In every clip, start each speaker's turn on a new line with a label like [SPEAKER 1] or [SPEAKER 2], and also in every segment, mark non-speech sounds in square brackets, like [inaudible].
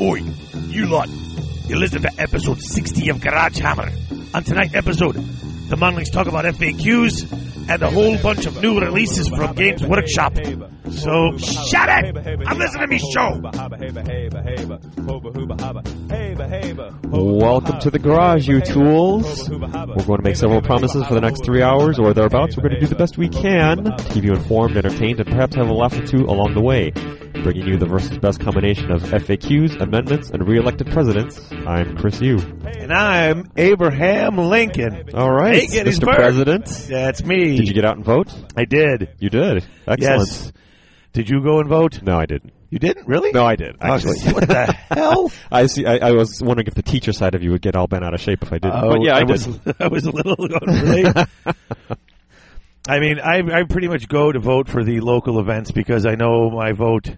[SPEAKER 1] Oi, you lot. You listen to episode 60 of Garage Hammer. On tonight's episode, the Monlings talk about FAQs and a whole bunch of new releases from Games Workshop. So shut it! I'm listening to me show!
[SPEAKER 2] Welcome to the garage, you tools. We're going to make several promises for the next three hours or thereabouts. We're going to do the best we can to keep you informed, entertained, and perhaps have a laugh or two along the way. Bringing you the versus best combination of FAQs, amendments, and re-elected presidents. I'm Chris Yu.
[SPEAKER 1] And I'm Abraham Lincoln.
[SPEAKER 2] All right,
[SPEAKER 1] Hey,
[SPEAKER 2] Mr.
[SPEAKER 1] Gettysburg.
[SPEAKER 2] President.
[SPEAKER 1] That's me.
[SPEAKER 2] Did you get out and vote?
[SPEAKER 1] I did.
[SPEAKER 2] You did. Excellent.
[SPEAKER 1] Yes. Did you go and vote?
[SPEAKER 2] No, I didn't.
[SPEAKER 1] You didn't? Really?
[SPEAKER 2] No, I did. Actually,
[SPEAKER 1] what the
[SPEAKER 2] [laughs]
[SPEAKER 1] hell?
[SPEAKER 2] I see. I, I was wondering if the teacher side of you would get all bent out of shape if I didn't. but yeah, Oh, I, did.
[SPEAKER 1] was. Oh, [laughs] I was a little really.
[SPEAKER 2] [laughs]
[SPEAKER 1] I mean, I I pretty much go to vote for the local events because I know my vote.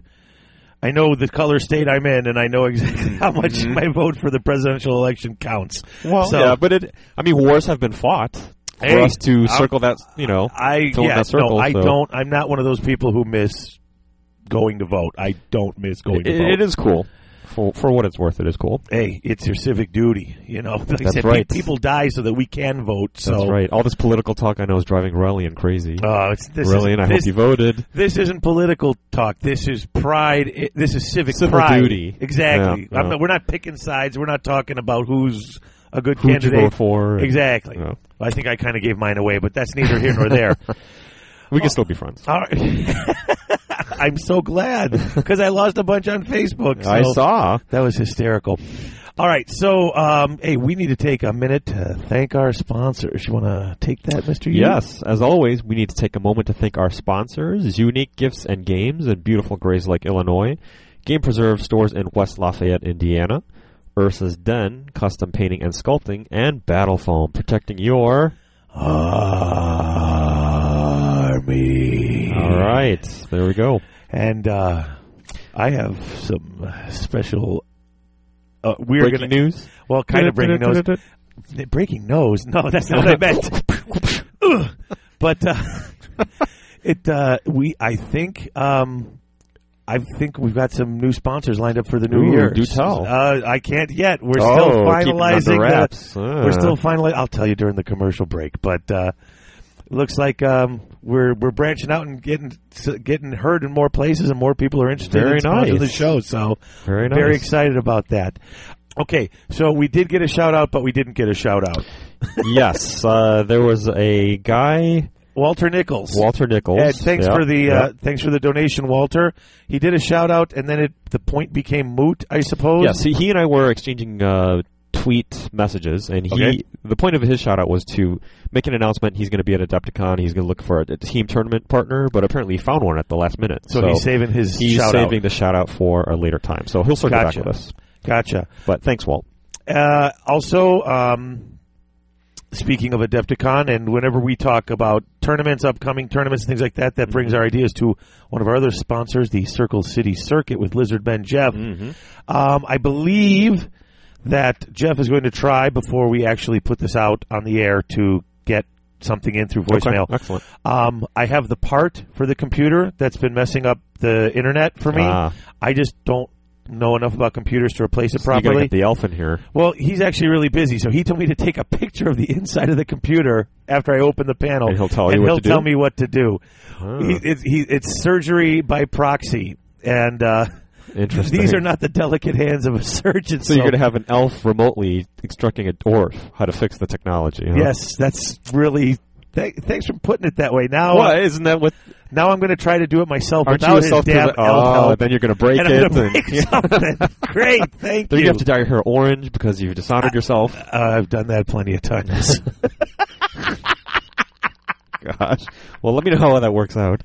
[SPEAKER 1] I know the color state I'm in, and I know exactly [laughs] how much my vote for the presidential election counts. so
[SPEAKER 2] Mm-hmm. yeah, but it. I mean, wars have been fought for
[SPEAKER 1] Hey,
[SPEAKER 2] us to
[SPEAKER 1] I'm-
[SPEAKER 2] circle that. You know,
[SPEAKER 1] I
[SPEAKER 2] fill in
[SPEAKER 1] yeah
[SPEAKER 2] that circle.
[SPEAKER 1] no, I
[SPEAKER 2] so-
[SPEAKER 1] don't. I'm not one of those people who miss going to vote. I don't miss going to
[SPEAKER 2] It,
[SPEAKER 1] vote.
[SPEAKER 2] it is cool. For for what it's worth, it is cool.
[SPEAKER 1] hey, it's your civic duty. You know, [laughs] Like I
[SPEAKER 2] That's
[SPEAKER 1] said, pe-
[SPEAKER 2] right.
[SPEAKER 1] People die so that we can vote. So
[SPEAKER 2] That's right. All this political talk I know is driving Rellian crazy.
[SPEAKER 1] Uh, it's, this is-
[SPEAKER 2] Rellian, I hope
[SPEAKER 1] this
[SPEAKER 2] you voted.
[SPEAKER 1] This isn't political talk. This is pride. i- This is civic
[SPEAKER 2] Civil
[SPEAKER 1] pride.
[SPEAKER 2] duty.
[SPEAKER 1] Exactly.
[SPEAKER 2] Yeah,
[SPEAKER 1] I'm
[SPEAKER 2] yeah.
[SPEAKER 1] not, we're not picking sides. We're not talking about who's a good
[SPEAKER 2] Who'd you
[SPEAKER 1] candidate.
[SPEAKER 2] vote for?
[SPEAKER 1] Exactly.
[SPEAKER 2] Yeah.
[SPEAKER 1] I think I kind of gave mine away, but that's neither here nor
[SPEAKER 2] [laughs]
[SPEAKER 1] there.
[SPEAKER 2] We can still be friends.
[SPEAKER 1] All right. [laughs] I'm so glad because I lost a bunch on Facebook.
[SPEAKER 2] I
[SPEAKER 1] so-
[SPEAKER 2] saw.
[SPEAKER 1] that was hysterical. All right, so um, hey, we need to take a minute to thank our sponsors. You want to take that, Mister?
[SPEAKER 2] Yes, as always, we need to take a moment to thank our sponsors, Unique Gifts and Games in beautiful Grays Lake, Illinois, Game Preserve stores in West Lafayette, Indiana, Ursa's Den, custom painting and sculpting, and Battle Foam, protecting your.
[SPEAKER 1] Army.
[SPEAKER 2] All right, there we go.
[SPEAKER 1] And uh, I have some uh, special. Uh, we're
[SPEAKER 2] Breaking
[SPEAKER 1] gonna
[SPEAKER 2] news.
[SPEAKER 1] well, [laughs] kind of breaking nose. breaking nose? [laughs] No, that's not what I
[SPEAKER 2] [laughs]
[SPEAKER 1] meant. Ugh. but uh, [laughs] it uh, we I think um, I think we've got some new sponsors lined up for the new
[SPEAKER 2] Ooh,
[SPEAKER 1] year.
[SPEAKER 2] do tell.
[SPEAKER 1] Uh, I can't yet. We're
[SPEAKER 2] Oh,
[SPEAKER 1] still
[SPEAKER 2] keeping it under
[SPEAKER 1] finalizing. the-
[SPEAKER 2] wraps.
[SPEAKER 1] we're
[SPEAKER 2] Ah.
[SPEAKER 1] still finalizing. I'll tell you during the commercial break, but. Uh, Looks like um, we're we're branching out and getting getting heard in more places, and more people are interested
[SPEAKER 2] Very
[SPEAKER 1] in sponsoring
[SPEAKER 2] nice.
[SPEAKER 1] the show. So
[SPEAKER 2] Very nice.
[SPEAKER 1] very excited about that. Okay, so we did get a shout out, but we didn't get a shout out.
[SPEAKER 2] [laughs] yes, uh, there was a guy,
[SPEAKER 1] Walter Nichols.
[SPEAKER 2] Walter Nichols.
[SPEAKER 1] Ed, thanks
[SPEAKER 2] Yeah,
[SPEAKER 1] for the
[SPEAKER 2] yeah.
[SPEAKER 1] uh, thanks for the donation, Walter. He did a shout out, and then it, the point became moot, I suppose.
[SPEAKER 2] Yeah, see, he and I were exchanging uh, tweet messages, and he
[SPEAKER 1] Okay.
[SPEAKER 2] the point of his shout out was to make an announcement. He's going to be at Adepticon. He's going to look for a, a team tournament partner, but apparently he found one at the last minute.
[SPEAKER 1] so, he's saving his
[SPEAKER 2] he's
[SPEAKER 1] shout
[SPEAKER 2] saving
[SPEAKER 1] out.
[SPEAKER 2] the shout out for a later time. So he'll circle
[SPEAKER 1] Gotcha.
[SPEAKER 2] back with us.
[SPEAKER 1] Gotcha.
[SPEAKER 2] But thanks, Walt.
[SPEAKER 1] Uh, also, um, speaking of Adepticon, and whenever we talk about tournaments, upcoming tournaments, things like that, that
[SPEAKER 2] Mm-hmm.
[SPEAKER 1] brings our ideas to one of our other sponsors, the Circle City Circuit with Lizard Ben Jeff.
[SPEAKER 2] Mm-hmm.
[SPEAKER 1] Um, I believe that Jeff is going to try before we actually put this out on the air to get something in through voicemail.
[SPEAKER 2] Okay, Excellent.
[SPEAKER 1] Um, I have the part for the computer that's been messing up the internet for me.
[SPEAKER 2] Ah.
[SPEAKER 1] I just don't know enough about computers to replace it
[SPEAKER 2] You gotta
[SPEAKER 1] properly.
[SPEAKER 2] get the elf in here.
[SPEAKER 1] Well, he's actually really busy, so he told me to take a picture of the inside of the computer after I open the panel,
[SPEAKER 2] And he'll tell you what
[SPEAKER 1] he'll
[SPEAKER 2] to do?
[SPEAKER 1] tell me what to do.
[SPEAKER 2] Ah.
[SPEAKER 1] He, it's, he, it's surgery by proxy, and uh,
[SPEAKER 2] Interesting.
[SPEAKER 1] these are not the delicate hands of a surgeon.
[SPEAKER 2] So, you're going to have an elf remotely instructing a dwarf how to fix the technology. Huh?
[SPEAKER 1] yes, that's really. Th- thanks for putting it that way. Now, uh,
[SPEAKER 2] What isn't that what?
[SPEAKER 1] now I'm going to try to do it myself
[SPEAKER 2] Aren't you
[SPEAKER 1] without
[SPEAKER 2] a
[SPEAKER 1] his
[SPEAKER 2] self?
[SPEAKER 1] damn
[SPEAKER 2] oh,
[SPEAKER 1] elf help.
[SPEAKER 2] then you're going to break
[SPEAKER 1] and
[SPEAKER 2] it.
[SPEAKER 1] I'm going to [laughs]
[SPEAKER 2] and-
[SPEAKER 1] make
[SPEAKER 2] Yeah.
[SPEAKER 1] something. Great, thank
[SPEAKER 2] [laughs] Then
[SPEAKER 1] you.
[SPEAKER 2] you have to dye your hair orange because you've dishonored
[SPEAKER 1] [laughs]
[SPEAKER 2] yourself.
[SPEAKER 1] uh, I've done that plenty of
[SPEAKER 2] [laughs]
[SPEAKER 1] times.
[SPEAKER 2] Gosh. Well, let me know how that works out.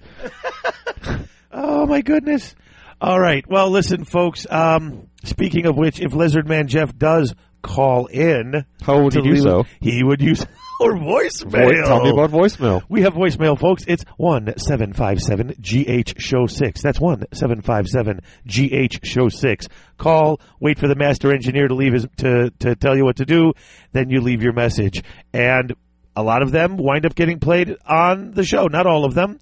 [SPEAKER 1] Oh my goodness! All right. Well, listen, folks. Um, speaking of which, if Lizard Man Jeff does call in,
[SPEAKER 2] How would
[SPEAKER 1] to
[SPEAKER 2] he do
[SPEAKER 1] leave-
[SPEAKER 2] so?
[SPEAKER 1] He would use [laughs] our
[SPEAKER 2] Vo-
[SPEAKER 1] voicemail.
[SPEAKER 2] Tell me about voicemail.
[SPEAKER 1] We have voicemail, folks. It's one seven five seven GH Show six. That's one seven five seven GH Show six. Call. Wait for the master engineer to leave his to to tell you what to do. Then you leave your message, and a lot of them wind up getting played on the show. Not all of them,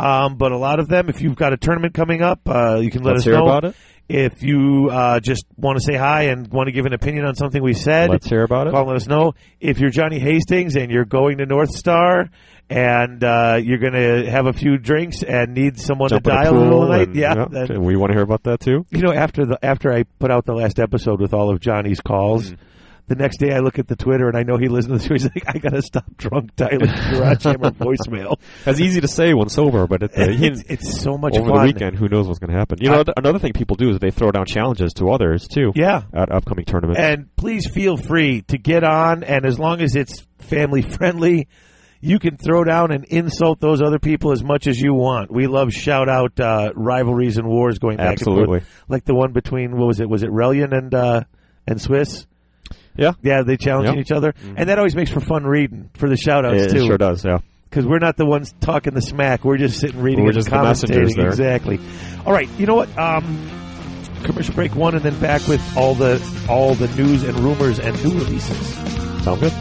[SPEAKER 1] um, but a lot of them. If you've got a tournament coming up, uh, you can let
[SPEAKER 2] Let's
[SPEAKER 1] us
[SPEAKER 2] hear
[SPEAKER 1] know
[SPEAKER 2] about it.
[SPEAKER 1] If you uh, just want to say hi and want to give an opinion on something we said,
[SPEAKER 2] Let's hear about it.
[SPEAKER 1] call and let us know. If you're Johnny Hastings and you're going to North Star and uh, you're going to have a few drinks and need someone
[SPEAKER 2] Jump
[SPEAKER 1] to
[SPEAKER 2] in
[SPEAKER 1] die
[SPEAKER 2] a
[SPEAKER 1] a little
[SPEAKER 2] pool.
[SPEAKER 1] tonight,
[SPEAKER 2] and-
[SPEAKER 1] yeah.
[SPEAKER 2] yeah,
[SPEAKER 1] then-
[SPEAKER 2] and we want to hear about that too.
[SPEAKER 1] you know, after the after I put out the last episode with all of Johnny's
[SPEAKER 2] Mm.
[SPEAKER 1] calls. The next day, I look at the Twitter and I know he listens to. It. He's like, "I gotta stop drunk dialing
[SPEAKER 2] [laughs]
[SPEAKER 1] garage hammer voicemail."
[SPEAKER 2] That's easy to say when sober, but at the,
[SPEAKER 1] It's, it's so much
[SPEAKER 2] over
[SPEAKER 1] fun.
[SPEAKER 2] the weekend, who knows what's going to happen? You know, th- another thing people do is they throw down challenges to others too
[SPEAKER 1] Yeah, Eh.
[SPEAKER 2] at upcoming tournaments.
[SPEAKER 1] and please feel free to get on. And as long as it's family friendly, you can throw down and insult those other people as much as you want. We love shout out uh, rivalries and wars going back and
[SPEAKER 2] Absolutely.
[SPEAKER 1] forth, like the one between what was it? Was it Relian and uh, and Swiss?
[SPEAKER 2] Yeah.
[SPEAKER 1] Yeah, they challenging
[SPEAKER 2] Yeah.
[SPEAKER 1] each other, and that always makes for fun reading for the shout outs
[SPEAKER 2] Mm-hmm. It, it
[SPEAKER 1] too.
[SPEAKER 2] sure does. Yeah.
[SPEAKER 1] because we're not the ones talking the smack. We're just sitting reading
[SPEAKER 2] We're
[SPEAKER 1] and
[SPEAKER 2] just the messengers
[SPEAKER 1] commentating.
[SPEAKER 2] there.
[SPEAKER 1] Exactly. All right. You know what? Um, commercial break one, and then back with all the all the news and rumors and new releases.
[SPEAKER 2] Sound good?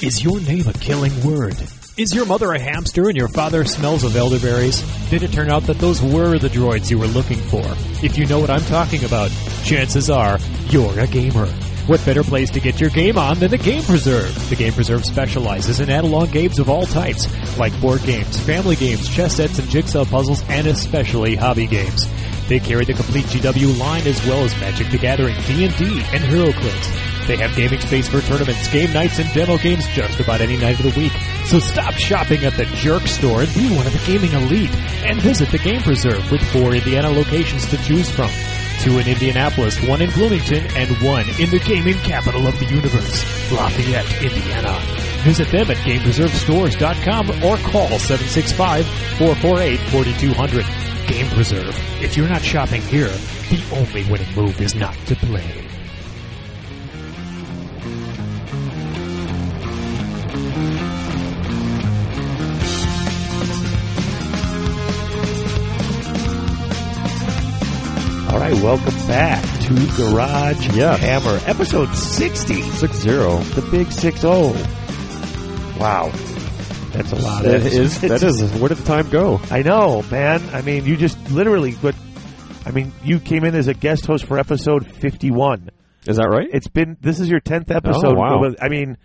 [SPEAKER 3] Is your name a killing word? Is your mother a hamster and your father smells of elderberries? Did it turn out that those were the droids you were looking for? If you know what I'm talking about, chances are you're a gamer. What better place to get your game on than the Game Preserve? The Game Preserve specializes in analog games of all types, like board games, family games, chess sets and jigsaw puzzles, and especially hobby games. They carry the complete GW line as well as Magic the Gathering, D&D, and HeroClix. They have gaming space for tournaments, game nights, and demo games just about any night of the week. So stop shopping at the Jerk Store and be one of the gaming elite. And visit the Game Preserve with four Indiana locations to choose from. Two in Indianapolis, one in Bloomington, and one in the gaming capital of the universe, Lafayette, Indiana. Visit them at GamePreserveStores.com or call 765-448-4200. Game Preserve. If you're not shopping here, the only winning move is not to play.
[SPEAKER 1] All right. Welcome back to Garage
[SPEAKER 2] Yeah.
[SPEAKER 1] Hammer, episode sixty,
[SPEAKER 2] Six zero.
[SPEAKER 1] the big six zero. Wow, that's a lot.
[SPEAKER 2] That
[SPEAKER 1] of
[SPEAKER 2] is.
[SPEAKER 1] [laughs]
[SPEAKER 2] That is. Where did the time go?
[SPEAKER 1] I know, man. I mean, you just literally. But I mean, you came in as a guest host for episode fifty-one.
[SPEAKER 2] Is that right?
[SPEAKER 1] It's been this is your tenth episode.
[SPEAKER 2] Oh, wow.
[SPEAKER 1] I mean,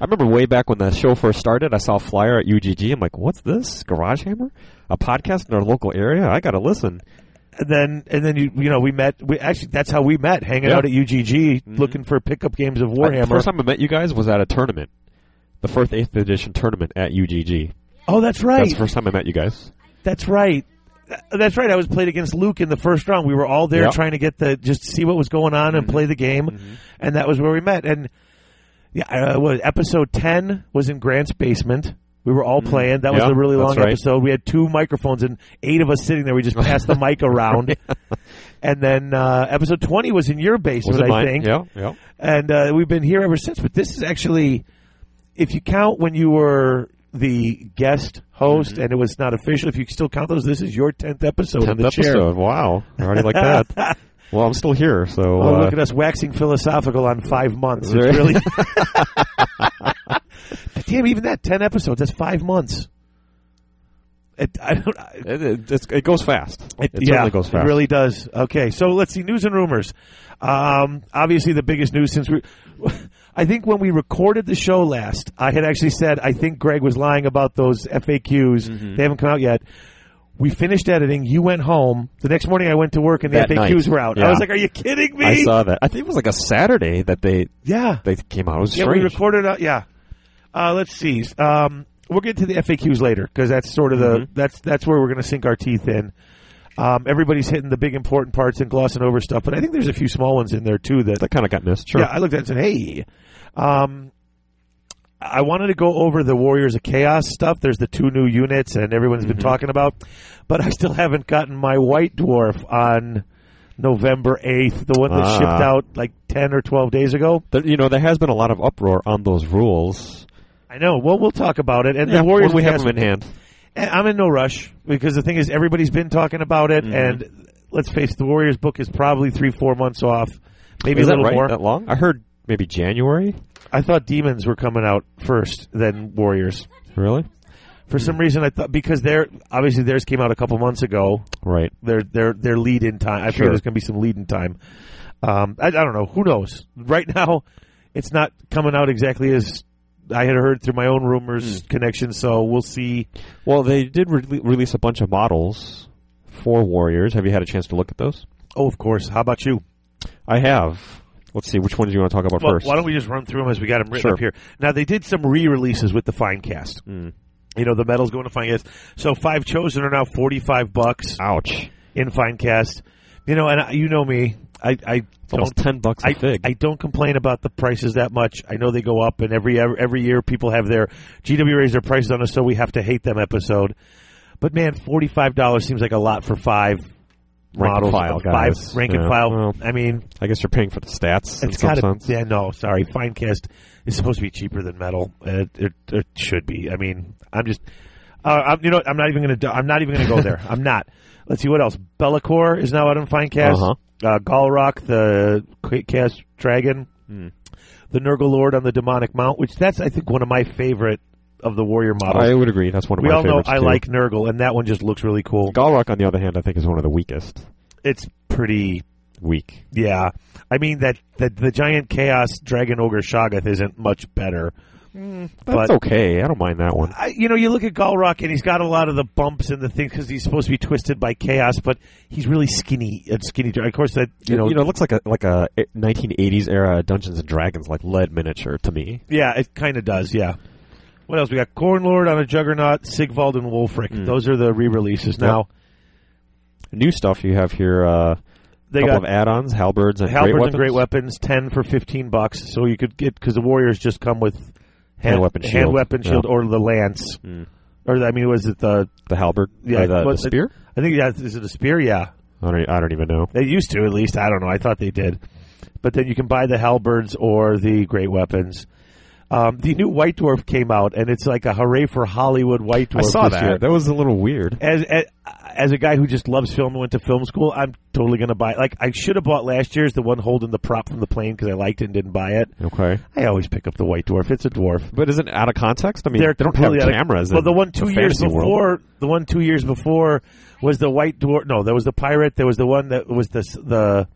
[SPEAKER 2] I remember way back when the show first started, I saw a flyer at UGG. I'm like, what's this? Garage Hammer? A podcast in our local area? I got to listen.
[SPEAKER 1] and then and then you you know we met. We actually that's how we met, hanging
[SPEAKER 2] Yeah. Mm-hmm.
[SPEAKER 1] out at UGG, looking for pickup games of
[SPEAKER 2] I- the
[SPEAKER 1] Warhammer.
[SPEAKER 2] first time I met you guys was at a tournament. The first 8th edition tournament at UGG.
[SPEAKER 1] oh, that's right.
[SPEAKER 2] That's
[SPEAKER 1] That's,
[SPEAKER 2] the first time I met you guys.
[SPEAKER 1] right. Th- That's right. I was played against Luke in the first round. We were all there
[SPEAKER 2] Yeah. Mm-hmm.
[SPEAKER 1] trying to get the just see what was going on and play the game, and that was where we met. And yeah, uh, what, episode ten was in Grant's basement. We were all playing. That was
[SPEAKER 2] Mm-hmm. Yeah,
[SPEAKER 1] a really
[SPEAKER 2] that's
[SPEAKER 1] long
[SPEAKER 2] right.
[SPEAKER 1] episode. We had two microphones and eight of us sitting there. We just passed the
[SPEAKER 2] [laughs]
[SPEAKER 1] mic around. And then uh, episode twenty was in your basement,
[SPEAKER 2] Was it
[SPEAKER 1] I
[SPEAKER 2] mine?
[SPEAKER 1] think.
[SPEAKER 2] Yeah, yeah.
[SPEAKER 1] and uh, we've been here ever since. But this is actually, if you count when you were the guest host and it was not official, if you still count those, this is your tenth episode. in
[SPEAKER 2] 10th
[SPEAKER 1] the chair.
[SPEAKER 2] episode. Wow. I already
[SPEAKER 1] [laughs]
[SPEAKER 2] like that. Well, I'm still here, so.
[SPEAKER 1] Oh,
[SPEAKER 2] uh,
[SPEAKER 1] look at us waxing philosophical on five months. It's
[SPEAKER 2] There-
[SPEAKER 1] really. Damn, even that ten episodes. That's five months. It, I don't. I-
[SPEAKER 2] It, it, it's- it goes fast. It,
[SPEAKER 1] yeah,
[SPEAKER 2] certainly goes fast.
[SPEAKER 1] It really does. Okay, so let's see news and rumors. Um, obviously, the biggest news since we. [laughs] I think when we recorded the show last, I had actually said I think Greg was lying about those FAQs.
[SPEAKER 2] Mm-hmm.
[SPEAKER 1] They haven't come out yet. We finished editing. You went home. The next morning, I went to work, and the
[SPEAKER 2] That
[SPEAKER 1] FAQs
[SPEAKER 2] night.
[SPEAKER 1] were out. I
[SPEAKER 2] Yeah.
[SPEAKER 1] was like, "Are you kidding me?"
[SPEAKER 2] I saw that. I think it was like a Saturday that they
[SPEAKER 1] yeah,
[SPEAKER 2] they came out. It was
[SPEAKER 1] yeah. We
[SPEAKER 2] strange.
[SPEAKER 1] recorded. Uh, yeah. Uh, let's see. Um, we'll get to the FAQs later because that's sort of
[SPEAKER 2] Mm-hmm.
[SPEAKER 1] the that's that's where we're going to sink our teeth in. Um, everybody's hitting the big important parts and glossing over stuff, but I think there's a few small ones in there too that
[SPEAKER 2] that kind of got missed. Sure.
[SPEAKER 1] yeah, I looked at it and said, hey. Um, I wanted to go over the Warriors of Chaos stuff. There's the two new units, and everyone's been
[SPEAKER 2] Mm-hmm.
[SPEAKER 1] talking about, but I still haven't gotten my White Dwarf on November 8th, the one that
[SPEAKER 2] Ah.
[SPEAKER 1] shipped out like 10 or 12 days ago.
[SPEAKER 2] There- you know, there has been a lot of uproar on those rules.
[SPEAKER 1] I know. Well, we'll talk about it. And the
[SPEAKER 2] Warriors
[SPEAKER 1] Warriors
[SPEAKER 2] we
[SPEAKER 1] of
[SPEAKER 2] have
[SPEAKER 1] Chaos-
[SPEAKER 2] them in hand.
[SPEAKER 1] And I'm in no rush because the thing is, everybody's been talking about it,
[SPEAKER 2] Mm-hmm.
[SPEAKER 1] and let's face it, the Warriors book is probably three, four months off, maybe
[SPEAKER 2] Is
[SPEAKER 1] a
[SPEAKER 2] that
[SPEAKER 1] little
[SPEAKER 2] right?
[SPEAKER 1] more.
[SPEAKER 2] That long? I heard maybe January.
[SPEAKER 1] I thought Demons were coming out first, then Warriors.
[SPEAKER 2] Really?
[SPEAKER 1] For
[SPEAKER 2] Mm-hmm.
[SPEAKER 1] some reason, I thought because they're obviously theirs came out a couple months ago.
[SPEAKER 2] Right.
[SPEAKER 1] Their their their lead in time. I
[SPEAKER 2] Sure.
[SPEAKER 1] figure there's going to be some lead in time. Um, I, I don't know. Who knows? Right [laughs] now, it's not coming out exactly as I had heard through my own rumors
[SPEAKER 2] Mm.
[SPEAKER 1] connections. So we'll see.
[SPEAKER 2] Well, they did re- release a bunch of models for Warriors. Have you had a chance to look at those?
[SPEAKER 1] Oh, of course. How about you?
[SPEAKER 2] I have. Let's see. Which one do you want to talk about
[SPEAKER 1] Well,
[SPEAKER 2] first?
[SPEAKER 1] why don't we just run through them as we got them written
[SPEAKER 2] Sure. Hmm.
[SPEAKER 1] up here? Now they did some re-releases with the fine cast. You know the medals going to fine cast. So five chosen are now forty-five bucks
[SPEAKER 2] Ouch.
[SPEAKER 1] in fine cast. You know, and I, you know me, I, I
[SPEAKER 2] Almost
[SPEAKER 1] don't.
[SPEAKER 2] ten bucks a
[SPEAKER 1] I,
[SPEAKER 2] fig.
[SPEAKER 1] I don't complain about the prices that much. I know they go up, and every every year people have their GW raise their prices on us, so we have to hate them episode. But man, forty five dollars seems like a lot for five
[SPEAKER 2] Rank
[SPEAKER 1] models,
[SPEAKER 2] and file,
[SPEAKER 1] five
[SPEAKER 2] guys.
[SPEAKER 1] rank and
[SPEAKER 2] Yeah.
[SPEAKER 1] file.
[SPEAKER 2] Well,
[SPEAKER 1] I mean,
[SPEAKER 2] I guess you're paying for the stats in
[SPEAKER 1] it's
[SPEAKER 2] some
[SPEAKER 1] got to
[SPEAKER 2] sense.
[SPEAKER 1] yeah no sorry finecast is supposed to be cheaper than metal it, it, it should be i mean i'm just uh, I'm, you know what, i'm not even gonna do, i'm not even gonna go
[SPEAKER 2] [laughs]
[SPEAKER 1] there i'm not let's see what else bellacor is now out on finecast
[SPEAKER 2] Uh-huh.
[SPEAKER 1] uh, galrock the Quick cast dragon
[SPEAKER 2] Hmm.
[SPEAKER 1] the nurgle lord on the demonic mount which that's i think one of my favorite of the warrior models
[SPEAKER 2] I would agree. That's one of
[SPEAKER 1] we
[SPEAKER 2] my
[SPEAKER 1] all know
[SPEAKER 2] favorites.
[SPEAKER 1] i
[SPEAKER 2] too.
[SPEAKER 1] like nurgle and that one just looks really cool
[SPEAKER 2] Galrock. On the other hand, I think is one of the weakest.
[SPEAKER 1] it's pretty
[SPEAKER 2] Weak.
[SPEAKER 1] Yeah, I mean that that the giant chaos dragon ogre Shagath isn't much better.
[SPEAKER 2] That's
[SPEAKER 1] But-
[SPEAKER 2] okay. I don't mind that one.
[SPEAKER 1] I, you know, you look at Galrock and he's got a lot of the bumps and the things because he's supposed to be twisted by chaos, but he's really skinny. And skinny, dra- of course, that you know,
[SPEAKER 2] it looks like a like a 1980s era Dungeons and Dragons like lead miniature to me.
[SPEAKER 1] yeah, it kind of does. Yeah. What else? We got Cornlord on a Juggernaut, Sigvald and Wolfric.
[SPEAKER 2] Hmm.
[SPEAKER 1] Those are the re-releases now.
[SPEAKER 2] New stuff you have here. Uh,
[SPEAKER 1] They
[SPEAKER 2] couple of
[SPEAKER 1] got
[SPEAKER 2] add-ons, halberds and
[SPEAKER 1] halberds
[SPEAKER 2] great weapons.
[SPEAKER 1] and great weapons, ten for fifteen bucks. So you could get because the warriors just come with
[SPEAKER 2] Hand weapon shield. Hmm.
[SPEAKER 1] weapon
[SPEAKER 2] Yeah.
[SPEAKER 1] shield, or the lance, or the- I mean, was it the
[SPEAKER 2] The halberd,
[SPEAKER 1] Yeah,
[SPEAKER 2] or the, the
[SPEAKER 1] what-
[SPEAKER 2] spear.
[SPEAKER 1] I think yeah, is it a spear? Yeah,
[SPEAKER 2] I don't, e, I don't even know.
[SPEAKER 1] they used to at least. I don't know. I thought they did, but then you can buy the halberds or the great weapons. Um, the new White Dwarf came out, and it's like a hooray for Hollywood White Dwarf. this year.
[SPEAKER 2] That was a little weird.
[SPEAKER 1] As, as as a guy who just loves film and went to film school, I'm totally gonna buy. It. Like I should have bought last year's the one holding the prop from the plane because I liked it and didn't buy it.
[SPEAKER 2] Okay,
[SPEAKER 1] I always pick up the White Dwarf. It's a dwarf.
[SPEAKER 2] but isn't it out of context? I mean,
[SPEAKER 1] They're
[SPEAKER 2] they don't have
[SPEAKER 1] completely out of-
[SPEAKER 2] cameras.
[SPEAKER 1] Well,
[SPEAKER 2] in
[SPEAKER 1] the one two years
[SPEAKER 2] fantasy world.
[SPEAKER 1] before, the one two years before was the White Dwarf. No, there was the pirate. There was the one that was the s- the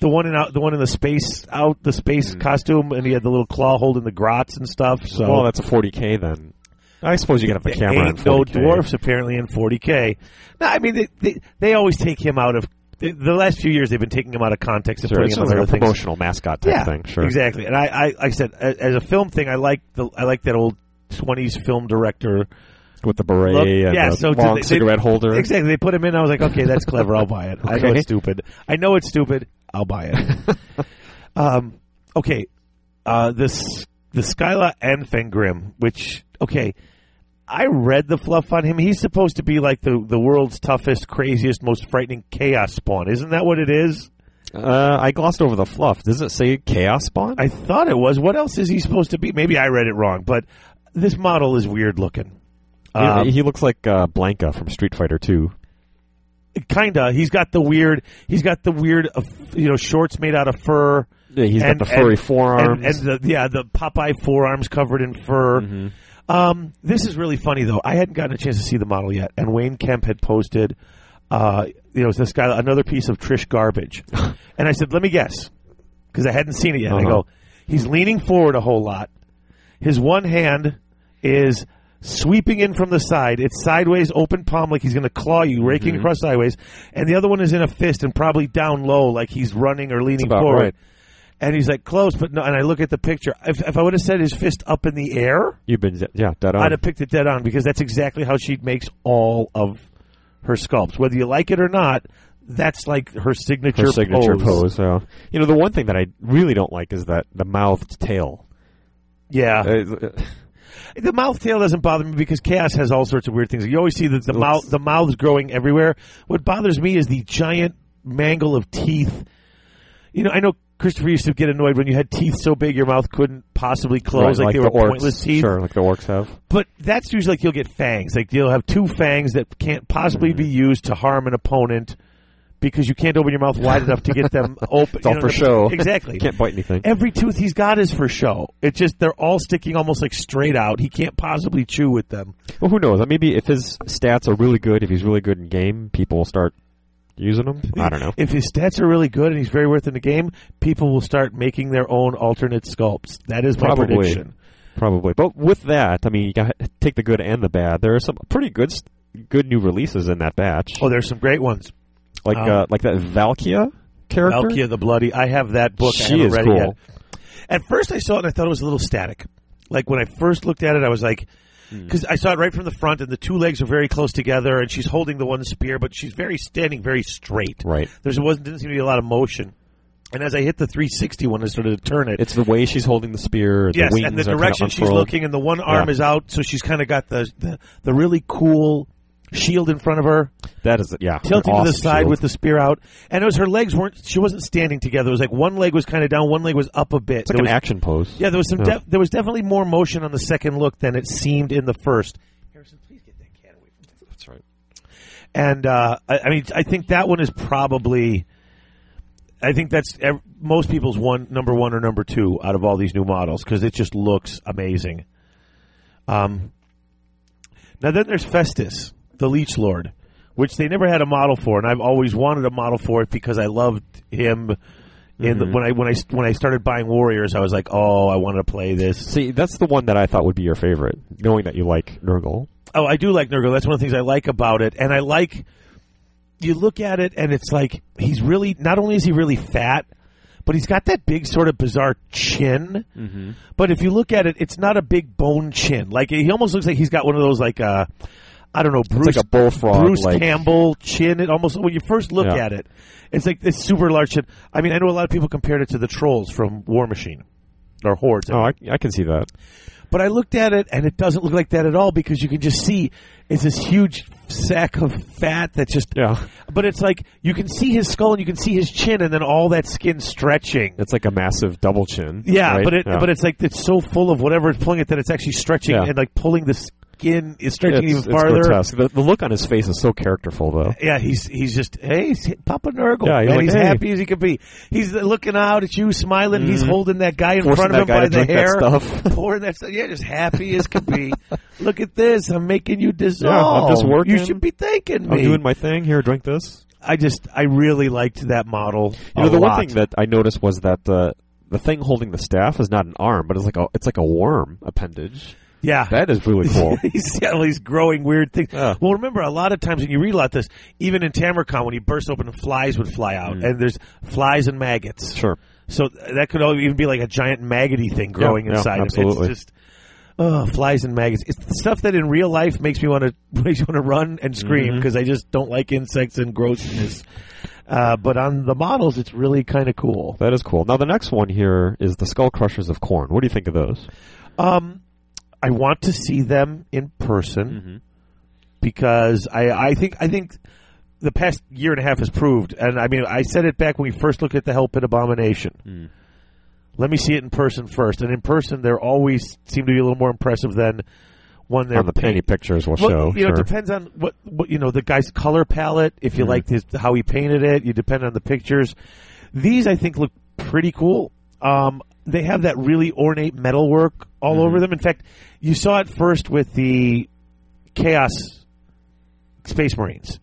[SPEAKER 1] the one in out the one in the space out the
[SPEAKER 2] Hmm.
[SPEAKER 1] space costume, and he had the little claw holding the grots and stuff. So
[SPEAKER 2] Well, that's a 40k then. I suppose you can have the
[SPEAKER 1] There
[SPEAKER 2] camera.
[SPEAKER 1] ain't
[SPEAKER 2] in
[SPEAKER 1] no
[SPEAKER 2] 40K.
[SPEAKER 1] dwarfs apparently in 40k. No, I mean they, they they always take him out of the, the last few years. They've been taking him out of context and
[SPEAKER 2] Sure,
[SPEAKER 1] putting
[SPEAKER 2] it's
[SPEAKER 1] him on
[SPEAKER 2] just like a
[SPEAKER 1] other things.
[SPEAKER 2] promotional mascot type thing. Sure,
[SPEAKER 1] Exactly. And I, I, like I said, a- as a film thing, I like the I like that old twenties film director.
[SPEAKER 2] with the beret
[SPEAKER 1] Look,
[SPEAKER 2] and
[SPEAKER 1] yeah,
[SPEAKER 2] the
[SPEAKER 1] so did
[SPEAKER 2] long
[SPEAKER 1] they- they-
[SPEAKER 2] cigarette holder.
[SPEAKER 1] Exactly. They put him in. I was like, okay, that's clever. I'll buy it. I know
[SPEAKER 2] Okay.
[SPEAKER 1] it's stupid. I know it's stupid. I'll buy
[SPEAKER 2] [laughs]
[SPEAKER 1] it. um, okay. Uh, this the Skyla and Fengrim, which okay, I read the fluff on him. He's supposed to be like the the world's toughest, craziest, most frightening chaos spawn. Isn't that what it is?
[SPEAKER 2] Uh, I glossed over the fluff. Does it say chaos spawn?
[SPEAKER 1] I thought it was. What else is he supposed to be? Maybe I read it wrong, but this model is weird looking.
[SPEAKER 2] Yeah,
[SPEAKER 1] Um,
[SPEAKER 2] he looks like uh, Blanca from Street Fighter Two.
[SPEAKER 1] kinda. He's got the weird. He's got the weird. Uh, you know, shorts made out of fur.
[SPEAKER 2] Yeah, he's
[SPEAKER 1] And-
[SPEAKER 2] got the furry
[SPEAKER 1] and-
[SPEAKER 2] forearms.
[SPEAKER 1] And, and the, yeah, the Popeye forearms covered in fur.
[SPEAKER 2] Mm-hmm.
[SPEAKER 1] Um, this is really funny though. I hadn't gotten a chance to see the model yet, and Wayne Kemp had posted, uh, you know, it's this guy another piece of Trish
[SPEAKER 2] [laughs]
[SPEAKER 1] garbage, and I said, let me guess, because I hadn't seen it yet. And I
[SPEAKER 2] Uh-huh.
[SPEAKER 1] go, he's leaning forward a whole lot. His one hand is sweeping in from the side. It's sideways, open palm, like he's going to claw you, raking
[SPEAKER 2] Mm-hmm.
[SPEAKER 1] across sideways, and the other one is in a fist and probably down low, like he's running or leaning
[SPEAKER 2] about
[SPEAKER 1] forward.
[SPEAKER 2] right.
[SPEAKER 1] And he's like close, but no. And I look at the picture. If, if I would have said his fist up in the air,
[SPEAKER 2] You've been yeah, dead on.
[SPEAKER 1] I'd have picked it dead on because that's exactly how she makes all of her sculpts. Whether you like it or not, that's like her signature,
[SPEAKER 2] her signature
[SPEAKER 1] pose.
[SPEAKER 2] pose. yeah. You know, the one thing that I really don't like is that the mouthed tail.
[SPEAKER 1] Yeah,
[SPEAKER 2] Uh,
[SPEAKER 1] the mouth tail doesn't bother me because chaos has all sorts of weird things. You always see that the mouth the mouth's growing everywhere. What bothers me is the giant mangle of teeth. You know, I know Christopher used to get annoyed when you had teeth so big your mouth couldn't possibly close,
[SPEAKER 2] Right,
[SPEAKER 1] like, they
[SPEAKER 2] the
[SPEAKER 1] were
[SPEAKER 2] orcs.
[SPEAKER 1] pointless teeth.
[SPEAKER 2] Sure, like the orcs have.
[SPEAKER 1] But that's usually like you'll get fangs. Like you'll have two fangs that can't
[SPEAKER 2] Mm-hmm.
[SPEAKER 1] possibly be used to harm an opponent because you can't open your mouth
[SPEAKER 2] [laughs]
[SPEAKER 1] wide enough to get them open.
[SPEAKER 2] It's all
[SPEAKER 1] You know,
[SPEAKER 2] for
[SPEAKER 1] the-
[SPEAKER 2] show.
[SPEAKER 1] [laughs] Exactly.
[SPEAKER 2] Can't bite anything.
[SPEAKER 1] Every tooth he's got is for show. It's just they're all sticking almost like straight out. He can't possibly chew with them.
[SPEAKER 2] Well, who knows? Uh, Maybe if his stats are really good, if he's really good in game, people will start using him. I
[SPEAKER 1] [laughs]
[SPEAKER 2] don't know.
[SPEAKER 1] If his stats are really good and he's very worth in the game, people will start making their own alternate sculpts. That is my
[SPEAKER 2] Probably.
[SPEAKER 1] prediction.
[SPEAKER 2] Probably. But with that, I mean, you got to take the good and the bad. There are some pretty good s- good new releases in that batch.
[SPEAKER 1] Oh, there's some great ones.
[SPEAKER 2] like
[SPEAKER 1] um,
[SPEAKER 2] uh, like that Valkia character.
[SPEAKER 1] Valkia the Bloody. I have that book. I
[SPEAKER 2] She
[SPEAKER 1] haven't
[SPEAKER 2] is
[SPEAKER 1] read
[SPEAKER 2] cool.
[SPEAKER 1] it yet. At first, I saw it and I thought it was a little static. Like when I first looked at it, I was like,
[SPEAKER 2] Hmm.
[SPEAKER 1] because I saw it right from the front, and the two legs are very close together, and she's holding the one spear, but she's very standing very straight.
[SPEAKER 2] Right.
[SPEAKER 1] There wasn't didn't seem to be a lot of motion. And as I hit the 360 one, I started to turn it.
[SPEAKER 2] It's the way she's holding the spear.
[SPEAKER 1] yes,
[SPEAKER 2] the wings
[SPEAKER 1] and the
[SPEAKER 2] are kinda
[SPEAKER 1] direction she's
[SPEAKER 2] unfurled.
[SPEAKER 1] looking, and the one arm
[SPEAKER 2] Yeah.
[SPEAKER 1] is out, so she's kind of got the, the the really cool shield in front of her
[SPEAKER 2] That is, yeah.
[SPEAKER 1] tilting
[SPEAKER 2] an
[SPEAKER 1] to the
[SPEAKER 2] awesome
[SPEAKER 1] side
[SPEAKER 2] shield.
[SPEAKER 1] with the spear out, and it was her legs weren't. She wasn't standing together. It was like one leg was kind of down, one leg was up a bit.
[SPEAKER 2] It's like
[SPEAKER 1] There
[SPEAKER 2] an
[SPEAKER 1] was-
[SPEAKER 2] action pose.
[SPEAKER 1] yeah, there was some.
[SPEAKER 2] Yeah.
[SPEAKER 1] def- there was definitely more motion on the second look than it seemed in the first. Harrison, please get that cat away from me.
[SPEAKER 2] That's right.
[SPEAKER 1] And uh, I, I mean, I think that one is probably. I think that's ev- most people's one number one or number two out of all these new models because it just looks amazing. Um, now then, there's Festus, the Leech Lord, which they never had a model for, and I've always wanted a model for it because I loved him. In the, when I when I when I started buying Warriors, I was like, oh, I want to play this.
[SPEAKER 2] See, that's the one that I thought would be your favorite, knowing that you like Nurgle.
[SPEAKER 1] Oh, I do like Nurgle. That's one of the things I like about it, and I like you look at it and it's like he's really not only is he really fat, but he's got that big sort of bizarre chin.
[SPEAKER 2] Mm-hmm.
[SPEAKER 1] But if you look at it, it's not a big bone chin. Like he almost looks like he's got one of those like uh, I don't know, Bruce
[SPEAKER 2] like a bullfrog,
[SPEAKER 1] Bruce
[SPEAKER 2] like-
[SPEAKER 1] Campbell chin. It almost when you first look
[SPEAKER 2] Yeah.
[SPEAKER 1] at it, it's like this super large chin. I mean, I know a lot of people compared it to the trolls from War Machine or Hordes.
[SPEAKER 2] Oh, I, I can see that.
[SPEAKER 1] But I looked at it, and it doesn't look like that at all because you can just see it's this huge sack of fat that's just.
[SPEAKER 2] Yeah.
[SPEAKER 1] But it's like you can see his skull and you can see his chin, and then all that skin stretching.
[SPEAKER 2] It's like a massive double chin.
[SPEAKER 1] Yeah,
[SPEAKER 2] right?
[SPEAKER 1] but it
[SPEAKER 2] Yeah.
[SPEAKER 1] but it's like it's so full of whatever it's pulling it that it's actually stretching
[SPEAKER 2] Yeah.
[SPEAKER 1] and like pulling the skin is stretching
[SPEAKER 2] It's-
[SPEAKER 1] even
[SPEAKER 2] it's
[SPEAKER 1] farther.
[SPEAKER 2] grotesque. The, the look on his face is so characterful, though.
[SPEAKER 1] Yeah, he's he's just hey, he's hit Papa Nurgle,
[SPEAKER 2] Yeah, he's
[SPEAKER 1] and
[SPEAKER 2] like,
[SPEAKER 1] he's
[SPEAKER 2] hey.
[SPEAKER 1] happy as he could be. He's looking out at you, smiling. and He's holding that guy in
[SPEAKER 2] Mm-hmm. Forcing
[SPEAKER 1] front of
[SPEAKER 2] that
[SPEAKER 1] him by
[SPEAKER 2] guy to
[SPEAKER 1] the
[SPEAKER 2] drink that
[SPEAKER 1] hair,
[SPEAKER 2] stuff.
[SPEAKER 1] [laughs]
[SPEAKER 2] [laughs]
[SPEAKER 1] pouring that stuff. Yeah, just happy as could be. Look at this! I'm making you dissolve.
[SPEAKER 2] I'm just working.
[SPEAKER 1] You should be thanking
[SPEAKER 2] I'm
[SPEAKER 1] me.
[SPEAKER 2] doing my thing here. Drink this.
[SPEAKER 1] I just I really liked that model. a
[SPEAKER 2] You know, the
[SPEAKER 1] lot.
[SPEAKER 2] one thing that I noticed was that uh, the thing holding the staff is not an arm, but it's like a it's like a worm appendage.
[SPEAKER 1] yeah,
[SPEAKER 2] That is really
[SPEAKER 1] [laughs]
[SPEAKER 2] cool.
[SPEAKER 1] he's got all these growing weird things.
[SPEAKER 2] Yeah.
[SPEAKER 1] Well, remember, a lot of times when you read about this, even in Tamarcon, when he bursts open, flies would fly out,
[SPEAKER 2] Mm.
[SPEAKER 1] and there's flies and maggots.
[SPEAKER 2] sure.
[SPEAKER 1] So th- that could all even be like a giant maggoty thing growing
[SPEAKER 2] yeah,
[SPEAKER 1] inside. of it.
[SPEAKER 2] absolutely.
[SPEAKER 1] It's just oh, flies and maggots. It's the stuff that in real life makes me want to [laughs] makes me want to run and scream
[SPEAKER 2] Mm-hmm.
[SPEAKER 1] because I just don't like insects and grossness. Uh, but on the models, it's really kind of cool.
[SPEAKER 2] That is cool. Now the next one here is the Skull Crushers of Corn. What do you think of those?
[SPEAKER 1] Um, I want to see them in person
[SPEAKER 2] Mm-hmm.
[SPEAKER 1] because I, I think I think the past year and a half has proved, and I mean I said it back when we first looked at the Hell Pit Abomination.
[SPEAKER 2] Mm.
[SPEAKER 1] Let me see it in person first, and in person they're always seem to be a little more impressive than when they're
[SPEAKER 2] On the penny pictures will
[SPEAKER 1] well,
[SPEAKER 2] show.
[SPEAKER 1] you know,
[SPEAKER 2] sure. Mm-hmm.
[SPEAKER 1] it depends on what, what you know the guy's color palette. If you liked his how he painted it, you depend on the pictures. These I think look pretty cool. Um, they have that really ornate metal work all
[SPEAKER 2] Mm-hmm.
[SPEAKER 1] over them. In fact, you saw it first with the Chaos Space Marines.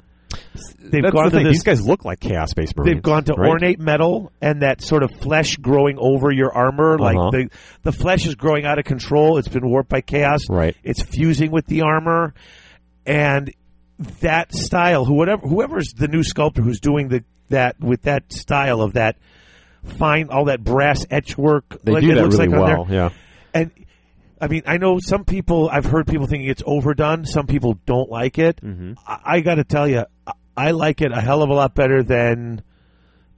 [SPEAKER 1] They've
[SPEAKER 2] That's
[SPEAKER 1] gone
[SPEAKER 2] the
[SPEAKER 1] to
[SPEAKER 2] thing.
[SPEAKER 1] this.
[SPEAKER 2] These guys look like Chaos Space Marines.
[SPEAKER 1] They've gone to
[SPEAKER 2] right?
[SPEAKER 1] ornate metal and that sort of flesh growing over your armor.
[SPEAKER 2] Uh-huh.
[SPEAKER 1] Like the the flesh is growing out of control. It's been warped by chaos.
[SPEAKER 2] Right.
[SPEAKER 1] It's fusing with the armor, and that style. Whoever whoever's the new sculptor who's doing the that with that style of that fine all that brass etch work.
[SPEAKER 2] They
[SPEAKER 1] like
[SPEAKER 2] do
[SPEAKER 1] it
[SPEAKER 2] that
[SPEAKER 1] looks
[SPEAKER 2] really
[SPEAKER 1] like on there.
[SPEAKER 2] well. Yeah.
[SPEAKER 1] And I mean, I know some people. I've heard people thinking it's overdone. Some people don't like it.
[SPEAKER 2] Mm-hmm.
[SPEAKER 1] I, I got to tell you, I, I like it a hell of a lot better than,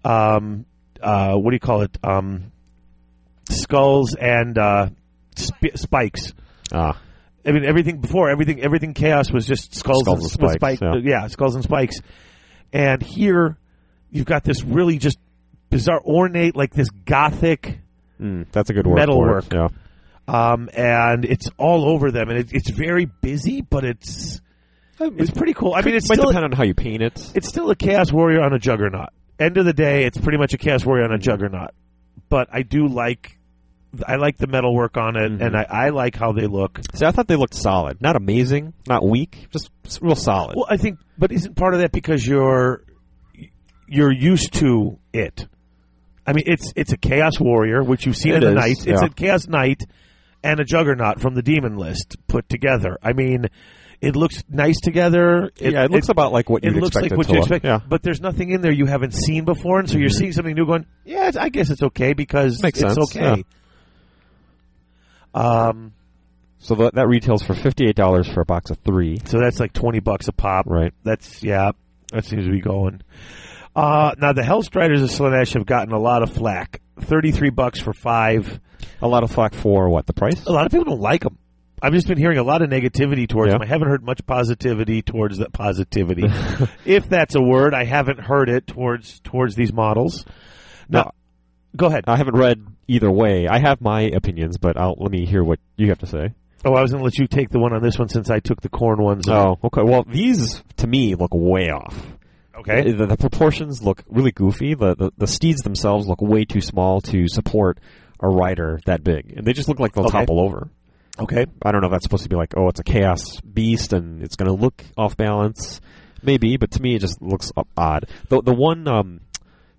[SPEAKER 1] um, uh, what do you call it? Um, skulls and uh, sp- spikes.
[SPEAKER 2] Ah.
[SPEAKER 1] I mean, everything before everything, everything chaos was just skulls,
[SPEAKER 2] Skulls
[SPEAKER 1] and,
[SPEAKER 2] and
[SPEAKER 1] with
[SPEAKER 2] spikes,
[SPEAKER 1] spike- yeah. skulls and spikes. And here, you've got this really just bizarre, ornate, like this gothic
[SPEAKER 2] Mm, that's a good word.
[SPEAKER 1] Metal
[SPEAKER 2] for
[SPEAKER 1] work.
[SPEAKER 2] It. Yeah.
[SPEAKER 1] um, and it's all over them, and it, it's very busy, but it's it's pretty cool. I mean, it's
[SPEAKER 2] might
[SPEAKER 1] still
[SPEAKER 2] depend on how you paint it.
[SPEAKER 1] it's still a Chaos Warrior on a Juggernaut. End of the day, it's pretty much a Chaos Warrior on a Juggernaut. But I do like I like the metal work on it,
[SPEAKER 2] Mhm.
[SPEAKER 1] and I, I like how they look.
[SPEAKER 2] See, I thought they looked solid, not amazing, not weak, just s- real solid.
[SPEAKER 1] Well, I think, but isn't part of that because you're you're used to it? I mean, it's it's a Chaos Warrior, which you've seen
[SPEAKER 2] It
[SPEAKER 1] in the
[SPEAKER 2] is,
[SPEAKER 1] night. It's
[SPEAKER 2] yeah.
[SPEAKER 1] a Chaos Knight and a Juggernaut from the Demon List put together. I mean, it looks nice together.
[SPEAKER 2] yeah, it looks about like what
[SPEAKER 1] it
[SPEAKER 2] you'd
[SPEAKER 1] looks
[SPEAKER 2] expect
[SPEAKER 1] like
[SPEAKER 2] it
[SPEAKER 1] what
[SPEAKER 2] to
[SPEAKER 1] you
[SPEAKER 2] look.
[SPEAKER 1] expect,
[SPEAKER 2] Yeah, Mm-hmm.
[SPEAKER 1] but there's nothing in there you haven't seen before, and so you're seeing something new. Going, yeah, it's- I guess it's okay because
[SPEAKER 2] Makes
[SPEAKER 1] it's
[SPEAKER 2] sense,
[SPEAKER 1] okay. Um,
[SPEAKER 2] so tha- that retails for fifty-eight dollars for a box of three,
[SPEAKER 1] so that's like twenty bucks a pop.
[SPEAKER 2] right?
[SPEAKER 1] That's yeah. That seems to be going. Uh, now the Hellstriders of Slanesh have gotten a lot of flack. Thirty-three bucks for five.
[SPEAKER 2] A lot of flack for what the price?
[SPEAKER 1] A lot of people don't like them. I've just been hearing a lot of negativity towards
[SPEAKER 2] Yeah.
[SPEAKER 1] them. I haven't heard much positivity towards that
[SPEAKER 2] [laughs]
[SPEAKER 1] positivity, if that's a word. I haven't heard it towards towards these models. Now,
[SPEAKER 2] Now-
[SPEAKER 1] go ahead.
[SPEAKER 2] I haven't read either way. I have my opinions, but I'll, let me hear what you have to say.
[SPEAKER 1] Oh, I was going to let you take the one on this one since I took the corn ones.
[SPEAKER 2] Oh, okay. Well, these to me look way off.
[SPEAKER 1] okay.
[SPEAKER 2] The, the proportions look really goofy. The, the the steeds themselves look way too small to support a rider that big, and they just look like they'll
[SPEAKER 1] Okay.
[SPEAKER 2] topple over.
[SPEAKER 1] Okay.
[SPEAKER 2] I don't know if that's supposed to be like, oh, it's a chaos beast and it's going to look off balance. Maybe, but to me, it just looks o- odd. The the one, um,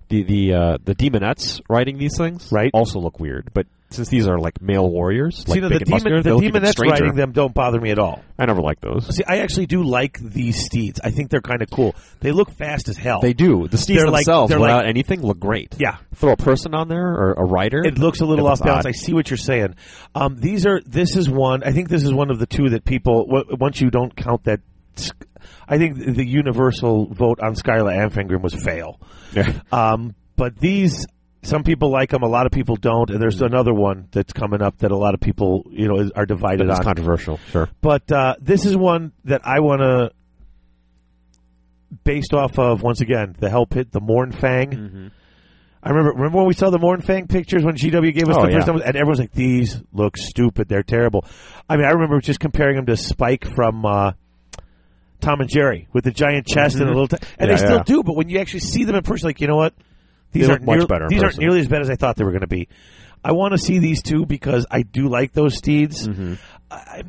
[SPEAKER 2] the the uh, the demonettes riding these things,
[SPEAKER 1] Right.
[SPEAKER 2] also look weird. But since these are like male warriors,
[SPEAKER 1] See,
[SPEAKER 2] like
[SPEAKER 1] no, the
[SPEAKER 2] big and
[SPEAKER 1] demon,
[SPEAKER 2] muscular,
[SPEAKER 1] the
[SPEAKER 2] they look even
[SPEAKER 1] demon that's
[SPEAKER 2] stranger.
[SPEAKER 1] riding them don't bother me at all.
[SPEAKER 2] I never like those.
[SPEAKER 1] See, I actually do like these steeds. I think they're kind of cool. They look fast as hell.
[SPEAKER 2] They do. The steeds
[SPEAKER 1] They're like-
[SPEAKER 2] themselves,
[SPEAKER 1] they're
[SPEAKER 2] without
[SPEAKER 1] like-
[SPEAKER 2] anything, look great.
[SPEAKER 1] yeah.
[SPEAKER 2] Throw a person on there or a rider.
[SPEAKER 1] It looks a little
[SPEAKER 2] It
[SPEAKER 1] off
[SPEAKER 2] looks
[SPEAKER 1] balance.
[SPEAKER 2] odd.
[SPEAKER 1] I see what you're saying. Um, these are. This is one. I think this is one of the two that people. W- once you don't count that, sk- I think the universal vote on Skyla Amfingrim was fail.
[SPEAKER 2] [laughs] Yeah.
[SPEAKER 1] Um, but these, some people like them. A lot of people don't. And there's another one that's coming up that a lot of people, you know, is, are divided
[SPEAKER 2] It's
[SPEAKER 1] on.
[SPEAKER 2] controversial. Sure.
[SPEAKER 1] But uh, this is one that I want to, based off of once again the Hell Pit, the Mornfang.
[SPEAKER 2] Mm-hmm.
[SPEAKER 1] I remember remember when we saw the Mornfang pictures when GW gave us
[SPEAKER 2] Oh,
[SPEAKER 1] the first
[SPEAKER 2] yeah.
[SPEAKER 1] number, and everyone's like, "These look stupid. They're terrible." I mean, I remember just comparing them to Spike from. Uh, Tom and Jerry with the giant chest and a little, t- and
[SPEAKER 2] Mm-hmm. Yeah,
[SPEAKER 1] they still
[SPEAKER 2] yeah.
[SPEAKER 1] do. But when you actually see them in person, like you know what, these
[SPEAKER 2] They
[SPEAKER 1] aren't
[SPEAKER 2] look much
[SPEAKER 1] near-
[SPEAKER 2] better in
[SPEAKER 1] These aren't
[SPEAKER 2] person.
[SPEAKER 1] nearly as bad as I thought they were going to be. I want to see these two because I do like those steeds.
[SPEAKER 2] Mm-hmm.
[SPEAKER 1] I,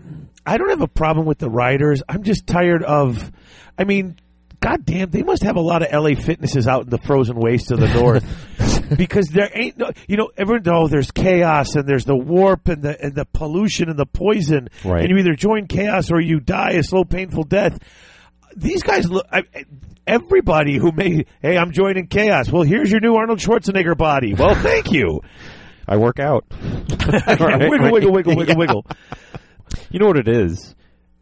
[SPEAKER 1] I don't have a problem with the riders. I'm just tired of. I mean, goddamn, they must have a lot of LA fitnesses out in the frozen waste of the
[SPEAKER 2] [laughs]
[SPEAKER 1] north because there ain't no. You know, everyone knows there's chaos and there's the warp and the and the pollution and the poison,
[SPEAKER 2] Right.
[SPEAKER 1] and you either join chaos or you die a slow, painful death. These guys look. I, everybody who made, hey, I'm joining chaos. Well, here's your new Arnold Schwarzenegger body. Well, thank you.
[SPEAKER 2] I work out. [laughs]
[SPEAKER 1] [laughs]
[SPEAKER 2] Right,
[SPEAKER 1] wiggle,
[SPEAKER 2] right.
[SPEAKER 1] wiggle, wiggle, wiggle,
[SPEAKER 2] [laughs] Yeah.
[SPEAKER 1] wiggle.
[SPEAKER 2] You know what it is?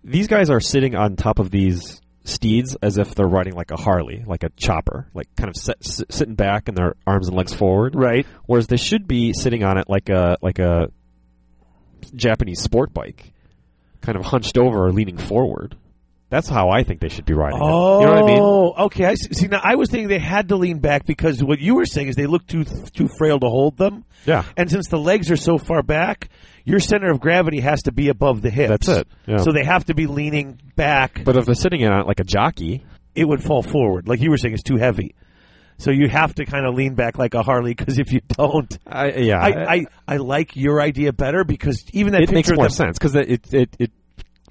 [SPEAKER 2] These guys are sitting on top of these steeds as if they're riding like a Harley, like a chopper, like kind of sit, sit, sitting back and their arms and legs forward.
[SPEAKER 1] Right.
[SPEAKER 2] Whereas they should be sitting on it like a like a Japanese sport bike, kind of hunched over or leaning forward. That's how I think they should be riding.
[SPEAKER 1] Oh,
[SPEAKER 2] it. You know what I mean?
[SPEAKER 1] okay. I see. see. Now, I was thinking they had to lean back because what you were saying is they look too too frail to hold them.
[SPEAKER 2] Yeah.
[SPEAKER 1] And since the legs are so far back, your center of gravity has to be above the hips.
[SPEAKER 2] That's it. Yeah.
[SPEAKER 1] So they have to be leaning back.
[SPEAKER 2] But if they're sitting on it like a jockey,
[SPEAKER 1] It would fall forward, like you were saying. It's too heavy. So you have to kind of lean back like a Harley because if you don't,
[SPEAKER 2] I, yeah,
[SPEAKER 1] I, I, I like your idea better because even that
[SPEAKER 2] it
[SPEAKER 1] picture
[SPEAKER 2] makes
[SPEAKER 1] of
[SPEAKER 2] more
[SPEAKER 1] them-
[SPEAKER 2] sense because it it it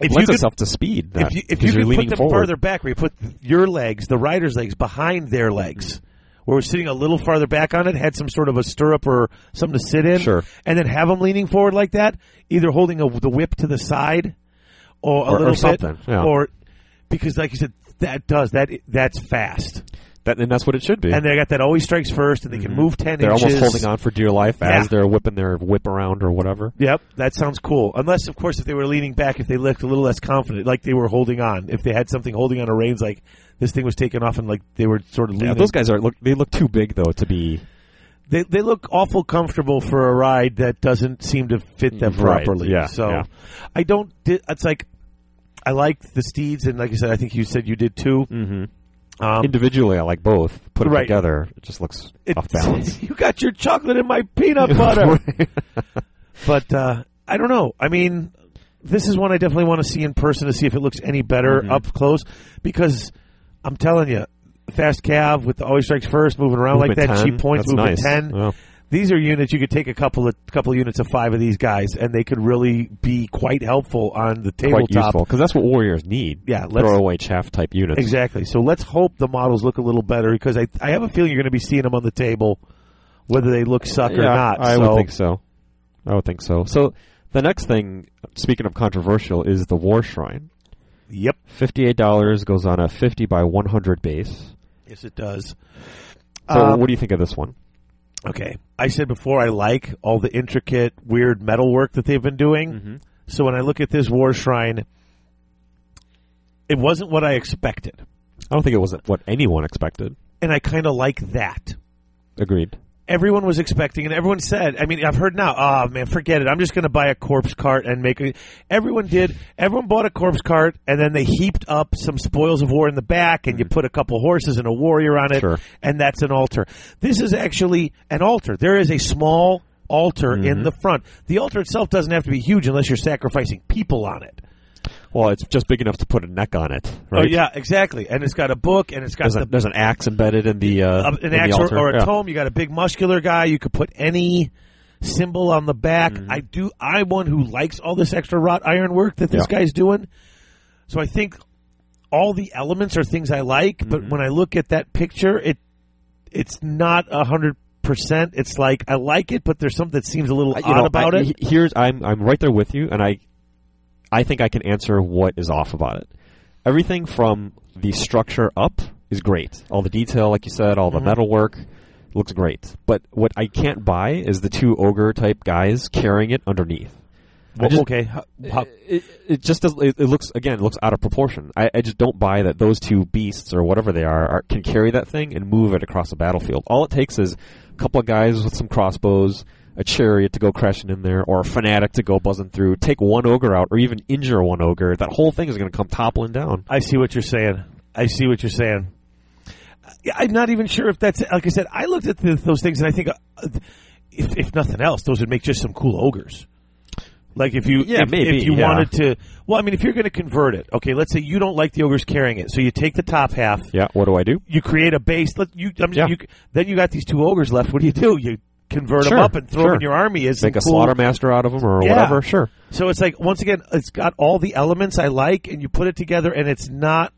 [SPEAKER 1] If you
[SPEAKER 2] lends
[SPEAKER 1] could-
[SPEAKER 2] itself to speed. then,
[SPEAKER 1] if you, if
[SPEAKER 2] 'cause
[SPEAKER 1] you
[SPEAKER 2] you're
[SPEAKER 1] could put
[SPEAKER 2] leaning
[SPEAKER 1] them
[SPEAKER 2] forward.
[SPEAKER 1] further back, where you put your legs, the rider's legs, behind their legs, where we're sitting a little farther back on it, had some sort of a stirrup or something to sit in,
[SPEAKER 2] Sure.
[SPEAKER 1] and then have them leaning forward like that, either holding a, the whip to the side, or a
[SPEAKER 2] Or- or
[SPEAKER 1] little bit,
[SPEAKER 2] something, yeah.
[SPEAKER 1] or because like you said, that does that. That's fast,
[SPEAKER 2] That, and that's what it should be.
[SPEAKER 1] and they got that always strikes first, and they can move 10
[SPEAKER 2] Mm-hmm. they're
[SPEAKER 1] inches.
[SPEAKER 2] almost holding on for dear life
[SPEAKER 1] Yeah.
[SPEAKER 2] as they're whipping their whip around or whatever.
[SPEAKER 1] Yep, that sounds cool. Unless, of course, if they were leaning back, if they looked a little less confident, like they were holding on, if they had something holding on a reins, like this thing was taken off and like they were sort of leaning.
[SPEAKER 2] Yeah, those guys are look. They look too big though to be
[SPEAKER 1] they they look awful comfortable for a ride that doesn't seem to fit them
[SPEAKER 2] Mm, Right,
[SPEAKER 1] properly.
[SPEAKER 2] yeah,
[SPEAKER 1] so
[SPEAKER 2] yeah.
[SPEAKER 1] I don't. di- It's like I like the steeds, and like I said, I think you said you did too.
[SPEAKER 2] Mhm.
[SPEAKER 1] Um,
[SPEAKER 2] Individually, I like both. Put them
[SPEAKER 1] Right.
[SPEAKER 2] together, it just looks off balance.
[SPEAKER 1] you got your chocolate in my peanut [laughs]
[SPEAKER 2] [laughs]
[SPEAKER 1] butter. but uh, I don't know. I mean, this is one I definitely want to see in person to see if it looks any better
[SPEAKER 2] Mm-hmm.
[SPEAKER 1] up close because I'm telling you, fast calf with the always strikes first, moving around
[SPEAKER 2] Movement
[SPEAKER 1] like that,
[SPEAKER 2] 10,
[SPEAKER 1] cheap points,
[SPEAKER 2] that's
[SPEAKER 1] movement
[SPEAKER 2] nice.
[SPEAKER 1] ten.
[SPEAKER 2] Yeah.
[SPEAKER 1] These are units you could take a couple of couple of units of five of these guys, and they could really be quite helpful on the
[SPEAKER 2] Quite
[SPEAKER 1] tabletop.
[SPEAKER 2] useful because that's what warriors need.
[SPEAKER 1] Yeah, let's-
[SPEAKER 2] throwaway chaff type units.
[SPEAKER 1] Exactly. So let's hope the models look a little better because I, I have a feeling you're going to be seeing them on the table, whether they look suck or
[SPEAKER 2] Yeah,
[SPEAKER 1] not.
[SPEAKER 2] I
[SPEAKER 1] so,
[SPEAKER 2] would think so. I would think so. So the next thing, speaking of controversial, is the War Shrine.
[SPEAKER 1] Yep.
[SPEAKER 2] Fifty-eight dollars goes on a fifty by one hundred base.
[SPEAKER 1] Yes, it does.
[SPEAKER 2] So
[SPEAKER 1] Um,
[SPEAKER 2] what do you think of this one?
[SPEAKER 1] Okay. I said before I like all the intricate, weird metal work that they've been doing. So when I look at this war shrine, it wasn't what I expected.
[SPEAKER 2] I don't think it was what anyone expected.
[SPEAKER 1] And I kind of like that.
[SPEAKER 2] Agreed.
[SPEAKER 1] Everyone was expecting, and everyone said, I mean, I've heard now, oh man, forget it. I'm just going to buy a corpse cart and make a. Everyone did. Everyone bought a corpse cart, and then they heaped up some spoils of war in the back, and you put a couple horses and a warrior on it,
[SPEAKER 2] Mm-hmm. Sure.
[SPEAKER 1] and that's an altar. This is actually an altar. There is a small altar
[SPEAKER 2] Mm-hmm.
[SPEAKER 1] in the front. The altar itself doesn't have to be huge unless you're sacrificing people on it.
[SPEAKER 2] Well, it's just big enough to put a neck on it, right?
[SPEAKER 1] Oh, yeah, exactly. And it's got a book, and it's got
[SPEAKER 2] There's,
[SPEAKER 1] the
[SPEAKER 2] a, there's an axe embedded in the uh,
[SPEAKER 1] a-
[SPEAKER 2] in
[SPEAKER 1] an
[SPEAKER 2] the
[SPEAKER 1] axe or,
[SPEAKER 2] altar.
[SPEAKER 1] or a
[SPEAKER 2] Yeah.
[SPEAKER 1] tome. You got a big muscular guy. You could put any symbol on the back.
[SPEAKER 2] Mm-hmm.
[SPEAKER 1] I do. I'm one who likes all this extra wrought iron work that this
[SPEAKER 2] Yeah.
[SPEAKER 1] guy's doing. So I think all the elements are things I like. But
[SPEAKER 2] Mm-hmm.
[SPEAKER 1] when I look at that picture, it it's not a hundred percent. It's like I like it, but there's something that seems a little
[SPEAKER 2] I-
[SPEAKER 1] odd about
[SPEAKER 2] I-
[SPEAKER 1] it.
[SPEAKER 2] he- Here's I'm I'm right there with you, and I I think I can answer what is off about it. Everything from the structure up is great. All the detail, like you said,
[SPEAKER 1] Mm-hmm.
[SPEAKER 2] all the metalwork looks great. But what I can't buy is the two ogre type guys carrying it underneath. I
[SPEAKER 1] Well,
[SPEAKER 2] just-
[SPEAKER 1] okay, how- how-
[SPEAKER 2] It, it just does, it, it looks again it looks out of proportion. I, I just don't buy that those two beasts or whatever they are, are can carry that thing and move it across the battlefield. All it takes is a couple of guys with some crossbows, a chariot to go crashing in there, or a fanatic to go buzzing through. Take one ogre out, or even injure one ogre. That whole thing is going to come toppling down.
[SPEAKER 1] I see what you're saying. I see what you're saying. Yeah, I'm not even sure if that's like I said. I looked at the, those things and I think, uh, if, if nothing else, those would make just some cool ogres. Like if you,
[SPEAKER 2] Yeah,
[SPEAKER 1] if,
[SPEAKER 2] maybe,
[SPEAKER 1] if you
[SPEAKER 2] yeah.
[SPEAKER 1] wanted to, well, I mean, if you're going to convert it, okay, let's say you don't like the ogres carrying it, so you take the top half,
[SPEAKER 2] Yeah. What do I do?
[SPEAKER 1] you create a base. Let you, I mean,
[SPEAKER 2] Yeah.
[SPEAKER 1] you, then you got these two ogres left. What do you do? You convert
[SPEAKER 2] Sure,
[SPEAKER 1] them up and throw
[SPEAKER 2] sure.
[SPEAKER 1] them in your army as
[SPEAKER 2] Make a
[SPEAKER 1] some cool,
[SPEAKER 2] slaughter master out of them, or
[SPEAKER 1] Yeah.
[SPEAKER 2] whatever. Sure.
[SPEAKER 1] so it's like once again, it's got all the elements I like, and you put it together, and it's not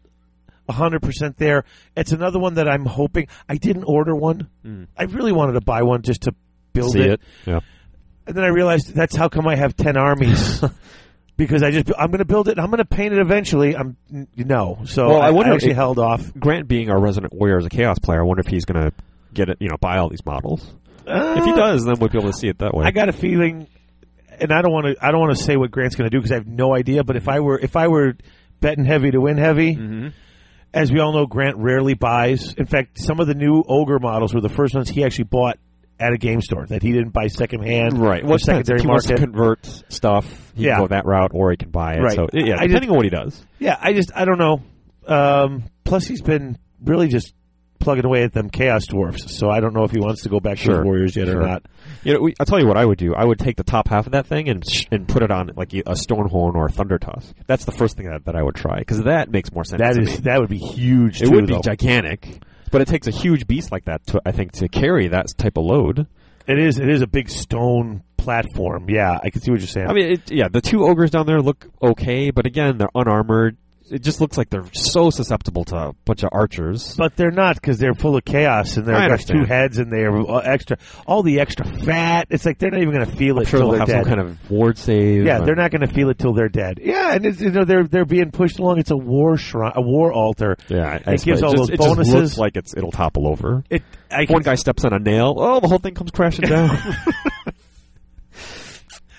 [SPEAKER 1] hundred percent there. It's another one that I'm hoping. I didn't order one. I really wanted to buy one just to build
[SPEAKER 2] Hmm. See it. Yeah.
[SPEAKER 1] and then I realized that's how come I have ten
[SPEAKER 2] [laughs]
[SPEAKER 1] armies. Because I just I'm going to build it. I'm going to paint it eventually. I'm n- no. So
[SPEAKER 2] Well, I
[SPEAKER 1] I, I,
[SPEAKER 2] wonder
[SPEAKER 1] actually
[SPEAKER 2] if-
[SPEAKER 1] held off.
[SPEAKER 2] Grant, being our resident Warriors of Chaos player, I wonder if he's going to get it. You know, buy all these models. If he
[SPEAKER 1] Uh,
[SPEAKER 2] does, then we'll be able to see it that way.
[SPEAKER 1] I got a feeling, and I don't want to. I don't want to say what Grant's going to do because I have no idea. But if I were, if I were betting heavy to win heavy,
[SPEAKER 2] Mm-hmm.
[SPEAKER 1] as we all know, Grant rarely buys. In fact, some of the new ogre models were the first ones he actually bought at a game store that he didn't buy secondhand.
[SPEAKER 2] Right.
[SPEAKER 1] or
[SPEAKER 2] Well,
[SPEAKER 1] secondary
[SPEAKER 2] he wants
[SPEAKER 1] market.
[SPEAKER 2] to convert stuff. He
[SPEAKER 1] Yeah.
[SPEAKER 2] can go that route, or he can buy it.
[SPEAKER 1] Right.
[SPEAKER 2] So yeah,
[SPEAKER 1] I
[SPEAKER 2] depending
[SPEAKER 1] just-
[SPEAKER 2] on what he does.
[SPEAKER 1] yeah, I just I don't know. Um, plus, he's been really just plugging away at them chaos dwarfs. So I don't know if he wants to go back to
[SPEAKER 2] Sure.
[SPEAKER 1] his warriors yet
[SPEAKER 2] Sure.
[SPEAKER 1] or not.
[SPEAKER 2] You know, we, I'll tell you what I would do. I would take the top half of that thing and sh- and put it on like a stone horn or a thunder tusk. That's the first thing that, that I would try because that makes more sense.
[SPEAKER 1] That
[SPEAKER 2] to
[SPEAKER 1] is
[SPEAKER 2] me.
[SPEAKER 1] that would be huge.
[SPEAKER 2] it
[SPEAKER 1] too,
[SPEAKER 2] would be
[SPEAKER 1] though.
[SPEAKER 2] gigantic, but it takes a huge beast like that to I think to carry that type of load.
[SPEAKER 1] It is. It is a big stone platform. Yeah, I can see what you're saying.
[SPEAKER 2] I mean, it, yeah, the two ogres down there look okay, but again, they're unarmored. It just looks like they're so susceptible to a bunch of archers.
[SPEAKER 1] But they're not because they're full of chaos and they've
[SPEAKER 2] I
[SPEAKER 1] got
[SPEAKER 2] understand.
[SPEAKER 1] two heads and they are uh, extra. All the extra fat. It's like they're not even going to feel it
[SPEAKER 2] I'm sure
[SPEAKER 1] till
[SPEAKER 2] they'll
[SPEAKER 1] they're dead.
[SPEAKER 2] have some kind of ward save.
[SPEAKER 1] yeah,
[SPEAKER 2] and-
[SPEAKER 1] they're not going to feel it till they're dead. Yeah, and it's, you know they're they're being pushed along. It's a war shrine, a war altar.
[SPEAKER 2] Yeah, I- I
[SPEAKER 1] it gives
[SPEAKER 2] suppose.
[SPEAKER 1] all
[SPEAKER 2] just,
[SPEAKER 1] those
[SPEAKER 2] it
[SPEAKER 1] bonuses.
[SPEAKER 2] Just looks like it's it'll topple over.
[SPEAKER 1] it, I
[SPEAKER 2] One
[SPEAKER 1] can,
[SPEAKER 2] guy steps on a nail. Oh, the whole thing comes crashing [laughs] down.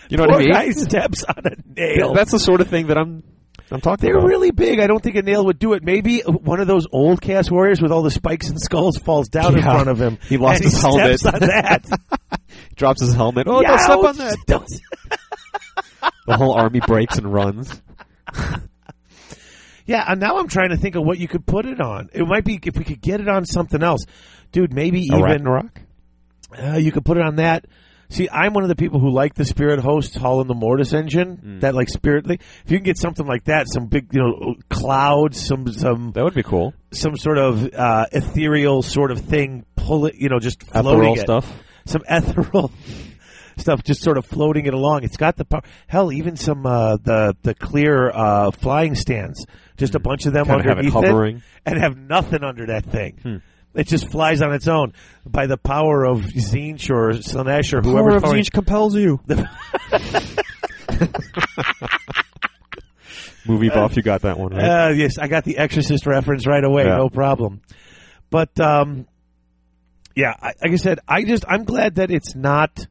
[SPEAKER 2] you know what I
[SPEAKER 1] poor
[SPEAKER 2] mean?
[SPEAKER 1] guy steps on a nail.
[SPEAKER 2] That's the sort of thing that I'm I'm talking
[SPEAKER 1] they're
[SPEAKER 2] about.
[SPEAKER 1] really big. I don't think a nail would do it. Maybe one of those old cast warriors with all the spikes and skulls falls down in
[SPEAKER 2] Yeah.
[SPEAKER 1] front of him.
[SPEAKER 2] He lost
[SPEAKER 1] and
[SPEAKER 2] his helmet.
[SPEAKER 1] Steps on that.
[SPEAKER 2] Drops his helmet. [laughs] Oh, don't step on that.
[SPEAKER 1] Don't-
[SPEAKER 2] The whole army breaks and runs.
[SPEAKER 1] Yeah, and now I'm trying to think of what you could put it on. It might be if we could get it on something else, dude. Maybe
[SPEAKER 2] A rap
[SPEAKER 1] even
[SPEAKER 2] rock.
[SPEAKER 1] uh, you could put it on that. See, I'm one of the people who like the Spirit Host Hall and the Mortis engine.
[SPEAKER 2] Hmm.
[SPEAKER 1] That like Spirit. thing. If you can get something like that, some big you know clouds, some some
[SPEAKER 2] That would be cool.
[SPEAKER 1] some sort of uh, ethereal sort of thing. Pull it, you know, just floating
[SPEAKER 2] Ethereal
[SPEAKER 1] it.
[SPEAKER 2] stuff.
[SPEAKER 1] some [laughs] ethereal stuff, just sort of floating it along. It's got the power. Hell, even some uh, the the clear uh, flying stands, just a bunch of them
[SPEAKER 2] Hmm. Kinda have it
[SPEAKER 1] underneath
[SPEAKER 2] hovering. Hmm.
[SPEAKER 1] and have nothing under that thing. It just flies on its own by the power of Zinch or Slanesh or whoever.
[SPEAKER 2] compels [laughs] you. Movie buff, you got that one right.
[SPEAKER 1] Uh, yes, I got the Exorcist reference right away.
[SPEAKER 2] Yeah.
[SPEAKER 1] No problem. But um, yeah, I, like I said, I just I'm glad that it's not.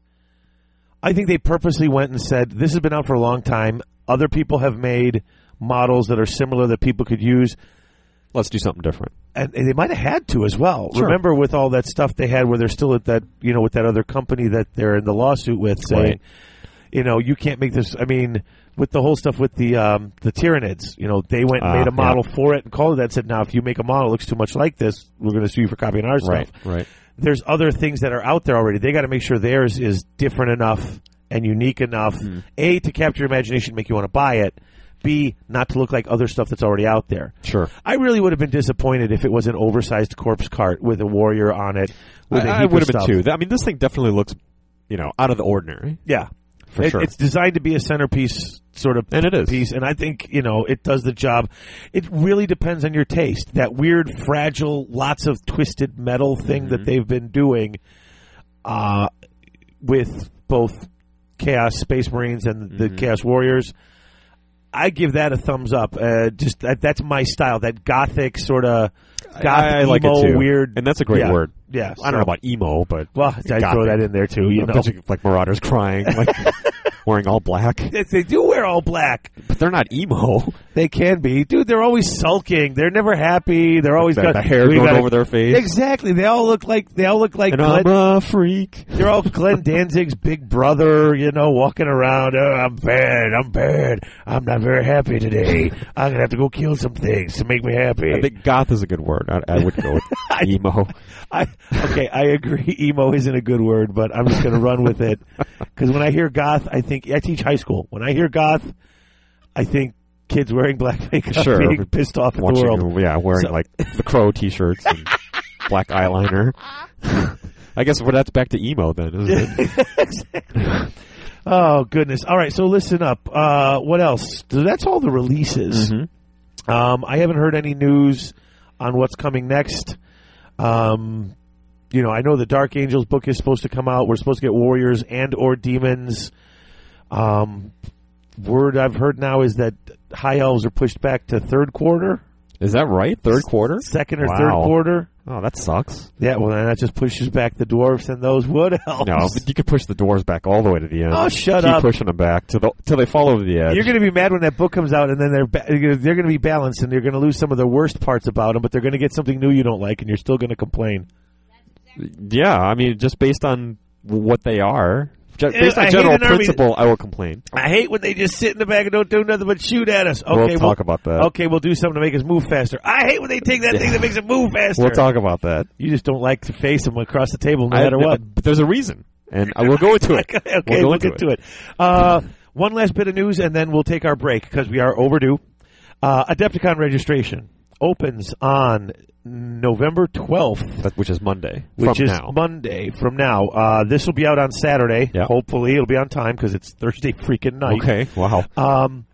[SPEAKER 1] I think they purposely went and said this has been out for a long time. Other people have made models that are similar that people could use,
[SPEAKER 2] Let's do something different.
[SPEAKER 1] and, and they might have had to as well.
[SPEAKER 2] Sure.
[SPEAKER 1] Remember with all that stuff they had, where they're still at that you know with that other company that they're in the lawsuit with, saying
[SPEAKER 2] Right.
[SPEAKER 1] you know you can't make this. I mean, with the whole stuff with the um, the Tyranids, you know they went and
[SPEAKER 2] Ah,
[SPEAKER 1] made a
[SPEAKER 2] yeah.
[SPEAKER 1] model for it and called it that. and Said now if you make a model that looks too much like this, we're going to sue you for copying our
[SPEAKER 2] Right,
[SPEAKER 1] stuff.
[SPEAKER 2] right.
[SPEAKER 1] There's other things that are out there already. They got to make sure theirs is different enough and unique enough.
[SPEAKER 2] Hmm.
[SPEAKER 1] A to capture your imagination, make you want to buy it. B not to look like other stuff that's already out there.
[SPEAKER 2] Sure.
[SPEAKER 1] I really would have been disappointed if it was an oversized corpse cart with a warrior on it. With a
[SPEAKER 2] I, I
[SPEAKER 1] heap of
[SPEAKER 2] would have been
[SPEAKER 1] stuff.
[SPEAKER 2] too. Th- I mean, this thing definitely looks, you know, out of the ordinary.
[SPEAKER 1] Yeah,
[SPEAKER 2] For
[SPEAKER 1] It-
[SPEAKER 2] sure.
[SPEAKER 1] It's designed to be a centerpiece sort of
[SPEAKER 2] And it is.
[SPEAKER 1] piece, and I think you know it does the job. It really depends on your taste. That weird, fragile, lots of twisted metal thing
[SPEAKER 2] Mm-hmm.
[SPEAKER 1] that they've been doing, uh, with both Chaos Space Marines and the
[SPEAKER 2] Mm-hmm.
[SPEAKER 1] Chaos Warriors. I give that a thumbs up. Uh, just that, that's my style. That gothic sort of gothic
[SPEAKER 2] I, I like
[SPEAKER 1] emo,
[SPEAKER 2] it too.
[SPEAKER 1] weird.
[SPEAKER 2] and that's a great
[SPEAKER 1] yeah,
[SPEAKER 2] word.
[SPEAKER 1] Yeah.
[SPEAKER 2] I don't know about emo, but
[SPEAKER 1] Well, I throw
[SPEAKER 2] Gothic.
[SPEAKER 1] that in there too.
[SPEAKER 2] [laughs]
[SPEAKER 1] You
[SPEAKER 2] I
[SPEAKER 1] know,
[SPEAKER 2] bet you- like Marauders crying,
[SPEAKER 1] [laughs]
[SPEAKER 2] like wearing all black,
[SPEAKER 1] Yes, they do wear all black.
[SPEAKER 2] but they're not emo.
[SPEAKER 1] They can be, dude. They're always sulking. They're never happy. They're always
[SPEAKER 2] The,
[SPEAKER 1] got
[SPEAKER 2] the hair
[SPEAKER 1] we
[SPEAKER 2] going
[SPEAKER 1] gotta-
[SPEAKER 2] over their face.
[SPEAKER 1] Exactly. They all look like they all look like
[SPEAKER 2] And
[SPEAKER 1] Glenn,
[SPEAKER 2] I'm a freak.
[SPEAKER 1] they're all Glenn Danzig's big brother. You know, walking around. Oh, I'm bad. I'm bad. I'm not very happy today. I'm gonna have to go kill some things to make me happy.
[SPEAKER 2] I think goth is a good word. I, I
[SPEAKER 1] [laughs]
[SPEAKER 2] would go with emo.
[SPEAKER 1] I, okay, I agree. [laughs] Emo isn't a good word, but I'm just going to run with it because when I hear goth, I think I teach high school. When I hear goth, I think kids wearing black makeup,
[SPEAKER 2] Sure.
[SPEAKER 1] being pissed off at the
[SPEAKER 2] Watching,
[SPEAKER 1] world.
[SPEAKER 2] yeah, wearing
[SPEAKER 1] So-
[SPEAKER 2] like the crow
[SPEAKER 1] [laughs]
[SPEAKER 2] t-shirts and black eyeliner. [laughs] I guess well, that's back to emo then, isn't it?
[SPEAKER 1] [laughs] Oh goodness! All right, so listen up. Uh, what else? So that's all the releases.
[SPEAKER 2] Mm-hmm.
[SPEAKER 1] Um, I haven't heard any news on what's coming next. Um, you know, I know the Dark Angels book is supposed to come out. We're supposed to get Warriors and or Demons. Um, word I've heard now is that High Elves are pushed back to third quarter,
[SPEAKER 2] Is that right? Third quarter?
[SPEAKER 1] second or
[SPEAKER 2] Wow.
[SPEAKER 1] third quarter.
[SPEAKER 2] Oh, that sucks.
[SPEAKER 1] Yeah, well, then that just pushes back the dwarfs and those wood [laughs] elves.
[SPEAKER 2] No, but you could push the doors back all the way to the end.
[SPEAKER 1] Oh, shut
[SPEAKER 2] Keep
[SPEAKER 1] up.
[SPEAKER 2] pushing them back till, the, till they fall over the edge.
[SPEAKER 1] You're going to be mad when that book comes out, and then they're ba- they're going to be balanced, and they're going to lose some of the worst parts about them, but they're going to get something new you don't like, and you're still going to complain.
[SPEAKER 2] yeah, I mean, just based on what they are, ju-
[SPEAKER 1] Yeah,
[SPEAKER 2] based
[SPEAKER 1] Eh, I
[SPEAKER 2] on
[SPEAKER 1] hate
[SPEAKER 2] general
[SPEAKER 1] an army-
[SPEAKER 2] principle, I will complain.
[SPEAKER 1] I hate when they just sit in the back and don't do nothing but shoot at us. Okay,
[SPEAKER 2] We'll talk about that.
[SPEAKER 1] Okay, we'll do something to make us move faster. I hate when they take that thing that makes it move faster.
[SPEAKER 2] We'll talk about that.
[SPEAKER 1] You just don't like to face them across the table, no
[SPEAKER 2] I-
[SPEAKER 1] matter what. [laughs]
[SPEAKER 2] But there's a reason, and I will go into it.
[SPEAKER 1] okay,
[SPEAKER 2] we'll go
[SPEAKER 1] we'll
[SPEAKER 2] into
[SPEAKER 1] get to it. Uh, one last bit of news, and then we'll take our break because we are overdue. Uh, Adepticon registration opens on November twelfth.
[SPEAKER 2] That- which is Monday,
[SPEAKER 1] which
[SPEAKER 2] from
[SPEAKER 1] is
[SPEAKER 2] now.
[SPEAKER 1] Monday from now. Uh, this will be out on Saturday.
[SPEAKER 2] Yeah.
[SPEAKER 1] Hopefully, it'll be on time because it's Thursday freaking night.
[SPEAKER 2] okay, wow.
[SPEAKER 1] Um,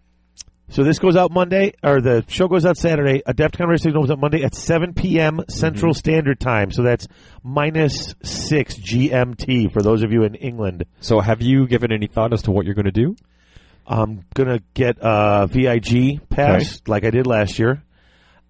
[SPEAKER 1] so this goes out Monday, or the show goes out Saturday. Adepticon Racing opens up Monday at 7 p.m.
[SPEAKER 2] Mm-hmm.
[SPEAKER 1] Central Standard Time. So that's minus 6 GMT for those of you in England.
[SPEAKER 2] So, have you given any thought as to what you're going to do?
[SPEAKER 1] I'm going to get a VIG pass like I did last year.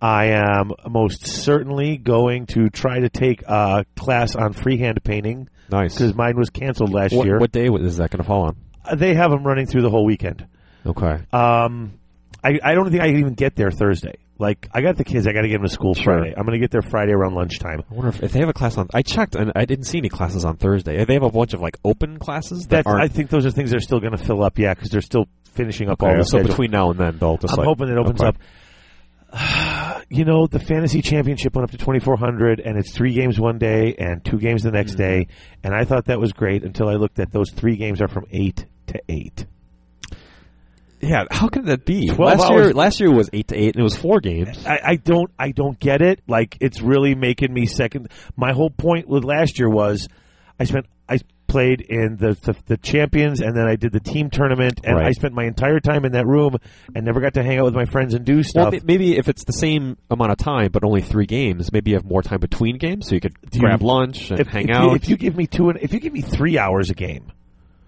[SPEAKER 1] I am most certainly going to try to take a class on freehand painting
[SPEAKER 2] Nice.
[SPEAKER 1] because mine was canceled last
[SPEAKER 2] What,
[SPEAKER 1] year.
[SPEAKER 2] what day is that going to fall on?
[SPEAKER 1] Uh, they have them running through the whole weekend.
[SPEAKER 2] Okay.
[SPEAKER 1] Um, I, I don't think I can even get there Thursday. Like, I got the kids. I got to get them to school
[SPEAKER 2] Sure.
[SPEAKER 1] Friday. I'm going to get there Friday around lunchtime.
[SPEAKER 2] I wonder if, if they have a class on. I checked and I didn't see any classes on Thursday. They have a bunch of like open classes that
[SPEAKER 1] That's, I
[SPEAKER 2] aren't.
[SPEAKER 1] think those are things they're still going to fill up, yeah, because they're still finishing up all the
[SPEAKER 2] so
[SPEAKER 1] schedule.
[SPEAKER 2] between now and then, they'll just.
[SPEAKER 1] I'm
[SPEAKER 2] like,
[SPEAKER 1] hoping it opens
[SPEAKER 2] okay.
[SPEAKER 1] up. [sighs] you know, the fantasy championship went up to 2,400, and it's three games one day and two games the
[SPEAKER 2] Mm-hmm.
[SPEAKER 1] next day. And I thought that was great until I looked at those three games are from 8 to 8.
[SPEAKER 2] Yeah, how could that be?
[SPEAKER 1] 12
[SPEAKER 2] Last year,
[SPEAKER 1] hours.
[SPEAKER 2] last year was eight to eight, and it was four games.
[SPEAKER 1] I, I don't I don't get it. Like it's really making me second. My whole point with last year was I spent I played in the the, the champions and then I did the team tournament and
[SPEAKER 2] Right.
[SPEAKER 1] I spent my entire time in that room and never got to hang out with my friends and do
[SPEAKER 2] Well,
[SPEAKER 1] stuff.
[SPEAKER 2] may- maybe if it's the same amount of time, but only three games, maybe you have more time between games, so you could
[SPEAKER 1] you-
[SPEAKER 2] grab lunch and
[SPEAKER 1] if,
[SPEAKER 2] hang
[SPEAKER 1] if
[SPEAKER 2] out.
[SPEAKER 1] You, if you give me two and if you give me three hours a game,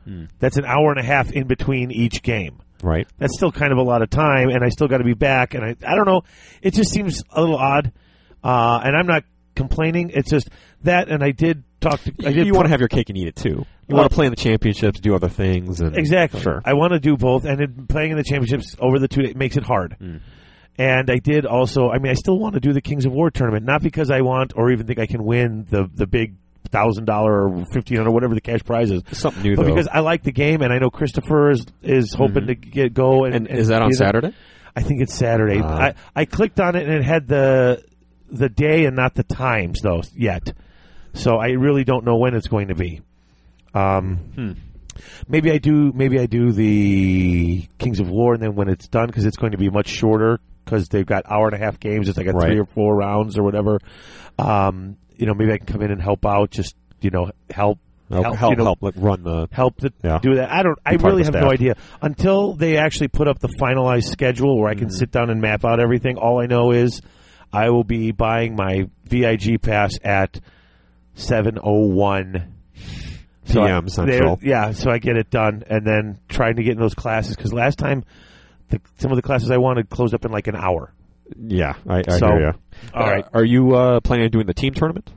[SPEAKER 2] Hmm.
[SPEAKER 1] that's an hour and a half in between each game.
[SPEAKER 2] right?
[SPEAKER 1] that's still kind of a lot of time, and I still got to be back. And I, I don't know. It just seems a little odd. Uh, and I'm not complaining. It's just that, and I did talk to. I did
[SPEAKER 2] you want to have your cake and eat it too. You
[SPEAKER 1] Well-
[SPEAKER 2] want to play in the championships, do other things, and
[SPEAKER 1] exactly.
[SPEAKER 2] Sure.
[SPEAKER 1] I want to do both, and it, playing in the championships over the two it makes it hard.
[SPEAKER 2] Hmm.
[SPEAKER 1] And I did also. I mean, I still want to do the Kings of War tournament, not because I want or even think I can win the the big thousand dollar or fifteen hundred whatever the cash prize is.
[SPEAKER 2] Something new
[SPEAKER 1] But
[SPEAKER 2] though.
[SPEAKER 1] because I like the game, and I know Christopher is is hoping to get go. And,
[SPEAKER 2] Mm-hmm. and is that on
[SPEAKER 1] be there.
[SPEAKER 2] Saturday?
[SPEAKER 1] I think it's Saturday.
[SPEAKER 2] Ah.
[SPEAKER 1] I, I clicked on it and it had the the day and not the times though yet. So I really don't know when it's going to be. Um,
[SPEAKER 2] Hmm.
[SPEAKER 1] Maybe I do. Maybe I do the Kings of War, and then when it's done, because it's going to be much shorter, because they've got hour and a half games. It's like a
[SPEAKER 2] Right.
[SPEAKER 1] three or four rounds or whatever. Um, you know, maybe I can come in and help out. Just you know, help,
[SPEAKER 2] Help, help,
[SPEAKER 1] you know,
[SPEAKER 2] help, like, run the.
[SPEAKER 1] help to
[SPEAKER 2] Yeah.
[SPEAKER 1] do that. I don't. I
[SPEAKER 2] Be part of
[SPEAKER 1] really
[SPEAKER 2] the
[SPEAKER 1] have no
[SPEAKER 2] staff.
[SPEAKER 1] idea until they actually put up the finalized schedule where I can sit down and map out everything. All I know is I will be buying my VIG pass at seven oh one.
[SPEAKER 2] PM Central.
[SPEAKER 1] Yeah, so I get it done, and then trying to get in those classes because last time, the, some of the classes I wanted closed up in like an hour.
[SPEAKER 2] Yeah, I, I
[SPEAKER 1] So-
[SPEAKER 2] hear you.
[SPEAKER 1] All right.
[SPEAKER 2] Are you uh, planning on doing the team tournament?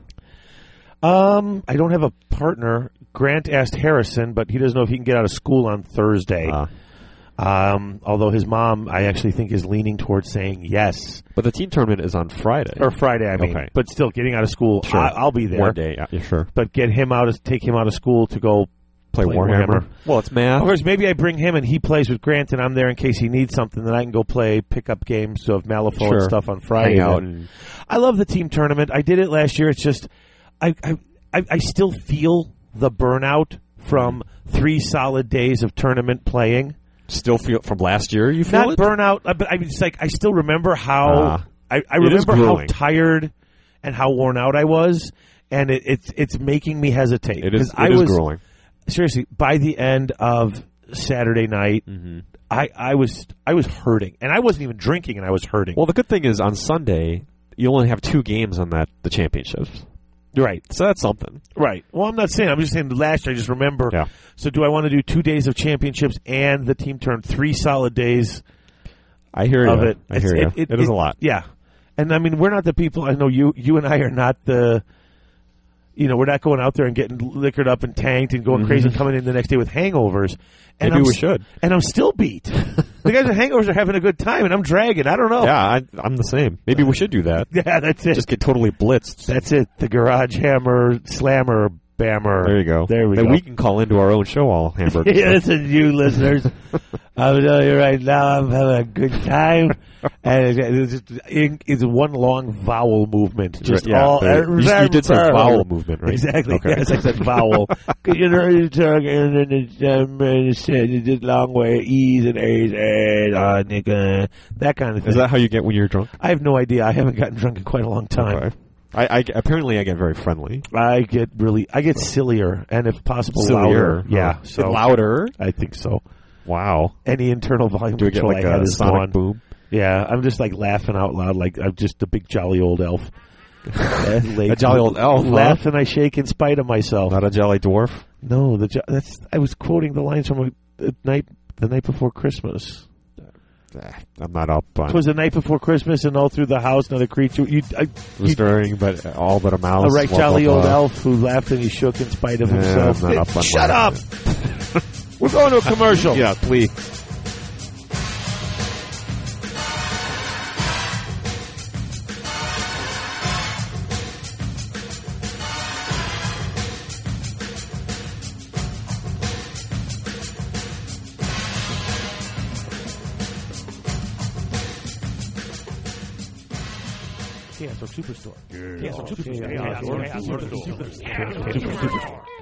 [SPEAKER 1] Um, I don't have a partner. Grant asked Harrison, but he doesn't know if he can get out of school on Thursday.
[SPEAKER 2] Uh,
[SPEAKER 1] Um, although his mom, I actually think, is leaning towards saying yes
[SPEAKER 2] but the team tournament is on Friday.
[SPEAKER 1] or Friday. I mean,
[SPEAKER 2] Okay.
[SPEAKER 1] but still, getting out of school,
[SPEAKER 2] Sure.
[SPEAKER 1] I, I'll be there.
[SPEAKER 2] One day, yeah, yeah, sure.
[SPEAKER 1] But get him out, of, take him out of school to go.
[SPEAKER 2] Play,
[SPEAKER 1] Play
[SPEAKER 2] Warhammer.
[SPEAKER 1] Warhammer.
[SPEAKER 2] Well, it's
[SPEAKER 1] Of
[SPEAKER 2] math.
[SPEAKER 1] course, maybe I bring him and he plays with Grant, and I'm there in case he needs something. Then I can go play pickup games of Malifaux
[SPEAKER 2] Sure.
[SPEAKER 1] and stuff on Friday.
[SPEAKER 2] Hang out
[SPEAKER 1] then.
[SPEAKER 2] and
[SPEAKER 1] I love the team tournament. I did it last year. It's just, I, I, I, I still feel the burnout from three solid days of tournament playing.
[SPEAKER 2] still feel from last year. You feel
[SPEAKER 1] not
[SPEAKER 2] it?
[SPEAKER 1] burnout, uh, but I mean, it's like I still remember how
[SPEAKER 2] Ah.
[SPEAKER 1] I, I
[SPEAKER 2] It is
[SPEAKER 1] remember how
[SPEAKER 2] grueling.
[SPEAKER 1] tired and how worn out I was, and it, it's it's making me hesitate.
[SPEAKER 2] It is.
[SPEAKER 1] 'Cause
[SPEAKER 2] It
[SPEAKER 1] I
[SPEAKER 2] is
[SPEAKER 1] was
[SPEAKER 2] grueling.
[SPEAKER 1] seriously by the end of Saturday night,
[SPEAKER 2] Mm-hmm.
[SPEAKER 1] I I was I was hurting, and I wasn't even drinking, and I was hurting.
[SPEAKER 2] Well, the good thing is on Sunday you only have two games on that the championships,
[SPEAKER 1] right,
[SPEAKER 2] so that's something.
[SPEAKER 1] right. Well, I'm not saying. I'm just saying. Last year, I just remember.
[SPEAKER 2] Yeah.
[SPEAKER 1] So, do I want to do two days of championships and the team turn three solid days?
[SPEAKER 2] I hear
[SPEAKER 1] of
[SPEAKER 2] you.
[SPEAKER 1] it.
[SPEAKER 2] I
[SPEAKER 1] It's-
[SPEAKER 2] hear you.
[SPEAKER 1] it- it-
[SPEAKER 2] it is
[SPEAKER 1] it-
[SPEAKER 2] a lot.
[SPEAKER 1] Yeah, and I mean, we're not the people. I know you. You and I are not the. You know, we're not going out there and getting liquored up and tanked and going crazy and coming in the next day with hangovers. And
[SPEAKER 2] Mm-hmm. Maybe
[SPEAKER 1] I'm
[SPEAKER 2] we
[SPEAKER 1] s-
[SPEAKER 2] should.
[SPEAKER 1] And I'm still beat.
[SPEAKER 2] [laughs]
[SPEAKER 1] the guys with hangovers are having a good time, and I'm dragging. I don't know.
[SPEAKER 2] Yeah, I, I'm the same. Maybe we should do that.
[SPEAKER 1] [laughs] Yeah, that's it.
[SPEAKER 2] Just get totally blitzed.
[SPEAKER 1] that's it. The garage hammer, slammer, bammer.
[SPEAKER 2] There you go.
[SPEAKER 1] There we
[SPEAKER 2] then
[SPEAKER 1] go.
[SPEAKER 2] we can call into our own
[SPEAKER 1] [laughs]
[SPEAKER 2] show all hamburgers.
[SPEAKER 1] Yeah, listen, you listeners. I'm telling you right now, I'm having a good
[SPEAKER 2] [laughs]
[SPEAKER 1] time, and it's, it's, just- it's one long vowel movement. Just
[SPEAKER 2] yeah,
[SPEAKER 1] all
[SPEAKER 2] there- you- you did say vowel movement, right?
[SPEAKER 1] Exactly.
[SPEAKER 2] Okay.
[SPEAKER 1] Yes, I said
[SPEAKER 2] [laughs]
[SPEAKER 1] vowel. 'Cause you know, you talk and then it's, um, and it's, uh, you did long way E's and A's, A's, ah, nigga, that kind of thing.
[SPEAKER 2] Is that how you get when you're drunk?
[SPEAKER 1] I have no idea. I haven't gotten drunk in quite a long time.
[SPEAKER 2] Okay. I, I apparently I get very friendly.
[SPEAKER 1] I get really, I get sillier, and if possible, louder.
[SPEAKER 2] Sillier.
[SPEAKER 1] Yeah,
[SPEAKER 2] Huh.
[SPEAKER 1] so
[SPEAKER 2] louder.
[SPEAKER 1] I think so.
[SPEAKER 2] Oh, Wow.
[SPEAKER 1] Any internal volume
[SPEAKER 2] Do we get
[SPEAKER 1] control
[SPEAKER 2] like
[SPEAKER 1] I had
[SPEAKER 2] a
[SPEAKER 1] is
[SPEAKER 2] sonic
[SPEAKER 1] gone.
[SPEAKER 2] boom?
[SPEAKER 1] Yeah, I'm just like laughing out loud, like I'm just a big jolly old elf.
[SPEAKER 2] [laughs]
[SPEAKER 1] a
[SPEAKER 2] A jolly old elf, huh?
[SPEAKER 1] Laugh and I shake in spite of myself.
[SPEAKER 2] Not a jolly dwarf.
[SPEAKER 1] No, the jo- that's I was quoting the lines from a, the night the night before Christmas.
[SPEAKER 2] Eh, I'm not up on
[SPEAKER 1] It was the night before Christmas, and all through the house, another creature. You, I, you,
[SPEAKER 2] stirring, but all but a
[SPEAKER 1] a
[SPEAKER 2] mouse.
[SPEAKER 1] right
[SPEAKER 2] blah,
[SPEAKER 1] jolly
[SPEAKER 2] blah,
[SPEAKER 1] old
[SPEAKER 2] blah.
[SPEAKER 1] elf who laughed and he shook in spite of
[SPEAKER 2] Yeah,
[SPEAKER 1] himself.
[SPEAKER 2] I'm not up on
[SPEAKER 1] Shut
[SPEAKER 2] that.
[SPEAKER 1] up! [laughs] We're going to a commercial.
[SPEAKER 2] Yeah, please.
[SPEAKER 1] Chaos Rock Superstore.
[SPEAKER 3] Chaos Rock Superstore. Chaos Rock Superstore.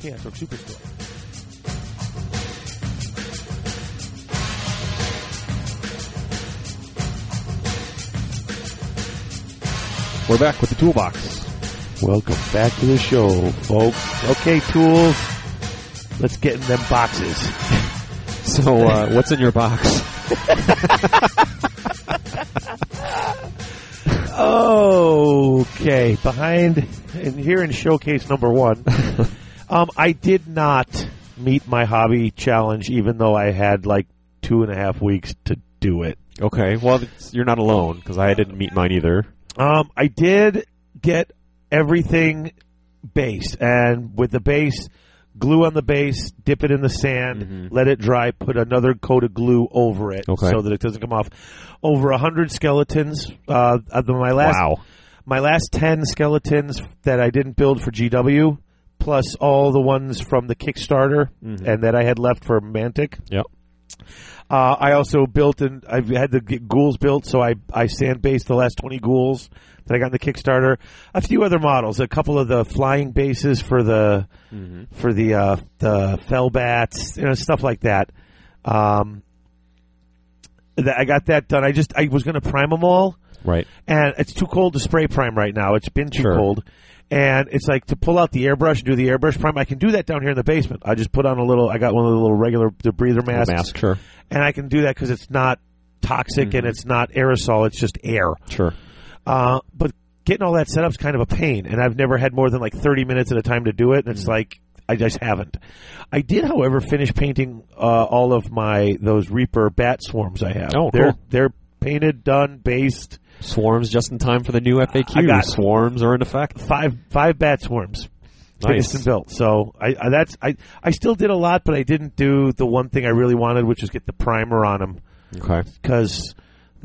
[SPEAKER 1] Chaos Orc Superstore.
[SPEAKER 2] We're back with the toolbox.
[SPEAKER 1] Welcome back to the show, folks. Okay, tools. Let's get in them boxes.
[SPEAKER 2] So, uh, what's in your box?
[SPEAKER 1] Okay, behind and here in showcase number
[SPEAKER 2] [laughs]
[SPEAKER 1] one, um, I did not meet my hobby challenge, even though I had like two and a half weeks to do it.
[SPEAKER 2] Okay, well, it's, you're not alone because I didn't meet mine either.
[SPEAKER 1] Um, I did get everything based, and with the base, glue on the base, dip it in the sand,
[SPEAKER 2] Mhm.
[SPEAKER 1] let it dry, put another coat of glue over it
[SPEAKER 2] Okay.
[SPEAKER 1] so that it doesn't come off. Over a hundred skeletons. Uh, of the- my last
[SPEAKER 2] wow.
[SPEAKER 1] my last 10 skeletons that I didn't build for GW, plus all the ones from the Kickstarter
[SPEAKER 2] Mhm.
[SPEAKER 1] and that I had left for Mantic.
[SPEAKER 2] Yep.
[SPEAKER 1] Uh, I also built and I've had the g- ghouls built, so I, I sand based the last 20 ghouls that I got in the Kickstarter. A few other models, a couple of the flying bases for the
[SPEAKER 2] Mhm.
[SPEAKER 1] for the uh, the fell bats, you know, stuff like that. Um, that I got that done. I just I was going to prime them all,
[SPEAKER 2] Right.
[SPEAKER 1] and it's too cold to spray prime right now. It's been too
[SPEAKER 2] Sure.
[SPEAKER 1] cold. And it's like to pull out the airbrush and do the airbrush prime. I can do that down here in the basement. I just put on a little. I got one of the little regular the breather masks,
[SPEAKER 2] Mask, sure.
[SPEAKER 1] and I can do that because it's not toxic
[SPEAKER 2] Mm-hmm.
[SPEAKER 1] and it's not aerosol. It's just air.
[SPEAKER 2] Sure.
[SPEAKER 1] Uh, but getting all that set up is kind of a pain, and I've never had more than like 30 minutes at a time to do it, and
[SPEAKER 2] Mm-hmm.
[SPEAKER 1] it's like I just haven't. I did, however, finish painting uh, all of my those Reaper bat swarms I have.
[SPEAKER 2] Oh,
[SPEAKER 1] they're
[SPEAKER 2] cool.
[SPEAKER 1] they're painted, done, based.
[SPEAKER 2] Swarms just in time for the new FAQ.
[SPEAKER 1] I got-
[SPEAKER 2] Swarms are in effect.
[SPEAKER 1] five five bat swarms finished and built. So I, I that's I I still did a lot, but I didn't do the one thing I really wanted, which is get the primer on them
[SPEAKER 2] Okay.
[SPEAKER 1] because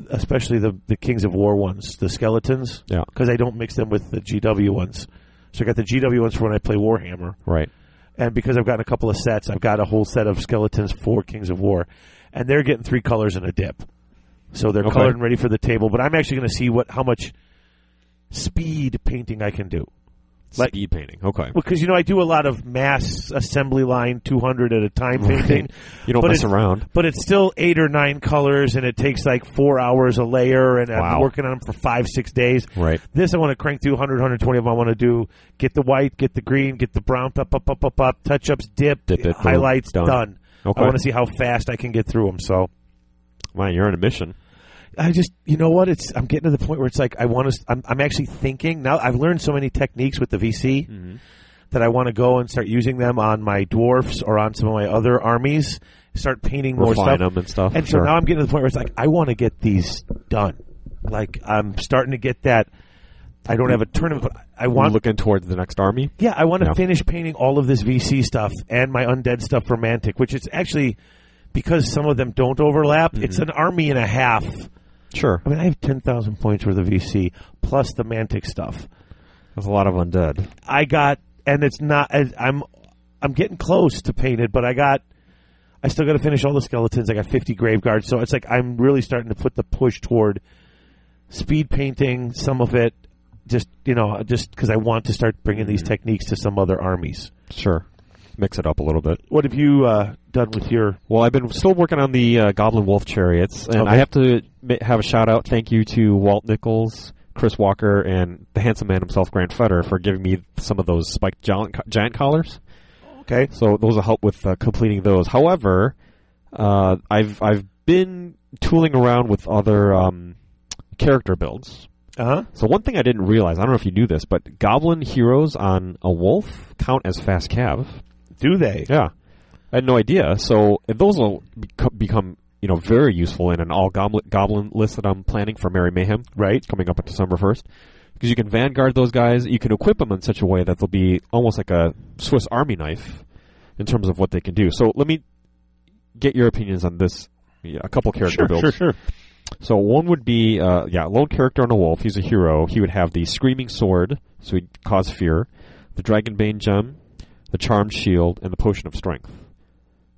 [SPEAKER 1] especially the the Kings of War ones, the skeletons,
[SPEAKER 2] Yeah.
[SPEAKER 1] because I don't mix them with the GW ones. So I got the GW ones for when I play Warhammer,
[SPEAKER 2] Right.
[SPEAKER 1] and because I've gotten a couple of sets, I've got a whole set of skeletons for Kings of War, and they're getting three colors in a dip, so they're
[SPEAKER 2] Okay.
[SPEAKER 1] colored and ready for the table. But I'm actually going to see what how much speed painting I can do. Like-
[SPEAKER 2] Speed painting. Okay.
[SPEAKER 1] because you know I do a lot of mass assembly line 200 at a time
[SPEAKER 2] Right.
[SPEAKER 1] painting,
[SPEAKER 2] [laughs] You don't
[SPEAKER 1] But
[SPEAKER 2] mess
[SPEAKER 1] it-
[SPEAKER 2] around.
[SPEAKER 1] but it's still eight or nine colors, and it takes like four hours a layer, and I'm
[SPEAKER 2] Wow.
[SPEAKER 1] working on them for five six days.
[SPEAKER 2] Right.
[SPEAKER 1] This I want to crank through 100, 120 of them. I want to do get the white, get the green, get the brown, up, up, up, up, up, touch ups, dip,
[SPEAKER 2] Dip it, boom,
[SPEAKER 1] highlights,
[SPEAKER 2] done.
[SPEAKER 1] done.
[SPEAKER 2] Okay.
[SPEAKER 1] I want to see how fast I can get through them. So
[SPEAKER 2] Man, you're on a mission.
[SPEAKER 1] I just, you know what? It's I'm getting to the point where it's like I want to. I'm, I'm actually thinking now. I've learned so many techniques with the VC
[SPEAKER 2] Mm-hmm.
[SPEAKER 1] that I want to go and start using them on my dwarfs or on some of my other armies. Start painting more
[SPEAKER 2] Refine
[SPEAKER 1] stuff.
[SPEAKER 2] them and stuff.
[SPEAKER 1] And so
[SPEAKER 2] sure.
[SPEAKER 1] now I'm getting to the point where it's like I want to get these done. Like I'm starting to get that. I don't have a tournament, but I want.
[SPEAKER 2] looking towards the next army.
[SPEAKER 1] yeah, I want to
[SPEAKER 2] Yeah.
[SPEAKER 1] finish painting all of this VC stuff and my undead stuff for Mantic, which is actually because some of them don't overlap. It's
[SPEAKER 2] Mm-hmm.
[SPEAKER 1] an army and a half.
[SPEAKER 2] Sure.
[SPEAKER 1] I mean, I have 10,000 points worth of VC plus the Mantic stuff.
[SPEAKER 2] There's a lot of undead.
[SPEAKER 1] I got, and it's not, I- I'm, I'm getting close to painted, but I got, I still got to finish all the skeletons. I got 50 grave guards. So it's like I'm really starting to put the push toward speed painting, some of it, just, you know, just because I want to start bringing these techniques to some other armies.
[SPEAKER 2] Sure. Mix it up a little bit.
[SPEAKER 1] What have you uh, done with your.
[SPEAKER 2] Well, I've been still working on the uh, Goblin Wolf chariots, and
[SPEAKER 1] Okay.
[SPEAKER 2] I have to ma- have a shout out, thank you to Walt Nichols, Chris Walker, and the handsome man himself, Grant Fetter, for giving me some of those spiked giant, giant collars.
[SPEAKER 1] Okay.
[SPEAKER 2] So those will help with uh, completing those. However, uh, I've I've been tooling around with other um, character builds.
[SPEAKER 1] Uh huh.
[SPEAKER 2] So one thing I didn't realize, I don't know if you knew this, but goblin heroes on a wolf count as fast cav.
[SPEAKER 1] Do they?
[SPEAKER 2] Yeah, I had no idea. So and those will bec- become you know very useful in an all goblin goblin list that I'm planning for Merry Mayhem
[SPEAKER 1] Right.
[SPEAKER 2] coming up on December first. because you can vanguard those guys. You can equip them in such a way that they'll be almost like a Swiss Army knife in terms of what they can do. So let me get your opinions on this. Yeah, a couple
[SPEAKER 1] Sure,
[SPEAKER 2] character builds.
[SPEAKER 1] sure, sure.
[SPEAKER 2] So one would be, uh, yeah, lone character on a wolf. He's a hero. He would have the screaming sword, so he'd cause fear, the dragonbane gem, the charmed shield, and the potion of strength.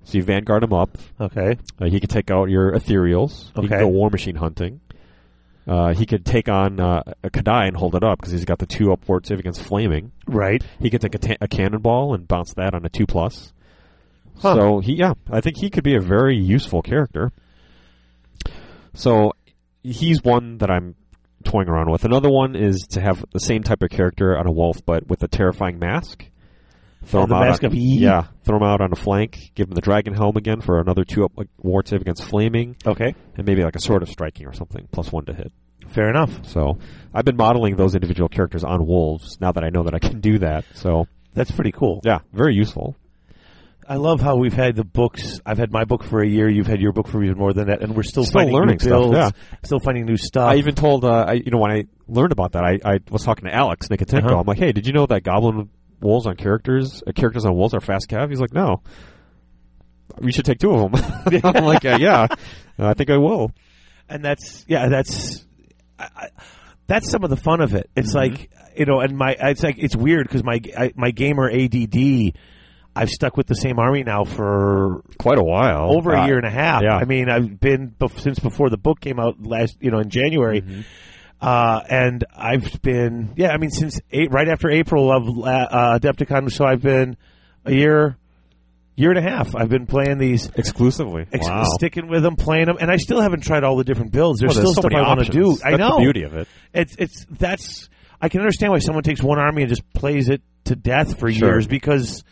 [SPEAKER 2] So you vanguard him up.
[SPEAKER 1] Okay.
[SPEAKER 2] Uh, he could take out your ethereals. He could
[SPEAKER 1] Okay.
[SPEAKER 2] go war machine hunting. Uh, he could take on uh, a Kadai and hold it up because he's got the two upward save against flaming.
[SPEAKER 1] Right.
[SPEAKER 2] He could take a, ta- a cannonball and bounce that on a two plus.
[SPEAKER 1] Huh.
[SPEAKER 2] So he, yeah, I think he could be a very useful character. So he's one that I'm toying around with. Another one is to have the same type of character on a wolf, but with a terrifying mask. Throw
[SPEAKER 1] Oh,
[SPEAKER 2] him
[SPEAKER 1] the
[SPEAKER 2] out
[SPEAKER 1] mask
[SPEAKER 2] on-
[SPEAKER 1] of Yi?
[SPEAKER 2] yeah, throw him out on a flank. Give him the dragon helm again for another two up like, ward save against flaming,
[SPEAKER 1] Okay.
[SPEAKER 2] and maybe like a sword of striking or something, plus one to hit.
[SPEAKER 1] Fair enough.
[SPEAKER 2] So I've been modeling those individual characters on wolves now that I know that I can do that. So
[SPEAKER 1] That's pretty cool.
[SPEAKER 2] yeah, very useful.
[SPEAKER 1] I love how we've had the books. I've had my book for a year. You've had your book for even more than that, and we're still,
[SPEAKER 2] Still
[SPEAKER 1] finding
[SPEAKER 2] learning
[SPEAKER 1] new
[SPEAKER 2] stuff,
[SPEAKER 1] builds,
[SPEAKER 2] yeah.
[SPEAKER 1] Still finding new stuff.
[SPEAKER 2] I even told uh, I, you know when I learned about that, I, I was talking to Alex Nikotenko.
[SPEAKER 1] Uh-huh.
[SPEAKER 2] I'm like, hey, did you know that goblin wolves on characters, uh, characters on wolves are fast cav? He's like, no. We should take two of them. [laughs] I'm like, uh, yeah, I think I will.
[SPEAKER 1] and that's yeah, that's I, I, that's some of the fun of it. It's
[SPEAKER 2] Mm-hmm.
[SPEAKER 1] like you know, and my it's like it's weird because my I, my gamer ADD. I've stuck with the same army now for
[SPEAKER 2] Quite a while,
[SPEAKER 1] over
[SPEAKER 2] Uh,
[SPEAKER 1] a year and a half.
[SPEAKER 2] yeah.
[SPEAKER 1] I mean, I've been bef- since before the book came out last, you know, in January.
[SPEAKER 2] Mm-hmm.
[SPEAKER 1] Uh, and I've been, yeah, I mean, since eight, right after April of la- uh, Adepticon, so I've been a year, year and a half. I've been playing these,
[SPEAKER 2] exclusively.
[SPEAKER 1] ex-
[SPEAKER 2] wow.
[SPEAKER 1] sticking with them, playing them, and I still haven't tried all the different builds. There's
[SPEAKER 2] Well,
[SPEAKER 1] still
[SPEAKER 2] so
[SPEAKER 1] stuff
[SPEAKER 2] many
[SPEAKER 1] I want to do.
[SPEAKER 2] options.
[SPEAKER 1] I
[SPEAKER 2] That's
[SPEAKER 1] know
[SPEAKER 2] the beauty of it.
[SPEAKER 1] it's it's that's I can understand why someone takes one army and just plays it to death for
[SPEAKER 2] Sure. Hmm.
[SPEAKER 1] years because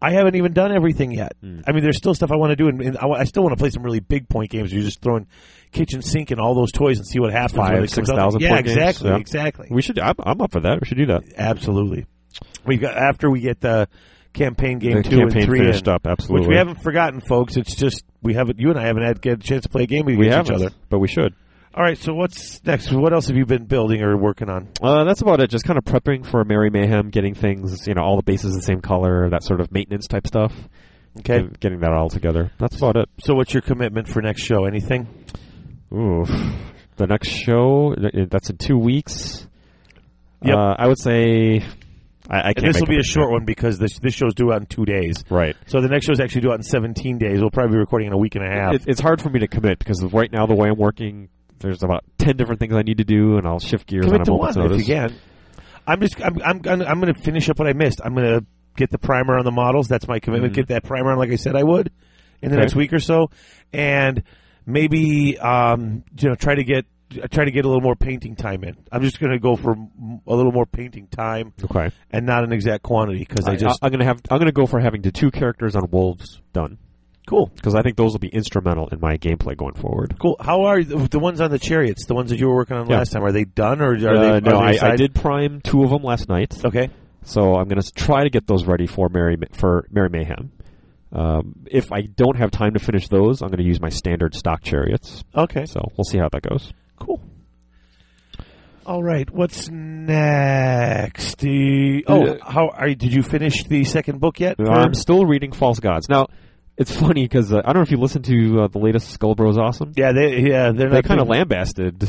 [SPEAKER 1] I haven't even done everything yet. I mean, there's still stuff I want to do, and, and I, wa- I still want to play some really big point games. You're just throwing kitchen sink and all those toys and see what happens.
[SPEAKER 2] Five,
[SPEAKER 1] when it comes out.
[SPEAKER 2] 6,000
[SPEAKER 1] Yeah,
[SPEAKER 2] point games,
[SPEAKER 1] exactly,
[SPEAKER 2] yeah.
[SPEAKER 1] exactly,
[SPEAKER 2] We should. I'm, I'm up for that. We should do that.
[SPEAKER 1] absolutely. We got after we get the campaign game
[SPEAKER 2] the
[SPEAKER 1] two
[SPEAKER 2] campaign
[SPEAKER 1] and three
[SPEAKER 2] finished
[SPEAKER 1] in,
[SPEAKER 2] up. Absolutely.
[SPEAKER 1] which we haven't forgotten, folks. It's just we haven't. You and I haven't had get a chance to play a game against
[SPEAKER 2] We
[SPEAKER 1] each
[SPEAKER 2] haven't,
[SPEAKER 1] other.
[SPEAKER 2] but we should.
[SPEAKER 1] All right. So what's next? What else have you been building or working on?
[SPEAKER 2] Uh, that's about it. Just kind of prepping for Merry Mayhem, getting things, you know, all the bases the same color, that sort of maintenance type stuff.
[SPEAKER 1] Okay.
[SPEAKER 2] Get- Getting that all together. That's about it.
[SPEAKER 1] So, what's your commitment for next show? Anything?
[SPEAKER 2] Ooh. The next show, th- that's in two weeks.
[SPEAKER 1] Yep.
[SPEAKER 2] Uh, I would say. I, I can't.
[SPEAKER 1] And this will
[SPEAKER 2] make
[SPEAKER 1] be a
[SPEAKER 2] it-
[SPEAKER 1] short one because this this show's due out in two days.
[SPEAKER 2] Right.
[SPEAKER 1] So the next show's actually due out in 17 days. We'll probably be recording in a week and a half.
[SPEAKER 2] It, it's hard for me to commit because right now, the way I'm working, there's about 10 different things I need to do, and I'll shift gears on
[SPEAKER 1] Commit
[SPEAKER 2] a
[SPEAKER 1] to
[SPEAKER 2] moment's
[SPEAKER 1] one if
[SPEAKER 2] notice.
[SPEAKER 1] you can. I'm just I'm I'm gonna, I'm going to finish up what I missed. I'm going to get the primer on the models. That's my commitment. Get that primer on like I said I would in the
[SPEAKER 2] Mm-hmm. Okay.
[SPEAKER 1] next week or so, and maybe um, you know try to get try to get a little more painting time in. I'm just going to go for m- a little more painting time
[SPEAKER 2] Okay.
[SPEAKER 1] and not an exact quantity because I,
[SPEAKER 2] I,
[SPEAKER 1] just
[SPEAKER 2] am gonna have. I'm gonna go for having the two characters on wolves done
[SPEAKER 1] cool.
[SPEAKER 2] because I think those will be instrumental in my gameplay going forward.
[SPEAKER 1] Cool. How are the, the ones on the chariots? The ones that you were working on
[SPEAKER 2] Yeah.
[SPEAKER 1] last time? Are they done or are
[SPEAKER 2] Uh,
[SPEAKER 1] they? Oh.
[SPEAKER 2] no,
[SPEAKER 1] are they
[SPEAKER 2] I, I
[SPEAKER 1] aside?
[SPEAKER 2] did prime two of them last night,
[SPEAKER 1] Okay.
[SPEAKER 2] so I'm going to try to get those ready for Mary for Mary Mayhem. Um, if I don't have time to finish those, I'm going to use my standard stock chariots.
[SPEAKER 1] Okay.
[SPEAKER 2] So we'll see how that goes.
[SPEAKER 1] Cool. All right. What's next? The, oh,
[SPEAKER 2] Uh,
[SPEAKER 1] how are you, did you finish the second book yet?
[SPEAKER 2] I'm
[SPEAKER 1] Or-
[SPEAKER 2] still reading False Gods now. It's funny because uh, I don't know if you listened to uh, the latest Skull Bros. Awesome.
[SPEAKER 1] yeah, they yeah they're
[SPEAKER 2] They
[SPEAKER 1] not
[SPEAKER 2] kind of
[SPEAKER 1] big-
[SPEAKER 2] lambasted.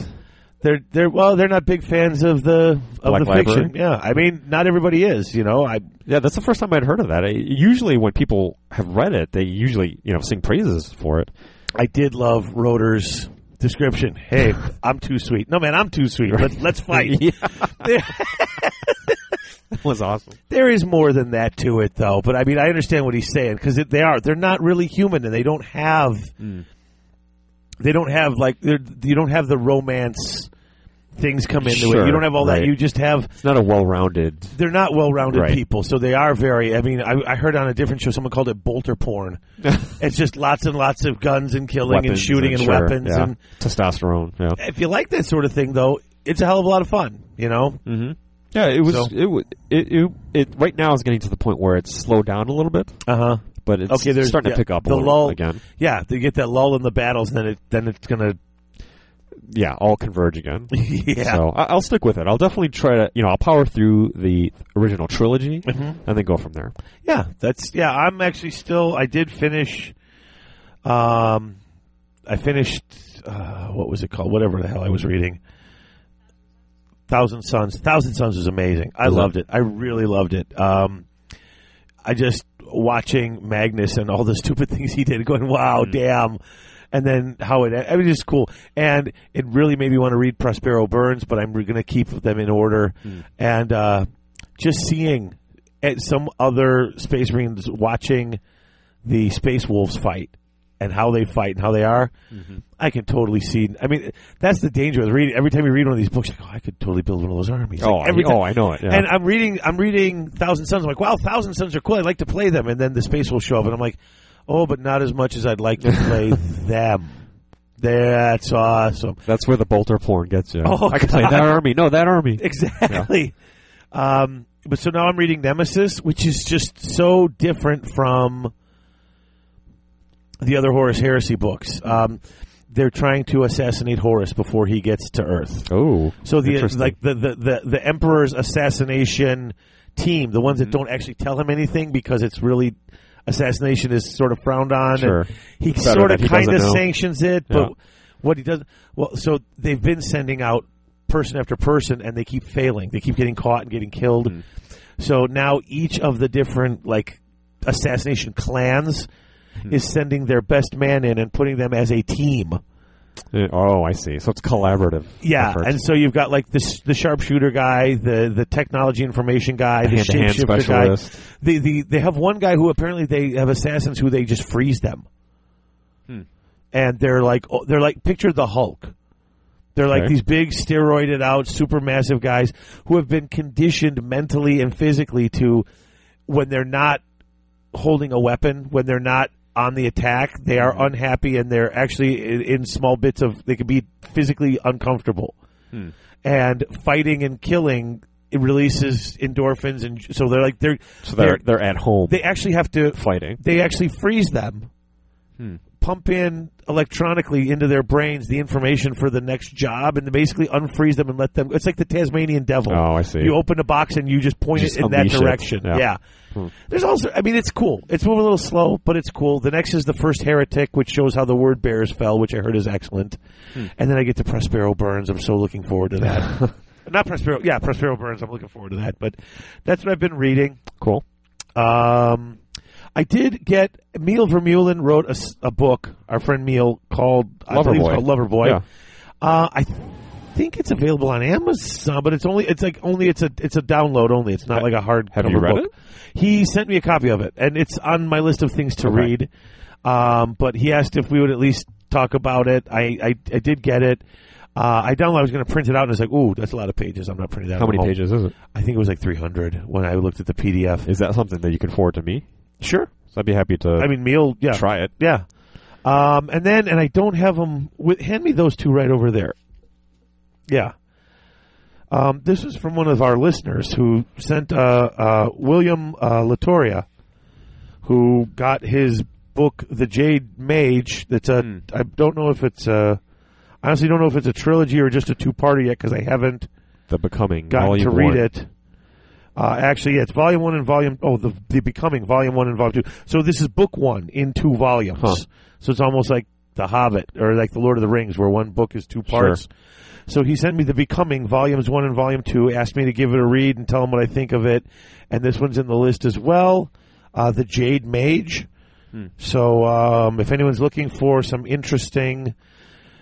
[SPEAKER 1] they're they're well they're not big fans of the of
[SPEAKER 2] Black
[SPEAKER 1] the fiction.
[SPEAKER 2] Library?
[SPEAKER 1] Yeah, I mean not everybody is. You know, I
[SPEAKER 2] Yeah, that's the first time I'd heard of that. I, usually, when people have read it, they usually you know sing praises
[SPEAKER 1] [laughs]
[SPEAKER 2] for it.
[SPEAKER 1] I did love Roeder's description. Hey, I'm too sweet. No man, I'm too sweet. Let, let's fight.
[SPEAKER 2] [laughs] yeah, that was awesome.
[SPEAKER 1] There is more than that to it, though. But I mean, I understand what he's saying because they are—they're not really human, and they don't have—they
[SPEAKER 2] Mm.
[SPEAKER 1] don't have like they're- you don't have the romance things come into it.
[SPEAKER 2] Sure,
[SPEAKER 1] You don't have all that.
[SPEAKER 2] right.
[SPEAKER 1] You just have
[SPEAKER 2] It's not a well-rounded.
[SPEAKER 1] they're not well-rounded
[SPEAKER 2] Right.
[SPEAKER 1] people, so they are very. I mean, I, I heard on a different show someone called it bolter
[SPEAKER 2] [laughs]
[SPEAKER 1] porn. it's just lots and lots of guns and killing and
[SPEAKER 2] weapons
[SPEAKER 1] shooting and,
[SPEAKER 2] sure,
[SPEAKER 1] weapons.
[SPEAKER 2] yeah.
[SPEAKER 1] And
[SPEAKER 2] testosterone. Yeah,
[SPEAKER 1] if you like that sort of thing, though, it's a hell of a lot of fun. You know,
[SPEAKER 2] mm-hmm. yeah. It was
[SPEAKER 1] So-
[SPEAKER 2] it, wa- it it it right now is getting to the point where it's slowed down a little bit,
[SPEAKER 1] uh huh.
[SPEAKER 2] but it's
[SPEAKER 1] Okay, there's
[SPEAKER 2] starting
[SPEAKER 1] yeah,
[SPEAKER 2] to pick up a
[SPEAKER 1] the
[SPEAKER 2] little
[SPEAKER 1] lull.
[SPEAKER 2] bit again.
[SPEAKER 1] Yeah, they get that lull in the battles, and then it then it's gonna
[SPEAKER 2] yeah, all converge again.
[SPEAKER 1] [laughs] yeah.
[SPEAKER 2] So I, I'll stick with it. I'll definitely try to, you know, I'll power through the original trilogy
[SPEAKER 1] Mm-hmm.
[SPEAKER 2] and then go from there.
[SPEAKER 1] Yeah, that's yeah. I'm actually still. I did finish. Um, I finished. Uh, what was it called? Whatever the hell I was reading. Thousand Suns. Thousand Suns was amazing. I loved it. I really loved it. Um, I just watching Magnus and all the [laughs] stupid things he did, going, "Wow, damn." And then how it, I mean, it's just cool. And it really made me want to read Prospero Burns, but I'm going to keep them in order. And uh, just seeing at some other space marines watching the space wolves fight and how they fight and how they are
[SPEAKER 2] Mm-hmm.
[SPEAKER 1] i can totally see i mean that's the danger with reading every time you read one of these books you go, i could totally build one of those armies
[SPEAKER 2] Oh,
[SPEAKER 1] Like, every
[SPEAKER 2] I,
[SPEAKER 1] time-
[SPEAKER 2] oh, I know it. Yeah.
[SPEAKER 1] and i'm reading i'm reading thousand suns i'm like wow thousand suns are cool i'd like to play them and then the space wolves show up and i'm like oh but not as much as i'd like to
[SPEAKER 2] [laughs]
[SPEAKER 1] play them that's awesome
[SPEAKER 2] That's where the bolter porn gets you.
[SPEAKER 1] Oh,
[SPEAKER 2] I can play
[SPEAKER 1] God.
[SPEAKER 2] that army. No, that army.
[SPEAKER 1] [laughs] Exactly. Um, but so now I'm reading Nemesis, which is just so different from the other Horus Heresy books. Um, they're trying to assassinate Horus before he gets to Earth.
[SPEAKER 2] Oh,
[SPEAKER 1] So the
[SPEAKER 2] interesting.
[SPEAKER 1] like the, the, the, the emperor's assassination team, the
[SPEAKER 2] Mm-hmm.
[SPEAKER 1] ones that don't actually tell him anything because it's really assassination is sort of frowned on. and
[SPEAKER 2] Sure.
[SPEAKER 1] He
[SPEAKER 2] Better
[SPEAKER 1] sort
[SPEAKER 2] that
[SPEAKER 1] of
[SPEAKER 2] he
[SPEAKER 1] kind of
[SPEAKER 2] doesn't know.
[SPEAKER 1] sanctions it, but
[SPEAKER 2] Yeah.
[SPEAKER 1] what he does well. So they've been sending out person after person, and they keep failing. They keep getting caught and getting killed.
[SPEAKER 2] Mm-hmm.
[SPEAKER 1] So now each of the different like assassination clans
[SPEAKER 2] Mm-hmm.
[SPEAKER 1] is sending their best man in and putting them as a team.
[SPEAKER 2] Uh, oh, I see. So it's collaborative.
[SPEAKER 1] Yeah,
[SPEAKER 2] effort.
[SPEAKER 1] and so you've got like this the sharpshooter guy, the the technology information guy, the,
[SPEAKER 2] hand-to-hand
[SPEAKER 1] shapeshifter
[SPEAKER 2] specialist.
[SPEAKER 1] guy. The, the they have one guy who apparently they have assassins who they just freeze them,
[SPEAKER 2] Hmm.
[SPEAKER 1] and they're like oh, they're like picture the Hulk. They're like
[SPEAKER 2] Okay.
[SPEAKER 1] these big steroided out, super massive guys who have been conditioned mentally and physically to when they're not holding a weapon, when they're not on the attack, they are
[SPEAKER 2] Hmm.
[SPEAKER 1] unhappy and they're actually in, in small bits of they can be physically uncomfortable.
[SPEAKER 2] Hmm.
[SPEAKER 1] And fighting and killing it releases endorphins and so they're like they're,
[SPEAKER 2] so they're
[SPEAKER 1] they're
[SPEAKER 2] they're at home
[SPEAKER 1] they actually have to
[SPEAKER 2] fighting.
[SPEAKER 1] they actually freeze them,
[SPEAKER 2] Hmm.
[SPEAKER 1] pump in electronically into their brains the information for the next job, and basically unfreeze them and let them. It's like the Tasmanian devil.
[SPEAKER 2] Oh, I see.
[SPEAKER 1] You open a box and you just point
[SPEAKER 2] Just
[SPEAKER 1] it in that
[SPEAKER 2] unleash it.
[SPEAKER 1] direction.
[SPEAKER 2] Yeah. Hmm.
[SPEAKER 1] There's also, I mean, it's cool. It's moving a little slow, but it's cool. The next is the first heretic, which shows how the word bearers fell, which I heard is excellent.
[SPEAKER 2] Hmm.
[SPEAKER 1] And then I get to Prospero Burns. I'm so looking forward to
[SPEAKER 2] [laughs]
[SPEAKER 1] that. Not Prospero, yeah, Prospero Burns. I'm looking forward to that. But that's what I've been reading.
[SPEAKER 2] Cool.
[SPEAKER 1] Um, I did get Emil Vermeulen wrote a, s- a book. Our friend Neil called I believe
[SPEAKER 2] Loverboy.
[SPEAKER 1] it's called Loverboy.
[SPEAKER 2] Yeah.
[SPEAKER 1] Uh, I th- think it's available on Amazon, but it's only it's like only it's a it's a download only. It's not like a hard
[SPEAKER 2] have you
[SPEAKER 1] cover
[SPEAKER 2] read
[SPEAKER 1] book. He sent me a copy of it, and it's on my list of things to
[SPEAKER 2] Okay.
[SPEAKER 1] read. Um, but he asked if we would at least talk about it. I I, I did get it. Uh, I downloaded. I was going to print it out, and it's like, ooh, that's a lot of pages. I'm not printing that.
[SPEAKER 2] How many
[SPEAKER 1] out.
[SPEAKER 2] pages is it?
[SPEAKER 1] I think it was like 300 when I looked at the PDF.
[SPEAKER 2] Is that something that you can forward to me?
[SPEAKER 1] sure.
[SPEAKER 2] So I'd be happy to
[SPEAKER 1] I mean, meal. Yeah,
[SPEAKER 2] try it.
[SPEAKER 1] yeah. Um, and then, and I don't have them. With, hand me those two right over there. Yeah. Um, this is from one of our listeners who sent uh, uh, William uh, Latoria, who got his book "The Jade Mage." That's a. I don't know if it's a. I honestly don't know if it's a trilogy or just a two-parter yet because I haven't
[SPEAKER 2] The Becoming.
[SPEAKER 1] gotten
[SPEAKER 2] volume
[SPEAKER 1] to read
[SPEAKER 2] one.
[SPEAKER 1] it. Uh, actually, yeah, it's volume one and volume. Oh, the the becoming volume one and volume two. So this is book one in two volumes.
[SPEAKER 2] Huh.
[SPEAKER 1] So it's almost like the Hobbit or like the Lord of the Rings, where one book is two parts. So he sent me the becoming volumes one and volume two. Asked me to give it a read and tell him what I think of it. And this one's in the list as well. Uh, the Jade Mage.
[SPEAKER 2] Hmm.
[SPEAKER 1] So um, if anyone's looking for some interesting.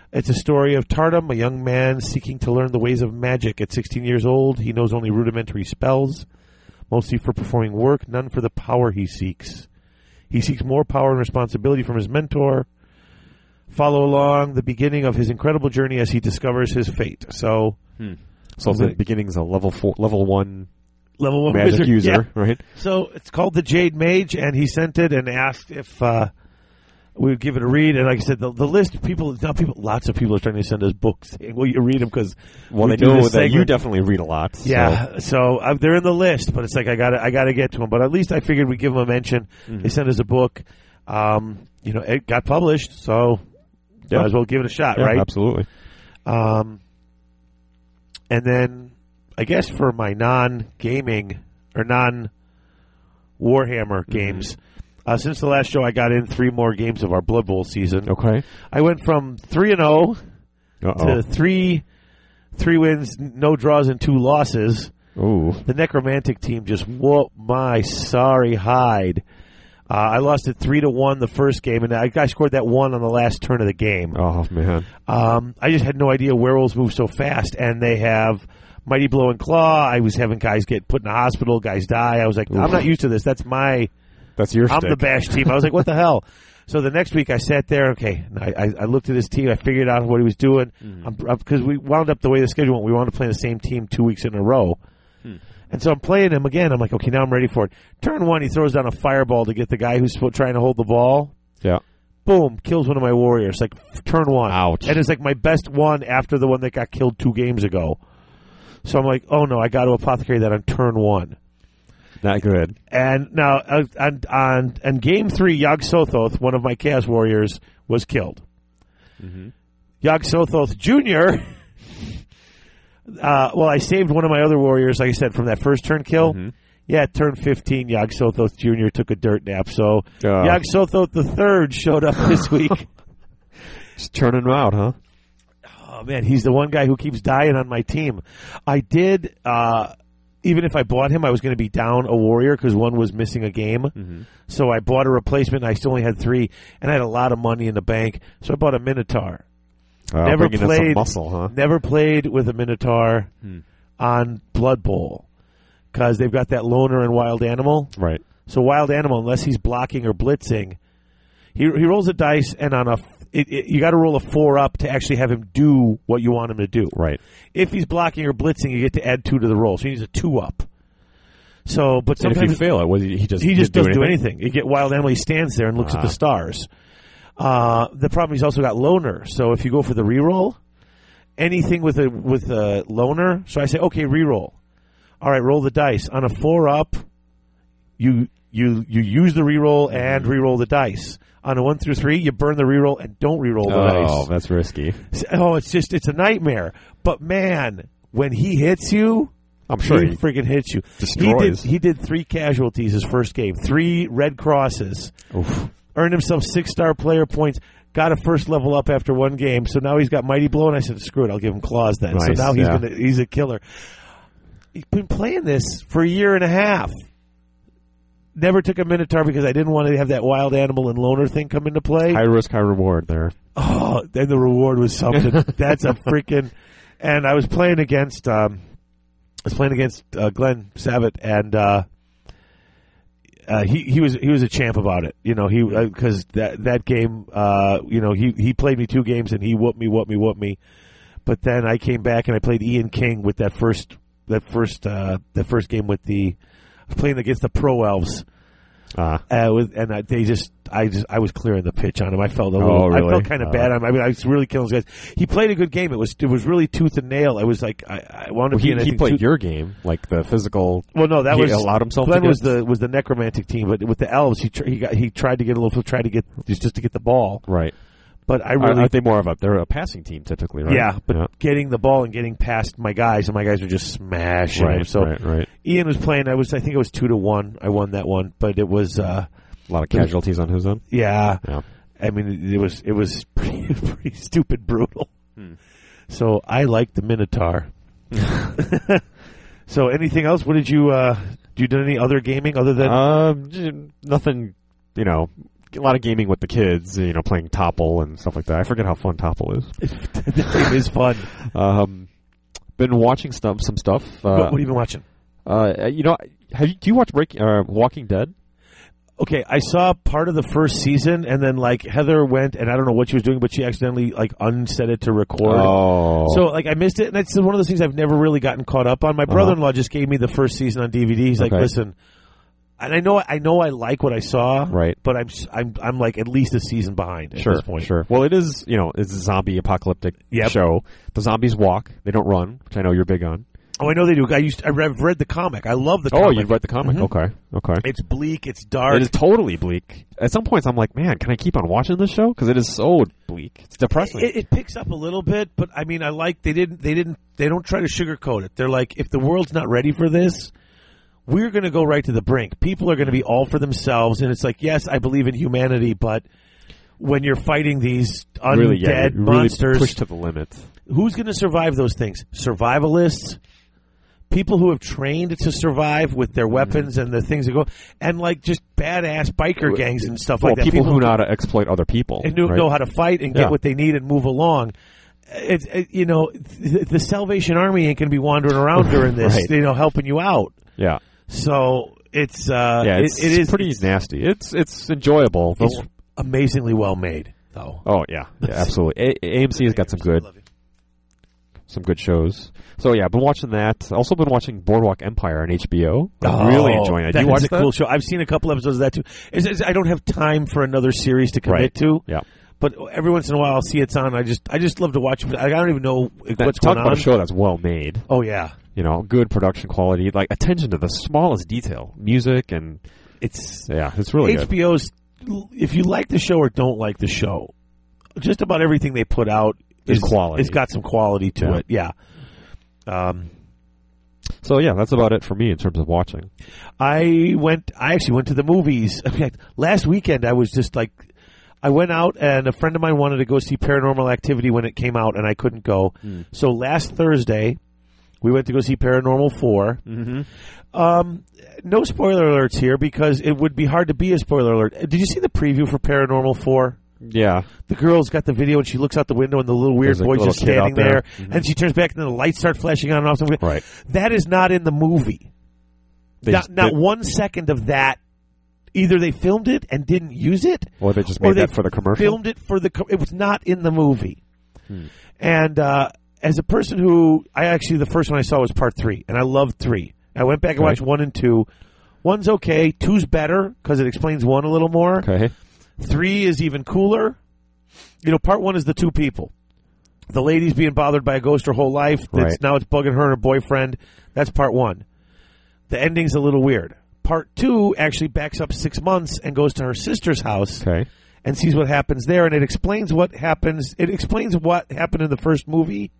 [SPEAKER 1] It's a story of Tardum, a young man seeking to learn the ways of magic. At 16 years old, he knows only rudimentary spells, mostly for performing work, none for the power he seeks. He seeks more power and responsibility from his mentor. Follow along the beginning of his incredible journey as he discovers his fate. So,
[SPEAKER 2] So the beginning's a level four, level [laughs] one
[SPEAKER 1] level one
[SPEAKER 2] magic
[SPEAKER 1] wizard. [laughs]
[SPEAKER 2] user,
[SPEAKER 1] Yeah.
[SPEAKER 2] right?
[SPEAKER 1] So it's called the Jade Mage, and he sent it and asked if uh, we would give it a read. And like I said, the, the list people, now people, lots of people are starting to send us books. Saying, Will you read them? Because
[SPEAKER 2] Well,
[SPEAKER 1] we
[SPEAKER 2] they
[SPEAKER 1] do
[SPEAKER 2] know
[SPEAKER 1] this
[SPEAKER 2] that you
[SPEAKER 1] segment.
[SPEAKER 2] definitely read a lot. so-
[SPEAKER 1] Yeah, so, uh, they're in the list, but it's like I got to I got to get to them. But at least I figured we'd give them a mention.
[SPEAKER 2] Mm-hmm.
[SPEAKER 1] They sent us a book. Um, you know, it got published, so
[SPEAKER 2] Yeah.
[SPEAKER 1] might as well give it a shot,
[SPEAKER 2] Yeah,
[SPEAKER 1] right?
[SPEAKER 2] Absolutely.
[SPEAKER 1] Um, and then I guess for my non gaming or non Warhammer games, uh, since the last show, I got in three more games of our Blood Bowl season.
[SPEAKER 2] Okay.
[SPEAKER 1] I went from three and zero
[SPEAKER 2] Uh
[SPEAKER 1] to three three wins, n- no draws, and two losses.
[SPEAKER 2] oh. Ooh.
[SPEAKER 1] The Necromantic team just whooped my sorry hide. Uh, I lost it three to one the first game, and I, I scored that one on the last turn of the game.
[SPEAKER 2] Oh man.
[SPEAKER 1] Um, I just had no idea werewolves move so fast, and they have mighty blow and claw. I was having guys get put in the hospital, guys die. I was like, I'm
[SPEAKER 2] Oof.
[SPEAKER 1] not used to this. That's my
[SPEAKER 2] That's your
[SPEAKER 1] I'm
[SPEAKER 2] shtick.
[SPEAKER 1] the bash team. I was like, what the hell? [laughs] So the next week I sat there. Okay, and I, I, I looked at his team. I figured out what he was doing because we wound up the way the schedule went. We wound up playing the same team two weeks in a row. And so I'm playing him again. I'm like, okay, now I'm ready for it. Turn one, he throws down a fireball to get the guy who's sp- trying to hold the ball.
[SPEAKER 2] Yeah.
[SPEAKER 1] Boom, kills one of my warriors. Like f- turn one,
[SPEAKER 2] Ouch.
[SPEAKER 1] and it's like my best one after the one that got killed two games ago. So I'm like, oh no, I got to apothecary that on turn one.
[SPEAKER 2] Not good.
[SPEAKER 1] And now, uh, on, on, on game three, Yog Sothoth, one of my Chaos Warriors, was killed. Yog Sothoth Jr. Uh, well, I saved one of my other warriors, like I said, from that first turn kill. Yeah, at turn 15, Yog Sothoth Jr. took a dirt nap. So
[SPEAKER 2] Uh.
[SPEAKER 1] Yog Sothoth the third showed up this week.
[SPEAKER 2] Just churning them out, huh?
[SPEAKER 1] oh, man, he's the one guy who keeps dying on my team. I did, uh, even if I bought him, I was going to be down a warrior because one was missing a game.
[SPEAKER 2] Mm-hmm.
[SPEAKER 1] So I bought a replacement. And I still only had three, and I had a lot of money in the bank. So I bought a Minotaur.
[SPEAKER 2] Uh,
[SPEAKER 1] Never
[SPEAKER 2] bringing in some
[SPEAKER 1] played-
[SPEAKER 2] muscle, huh? Hmm.
[SPEAKER 1] Never played with a Minotaur on Blood Bowl because they've got that loner and wild animal.
[SPEAKER 2] Right.
[SPEAKER 1] So wild animal, unless he's blocking or blitzing, he he rolls a dice, and on a f- it, it, you got to roll a four up to actually have him do what you want him to do.
[SPEAKER 2] Right.
[SPEAKER 1] If he's blocking or blitzing, you get to add two to the roll. So he needs a two up. So, but
[SPEAKER 2] And
[SPEAKER 1] sometimes
[SPEAKER 2] if you fail it, was he, he just
[SPEAKER 1] he just
[SPEAKER 2] didn't
[SPEAKER 1] doesn't do anything. You get wild animal. He stands there and looks at the stars. Uh, the problem he's also got loner. So if you go for the reroll, anything with a with a loner. So I say, okay, reroll. All right, roll the dice on a four up. You you you use the reroll and reroll the dice on a one through three. You burn the reroll and don't reroll the dice.
[SPEAKER 2] Oh, that's risky.
[SPEAKER 1] Oh, it's just it's a nightmare. But man, when he hits you,
[SPEAKER 2] I'm sure
[SPEAKER 1] he
[SPEAKER 2] he-
[SPEAKER 1] freaking hits you.
[SPEAKER 2] Destroys.
[SPEAKER 1] He did, he did three casualties his first game, three red crosses,
[SPEAKER 2] Oof.
[SPEAKER 1] earned himself six star player points. Got a first level up after one game, so now he's got mighty blow. And I said, "Screw it, I'll give him claws then."
[SPEAKER 2] Nice,
[SPEAKER 1] so now he's
[SPEAKER 2] yeah.
[SPEAKER 1] gonna, he's a killer. He's been playing this for a year and a half. Never took a minotaur because I didn't want to have that wild animal and loner thing come into play.
[SPEAKER 2] High risk, high reward there.
[SPEAKER 1] Oh, then the reward was something. That's a freaking. And I was playing against, um, I was playing against uh, Glenn Savitt, and uh, uh, he he was he was a champ about it. You know, he because that that game, uh, you know, he he played me two games and he whooped me, whooped me, whooped me. But then I came back and I played Ian King with that first that first uh, that first game with the playing against the pro elves.
[SPEAKER 2] Ah,
[SPEAKER 1] Uh, with, and I, they just, I just, I was clearing the pitch on him. I felt a little,
[SPEAKER 2] Oh,
[SPEAKER 1] I
[SPEAKER 2] really?
[SPEAKER 1] felt kind of bad on him. I mean, I was really killing those guys. He played a good game. It was, it was really tooth and nail. I was like, I, I wound up
[SPEAKER 2] he,
[SPEAKER 1] being, I
[SPEAKER 2] he
[SPEAKER 1] think,
[SPEAKER 2] played
[SPEAKER 1] two-
[SPEAKER 2] your game, like the physical.
[SPEAKER 1] well, no, that
[SPEAKER 2] he
[SPEAKER 1] was
[SPEAKER 2] allowed himself to
[SPEAKER 1] Glenn
[SPEAKER 2] get-
[SPEAKER 1] was the was the necromantic team, but with the elves, he tr- he got he tried to get a little, tried to get just, just to get the ball.
[SPEAKER 2] Right.
[SPEAKER 1] But I
[SPEAKER 2] Are-
[SPEAKER 1] really,
[SPEAKER 2] Aren't they more of a? They're a passing team typically, right?
[SPEAKER 1] yeah, but getting the ball and getting past my guys, and my guys were just smashing him.
[SPEAKER 2] Right,
[SPEAKER 1] So
[SPEAKER 2] right, right.
[SPEAKER 1] Ian was playing. I was, I think it was two to one. I won that one, but it was, uh,
[SPEAKER 2] A lot of casualties on his end.
[SPEAKER 1] yeah.
[SPEAKER 2] Yeah.
[SPEAKER 1] I mean, it was it was [laughs] pretty, pretty stupid brutal. So I like the Minotaur. [laughs] so anything else? What did you uh, do? You do any other gaming other [laughs] than
[SPEAKER 2] Um, j- nothing. You know, a lot of gaming with the kids. You know, playing Topple and stuff like that. I forget how fun Topple is. [laughs]
[SPEAKER 1] it is fun?
[SPEAKER 2] Um, been watching some some stuff. Uh,
[SPEAKER 1] what, what have you been watching?
[SPEAKER 2] uh, you know, have you, do you watch Break uh, Walking Dead?
[SPEAKER 1] Okay, I saw part of the first season, and then like Heather went, and I don't know what she was doing, but she accidentally like unset it to record.
[SPEAKER 2] Oh, Uh-huh.
[SPEAKER 1] So like I missed it, and that's one of those things I've never really gotten caught up on. My brother-in-law just gave me the first season on DVD. He's like,
[SPEAKER 2] Okay.
[SPEAKER 1] "Listen," and I know I know I like what I saw,
[SPEAKER 2] Right.
[SPEAKER 1] But I'm s- I'm I'm like at least a season behind at
[SPEAKER 2] sure,
[SPEAKER 1] this point.
[SPEAKER 2] sure. Well, it is. You know, it's a zombie apocalyptic
[SPEAKER 1] Yep.
[SPEAKER 2] show. The zombies walk; they don't run, which I know you're big on.
[SPEAKER 1] Oh, I know they do. I used. I re- I've read the comic. I love the.
[SPEAKER 2] Oh,
[SPEAKER 1] comic.
[SPEAKER 2] you read the comic?
[SPEAKER 1] Mhm.
[SPEAKER 2] Okay, okay.
[SPEAKER 1] It's bleak. It's dark.
[SPEAKER 2] It is totally bleak. At some points, I'm like, man, can I keep on watching this show? Because it is so bleak. It's depressing.
[SPEAKER 1] It, it picks up a little bit, but I mean, I like they didn't. They didn't. They don't try to sugarcoat it. They're like, if the world's not ready for this, we're going to go right to the brink. People are going to be all for themselves, and it's like, yes, I believe in humanity, but when you're fighting these undead
[SPEAKER 2] really, yeah, it really
[SPEAKER 1] monsters,
[SPEAKER 2] pushed to the limit.
[SPEAKER 1] who's going to survive those things? Survivalists, people who have trained to survive with
[SPEAKER 2] Mm-hmm.
[SPEAKER 1] their weapons and the things that go, and like just badass biker gangs and stuff
[SPEAKER 2] Well,
[SPEAKER 1] like that.
[SPEAKER 2] people, who know how to exploit other people.
[SPEAKER 1] and who
[SPEAKER 2] right?
[SPEAKER 1] know how to fight and get
[SPEAKER 2] Yeah.
[SPEAKER 1] what they need and move along. It's it, you know the, the Salvation Army ain't going to be wandering around during this,
[SPEAKER 2] Right.
[SPEAKER 1] you know, helping you out.
[SPEAKER 2] yeah,
[SPEAKER 1] So it's uh,
[SPEAKER 2] yeah.
[SPEAKER 1] it-
[SPEAKER 2] It's,
[SPEAKER 1] it is
[SPEAKER 2] pretty nasty. It's it's enjoyable. The-
[SPEAKER 1] it's amazingly well made though.
[SPEAKER 2] oh yeah, yeah absolutely. A- AMC has got some good some good shows. So yeah, I've been watching that. Also been watching Boardwalk Empire on HBO. I'm really
[SPEAKER 1] Oh,
[SPEAKER 2] enjoying it.
[SPEAKER 1] That
[SPEAKER 2] Do you
[SPEAKER 1] is
[SPEAKER 2] watch
[SPEAKER 1] a
[SPEAKER 2] that?
[SPEAKER 1] cool show. I've seen a couple episodes of that too. It's, it's- I don't have time for another series to commit
[SPEAKER 2] Right.
[SPEAKER 1] to.
[SPEAKER 2] Yeah.
[SPEAKER 1] But every once in a while, I'll see it's on. I just I just love to watch it. I don't even know
[SPEAKER 2] That-
[SPEAKER 1] what's
[SPEAKER 2] talk
[SPEAKER 1] going on.
[SPEAKER 2] about a show that's well made.
[SPEAKER 1] Oh yeah,
[SPEAKER 2] You know, good production quality, like attention to the smallest detail, music, and
[SPEAKER 1] it's
[SPEAKER 2] Oh, yeah, it's really good.
[SPEAKER 1] HBO's. If you like the show or don't like the show, just about everything they put out
[SPEAKER 2] Is
[SPEAKER 1] is
[SPEAKER 2] quality.
[SPEAKER 1] It's got some quality to
[SPEAKER 2] Yeah.
[SPEAKER 1] it. Yeah. Um,
[SPEAKER 2] So yeah, that's about it for me in terms of watching.
[SPEAKER 1] I went. I actually went to the movies. [laughs] In fact, last weekend I was just like, I went out and a friend of mine wanted to go see Paranormal Activity when it came out, and I couldn't go.
[SPEAKER 2] Hmm.
[SPEAKER 1] So last Thursday, we went to go see Paranormal Four.
[SPEAKER 2] Mm-hmm.
[SPEAKER 1] Um, no spoiler alerts here because it would be hard to be a spoiler alert. Did you see the preview for Paranormal Four?
[SPEAKER 2] Yeah,
[SPEAKER 1] the girl's got the video and she looks out the window and the little weird
[SPEAKER 2] There's a
[SPEAKER 1] boy's
[SPEAKER 2] little
[SPEAKER 1] just
[SPEAKER 2] kid out
[SPEAKER 1] standing
[SPEAKER 2] there. Mm-hmm.
[SPEAKER 1] there, and she turns back and then the lights start flashing on and off. Something.
[SPEAKER 2] right.
[SPEAKER 1] That is not in the movie.
[SPEAKER 2] They
[SPEAKER 1] not
[SPEAKER 2] just-
[SPEAKER 1] not
[SPEAKER 2] they-
[SPEAKER 1] one second of that. Either they filmed it and didn't use it,
[SPEAKER 2] Well, they just
[SPEAKER 1] or
[SPEAKER 2] made
[SPEAKER 1] they
[SPEAKER 2] that for the commercial. Hmm.
[SPEAKER 1] filmed it for the. co- It was not in the movie. And uh, as a person who, I actually the first one I saw was part three, and I loved three. I went back and
[SPEAKER 2] Okay.
[SPEAKER 1] watched one and two. One's okay, two's better because it explains one a little more.
[SPEAKER 2] Okay.
[SPEAKER 1] Three is even cooler. You know, part one is the two people. The lady's being bothered by a ghost her whole life. That's,
[SPEAKER 2] Right.
[SPEAKER 1] Now it's bugging her and her boyfriend. That's part one. The ending's a little weird. Part two actually backs up six months and goes to her sister's house
[SPEAKER 2] Okay.
[SPEAKER 1] and sees what happens there, and it explains what happens. It explains what happened in the first movie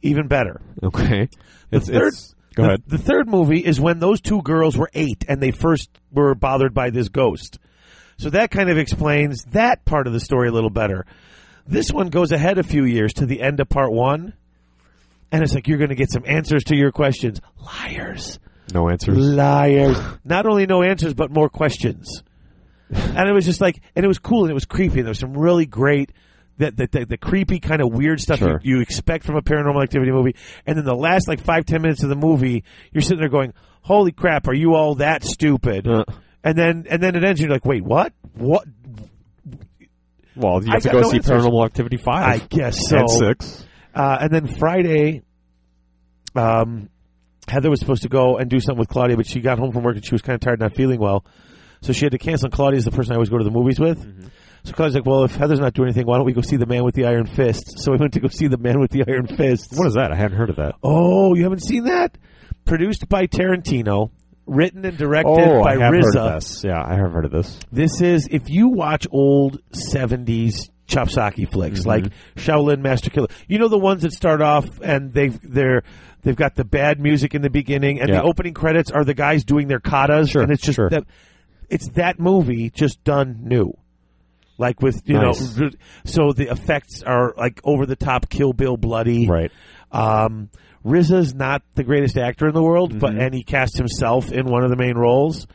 [SPEAKER 1] even better.
[SPEAKER 2] Okay. It's,
[SPEAKER 1] third-
[SPEAKER 2] it's go
[SPEAKER 1] the,
[SPEAKER 2] ahead.
[SPEAKER 1] The third movie is when those two girls were eight and they first were bothered by this ghost. So that kind of explains that part of the story a little better. This one goes ahead a few years to the end of part one, and it's like you're going to get some answers to your questions. Liars. [laughs]
[SPEAKER 2] No answers.
[SPEAKER 1] Liars. Not only no answers, but more questions. And it was just like, and it was cool and it was creepy. And there was some really great, that the, the, the creepy kind of weird stuff
[SPEAKER 2] Sure.
[SPEAKER 1] you, you expect from a paranormal activity movie. And then the last like five, ten minutes of the movie, you're sitting there going, holy crap, are you all that stupid?
[SPEAKER 2] Uh,
[SPEAKER 1] And then, and then it ends, and you're like, wait, what? What?
[SPEAKER 2] well, you
[SPEAKER 1] I
[SPEAKER 2] have to
[SPEAKER 1] got
[SPEAKER 2] go
[SPEAKER 1] no
[SPEAKER 2] see
[SPEAKER 1] answers.
[SPEAKER 2] Paranormal Activity
[SPEAKER 1] I
[SPEAKER 2] Five
[SPEAKER 1] guess so.
[SPEAKER 2] and six.
[SPEAKER 1] Uh, and then Friday, um, Heather was supposed to go and do something with Claudia, but she got home from work and she was kind of tired, not feeling well. So she had to cancel. And Claudia's the person I always go to the movies with.
[SPEAKER 2] Mm-hmm.
[SPEAKER 1] So Claudia's like, "Well, if Heather's not doing anything, why don't we go see the Man with the Iron Fist?" So we went to go see the Man with the Iron Fist.
[SPEAKER 2] What is that? I hadn't heard of that.
[SPEAKER 1] Oh, you haven't seen that? Produced by Tarantino, written and directed
[SPEAKER 2] oh,
[SPEAKER 1] by
[SPEAKER 2] I have
[SPEAKER 1] RZA.
[SPEAKER 2] heard of this. Yeah, I have heard of this.
[SPEAKER 1] This is if you watch old seventies chopsaki
[SPEAKER 2] Mm-hmm.
[SPEAKER 1] flicks like Shaolin Master Killer. You know the ones that start off and they've they're they've got the bad music in the beginning and
[SPEAKER 2] Yeah.
[SPEAKER 1] the opening credits are the guys doing their katas
[SPEAKER 2] Sure,
[SPEAKER 1] and it's just
[SPEAKER 2] sure.
[SPEAKER 1] that it's that movie just done new. Like with you
[SPEAKER 2] Nice.
[SPEAKER 1] know so the effects are like over the top kill bill bloody.
[SPEAKER 2] Right.
[SPEAKER 1] Um, RZA's not the greatest actor in the world, but
[SPEAKER 2] Mm-hmm.
[SPEAKER 1] and he cast himself in one of the main roles.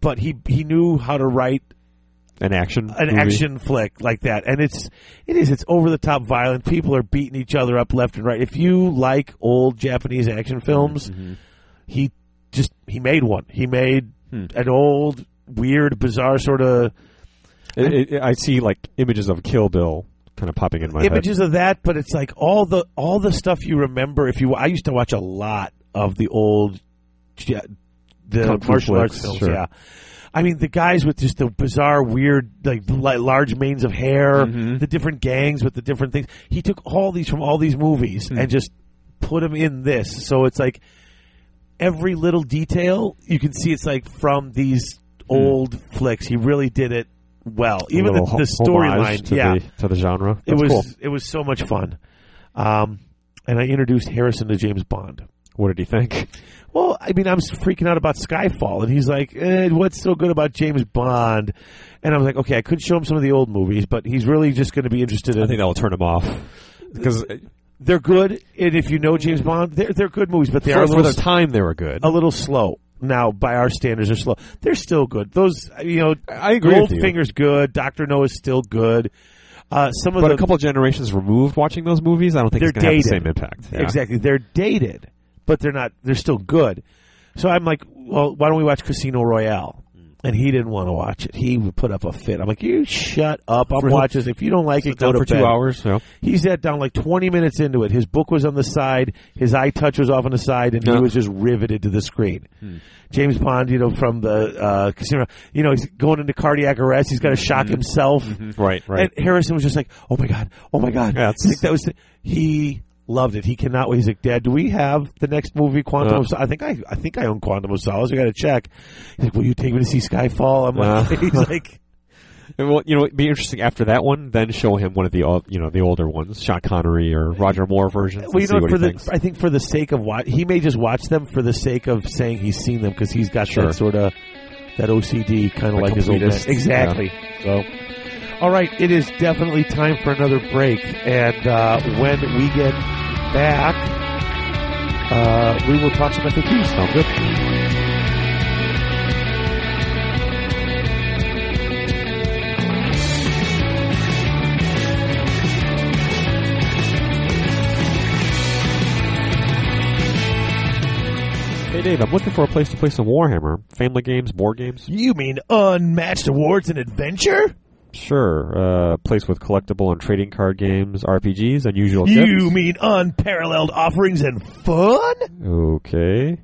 [SPEAKER 1] But he he knew how to write
[SPEAKER 2] An action.
[SPEAKER 1] an
[SPEAKER 2] movie.
[SPEAKER 1] action flick like that, and it's it is it's over the top violent. People are beating each other up left and right. If you like old Japanese action films, he just he made one. He made an old weird bizarre sort of
[SPEAKER 2] It- it- it- I see like images of Kill Bill kind of popping in my head.
[SPEAKER 1] images of that, but it's like all the all the stuff you remember. If you, I used to watch a lot of the old, ja- the
[SPEAKER 2] Kung fu
[SPEAKER 1] martial arts
[SPEAKER 2] flicks,
[SPEAKER 1] films.
[SPEAKER 2] sure.
[SPEAKER 1] Yeah, I mean the guys with just the bizarre, weird, like li- large manes of hair,
[SPEAKER 2] Mm-hmm.
[SPEAKER 1] the different gangs with the different
[SPEAKER 2] Hmm.
[SPEAKER 1] things. He took all these from all these movies and just put them in this. So it's like every little detail, you can see it's like from these old flicks. He really did it well.
[SPEAKER 2] Hmm. A
[SPEAKER 1] Even the,
[SPEAKER 2] little ho-
[SPEAKER 1] the
[SPEAKER 2] homage
[SPEAKER 1] storyline,
[SPEAKER 2] to
[SPEAKER 1] yeah,
[SPEAKER 2] the, to the genre.
[SPEAKER 1] it
[SPEAKER 2] That's
[SPEAKER 1] was
[SPEAKER 2] cool.
[SPEAKER 1] it was so much fun. Um, and I introduced Harrison to James Bond.
[SPEAKER 2] What did he think?
[SPEAKER 1] Well, I mean, I'm freaking out about Skyfall, and he's like, eh, "What's so good about James Bond?" And I was like, "Okay, I could show him some of the old movies, but he's really just going to be interested
[SPEAKER 2] I
[SPEAKER 1] in.
[SPEAKER 2] think that will turn him off because
[SPEAKER 1] They're good, and if you know James Bond, they're they're good movies, but they are a
[SPEAKER 2] for, for
[SPEAKER 1] little,
[SPEAKER 2] their time they were good.
[SPEAKER 1] a little slow. Now, by our standards, they're slow. They're still good. Those, you know,
[SPEAKER 2] I agree with you.
[SPEAKER 1] Goldfinger's good. Doctor No is still good. Uh, some of
[SPEAKER 2] But
[SPEAKER 1] the
[SPEAKER 2] a couple generations removed watching those movies, I don't think
[SPEAKER 1] They're
[SPEAKER 2] it's going to have the
[SPEAKER 1] dated.
[SPEAKER 2] same impact. Yeah.
[SPEAKER 1] Exactly. They're dated, but they're not. They're still good. So I'm like, well, why don't we watch Casino Royale? And he didn't want to watch it. He would put up a fit. I'm like, you shut up. I'm
[SPEAKER 2] Really?
[SPEAKER 1] watching this. If you don't like it, go
[SPEAKER 2] Down
[SPEAKER 1] to
[SPEAKER 2] for two
[SPEAKER 1] bed.
[SPEAKER 2] hours. Yeah.
[SPEAKER 1] He sat down like 20 minutes into it. His book was on the side. His eye touch was off on the side, and
[SPEAKER 2] Yeah. Hmm.
[SPEAKER 1] he was just riveted to the screen. James Bond, you know, from the uh, Casino, you know, he's going into cardiac arrest. He's got to shock
[SPEAKER 2] Mm-hmm.
[SPEAKER 1] himself.
[SPEAKER 2] Right, right.
[SPEAKER 1] And Harrison was just like, "Oh my god, oh my god."
[SPEAKER 2] Yeah, it's-
[SPEAKER 1] He's like, that was the- he loved it. He cannot wait. He's like, "Dad, do we have the next movie, Quantum
[SPEAKER 2] Uh.
[SPEAKER 1] of Sol- I think I, I think I own Quantum of Solace. We got to check." He's like, "Will you take me to see Skyfall?" I'm like, [laughs]
[SPEAKER 2] Uh.
[SPEAKER 1] he's like,
[SPEAKER 2] And well, you know, it'd be interesting after that one, then show him one of the ol- you know the older ones, Sean Connery or Roger Moore versions. and
[SPEAKER 1] "Well, you
[SPEAKER 2] see
[SPEAKER 1] know,
[SPEAKER 2] what
[SPEAKER 1] for
[SPEAKER 2] he
[SPEAKER 1] the
[SPEAKER 2] thinks.
[SPEAKER 1] I think for the sake of what he may just watch them for the sake of saying he's seen them because he's got
[SPEAKER 2] Sure.
[SPEAKER 1] that sort of that OCD kind of
[SPEAKER 2] Like
[SPEAKER 1] like, his old man.
[SPEAKER 2] completist,
[SPEAKER 1] exactly." So. All right, it is definitely time for another break. And uh, when we get back, uh, we will talk some FAQs.
[SPEAKER 2] Sound good? Hey Dave, I'm looking for a place to play some Warhammer. Family games, board games?
[SPEAKER 1] You mean unmatched awards and adventure?
[SPEAKER 2] Sure. Uh, place with collectible and trading card games, RPGs, unusual gifts.
[SPEAKER 1] You mean unparalleled offerings and fun?
[SPEAKER 2] Okay. And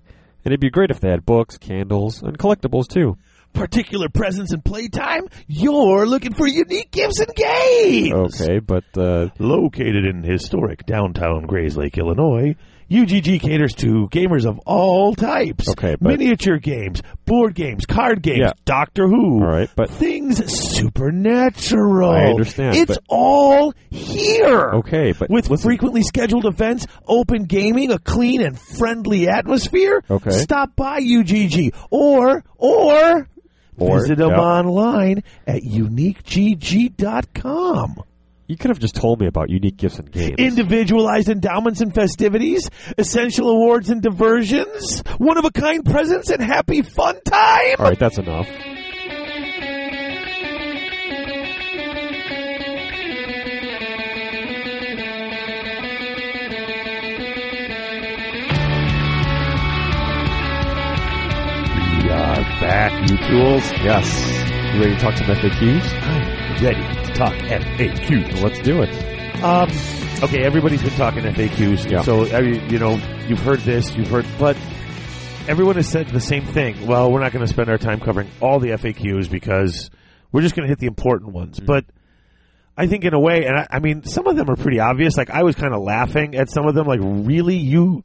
[SPEAKER 2] it'd be great if they had books, candles, and collectibles too.
[SPEAKER 1] Particular presents and playtime? You're looking for unique gifts and games!
[SPEAKER 2] Okay, but uh,
[SPEAKER 1] Located in historic downtown Grays Lake, Illinois, UGG caters to gamers of all types.
[SPEAKER 2] Okay, but-
[SPEAKER 1] miniature games, board games, card games,
[SPEAKER 2] Yeah.
[SPEAKER 1] Doctor Who.
[SPEAKER 2] all right, but
[SPEAKER 1] Things supernatural.
[SPEAKER 2] I understand,
[SPEAKER 1] It's
[SPEAKER 2] but-
[SPEAKER 1] all here.
[SPEAKER 2] okay, but
[SPEAKER 1] With
[SPEAKER 2] listen,
[SPEAKER 1] frequently scheduled events, open gaming, a clean and friendly atmosphere.
[SPEAKER 2] Okay.
[SPEAKER 1] Stop by UGG or or,
[SPEAKER 2] Or,
[SPEAKER 1] visit them
[SPEAKER 2] yeah.
[SPEAKER 1] online at uniquegg.com.
[SPEAKER 2] you could have just told me about unique gifts and games.
[SPEAKER 1] Individualized endowments and festivities, essential awards and diversions, one of a kind presents and happy fun time.
[SPEAKER 2] all right, that's enough.
[SPEAKER 1] We are back, you tools.
[SPEAKER 2] Yes, you ready to talk some FAQs?
[SPEAKER 1] I'm ready to talk FAQs.
[SPEAKER 2] Let's do it.
[SPEAKER 1] Um, okay, everybody's been talking FAQs.
[SPEAKER 2] Yeah.
[SPEAKER 1] So, I mean, you know, you've heard this, you've heard, but everyone has said the same thing. Well, we're not going to spend our time covering all the FAQs because we're just going to hit the important ones. But I think, in a way, and I, I mean, some of them are pretty obvious. Like, I was kind of laughing at some of them. Like, really? You,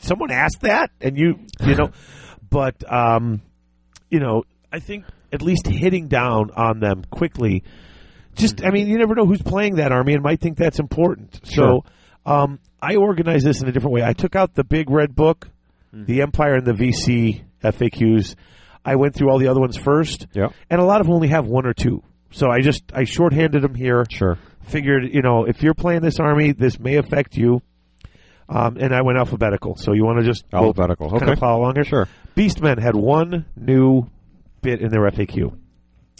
[SPEAKER 1] someone asked that? And you, you know, but, um, you know, I think at least hitting down on them quickly. Just, I mean, you never know who's playing that army and might think that's important.
[SPEAKER 2] Sure.
[SPEAKER 1] So, um, I organized this in a different way. I took out the big red book,
[SPEAKER 2] Mm-hmm.
[SPEAKER 1] the Empire and the VC FAQs. I went through all the other ones first,
[SPEAKER 2] Yeah,
[SPEAKER 1] and a lot of them only have one or two. So I just I shorthanded them here.
[SPEAKER 2] sure.
[SPEAKER 1] Figured, you know, if you're playing this army, this may affect you. Um, and I went alphabetical. So you want to just we'll
[SPEAKER 2] Alphabetical.
[SPEAKER 1] kind
[SPEAKER 2] Okay,
[SPEAKER 1] of follow along here?
[SPEAKER 2] sure.
[SPEAKER 1] Beastmen had one new bit in their FAQ.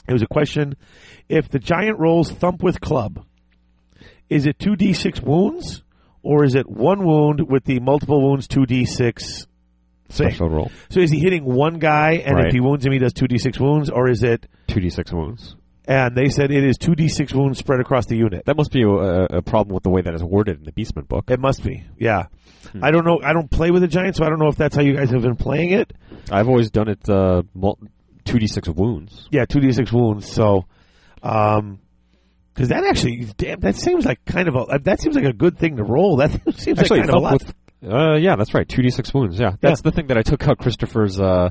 [SPEAKER 1] It was a question if the giant rolls thump with club, is it 2d6 wounds or is it one wound with the multiple wounds 2d6 thing?
[SPEAKER 2] Special roll.
[SPEAKER 1] So is he hitting one guy and
[SPEAKER 2] Right.
[SPEAKER 1] if he wounds him, he does 2d6 wounds or is it.
[SPEAKER 2] Two d six wounds.
[SPEAKER 1] And they said it is 2d6 wounds spread across the unit.
[SPEAKER 2] That must be a, a a problem with the way that is worded in the Beastman book.
[SPEAKER 1] It must be, yeah.
[SPEAKER 2] Hmm.
[SPEAKER 1] I don't know. I don't play with the giant, so I don't know if that's how you guys have been playing it.
[SPEAKER 2] I've always done it uh, two d six wounds.
[SPEAKER 1] Yeah, two d six wounds. So, um, because that actually, damn, that uh, seems like kind of a that seems like a good thing to roll. [laughs] That seems
[SPEAKER 2] Actually,
[SPEAKER 1] like kind of a
[SPEAKER 2] thump
[SPEAKER 1] lot.
[SPEAKER 2] with Uh, yeah, that's right. Two d six wounds. Yeah, that's the thing that I took out Christopher's uh,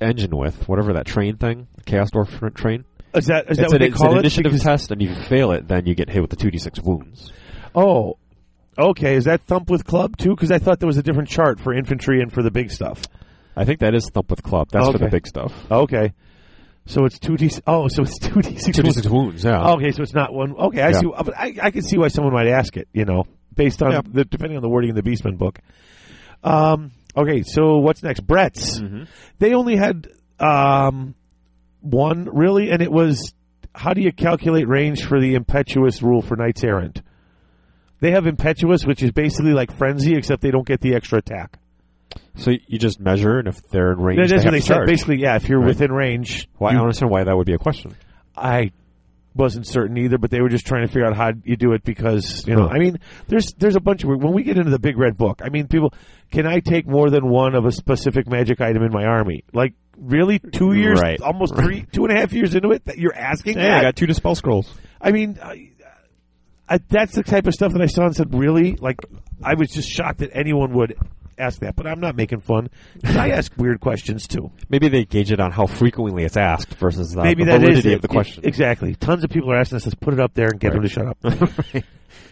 [SPEAKER 2] engine with, whatever that train thing, the Chaos Dwarf tr- train.
[SPEAKER 1] Is that is
[SPEAKER 2] it's
[SPEAKER 1] that what
[SPEAKER 2] an,
[SPEAKER 1] they
[SPEAKER 2] it's
[SPEAKER 1] call
[SPEAKER 2] an
[SPEAKER 1] it?
[SPEAKER 2] initiative
[SPEAKER 1] Because-
[SPEAKER 2] test, and if you fail it, then you get hit with the two d six wounds.
[SPEAKER 1] Oh, okay. Is that thump with club too? Because I thought there was a different chart for infantry and for the big stuff.
[SPEAKER 2] I think that is thump with club. That's for the
[SPEAKER 1] Okay.
[SPEAKER 2] big stuff.
[SPEAKER 1] Okay, so it's two d. Oh, so it's [laughs] two d six.
[SPEAKER 2] Two d six wounds. Yeah.
[SPEAKER 1] Okay, so it's not one. Okay, I
[SPEAKER 2] Yeah.
[SPEAKER 1] see. uh, but I, I can see why someone might ask it. You know, based on
[SPEAKER 2] Yeah.
[SPEAKER 1] the depending on the wording in the Beastman book. Um. Okay, so what's next? Brett's.
[SPEAKER 2] Mhm.
[SPEAKER 1] They only had um one really, and it was how do you calculate range for the impetuous rule for knights errant? They have impetuous, which is basically like frenzy, except they don't get the extra attack.
[SPEAKER 2] So you just measure, and if they're in range,
[SPEAKER 1] That's
[SPEAKER 2] they
[SPEAKER 1] what
[SPEAKER 2] have
[SPEAKER 1] they
[SPEAKER 2] to
[SPEAKER 1] said.
[SPEAKER 2] charge.
[SPEAKER 1] Basically, yeah, if you're
[SPEAKER 2] Right.
[SPEAKER 1] within range,
[SPEAKER 2] Well, I
[SPEAKER 1] you-
[SPEAKER 2] don't understand why that would be a question.
[SPEAKER 1] I wasn't certain either, but they were just trying to figure out how you do it because you know.
[SPEAKER 2] Huh.
[SPEAKER 1] I mean, there's there's a bunch of when we get into the big red book. I mean, people, can I take more than one of a specific magic item in my army? Like really, two years,
[SPEAKER 2] Right.
[SPEAKER 1] almost three, two and a half years into it, that you're asking
[SPEAKER 2] Hey,
[SPEAKER 1] that?
[SPEAKER 2] I got two dispel scrolls.
[SPEAKER 1] I mean, I, I, that's the type of stuff that I saw and said, really? Like, I was just shocked that anyone would ask that, but I'm not making fun. 'Cause I ask weird questions too.
[SPEAKER 2] Maybe they gauge it on how frequently it's asked versus the,
[SPEAKER 1] Maybe
[SPEAKER 2] Uh, the
[SPEAKER 1] that is
[SPEAKER 2] validity
[SPEAKER 1] it.
[SPEAKER 2] of the question.
[SPEAKER 1] Exactly. Tons of people are asking us. Let's put it up there and get them to shut up.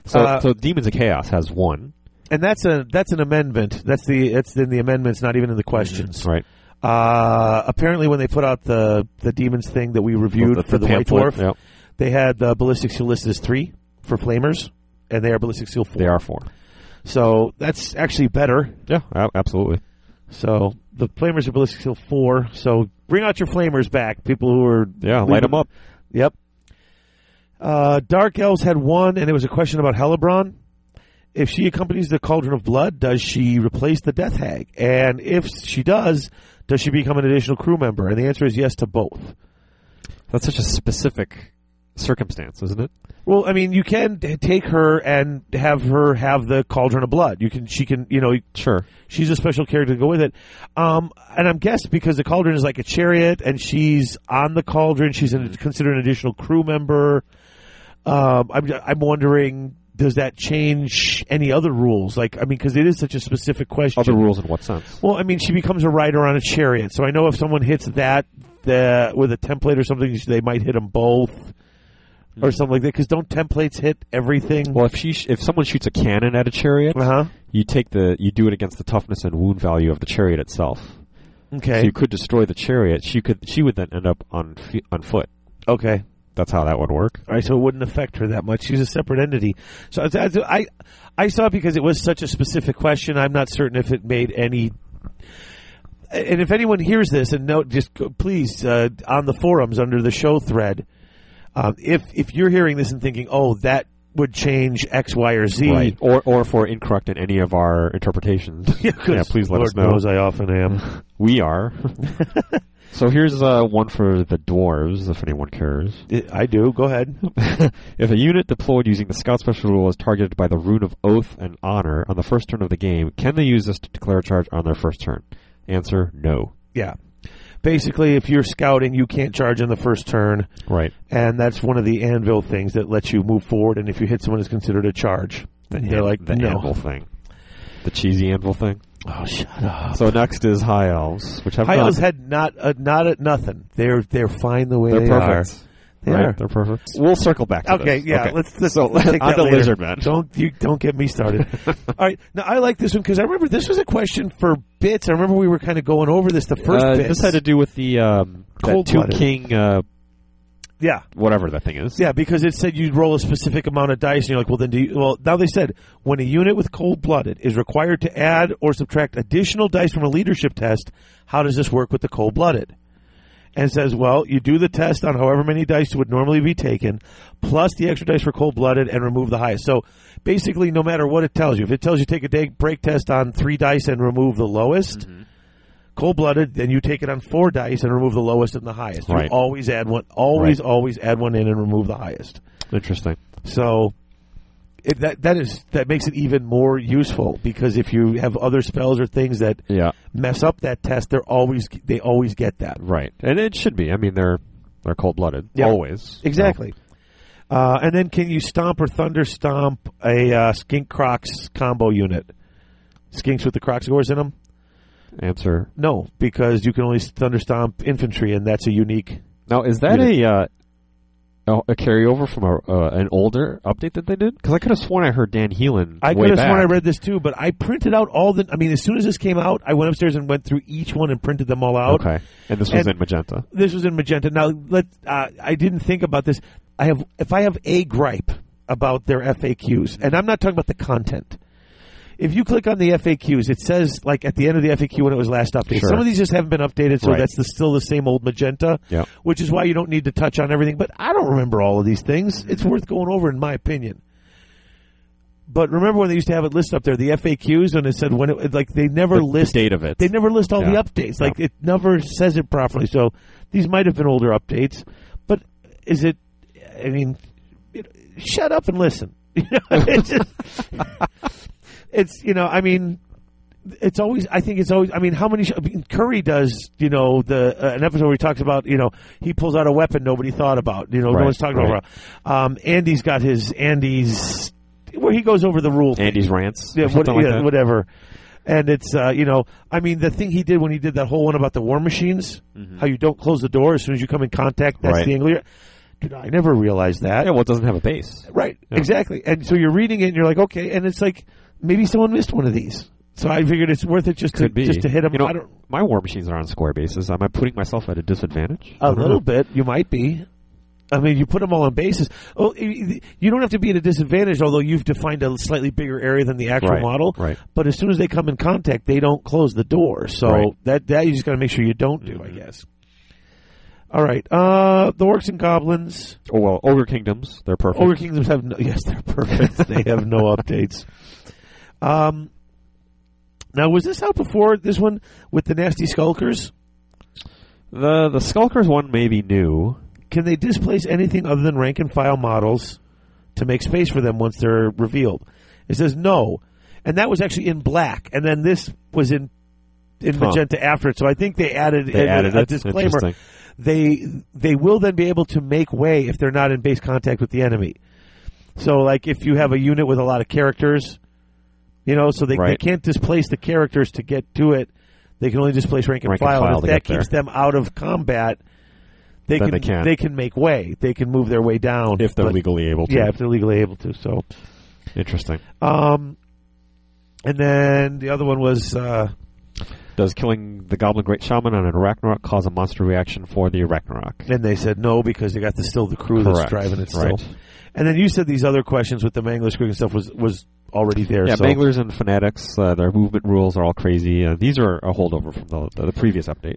[SPEAKER 2] so,
[SPEAKER 1] Uh,
[SPEAKER 2] so Demons of Chaos has one.
[SPEAKER 1] and that's a that's an amendment. That's the it's in the amendments, not even in the questions.
[SPEAKER 2] Right.
[SPEAKER 1] Uh, apparently, when they put out the the demons thing that we reviewed for the White
[SPEAKER 2] pamphlet,
[SPEAKER 1] Dwarf,
[SPEAKER 2] yep,
[SPEAKER 1] they had the ballistic seal listed as three for flamers, and they are ballistic seal four.
[SPEAKER 2] they are four.
[SPEAKER 1] So that's actually better.
[SPEAKER 2] Yeah, a- absolutely.
[SPEAKER 1] So the flamers are ballistic seal four. So bring out your flamers back, people who are
[SPEAKER 2] Yeah, light them up.
[SPEAKER 1] Yep. Uh, Dark Elves had one, and it was a question about Helibron. If she accompanies the Cauldron of Blood, does she replace the Death Hag? And if she does, does she become an additional crew member? And the answer is yes to both.
[SPEAKER 2] That's such a specific circumstance, isn't it?
[SPEAKER 1] Well, I mean, you can t- take her and have her have the Cauldron of Blood. You can, she can, you know,
[SPEAKER 2] Sure.
[SPEAKER 1] she's a special character to go with it. Um, and I'm guessed because the Cauldron is like a chariot, and she's on the Cauldron, she's an, considered an additional crew member. Um, I'm, I'm wondering, does that change any other rules? Like, I mean, because it is such a specific question.
[SPEAKER 2] Other rules in what sense?
[SPEAKER 1] Well, I mean, she becomes a rider on a chariot, so I know if someone hits that the, with a template or something, they might hit them both. Or something like that, because don't templates hit everything?
[SPEAKER 2] Well, if she sh- if someone shoots a cannon at a chariot,
[SPEAKER 1] Uh huh.
[SPEAKER 2] you take the you do it against the toughness and wound value of the chariot itself. So
[SPEAKER 1] Okay.
[SPEAKER 2] you could destroy the chariot. She could she would then end up on fe- on foot.
[SPEAKER 1] Okay.
[SPEAKER 2] That's how that would work.
[SPEAKER 1] All right, so it wouldn't affect her that much. She's a separate entity. So I, I, I saw it because it was such a specific question. I'm not certain if it made any. And if anyone hears this and note, just go, please uh, on the forums under the show thread, um, if if you're hearing this and thinking, oh, that would change X, Y, or Z. [laughs]
[SPEAKER 2] Right. Or or if we're incorrect in any of our interpretations.
[SPEAKER 1] 'cause
[SPEAKER 2] yeah, please let
[SPEAKER 1] Lord
[SPEAKER 2] us know.
[SPEAKER 1] knows I often
[SPEAKER 2] [laughs]
[SPEAKER 1] am. [laughs]
[SPEAKER 2] We are. so here's uh, one for the dwarves, if anyone cares. [laughs]
[SPEAKER 1] I do. Go ahead.
[SPEAKER 2] if a unit deployed using the scout special rule is targeted by the rune of oath and honor on the first turn of the game, can they use this to declare a charge on their first turn? Answer: No.
[SPEAKER 1] Yeah. Basically, if you're scouting, you can't charge on the first turn.
[SPEAKER 2] Right.
[SPEAKER 1] and that's one of the anvil things that lets you move forward. And if you hit someone, it's considered a charge. And they're
[SPEAKER 2] an-
[SPEAKER 1] like,
[SPEAKER 2] the
[SPEAKER 1] no.
[SPEAKER 2] anvil thing, the cheesy anvil thing.
[SPEAKER 1] Oh, shut up.
[SPEAKER 2] So next is high elves, which have
[SPEAKER 1] High
[SPEAKER 2] none.
[SPEAKER 1] elves had not uh, not at nothing. They're they're fine the way
[SPEAKER 2] They're
[SPEAKER 1] they
[SPEAKER 2] perfect.
[SPEAKER 1] They
[SPEAKER 2] right?
[SPEAKER 1] are.
[SPEAKER 2] They're perfect. Uh, We'll circle back. to
[SPEAKER 1] are. Okay,
[SPEAKER 2] this.
[SPEAKER 1] yeah. Let's, let's
[SPEAKER 2] so
[SPEAKER 1] let's take
[SPEAKER 2] [laughs] on
[SPEAKER 1] that
[SPEAKER 2] to
[SPEAKER 1] later.
[SPEAKER 2] lizard men.
[SPEAKER 1] Don't you don't get me
[SPEAKER 2] [laughs]
[SPEAKER 1] started. All right, now I like this one because I remember this was a question for bits. I remember we were kind of going over this the first
[SPEAKER 2] Uh,
[SPEAKER 1] bits.
[SPEAKER 2] this had to do with the um, that two
[SPEAKER 1] Cold-blooded.
[SPEAKER 2] king, uh,
[SPEAKER 1] yeah,
[SPEAKER 2] whatever that thing is.
[SPEAKER 1] Yeah, because it said you'd roll a specific amount of dice, and you're like, well, then do you, well. Now they said when a unit with cold blooded is required to add or subtract additional dice from a leadership test, how does this work with the cold blooded? And it says, well, you do the test on however many dice would normally be taken, plus the extra dice for cold blooded, and remove the highest. So basically, no matter what it tells you, if it tells you take a day break test on three dice and remove the lowest. Cold blooded, then you take it on four dice and remove the lowest and the highest. You
[SPEAKER 2] Right.
[SPEAKER 1] always add one, always, always add one in and remove the highest.
[SPEAKER 2] Interesting.
[SPEAKER 1] So it, that that is that makes it even more useful because if you have other spells or things that
[SPEAKER 2] Yeah.
[SPEAKER 1] mess up that test, they're always they always get that
[SPEAKER 2] Right. And it should be. I mean, they're they're cold blooded
[SPEAKER 1] Yeah.
[SPEAKER 2] always.
[SPEAKER 1] exactly. Uh, and then can you stomp or thunder stomp a uh, skink crocs combo unit? skinks with the crocsagores in them?
[SPEAKER 2] Answer.
[SPEAKER 1] No, because you can only thunder stomp infantry, and that's a unique.
[SPEAKER 2] Now, is that a uh, a- a carryover from a, uh, an older update that they did? Because I could have sworn I heard Dan Heelan.
[SPEAKER 1] I
[SPEAKER 2] way
[SPEAKER 1] could have sworn I
[SPEAKER 2] back.
[SPEAKER 1] read this too, but I printed out all the. I mean, as soon as this came out, I went upstairs and went through each one and printed them all out.
[SPEAKER 2] Okay, and this was
[SPEAKER 1] And-
[SPEAKER 2] in magenta.
[SPEAKER 1] This was in magenta. Now, let uh, I didn't think about this. I have if I have a gripe about their FAQs, and I'm not talking about the content. If you click on the FAQs, it says like at the end of the FAQ when it was last updated.
[SPEAKER 2] Sure.
[SPEAKER 1] Some of these just haven't been updated, so
[SPEAKER 2] Right.
[SPEAKER 1] that's the, still the same old magenta.
[SPEAKER 2] Yep.
[SPEAKER 1] Which is why you don't need to touch on everything. But I don't remember all of these things. It's worth going over, in my opinion. But remember when they used to have it listed up there, the FAQs, and it said when it like they never
[SPEAKER 2] The- the
[SPEAKER 1] list
[SPEAKER 2] date of it.
[SPEAKER 1] they never list all
[SPEAKER 2] Yeah.
[SPEAKER 1] the updates. Like it never says it properly. So these might have been older updates, but is it? I mean, it, shut up and listen. [laughs] You know, it's, just- [laughs] it's you know, I mean, it's always. I think it's always. I mean, how many? sh- I mean, Curry does. You know, the uh, an episode where he talks about. You know, he pulls out a weapon nobody thought about. You know,
[SPEAKER 2] Right,
[SPEAKER 1] no one's talking
[SPEAKER 2] right.
[SPEAKER 1] about. Um, Andy's got his Andy's where he goes over the rule
[SPEAKER 2] Andy's rants.
[SPEAKER 1] yeah,
[SPEAKER 2] or something
[SPEAKER 1] what-
[SPEAKER 2] like
[SPEAKER 1] yeah,
[SPEAKER 2] that.
[SPEAKER 1] whatever. And it's uh, you know, I mean, the thing he did when he did that whole one about the war machines, how you don't close the door as soon as you come in contact. That's
[SPEAKER 2] Mm-hmm. Right.
[SPEAKER 1] the angle. You're- Dude, I never realized that.
[SPEAKER 2] Yeah, well, it doesn't have a base.
[SPEAKER 1] Right, exactly. And so you're reading it, and you're like, okay, and it's like maybe someone missed one of these. So I figured it's worth it just to
[SPEAKER 2] Could be
[SPEAKER 1] just to hit them.
[SPEAKER 2] You know,
[SPEAKER 1] I don't,
[SPEAKER 2] my war machines are on square bases. Am I putting myself at a disadvantage? I
[SPEAKER 1] a
[SPEAKER 2] don't know.
[SPEAKER 1] little bit, you might be. I mean, you put them all on bases. Oh, you you don't have to be at a disadvantage, although you've defined a slightly bigger area than the actual
[SPEAKER 2] Right,
[SPEAKER 1] model.
[SPEAKER 2] right.
[SPEAKER 1] But as soon as they come in contact, they don't close the door. So
[SPEAKER 2] Right.
[SPEAKER 1] that that you just got to make sure you don't do, I guess. All right, uh, the orcs and goblins.
[SPEAKER 2] Oh well, ogre kingdoms. They're perfect.
[SPEAKER 1] Ogre Kingdoms have no. [laughs] Yes, they're perfect. they have no updates. Um, now was this out before this one with the nasty skulkers?
[SPEAKER 2] The the skulkers one may be new.
[SPEAKER 1] Can they displace anything other than rank and file models to make space for them once they're revealed? It says no, and that was actually in black, and then this was in in
[SPEAKER 2] Huh.
[SPEAKER 1] magenta after it. So I think they added,
[SPEAKER 2] They
[SPEAKER 1] a,
[SPEAKER 2] added
[SPEAKER 1] a
[SPEAKER 2] it.
[SPEAKER 1] disclaimer.
[SPEAKER 2] Interesting.
[SPEAKER 1] They they will then be able to make way if they're not in base contact with the enemy. So like if you have a unit with a lot of characters, you know, so they, they
[SPEAKER 2] Right.
[SPEAKER 1] can't displace the characters to get to it. They can only displace rank and
[SPEAKER 2] Rank and
[SPEAKER 1] file.
[SPEAKER 2] file
[SPEAKER 1] if
[SPEAKER 2] to
[SPEAKER 1] that
[SPEAKER 2] get
[SPEAKER 1] keeps them out of combat, they
[SPEAKER 2] Then
[SPEAKER 1] can
[SPEAKER 2] they can't.
[SPEAKER 1] can make way. They can move their way down
[SPEAKER 2] If they're
[SPEAKER 1] but-
[SPEAKER 2] legally able to.
[SPEAKER 1] Yeah, if they're legally able to. So,
[SPEAKER 2] Interesting.
[SPEAKER 1] um, and then the other one was uh,
[SPEAKER 2] Does killing the Goblin Great Shaman on an Arachnarok cause a monster reaction for the Arachnarok?
[SPEAKER 1] And they said no because they got the still the crew that's
[SPEAKER 2] Correct.
[SPEAKER 1] driving it still.
[SPEAKER 2] Right.
[SPEAKER 1] And then you said these other questions with the Mangler Squig and stuff was was already there.
[SPEAKER 2] Yeah,
[SPEAKER 1] so
[SPEAKER 2] Manglers and Fanatics, uh, their movement rules are all crazy. Uh, these are a holdover from the, the, the previous update.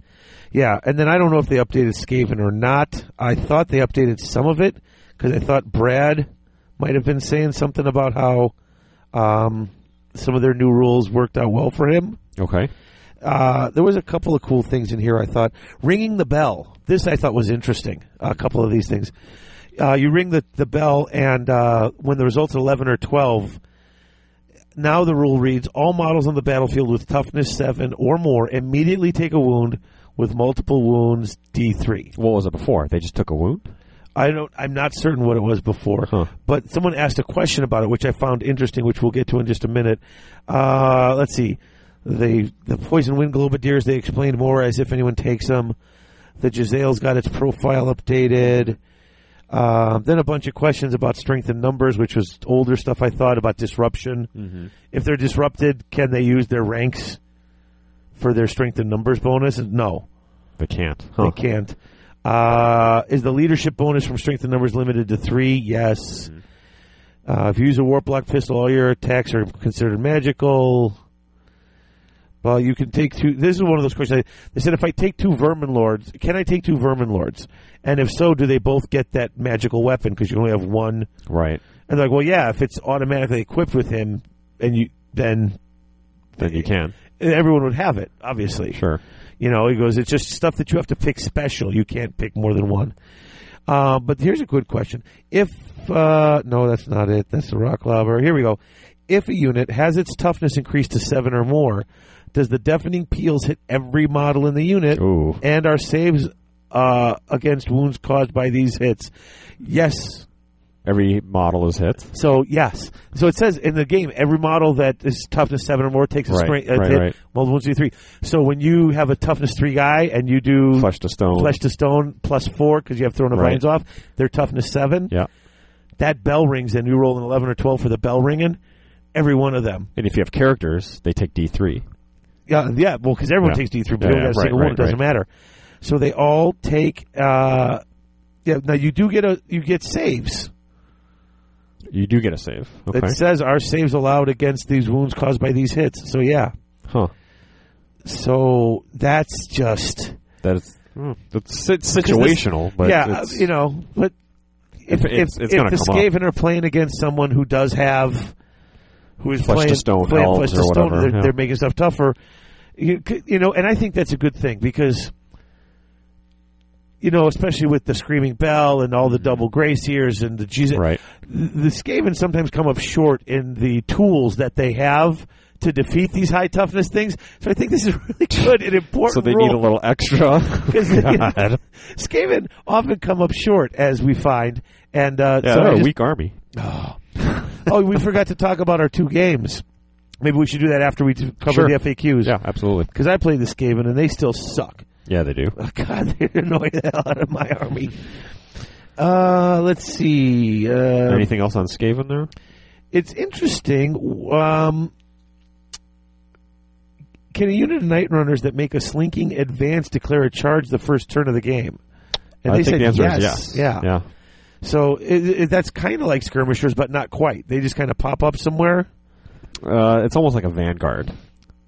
[SPEAKER 1] yeah. And then I don't know if they updated Skaven or not. I thought they updated some of it because I thought Brad might have been saying something about how um, some of their new rules worked out well for him.
[SPEAKER 2] Okay.
[SPEAKER 1] Uh, there was a couple of cool things in here. I thought ringing the bell. This I thought was interesting. A couple of these things. Uh, you ring the the bell, and uh, when the results are eleven or twelve, now the rule reads: all models on the battlefield with toughness seven or more immediately take a wound with multiple wounds D three.
[SPEAKER 2] What was it before? They just took a wound?
[SPEAKER 1] I don't. I'm not certain what it was before,
[SPEAKER 2] Huh.
[SPEAKER 1] but someone asked a question about it, which I found interesting, which we'll get to in just a minute. Uh, let's see. They the poison wind globadiers. They explained more as if anyone takes them. The Giselle's got its profile updated. Um, then a bunch of questions about strength and numbers, which was older stuff. I thought about disruption. If they're disrupted, can they use their ranks for their strength and numbers bonus? No.
[SPEAKER 2] They can't. Huh.
[SPEAKER 1] They can't. Uh, is the leadership bonus from strength and numbers limited to three? Yes. Uh, if you use a warp block pistol, all your attacks are considered magical. Well, you can take two. This is one of those questions. I, they said, if I take two vermin lords, can I take two vermin lords? And if so, do they both get that magical weapon? Because you only have one.
[SPEAKER 2] Right.
[SPEAKER 1] And they're like, well, yeah, if it's automatically equipped with him, and you then
[SPEAKER 2] Then you can.
[SPEAKER 1] everyone would have it, obviously.
[SPEAKER 2] Sure.
[SPEAKER 1] You know, he goes, it's just stuff that you have to pick special. You can't pick more than one. Uh, but here's a good question. If, uh, no, that's not it. That's the rock lobber. Here we go. If a unit has its toughness increased to seven or more, does the deafening peals hit every model in the unit?
[SPEAKER 2] Ooh.
[SPEAKER 1] And are saves uh, against wounds caused by these hits? Yes.
[SPEAKER 2] every model is hit.
[SPEAKER 1] So yes, so it says in the game every model that is toughness seven or more takes a
[SPEAKER 2] Right,
[SPEAKER 1] strength
[SPEAKER 2] right,
[SPEAKER 1] hit
[SPEAKER 2] right.
[SPEAKER 1] multiple one, two, three. So when you have a toughness three guy and you do
[SPEAKER 2] Flesh to stone.
[SPEAKER 1] flesh to stone plus four because you have thrown the
[SPEAKER 2] Right.
[SPEAKER 1] vines off, their toughness seven.
[SPEAKER 2] Yeah.
[SPEAKER 1] That bell rings and you roll an eleven or twelve for the bell ringing. Every one of them.
[SPEAKER 2] And if you have characters, they take D three.
[SPEAKER 1] Yeah, yeah. Well, because everyone
[SPEAKER 2] Yeah.
[SPEAKER 1] takes D three, but
[SPEAKER 2] Yeah,
[SPEAKER 1] you don't
[SPEAKER 2] yeah,
[SPEAKER 1] got a single
[SPEAKER 2] right,
[SPEAKER 1] one. It
[SPEAKER 2] right,
[SPEAKER 1] doesn't matter. So they all take. Uh, yeah. Now you do get a you get saves.
[SPEAKER 2] You do get a save. Okay.
[SPEAKER 1] It says our saves allowed against these wounds caused by these hits. So yeah.
[SPEAKER 2] huh.
[SPEAKER 1] So that's just
[SPEAKER 2] That is that's it's situational, but
[SPEAKER 1] yeah,
[SPEAKER 2] it's,
[SPEAKER 1] you know. But if if,
[SPEAKER 2] If- it's- it's
[SPEAKER 1] if
[SPEAKER 2] gonna
[SPEAKER 1] the
[SPEAKER 2] come up.
[SPEAKER 1] Skaven are playing against someone who does have who is
[SPEAKER 2] Flesh to
[SPEAKER 1] playing
[SPEAKER 2] stone
[SPEAKER 1] playing
[SPEAKER 2] elves
[SPEAKER 1] flesh to
[SPEAKER 2] or
[SPEAKER 1] stone,
[SPEAKER 2] whatever,
[SPEAKER 1] they're,
[SPEAKER 2] yeah.
[SPEAKER 1] they're making stuff tougher. You, c- you know, and I think that's a good thing because you know, especially with the screaming bell and all the double grace ears and the Jesus,
[SPEAKER 2] right.
[SPEAKER 1] the Skaven sometimes come up short in the tools that they have to defeat these high toughness things. So I think this is [laughs] really good and important.
[SPEAKER 2] So they
[SPEAKER 1] rule
[SPEAKER 2] need a little
[SPEAKER 1] [laughs]
[SPEAKER 2] extra.
[SPEAKER 1] 'cause, you know,
[SPEAKER 2] [laughs] God.
[SPEAKER 1] [laughs] Skaven often come up short, as we find. And uh,
[SPEAKER 2] Yeah,
[SPEAKER 1] so I
[SPEAKER 2] they're a
[SPEAKER 1] just-
[SPEAKER 2] weak army.
[SPEAKER 1] oh, we forgot to talk about our two games. Maybe we should do that after we do- cover
[SPEAKER 2] Sure.
[SPEAKER 1] the FAQs.
[SPEAKER 2] Yeah, absolutely.
[SPEAKER 1] Because I played the Skaven and they still suck. [laughs]
[SPEAKER 2] Yeah, they do.
[SPEAKER 1] Oh, God, they annoy the hell out of my army. Uh, let's see. Uh,
[SPEAKER 2] Anything else on Skaven there?
[SPEAKER 1] it's interesting. Um, can a unit of Night Runners that make a slinking advance declare a charge the first turn of the game? And
[SPEAKER 2] I
[SPEAKER 1] they
[SPEAKER 2] think
[SPEAKER 1] said
[SPEAKER 2] the answer
[SPEAKER 1] yes.
[SPEAKER 2] is yes.
[SPEAKER 1] Yeah.
[SPEAKER 2] Yeah.
[SPEAKER 1] So it, it, that's kind of like skirmishers, but not quite. They just kind of pop up somewhere,
[SPEAKER 2] Uh, it's almost like a vanguard,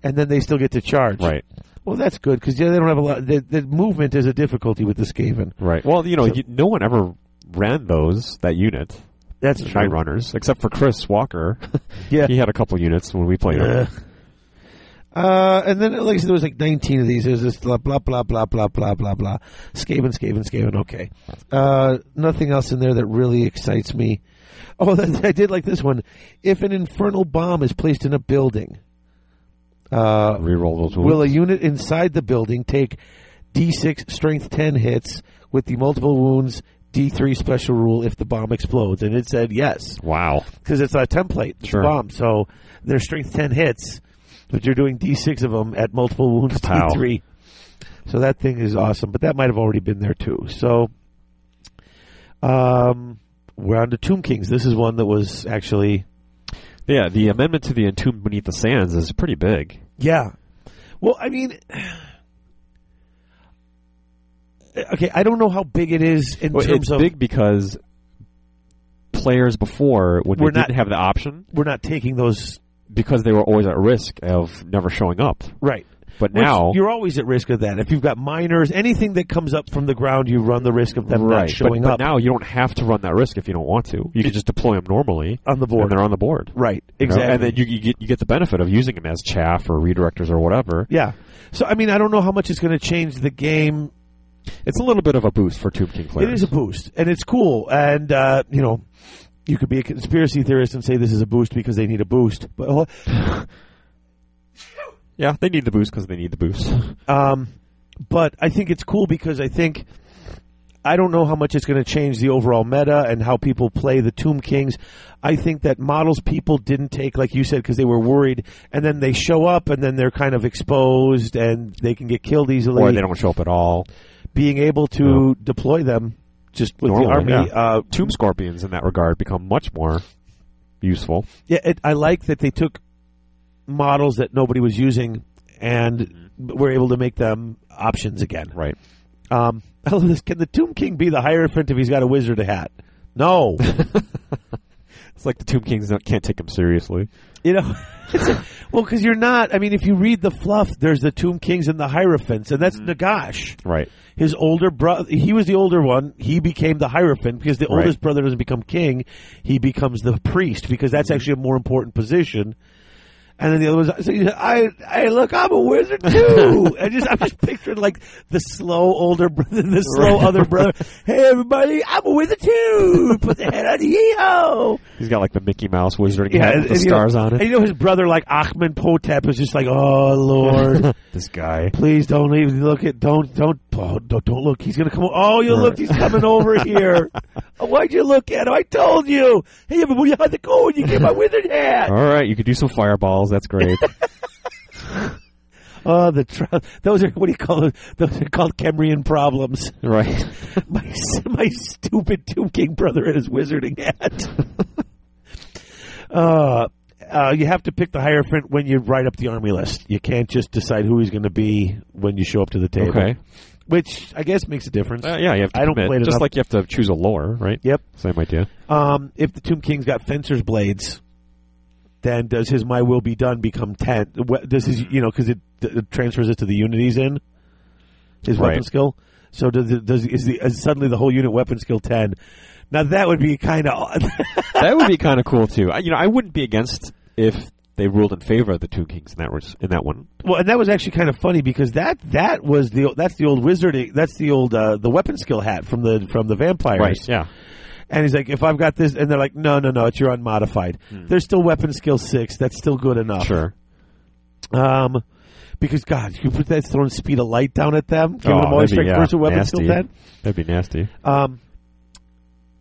[SPEAKER 1] and then they still get to charge.
[SPEAKER 2] right?
[SPEAKER 1] Well, that's good because yeah, they don't have a lot. The, the movement is a difficulty with the Skaven.
[SPEAKER 2] Right. Well, you know,
[SPEAKER 1] So-
[SPEAKER 2] you, no one ever ran those that unit,
[SPEAKER 1] That's
[SPEAKER 2] the
[SPEAKER 1] true.
[SPEAKER 2] night runners, except for Chris Walker. [laughs]
[SPEAKER 1] Yeah.
[SPEAKER 2] he had a couple units when we played
[SPEAKER 1] Uh,
[SPEAKER 2] him.
[SPEAKER 1] uh, and then like I said, there was like 19 of these. There's this blah blah blah blah blah blah blah blah. Skaven, Skaven, Skaven. Okay. Uh, nothing else in there that really excites me. Oh, [laughs] I did like this one. If an infernal bomb is placed in a building, uh,
[SPEAKER 2] Reroll those wounds.
[SPEAKER 1] will a unit inside the building take D6 strength 10 hits with the multiple wounds D3 special rule if the bomb explodes? And it said yes
[SPEAKER 2] wow.
[SPEAKER 1] because it's a template it's a
[SPEAKER 2] Sure.
[SPEAKER 1] bomb. So they're strength ten hits, but you're doing d six of them at multiple wounds d
[SPEAKER 2] Kapow.
[SPEAKER 1] three. So that thing is awesome, but that might have already been there too. So, um, we're on to Tomb Kings. This is one that was actually
[SPEAKER 2] Yeah, the amendment to the Entombed Beneath the Sands is pretty big.
[SPEAKER 1] yeah. Well, I mean. [sighs] Okay, I don't know how big it is in
[SPEAKER 2] Well,
[SPEAKER 1] terms
[SPEAKER 2] it's
[SPEAKER 1] of
[SPEAKER 2] big because players before when
[SPEAKER 1] We're
[SPEAKER 2] they
[SPEAKER 1] not-
[SPEAKER 2] didn't have the option
[SPEAKER 1] we're not taking those
[SPEAKER 2] because they were always at risk of never showing up.
[SPEAKER 1] right.
[SPEAKER 2] But
[SPEAKER 1] Which
[SPEAKER 2] now,
[SPEAKER 1] you're always at risk of that. If you've got minors, anything that comes up from the ground, you run the risk of them
[SPEAKER 2] right?
[SPEAKER 1] not showing
[SPEAKER 2] but,
[SPEAKER 1] up
[SPEAKER 2] but now you don't have to run that risk if you don't want to. You can just deploy them normally,
[SPEAKER 1] on the
[SPEAKER 2] and
[SPEAKER 1] board.
[SPEAKER 2] they're on the board.
[SPEAKER 1] Right,
[SPEAKER 2] you know?
[SPEAKER 1] exactly.
[SPEAKER 2] And then you, you get you get the benefit of using them as chaff or redirectors or whatever.
[SPEAKER 1] yeah. So I mean, I don't know how much it's going to change the game.
[SPEAKER 2] It's a little bit of a boost for Tomb King players.
[SPEAKER 1] It is a boost, and it's cool. And uh, you know, you could be a conspiracy theorist and say this is a boost because they need a boost. But
[SPEAKER 2] yeah, they need the boost because they need the boost. [laughs]
[SPEAKER 1] um, but I think it's cool because I think I don't know how much it's going to change the overall meta and how people play the Tomb Kings. I think that models people didn't take, like you said, because they were worried, and then they show up, and then they're kind of exposed, and they can get killed easily.
[SPEAKER 2] or they don't show up at all.
[SPEAKER 1] being able to
[SPEAKER 2] No.
[SPEAKER 1] deploy them just with the army.
[SPEAKER 2] Normally, yeah.
[SPEAKER 1] Uh,
[SPEAKER 2] Tomb Scorpions in that regard become much more useful.
[SPEAKER 1] yeah, it, I like that they took models that nobody was using and
[SPEAKER 2] Mm-hmm.
[SPEAKER 1] were able to make them options again.
[SPEAKER 2] Right.
[SPEAKER 1] Um, [laughs] I love this. Can the Tomb King be the Hierophant if he's got a wizard hat? No.
[SPEAKER 2] It's like the Tomb Kings don't- can't take them seriously.
[SPEAKER 1] [laughs] you know, it's a- well, because you're not. I mean, if you read the fluff, there's the Tomb Kings and the Hierophants, and that's Nagash.
[SPEAKER 2] Right.
[SPEAKER 1] his older brother he was the older one he became the hierophant because the
[SPEAKER 2] Right.
[SPEAKER 1] oldest brother doesn't become king he becomes the priest because
[SPEAKER 2] Mm-hmm.
[SPEAKER 1] that's actually a more important position and then the other was so he said, I, I look, I'm a
[SPEAKER 2] [laughs]
[SPEAKER 1] wizard too. I just, I'm just picturing like the slow older brother, [laughs] the slow other brother. Hey everybody, I'm a wizard too. Put the head on yo.
[SPEAKER 2] He's got like the Mickey Mouse wizarding hat with the
[SPEAKER 1] and, you know-
[SPEAKER 2] stars on
[SPEAKER 1] And [laughs]
[SPEAKER 2] it.
[SPEAKER 1] you know his brother, like Achman Potep, is just like, oh lord,
[SPEAKER 2] [laughs] This guy.
[SPEAKER 1] please don't even look at, don't, don't Oh, don't, don't look. He's going to come. o- Oh, you looked. He's coming over
[SPEAKER 2] [laughs]
[SPEAKER 1] here. Oh, Why'd you look at him? I told you. Hey, everybody, how's it going? You get my wizard hat.
[SPEAKER 2] All right, you could do some fireballs.
[SPEAKER 1] [laughs]
[SPEAKER 2] That's great.
[SPEAKER 1] Oh, the tr- those are what do you call it? Those are called Cambrian
[SPEAKER 2] [laughs]
[SPEAKER 1] problems.
[SPEAKER 2] right.
[SPEAKER 1] my s- my stupid Tomb King brother and his wizarding hat. uh, uh, you have to pick the hierophant when you write up the army list. You can't just decide who he's going to be when you show up to the table.
[SPEAKER 2] Okay.
[SPEAKER 1] Which I guess makes a difference.
[SPEAKER 2] Uh, yeah, you have to
[SPEAKER 1] I don't
[SPEAKER 2] commit.
[SPEAKER 1] play it
[SPEAKER 2] Just
[SPEAKER 1] enough.
[SPEAKER 2] like you have to choose a lore, right?
[SPEAKER 1] Yep.
[SPEAKER 2] Same idea.
[SPEAKER 1] Um, if the Tomb King's got fencer's blades, then does his "My will be done" become ten? wh- Does his you know because it, it transfers it to the unit he's in his
[SPEAKER 2] Right.
[SPEAKER 1] weapon skill. So does it, does is the is suddenly the whole unit weapon skill ten? Now that would be kind of
[SPEAKER 2] that would be kind of cool too. I, you know, I wouldn't be against if they ruled in favor of the Tomb Kings in that res- in that one.
[SPEAKER 1] [laughs] well, and that was actually kind of funny because that that was the that's the old wizarding that's the old uh, the weapon skill hat from the from the vampires.
[SPEAKER 2] Yeah.
[SPEAKER 1] And he's like, if I've got this, and they're like, no, no, no, it's your unmodified.
[SPEAKER 2] Hmm.
[SPEAKER 1] There's still weapon skill six. That's still good enough.
[SPEAKER 2] Sure.
[SPEAKER 1] Um, because God, you put that throwing speed of light down at them, giving
[SPEAKER 2] Oh,
[SPEAKER 1] them all
[SPEAKER 2] that'd be,
[SPEAKER 1] strike
[SPEAKER 2] yeah,
[SPEAKER 1] first with weapons
[SPEAKER 2] nasty.
[SPEAKER 1] still dead.
[SPEAKER 2] That'd be nasty.
[SPEAKER 1] Um,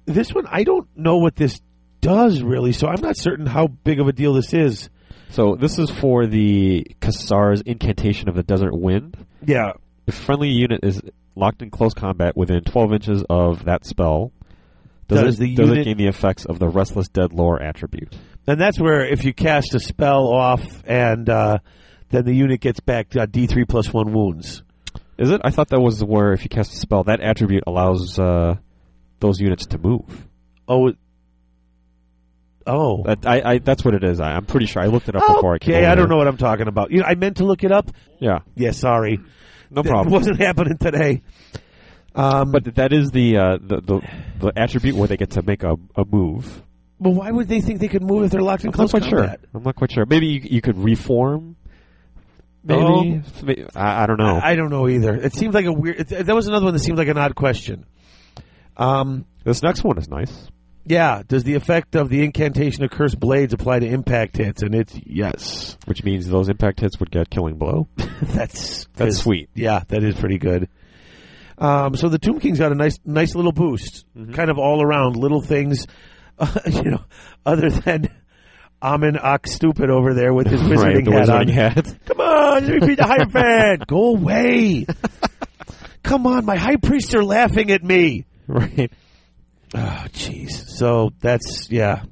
[SPEAKER 1] this one, I don't know what this does really, so I'm not certain how big of a deal this is.
[SPEAKER 2] So this is for the Kasar's incantation of the Desert Wind.
[SPEAKER 1] Yeah,
[SPEAKER 2] If friendly unit is locked in close combat within 12 inches of that spell, does,
[SPEAKER 1] Does
[SPEAKER 2] it,
[SPEAKER 1] the
[SPEAKER 2] does it
[SPEAKER 1] unit-
[SPEAKER 2] gain the effects of the Restless Dead lore attribute?
[SPEAKER 1] and that's where if you cast a spell off, and uh, then the unit gets back uh, D3 plus one wounds.
[SPEAKER 2] Is it? I thought that was where if you cast a spell, that attribute allows uh, those units to move.
[SPEAKER 1] Oh, it- oh,
[SPEAKER 2] That, I, I, that's what it is. I, I'm pretty sure. I looked it up before I came
[SPEAKER 1] okay. I
[SPEAKER 2] over
[SPEAKER 1] don't
[SPEAKER 2] here.
[SPEAKER 1] know what I'm talking about. You know, I meant to look it up.
[SPEAKER 2] Yeah,
[SPEAKER 1] Yeah, sorry,
[SPEAKER 2] no
[SPEAKER 1] it [laughs]
[SPEAKER 2] problem.
[SPEAKER 1] wasn't happening today. Um,
[SPEAKER 2] But that is the, uh, the the the attribute where they get to make a, a move.
[SPEAKER 1] Well, why would they think they could move if they're locked in close combat?
[SPEAKER 2] I'm not quite sure. Maybe you, you could reform. Maybe I, I don't know.
[SPEAKER 1] Oh. I don't know either. It seems like a weird. It, that was another one that seemed like an odd question. Um,
[SPEAKER 2] this next one is nice.
[SPEAKER 1] yeah. Does the effect of the incantation of cursed blades apply to impact hits? And it's yes.
[SPEAKER 2] Which means those impact hits would get killing blow.
[SPEAKER 1] That's
[SPEAKER 2] [laughs] That's sweet.
[SPEAKER 1] Yeah, that is pretty good. Um, so the Tomb King's got a nice, nice little boost,
[SPEAKER 2] Mm-hmm.
[SPEAKER 1] kind of all around little things, [laughs] you know, other than Amin Ak stupid over there with [laughs]
[SPEAKER 2] [laughs]
[SPEAKER 1] his wizarding
[SPEAKER 2] right, the
[SPEAKER 1] hat on.
[SPEAKER 2] wizarding hat. [laughs]
[SPEAKER 1] Come on, let me be the high fan. Go away. Come on, my high priests are laughing at me.
[SPEAKER 2] right.
[SPEAKER 1] Oh, jeez. So that's yeah.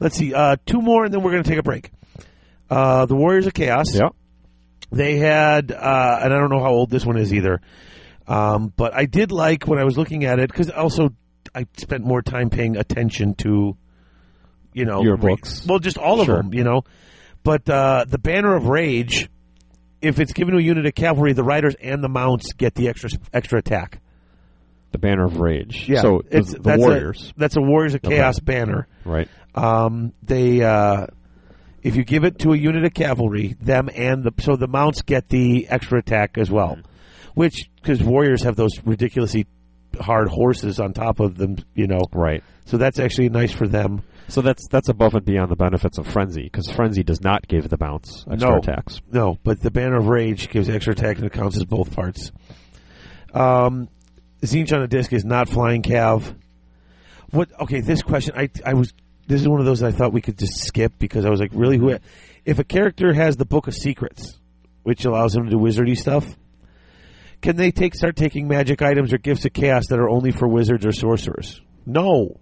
[SPEAKER 1] Let's see. Uh, two more, and then we're going to take a break. Uh, the Warriors of Chaos.
[SPEAKER 2] Yeah.
[SPEAKER 1] They had, uh, and I don't know how old this one is either, um, but I did like when I was looking at it because also I spent more time paying attention to, you know,
[SPEAKER 2] Your
[SPEAKER 1] ra-
[SPEAKER 2] books.
[SPEAKER 1] Well, just all of
[SPEAKER 2] Sure.
[SPEAKER 1] them, you know. But uh, the Banner of Rage, if it's given to a unit of cavalry, the riders and the mounts get the extra extra attack.
[SPEAKER 2] The banner of rage.
[SPEAKER 1] Yeah,
[SPEAKER 2] So the,
[SPEAKER 1] it's
[SPEAKER 2] the
[SPEAKER 1] that's a-
[SPEAKER 2] warriors.
[SPEAKER 1] that's a Warriors of Chaos banner.
[SPEAKER 2] right.
[SPEAKER 1] Um, they uh, if you give it to a unit of cavalry, them and the so the mounts get the extra attack as well,
[SPEAKER 2] Mm-hmm.
[SPEAKER 1] which because warriors have those ridiculously hard horses on top of them, you know.
[SPEAKER 2] Right.
[SPEAKER 1] So that's actually nice for them.
[SPEAKER 2] So that's that's above and beyond the benefits of frenzy because frenzy does not give the bounce extra
[SPEAKER 1] No.
[SPEAKER 2] attacks.
[SPEAKER 1] No, but the banner of rage gives extra attack and it counts as both parts. Um, Zinch on a disc is not flying cav. What? Okay, this question I I was. This is one of those I thought we could just skip because I was like, really, who? If a character has the Book of Secrets, which allows them to do wizardy stuff, can they take start taking magic items or gifts of chaos that are only for wizards or sorcerers? No.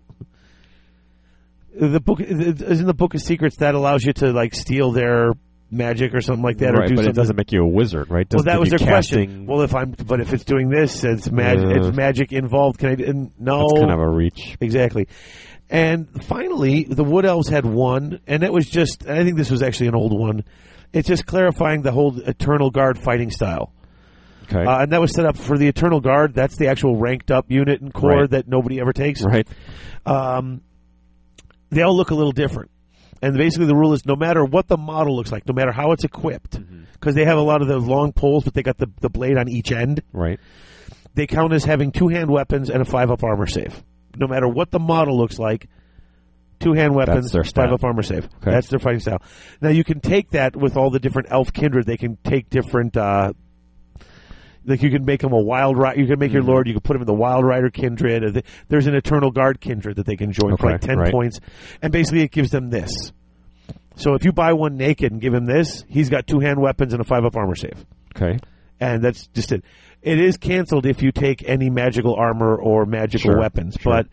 [SPEAKER 1] The book isn't the Book of Secrets that allows you to like steal their magic or something like that, or
[SPEAKER 2] right,
[SPEAKER 1] do
[SPEAKER 2] but it
[SPEAKER 1] something
[SPEAKER 2] doesn't make you a wizard, right? Doesn't
[SPEAKER 1] well, that
[SPEAKER 2] give
[SPEAKER 1] was
[SPEAKER 2] you
[SPEAKER 1] their question.
[SPEAKER 2] casting-
[SPEAKER 1] Well, if I'm, but if it's doing this, it's magic.
[SPEAKER 2] Yeah.
[SPEAKER 1] It's magic involved. Can I? And no,
[SPEAKER 2] that's kind of a reach.
[SPEAKER 1] exactly. And finally, the Wood Elves had one, and that was just. I think this was actually an old one. It's just clarifying the whole Eternal Guard fighting style,
[SPEAKER 2] Okay.
[SPEAKER 1] uh, and that was set up for the Eternal Guard. That's the actual ranked up unit and core
[SPEAKER 2] Right.
[SPEAKER 1] that nobody ever takes
[SPEAKER 2] right.
[SPEAKER 1] um, they all look a little different. And basically, the rule is no matter what the model looks like, no matter how it's equipped, because
[SPEAKER 2] Mm-hmm.
[SPEAKER 1] they have a lot of the long poles, but they got the, the blade on each end,
[SPEAKER 2] Right.
[SPEAKER 1] they count as having two hand weapons and a five up armor save. No matter what the model looks like, two hand weapons,
[SPEAKER 2] their
[SPEAKER 1] five
[SPEAKER 2] stat.
[SPEAKER 1] up armor save.
[SPEAKER 2] Okay.
[SPEAKER 1] That's their fighting style. Now, you can take that with all the different elf kindred, they can take different. Uh, like you can make them a wild ride. You can make
[SPEAKER 2] Mm-hmm.
[SPEAKER 1] your lord. You can put them in the wild rider kindred. Or the, there's an eternal guard kindred that they can join for
[SPEAKER 2] Okay,
[SPEAKER 1] like ten
[SPEAKER 2] right.
[SPEAKER 1] points, and basically it gives them this. So if you buy one naked and give him this, he's got two hand weapons and a five up armor save,
[SPEAKER 2] Okay.
[SPEAKER 1] and that's just it. It is canceled if you take any magical armor or magical
[SPEAKER 2] Sure,
[SPEAKER 1] weapons,
[SPEAKER 2] sure.
[SPEAKER 1] but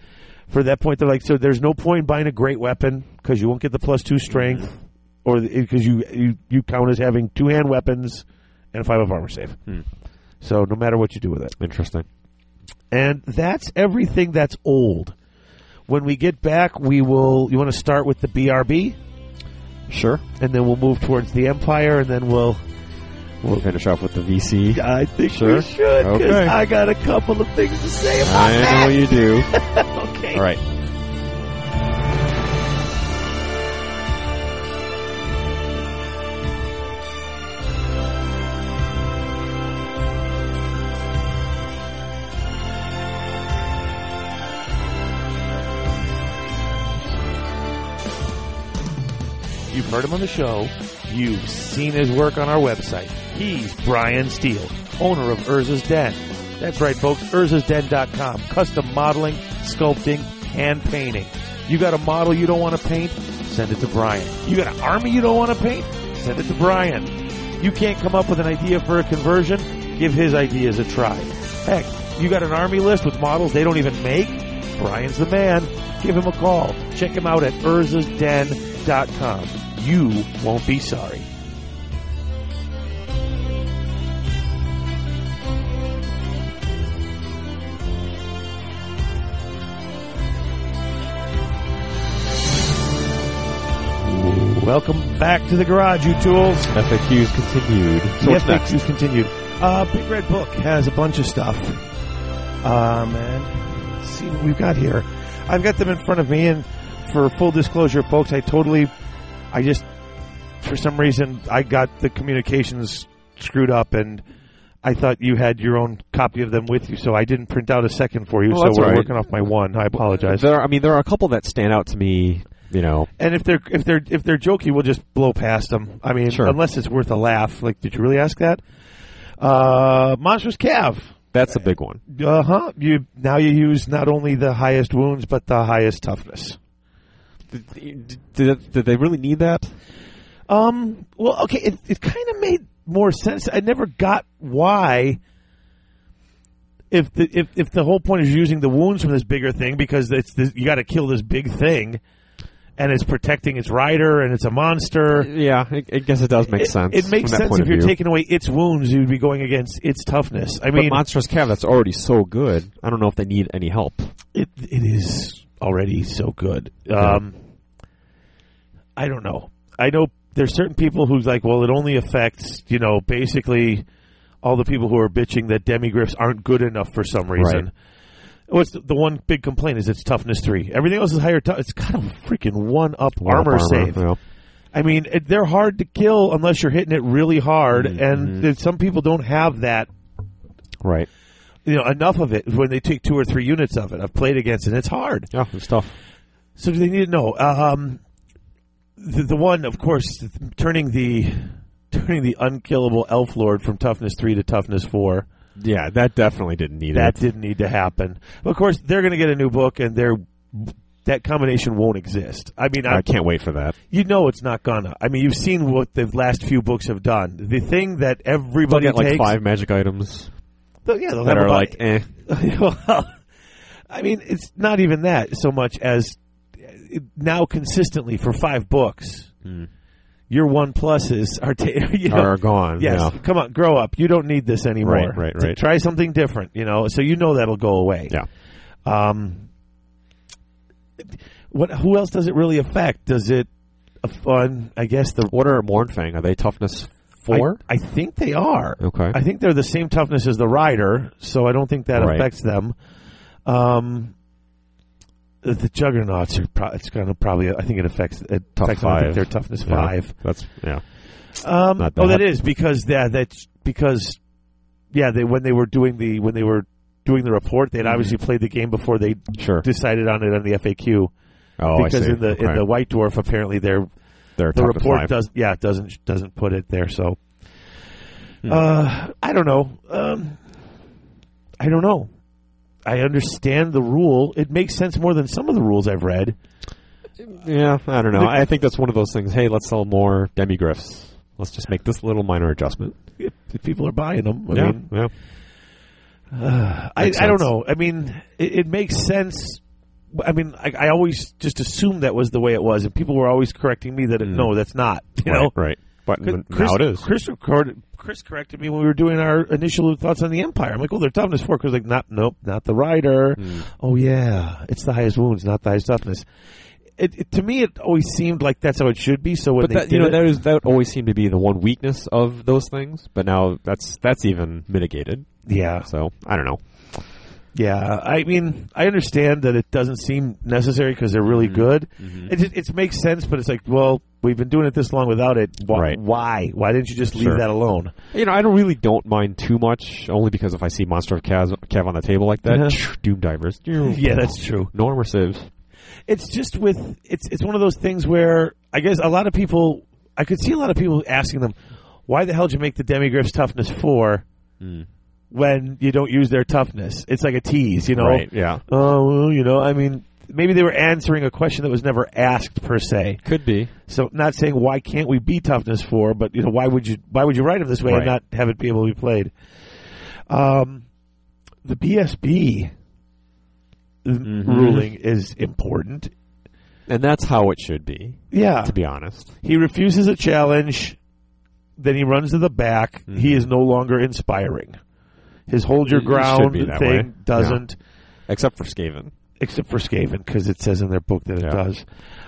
[SPEAKER 1] for that point they're like, so there's no point in buying a great weapon because you won't get the plus two
[SPEAKER 2] Mm-hmm.
[SPEAKER 1] strength, or because you, you you count as having two hand weapons and a five up armor save.
[SPEAKER 2] Hmm.
[SPEAKER 1] So no matter what you do with it.
[SPEAKER 2] Interesting.
[SPEAKER 1] And that's everything that's old. When we get back, we will. You want to start with the BRB,
[SPEAKER 2] Sure.
[SPEAKER 1] and then we'll move towards the Empire, and then we'll.
[SPEAKER 2] We'll finish off with the VC.
[SPEAKER 1] I think
[SPEAKER 2] Sure.
[SPEAKER 1] we should because
[SPEAKER 2] Okay.
[SPEAKER 1] I got a couple of things to say about
[SPEAKER 2] I know
[SPEAKER 1] that.
[SPEAKER 2] you
[SPEAKER 1] [laughs]
[SPEAKER 2] do.
[SPEAKER 1] okay.
[SPEAKER 2] All right.
[SPEAKER 1] You've heard him on the show. You've seen his work on our website. He's Brian Steele, owner of Urza's Den. That's right, folks. Urza'sDen.com. Custom modeling, sculpting, hand painting. You got a model you don't want to paint? Send it to Brian. You got an army you don't want to paint? Send it to Brian. You can't come up with an idea for a conversion? Give his ideas a try. Heck, you got an army list with models they don't even make? Brian's the man. Give him a call. Check him out at urzasden.com. You won't be sorry. Welcome back to the garage, you tools.
[SPEAKER 2] FAQs continued. So what's next?
[SPEAKER 1] FAQs continued. Uh, Big Red Book has a bunch of stuff. Um, and let's see what we've got here. I've got them in front of me, and for full disclosure, folks, I totally, I just, for some reason, I got the communications screwed up, and I thought you had your own copy of them with you, so I didn't print out a second for you. so
[SPEAKER 2] Well, that's
[SPEAKER 1] we're
[SPEAKER 2] all right.
[SPEAKER 1] working off my one. I apologize.
[SPEAKER 2] There are, I mean, there are a couple that stand out to me. You know,
[SPEAKER 1] And if they're if they're if they're jokey, we'll just blow past them. I mean,
[SPEAKER 2] Sure.
[SPEAKER 1] unless it's worth a laugh. Like, did you really ask that? Uh, Monstrous calf.
[SPEAKER 2] that's a big one.
[SPEAKER 1] Uh huh. You now you use not only the highest wounds but the highest toughness.
[SPEAKER 2] Did, did, did they really need that?
[SPEAKER 1] Um. Well, okay. It it kind of made more sense. I never got why. If the if, if the whole point is using the wounds from this bigger thing because it's this, you got to kill this big thing, and it's protecting its rider and it's a monster.
[SPEAKER 2] Yeah, I, I guess it does make
[SPEAKER 1] It-
[SPEAKER 2] sense.
[SPEAKER 1] It, makes
[SPEAKER 2] from that
[SPEAKER 1] sense
[SPEAKER 2] point
[SPEAKER 1] if
[SPEAKER 2] of
[SPEAKER 1] you're
[SPEAKER 2] view.
[SPEAKER 1] taking away its wounds, you'd be going against its toughness. I
[SPEAKER 2] But
[SPEAKER 1] mean,
[SPEAKER 2] monstrous calf that's already so good. I don't know if they need any help.
[SPEAKER 1] it, it is already so good. Um, I don't know. I know there's certain people who's like, well, it only affects you know basically all the people who are bitching that demigriffs aren't good enough for some reason.
[SPEAKER 2] Right.
[SPEAKER 1] What's the, the one big complaint is its toughness three. Everything else is higher. T- it's got a freaking one up armor, save.
[SPEAKER 2] yeah.
[SPEAKER 1] I mean, it, they're hard to kill unless you're hitting it really hard,
[SPEAKER 2] Mm-hmm.
[SPEAKER 1] and that some people don't have that.
[SPEAKER 2] Right.
[SPEAKER 1] You know, enough of it when they take two or three units of it. I've played against it; and it's hard.
[SPEAKER 2] Yeah, it's tough.
[SPEAKER 1] So, do they need to know? Um, the, the one, of course, turning the [laughs] turning the unkillable elf lord from toughness three to toughness four.
[SPEAKER 2] Yeah, that definitely didn't need
[SPEAKER 1] That didn't need to happen. Of course, they're going to get a new book, and they're. That combination won't exist. I mean, I,
[SPEAKER 2] I can't wait for that.
[SPEAKER 1] you know it's not gonna. I mean, you've seen what the last few books have done. The thing that everybody
[SPEAKER 2] They'll get like
[SPEAKER 1] takes,
[SPEAKER 2] five magic items
[SPEAKER 1] they'll- yeah, they'll
[SPEAKER 2] that
[SPEAKER 1] have
[SPEAKER 2] are
[SPEAKER 1] about-
[SPEAKER 2] like, eh.
[SPEAKER 1] [laughs] well, I mean, it's not even that so much as uh, now consistently for five books, your one pluses are ta- [laughs] you know,
[SPEAKER 2] Hmm. are gone.
[SPEAKER 1] Yes,
[SPEAKER 2] Yeah.
[SPEAKER 1] come on, grow up. You don't need this anymore.
[SPEAKER 2] Right, right,
[SPEAKER 1] To
[SPEAKER 2] right.
[SPEAKER 1] Try something different. You know, so you know that'll go away.
[SPEAKER 2] Yeah.
[SPEAKER 1] Um, what? Who else does it really affect? Does it? On, I guess the
[SPEAKER 2] What are Mornfang? Are they toughness
[SPEAKER 1] I-
[SPEAKER 2] four?
[SPEAKER 1] I, think they are.
[SPEAKER 2] okay.
[SPEAKER 1] I think they're the same toughness as the rider, so I don't think that
[SPEAKER 2] Right.
[SPEAKER 1] affects them. Um, the, the juggernauts are pro- it's going to probably. I think it affects it
[SPEAKER 2] Tough
[SPEAKER 1] affects them. I think
[SPEAKER 2] five.
[SPEAKER 1] their toughness
[SPEAKER 2] Yeah.
[SPEAKER 1] five.
[SPEAKER 2] That's yeah.
[SPEAKER 1] Um,
[SPEAKER 2] Not
[SPEAKER 1] oh,
[SPEAKER 2] bad.
[SPEAKER 1] that is because yeah, that's because yeah, they when they were doing the when they were doing the report,
[SPEAKER 2] Mm-hmm.
[SPEAKER 1] they'd obviously played the game before they
[SPEAKER 2] Sure.
[SPEAKER 1] decided on it on the FAQ.
[SPEAKER 2] Oh, I
[SPEAKER 1] because
[SPEAKER 2] see.
[SPEAKER 1] in the in
[SPEAKER 2] Okay.
[SPEAKER 1] the White Dwarf, apparently they're
[SPEAKER 2] They're
[SPEAKER 1] the
[SPEAKER 2] toughness
[SPEAKER 1] report
[SPEAKER 2] five.
[SPEAKER 1] does yeah it doesn't doesn't put it there so
[SPEAKER 2] Hmm.
[SPEAKER 1] Uh, I don't know. Um, I don't know. I understand the rule. It makes sense more than some of the rules I've read.
[SPEAKER 2] Yeah, I don't know. I think that's one of those things. Hey, let's sell more demigriffs. Let's just make this little minor adjustment.
[SPEAKER 1] If if people are buying them, I
[SPEAKER 2] yeah,
[SPEAKER 1] mean,
[SPEAKER 2] yeah.
[SPEAKER 1] I,
[SPEAKER 2] Makes
[SPEAKER 1] I don't
[SPEAKER 2] sense.
[SPEAKER 1] know. I mean, it, it makes sense. I mean, I, I always just assumed that was the way it was, and people were always correcting me that it,
[SPEAKER 2] Hmm.
[SPEAKER 1] no, that's not. [laughs] You
[SPEAKER 2] right,
[SPEAKER 1] know,
[SPEAKER 2] right. But n-
[SPEAKER 1] Chris,
[SPEAKER 2] now it is.
[SPEAKER 1] Chris, recorded, Chris corrected me when we were doing our initial thoughts on the Empire. I'm like, well, they're toughness four. Chris was like, not, nope, not the rider.
[SPEAKER 2] Hmm.
[SPEAKER 1] Oh yeah, it's the highest wounds, not the highest toughness. It, it- to me, it always seemed like that's how it should be. So when
[SPEAKER 2] But
[SPEAKER 1] they
[SPEAKER 2] that
[SPEAKER 1] did
[SPEAKER 2] you know
[SPEAKER 1] it,
[SPEAKER 2] that is that always seemed to be the one weakness of those things. But now that's that's even mitigated.
[SPEAKER 1] yeah,
[SPEAKER 2] So I don't know.
[SPEAKER 1] yeah. I mean, I understand that it doesn't seem necessary because they're
[SPEAKER 2] Hmm.
[SPEAKER 1] really good.
[SPEAKER 2] Mm-hmm.
[SPEAKER 1] It, just- it makes sense, but it's like, well, we've been doing it this long without it. Why?
[SPEAKER 2] Right.
[SPEAKER 1] Why? Why didn't you just leave
[SPEAKER 2] Sure.
[SPEAKER 1] that alone? [laughs]
[SPEAKER 2] You know, I don't really don't mind too much, only because if I see Monster of Cav, Cav on the table like that,
[SPEAKER 1] Yeah.
[SPEAKER 2] [laughs] Doom Divers.
[SPEAKER 1] Yeah, that's true.
[SPEAKER 2] Norm or Sieves.
[SPEAKER 1] it's just with it's it's one of those things where I guess a lot of people I could see a lot of people asking them why the hell did you make the demigriff's toughness four
[SPEAKER 2] Hmm.
[SPEAKER 1] when you don't use their toughness? It's like a tease, you know.
[SPEAKER 2] Right, yeah.
[SPEAKER 1] Oh, well, you know, I mean, maybe they were answering a question that was never asked per se.
[SPEAKER 2] Could be.
[SPEAKER 1] So not saying why can't we be toughness four, but you know why would you why would you write them this way and
[SPEAKER 2] Right.
[SPEAKER 1] not have it be able to be played? Um, the BSB
[SPEAKER 2] Mm-hmm.
[SPEAKER 1] ruling is important.
[SPEAKER 2] And that's how it should be,
[SPEAKER 1] Yeah,
[SPEAKER 2] to be honest.
[SPEAKER 1] He refuses a challenge. Then he runs to the back.
[SPEAKER 2] Mm-hmm.
[SPEAKER 1] He is no longer inspiring. His hold your
[SPEAKER 2] It- it should
[SPEAKER 1] ground
[SPEAKER 2] be that
[SPEAKER 1] thing
[SPEAKER 2] way.
[SPEAKER 1] doesn't,
[SPEAKER 2] Except for Skaven.
[SPEAKER 1] except for Skaven, because it says in their book that it
[SPEAKER 2] Yeah.
[SPEAKER 1] does.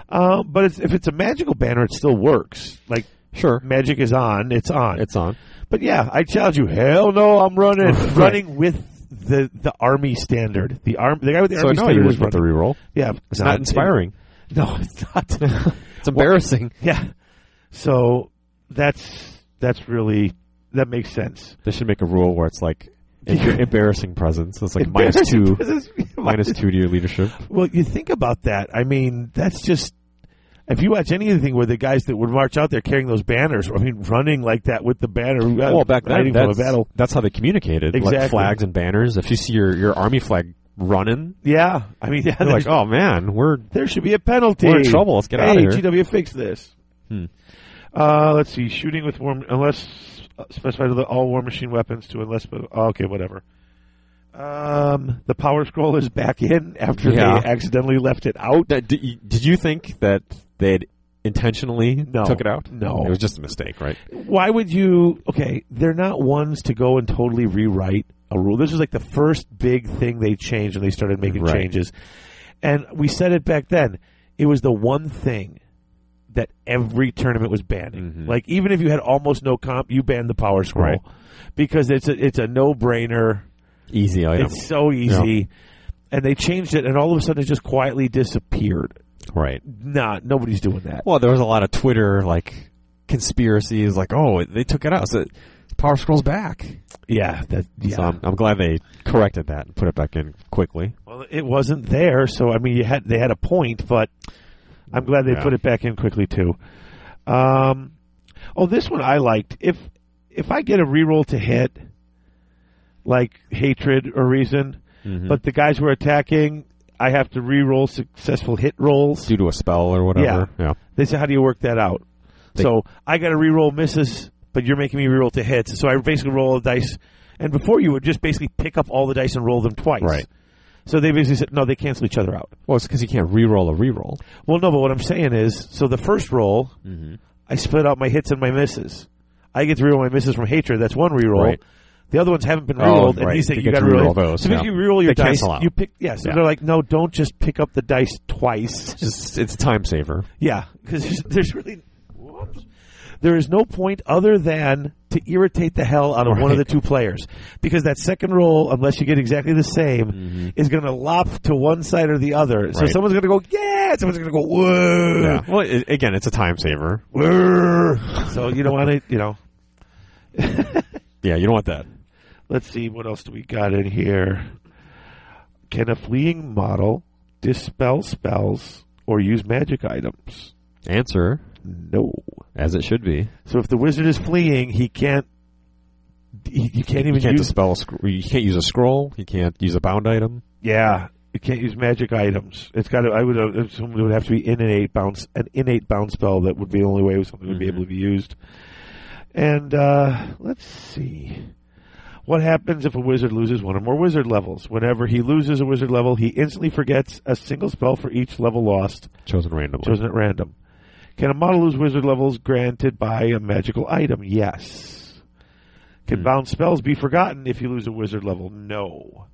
[SPEAKER 1] Uh, but it's, if it's a magical banner, it still works. Like
[SPEAKER 2] Sure.
[SPEAKER 1] magic is on, it's on.
[SPEAKER 2] It's on.
[SPEAKER 1] but yeah, I challenge you. Hell no, I'm
[SPEAKER 2] [laughs]
[SPEAKER 1] running, running with the the army standard. The arm, the guy with the
[SPEAKER 2] So
[SPEAKER 1] army
[SPEAKER 2] no, you
[SPEAKER 1] standard was
[SPEAKER 2] just with the
[SPEAKER 1] running.
[SPEAKER 2] reroll.
[SPEAKER 1] yeah,
[SPEAKER 2] It's not inspiring.
[SPEAKER 1] [laughs] No, it's not.
[SPEAKER 2] [laughs] It's embarrassing.
[SPEAKER 1] [laughs] Yeah. So that's that's really that makes sense.
[SPEAKER 2] They should make a rule where it's like [laughs] em- embarrassing presence. It's like minus
[SPEAKER 1] [laughs]
[SPEAKER 2] two. [laughs] Minus two to your leadership.
[SPEAKER 1] Well, you think about that. I mean, that's just if you watch anything where the guys that would march out there carrying those banners, I mean, running like that with the banner. uh,
[SPEAKER 2] [laughs] Well, back then,
[SPEAKER 1] hiding from a
[SPEAKER 2] that's,
[SPEAKER 1] battle.
[SPEAKER 2] that's how they communicated.
[SPEAKER 1] Exactly.
[SPEAKER 2] Like flags and banners. If you see your, your army flag running,
[SPEAKER 1] Yeah, I mean, yeah,
[SPEAKER 2] you're like,
[SPEAKER 1] there's-
[SPEAKER 2] oh man, we're
[SPEAKER 1] there should be a penalty.
[SPEAKER 2] We're in trouble. Let's get
[SPEAKER 1] hey,
[SPEAKER 2] outta here.
[SPEAKER 1] GW, fix this.
[SPEAKER 2] Hmm.
[SPEAKER 1] Uh, let's see. Shooting with warm, unless uh, specified other all war machine weapons to unless. oh, okay, whatever. Um, the power scroll is back in after
[SPEAKER 2] Yeah.
[SPEAKER 1] they accidentally left it out.
[SPEAKER 2] That, did, you, did you think that they'd intentionally
[SPEAKER 1] No.
[SPEAKER 2] took it out?
[SPEAKER 1] No.
[SPEAKER 2] it was just a mistake, right?
[SPEAKER 1] Why would you? Okay, they're not ones to go and totally rewrite a rule. This was like the first big thing they changed when they started making
[SPEAKER 2] Right.
[SPEAKER 1] changes. And we said it back then. It was the one thing that every tournament was banning. Like even if you had almost no comp, you banned the power scroll
[SPEAKER 2] Mm-hmm. Right.
[SPEAKER 1] because it's a, it's a no brainer.
[SPEAKER 2] Easy item,
[SPEAKER 1] It's so easy. And they changed it, and all of a sudden, it just quietly disappeared.
[SPEAKER 2] right?
[SPEAKER 1] Nah, nobody's doing that.
[SPEAKER 2] Well, there was a lot of Twitter like conspiracies, like, oh, they took it out, so Power Scroll's back.
[SPEAKER 1] Yeah, that yeah.
[SPEAKER 2] So I'm, I'm glad they corrected that and put it back in quickly.
[SPEAKER 1] Well, it wasn't there, so I mean, you had they had a point, but I'm glad they
[SPEAKER 2] Yeah.
[SPEAKER 1] put it back in quickly too. Um, oh, this one I liked. If if I get a reroll to hit, like hatred or reason, but the guys who are attacking, I have to reroll successful hit rolls.
[SPEAKER 2] Due to a spell or whatever. Yeah.
[SPEAKER 1] They said, "How do you work that out?" so I got to reroll misses, but you're making me reroll to hits. So I basically roll the dice, and before you would just basically pick up all the dice and roll them twice.
[SPEAKER 2] Right.
[SPEAKER 1] So they basically said, "No, they cancel each other out."
[SPEAKER 2] Well, it's because you can't re-roll a re-roll.
[SPEAKER 1] Well, no, but what I'm saying is, so the first roll,
[SPEAKER 2] Mm-hmm.
[SPEAKER 1] I split out my hits and my misses. I get to reroll my misses from hatred. That's one reroll.
[SPEAKER 2] Right.
[SPEAKER 1] The other ones haven't been
[SPEAKER 2] Oh,
[SPEAKER 1] rerolled, and
[SPEAKER 2] right.
[SPEAKER 1] these that
[SPEAKER 2] You
[SPEAKER 1] you
[SPEAKER 2] get
[SPEAKER 1] got to
[SPEAKER 2] to
[SPEAKER 1] reroll.
[SPEAKER 2] reroll those,
[SPEAKER 1] So
[SPEAKER 2] yeah.
[SPEAKER 1] basically, you reroll your
[SPEAKER 2] They
[SPEAKER 1] dice.
[SPEAKER 2] cancel out.
[SPEAKER 1] You pick, yeah. So
[SPEAKER 2] Yeah.
[SPEAKER 1] they're like, no, don't just pick up the dice twice.
[SPEAKER 2] It's, it's a time saver.
[SPEAKER 1] Yeah, because there's, there's really, whoops, there is no point other than to irritate the hell out of one of the
[SPEAKER 2] Right.
[SPEAKER 1] two players because that second roll, unless you get exactly the same, is going to lop to one side or the other. So
[SPEAKER 2] Mm-hmm. Right.
[SPEAKER 1] someone's going to go, yeah, someone's going to go, whoa,
[SPEAKER 2] Yeah. Well, it, again, it's a time saver.
[SPEAKER 1] whoa. So you don't want to, you know.
[SPEAKER 2] Yeah, you don't want that.
[SPEAKER 1] Let's see what else do we got in here. Can a fleeing model dispel spells or use magic items?
[SPEAKER 2] Answer
[SPEAKER 1] No.
[SPEAKER 2] as it should be.
[SPEAKER 1] So if the wizard is fleeing, he can't you, you can't even
[SPEAKER 2] You can't
[SPEAKER 1] use.
[SPEAKER 2] dispel a sc- you can't use a scroll. You can't use a bound item.
[SPEAKER 1] yeah, you can't use magic items. It's got. to I would assume it would have to be in an eight bounce, an innate bound spell. That would be the only way something would be able to be used. And uh, let's see. What happens if a wizard loses one or more wizard levels? Whenever he loses a wizard level, he instantly forgets a single spell for each level lost.
[SPEAKER 2] Chosen randomly.
[SPEAKER 1] chosen at random. Can a model lose wizard levels granted by a magical item? Yes. Can bound spells be forgotten if you lose a wizard level? No.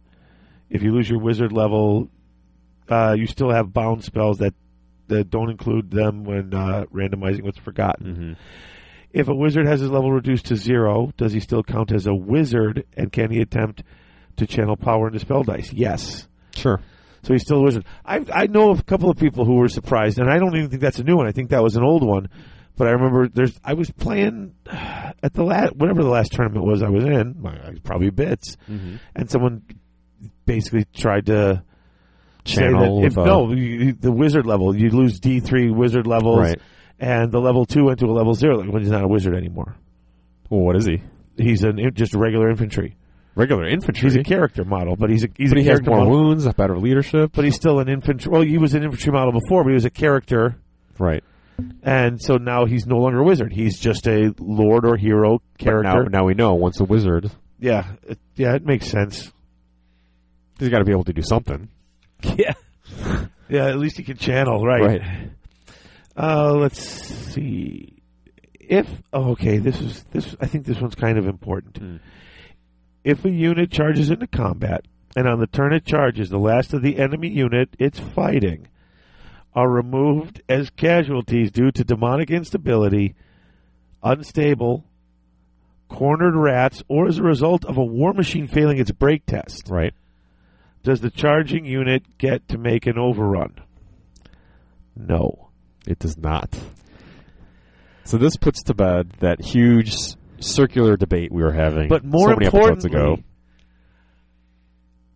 [SPEAKER 1] If you lose your wizard level, uh, you still have bound spells that, that don't include them when uh, randomizing what's forgotten.
[SPEAKER 2] hmm
[SPEAKER 1] If a wizard has his level reduced to zero, does he still count as a wizard? And can he attempt to channel power into spell dice? Yes.
[SPEAKER 2] Sure.
[SPEAKER 1] So he's still a wizard. I I know a couple of people who were surprised, and I don't even think that's a new one. I think that was an old one. But I remember there's I was playing [sighs] at the last whatever the last tournament was I was in, my- probably bits,
[SPEAKER 2] Mm-hmm.
[SPEAKER 1] and someone basically tried to
[SPEAKER 2] Channel.
[SPEAKER 1] say that if,
[SPEAKER 2] with uh, a-
[SPEAKER 1] no, you, you- the wizard level you lose D three wizard levels,
[SPEAKER 2] Right.
[SPEAKER 1] and the level two went to a level zero. Like, well, he's not a wizard anymore.
[SPEAKER 2] Well, what is he?
[SPEAKER 1] He's an in- just a regular infantry.
[SPEAKER 2] Regular infantry.
[SPEAKER 1] He's a character model, but he's a he's
[SPEAKER 2] but
[SPEAKER 1] a
[SPEAKER 2] he has
[SPEAKER 1] character
[SPEAKER 2] more
[SPEAKER 1] model.
[SPEAKER 2] wounds, better leadership.
[SPEAKER 1] But he's still an infantry. Well, he was an infantry model before, but he was a character.
[SPEAKER 2] right.
[SPEAKER 1] And so now he's no longer a wizard. He's just a lord or hero
[SPEAKER 2] But now,
[SPEAKER 1] character.
[SPEAKER 2] now we know once a wizard,
[SPEAKER 1] yeah, it, yeah, it makes sense.
[SPEAKER 2] he's got to be able to do something.
[SPEAKER 1] Yeah, yeah. At least he can channel, right? Uh, let's see. If oh, okay, this is this. I think this one's kind of important.
[SPEAKER 2] Mm.
[SPEAKER 1] If a unit charges into combat, and on the turn it charges, the last of the enemy unit it's fighting are removed as casualties due to demonic instability, unstable, cornered rats, or as a result of a war machine failing its brake test.
[SPEAKER 2] Right.
[SPEAKER 1] Does the charging unit get to make an overrun? No.
[SPEAKER 2] It does not. So this puts to bed that huge s- circular debate we were having.
[SPEAKER 1] But more
[SPEAKER 2] so many episodes
[SPEAKER 1] importantly,
[SPEAKER 2] ago.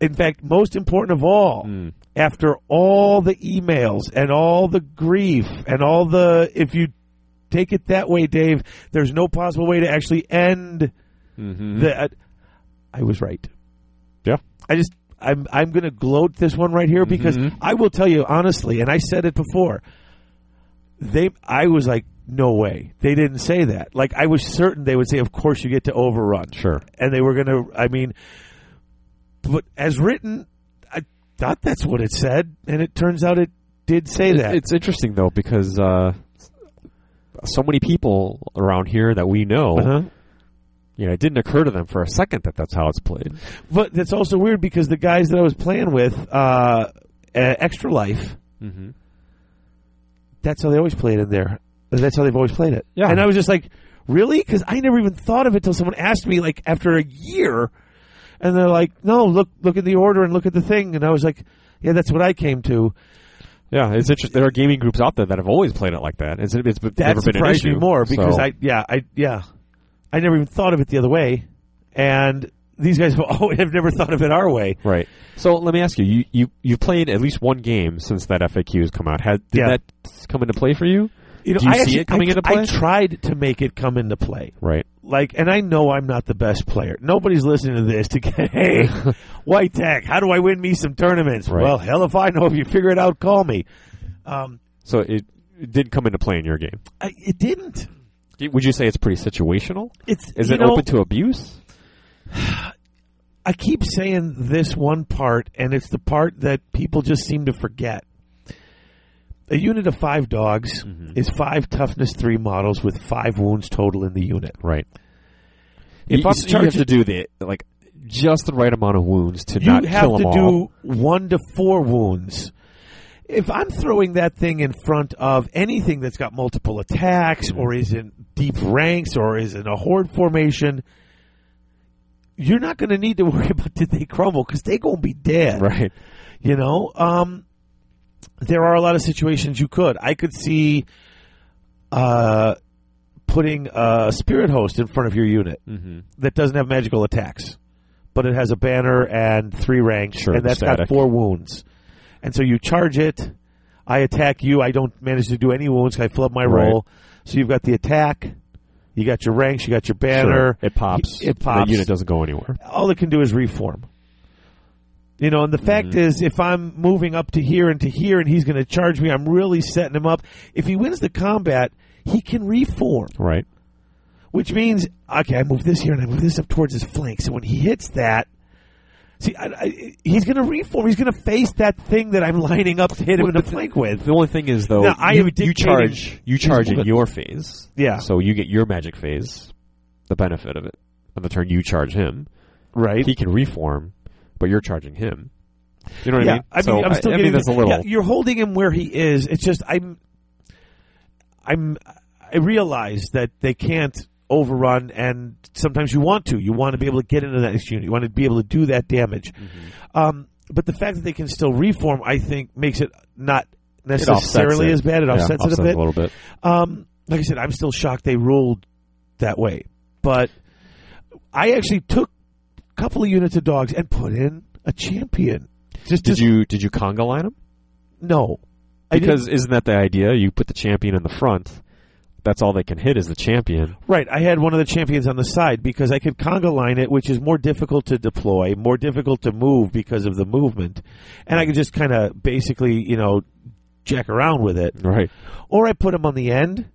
[SPEAKER 1] in fact, most important of all,
[SPEAKER 2] Mm.
[SPEAKER 1] after all the emails and all the grief and all the, if you take it that way, Dave, there's no possible way to actually end
[SPEAKER 2] Mm-hmm.
[SPEAKER 1] that. I was right.
[SPEAKER 2] Yeah.
[SPEAKER 1] I just, I'm, I'm going to gloat this one right here because
[SPEAKER 2] Mhm.
[SPEAKER 1] I will tell you honestly, and I said it before. They, I was like, no way. They didn't say that. Like, I was certain they would say, of course you get to overrun
[SPEAKER 2] Sure.
[SPEAKER 1] and they were going to. I mean, but as written, I thought that's what it said, and it turns out it did say that.
[SPEAKER 2] It's interesting though because uh, so many people around here that we know,
[SPEAKER 1] Uh-huh.
[SPEAKER 2] you know, it didn't occur to them for a second that that's how it's played.
[SPEAKER 1] But that's also weird because the guys that I was playing with, uh, uh, Extra Life,
[SPEAKER 2] Mm-hmm.
[SPEAKER 1] that's how they always play it in there. That's how they've always played it.
[SPEAKER 2] Yeah.
[SPEAKER 1] And I was just like, really? Because I never even thought of it till someone asked me, like after a year, and they're like, no, look, look at the order and look at the thing, and I was like, yeah, that's what I came to.
[SPEAKER 2] Yeah, it's interesting. There are gaming groups out there that have always played it like that. It's, it's b-
[SPEAKER 1] that
[SPEAKER 2] never been an
[SPEAKER 1] surprised
[SPEAKER 2] issue
[SPEAKER 1] me more because
[SPEAKER 2] so-
[SPEAKER 1] I yeah I yeah I never even thought of it the other way, and these guys [laughs] have, always, have never thought of it our way.
[SPEAKER 2] right. So let me ask you: you you you played at least one game since that FAQ has come out. Had did
[SPEAKER 1] Yeah.
[SPEAKER 2] that come into play for you?
[SPEAKER 1] You know,
[SPEAKER 2] Do you
[SPEAKER 1] I
[SPEAKER 2] see
[SPEAKER 1] actually,
[SPEAKER 2] it coming
[SPEAKER 1] I,
[SPEAKER 2] into play?
[SPEAKER 1] I tried to make it come into play,
[SPEAKER 2] Right.
[SPEAKER 1] like, and I know I'm not the best player. Nobody's listening to this to get [laughs]
[SPEAKER 2] [laughs]
[SPEAKER 1] hey, White Tech, how do I win me some tournaments?
[SPEAKER 2] Right.
[SPEAKER 1] Well, hell if I know. If you figure it out, call me. Um,
[SPEAKER 2] So it, it did come into play in your game.
[SPEAKER 1] I, it didn't.
[SPEAKER 2] Would you say it's pretty situational?
[SPEAKER 1] It's
[SPEAKER 2] Is
[SPEAKER 1] you
[SPEAKER 2] it
[SPEAKER 1] know,
[SPEAKER 2] open to abuse?
[SPEAKER 1] I keep saying this one part, and it's the part that people just seem to forget. A unit of five dogs is five toughness three models with five wounds total in the unit.
[SPEAKER 2] Right.
[SPEAKER 1] If I'm
[SPEAKER 2] you, you have
[SPEAKER 1] charging-
[SPEAKER 2] to do the like just the right amount of wounds to
[SPEAKER 1] You
[SPEAKER 2] not
[SPEAKER 1] have
[SPEAKER 2] kill them
[SPEAKER 1] to
[SPEAKER 2] [laughs] all.
[SPEAKER 1] do one to four wounds. If I'm throwing that thing in front of anything that's got multiple attacks or is in deep ranks or is in a horde formation, you're not going to need to [laughs] worry about did they crumble because they're going to be dead.
[SPEAKER 2] Right.
[SPEAKER 1] You know, um, there are a lot of situations you could. I could see uh, putting a spirit host in front of your unit
[SPEAKER 2] Mm-hmm.
[SPEAKER 1] that doesn't have magical attacks, but it has a banner and three ranks,
[SPEAKER 2] Sure,
[SPEAKER 1] and that's got
[SPEAKER 2] static.
[SPEAKER 1] four wounds. And so you charge it. I attack you. I don't manage to do any wounds. 'cause I flub my
[SPEAKER 2] Right.
[SPEAKER 1] roll. So you've got the attack, You got your ranks, you got your banner.
[SPEAKER 2] Sure. It pops.
[SPEAKER 1] It, pops.
[SPEAKER 2] The unit doesn't go anywhere.
[SPEAKER 1] All it can do is reform. You know, and the fact is, if I'm moving up to here and to here, and he's going to charge me, I'm really setting him up. If he wins the combat, he can reform,
[SPEAKER 2] Right.
[SPEAKER 1] which means okay, I move this here and I move this up towards his flank. So when he hits that, see, I, I, he's going to reform. He's going to face that thing that I'm [laughs] lining up to hit him in the, flank with.
[SPEAKER 2] The only thing is though,
[SPEAKER 1] No, I am
[SPEAKER 2] you, you
[SPEAKER 1] dictating
[SPEAKER 2] charge you charge in
[SPEAKER 1] movement.
[SPEAKER 2] your phase.
[SPEAKER 1] Yeah.
[SPEAKER 2] So you get your magic phase, the benefit of it. On the turn you charge him,
[SPEAKER 1] Right.
[SPEAKER 2] he can reform, but you're charging him. You know what
[SPEAKER 1] yeah,
[SPEAKER 2] I mean? so
[SPEAKER 1] I'm still
[SPEAKER 2] I,
[SPEAKER 1] getting
[SPEAKER 2] mean, there's a
[SPEAKER 1] the-
[SPEAKER 2] little.
[SPEAKER 1] yeah, you're holding him where he is. It's just I'm, I'm, I realize that they can't overrun, and sometimes you want to. You want to be able to get into that next unit. You want to be able to do that damage.
[SPEAKER 2] Mm-hmm.
[SPEAKER 1] Um, but the fact that they can still reform, I think, makes it not
[SPEAKER 2] It offsets
[SPEAKER 1] necessarily
[SPEAKER 2] it.
[SPEAKER 1] as bad. It
[SPEAKER 2] Yeah,
[SPEAKER 1] offsets it a bit.
[SPEAKER 2] little bit.
[SPEAKER 1] Um, like I said, I'm still shocked they ruled that way. But I actually took a couple of units of dogs and put in a champion. Just to
[SPEAKER 2] Did you did you conga line him?
[SPEAKER 1] no. I didn't-
[SPEAKER 2] Because isn't that the idea? You put the champion in the front. That's all they can hit is the champion.
[SPEAKER 1] right, I had one of the champions on the side because I could conga line it, which is more difficult to deploy, more difficult to move because of the movement, and I could just kind of basically, you know, jack around with it.
[SPEAKER 2] Right.
[SPEAKER 1] Or I put him on the end,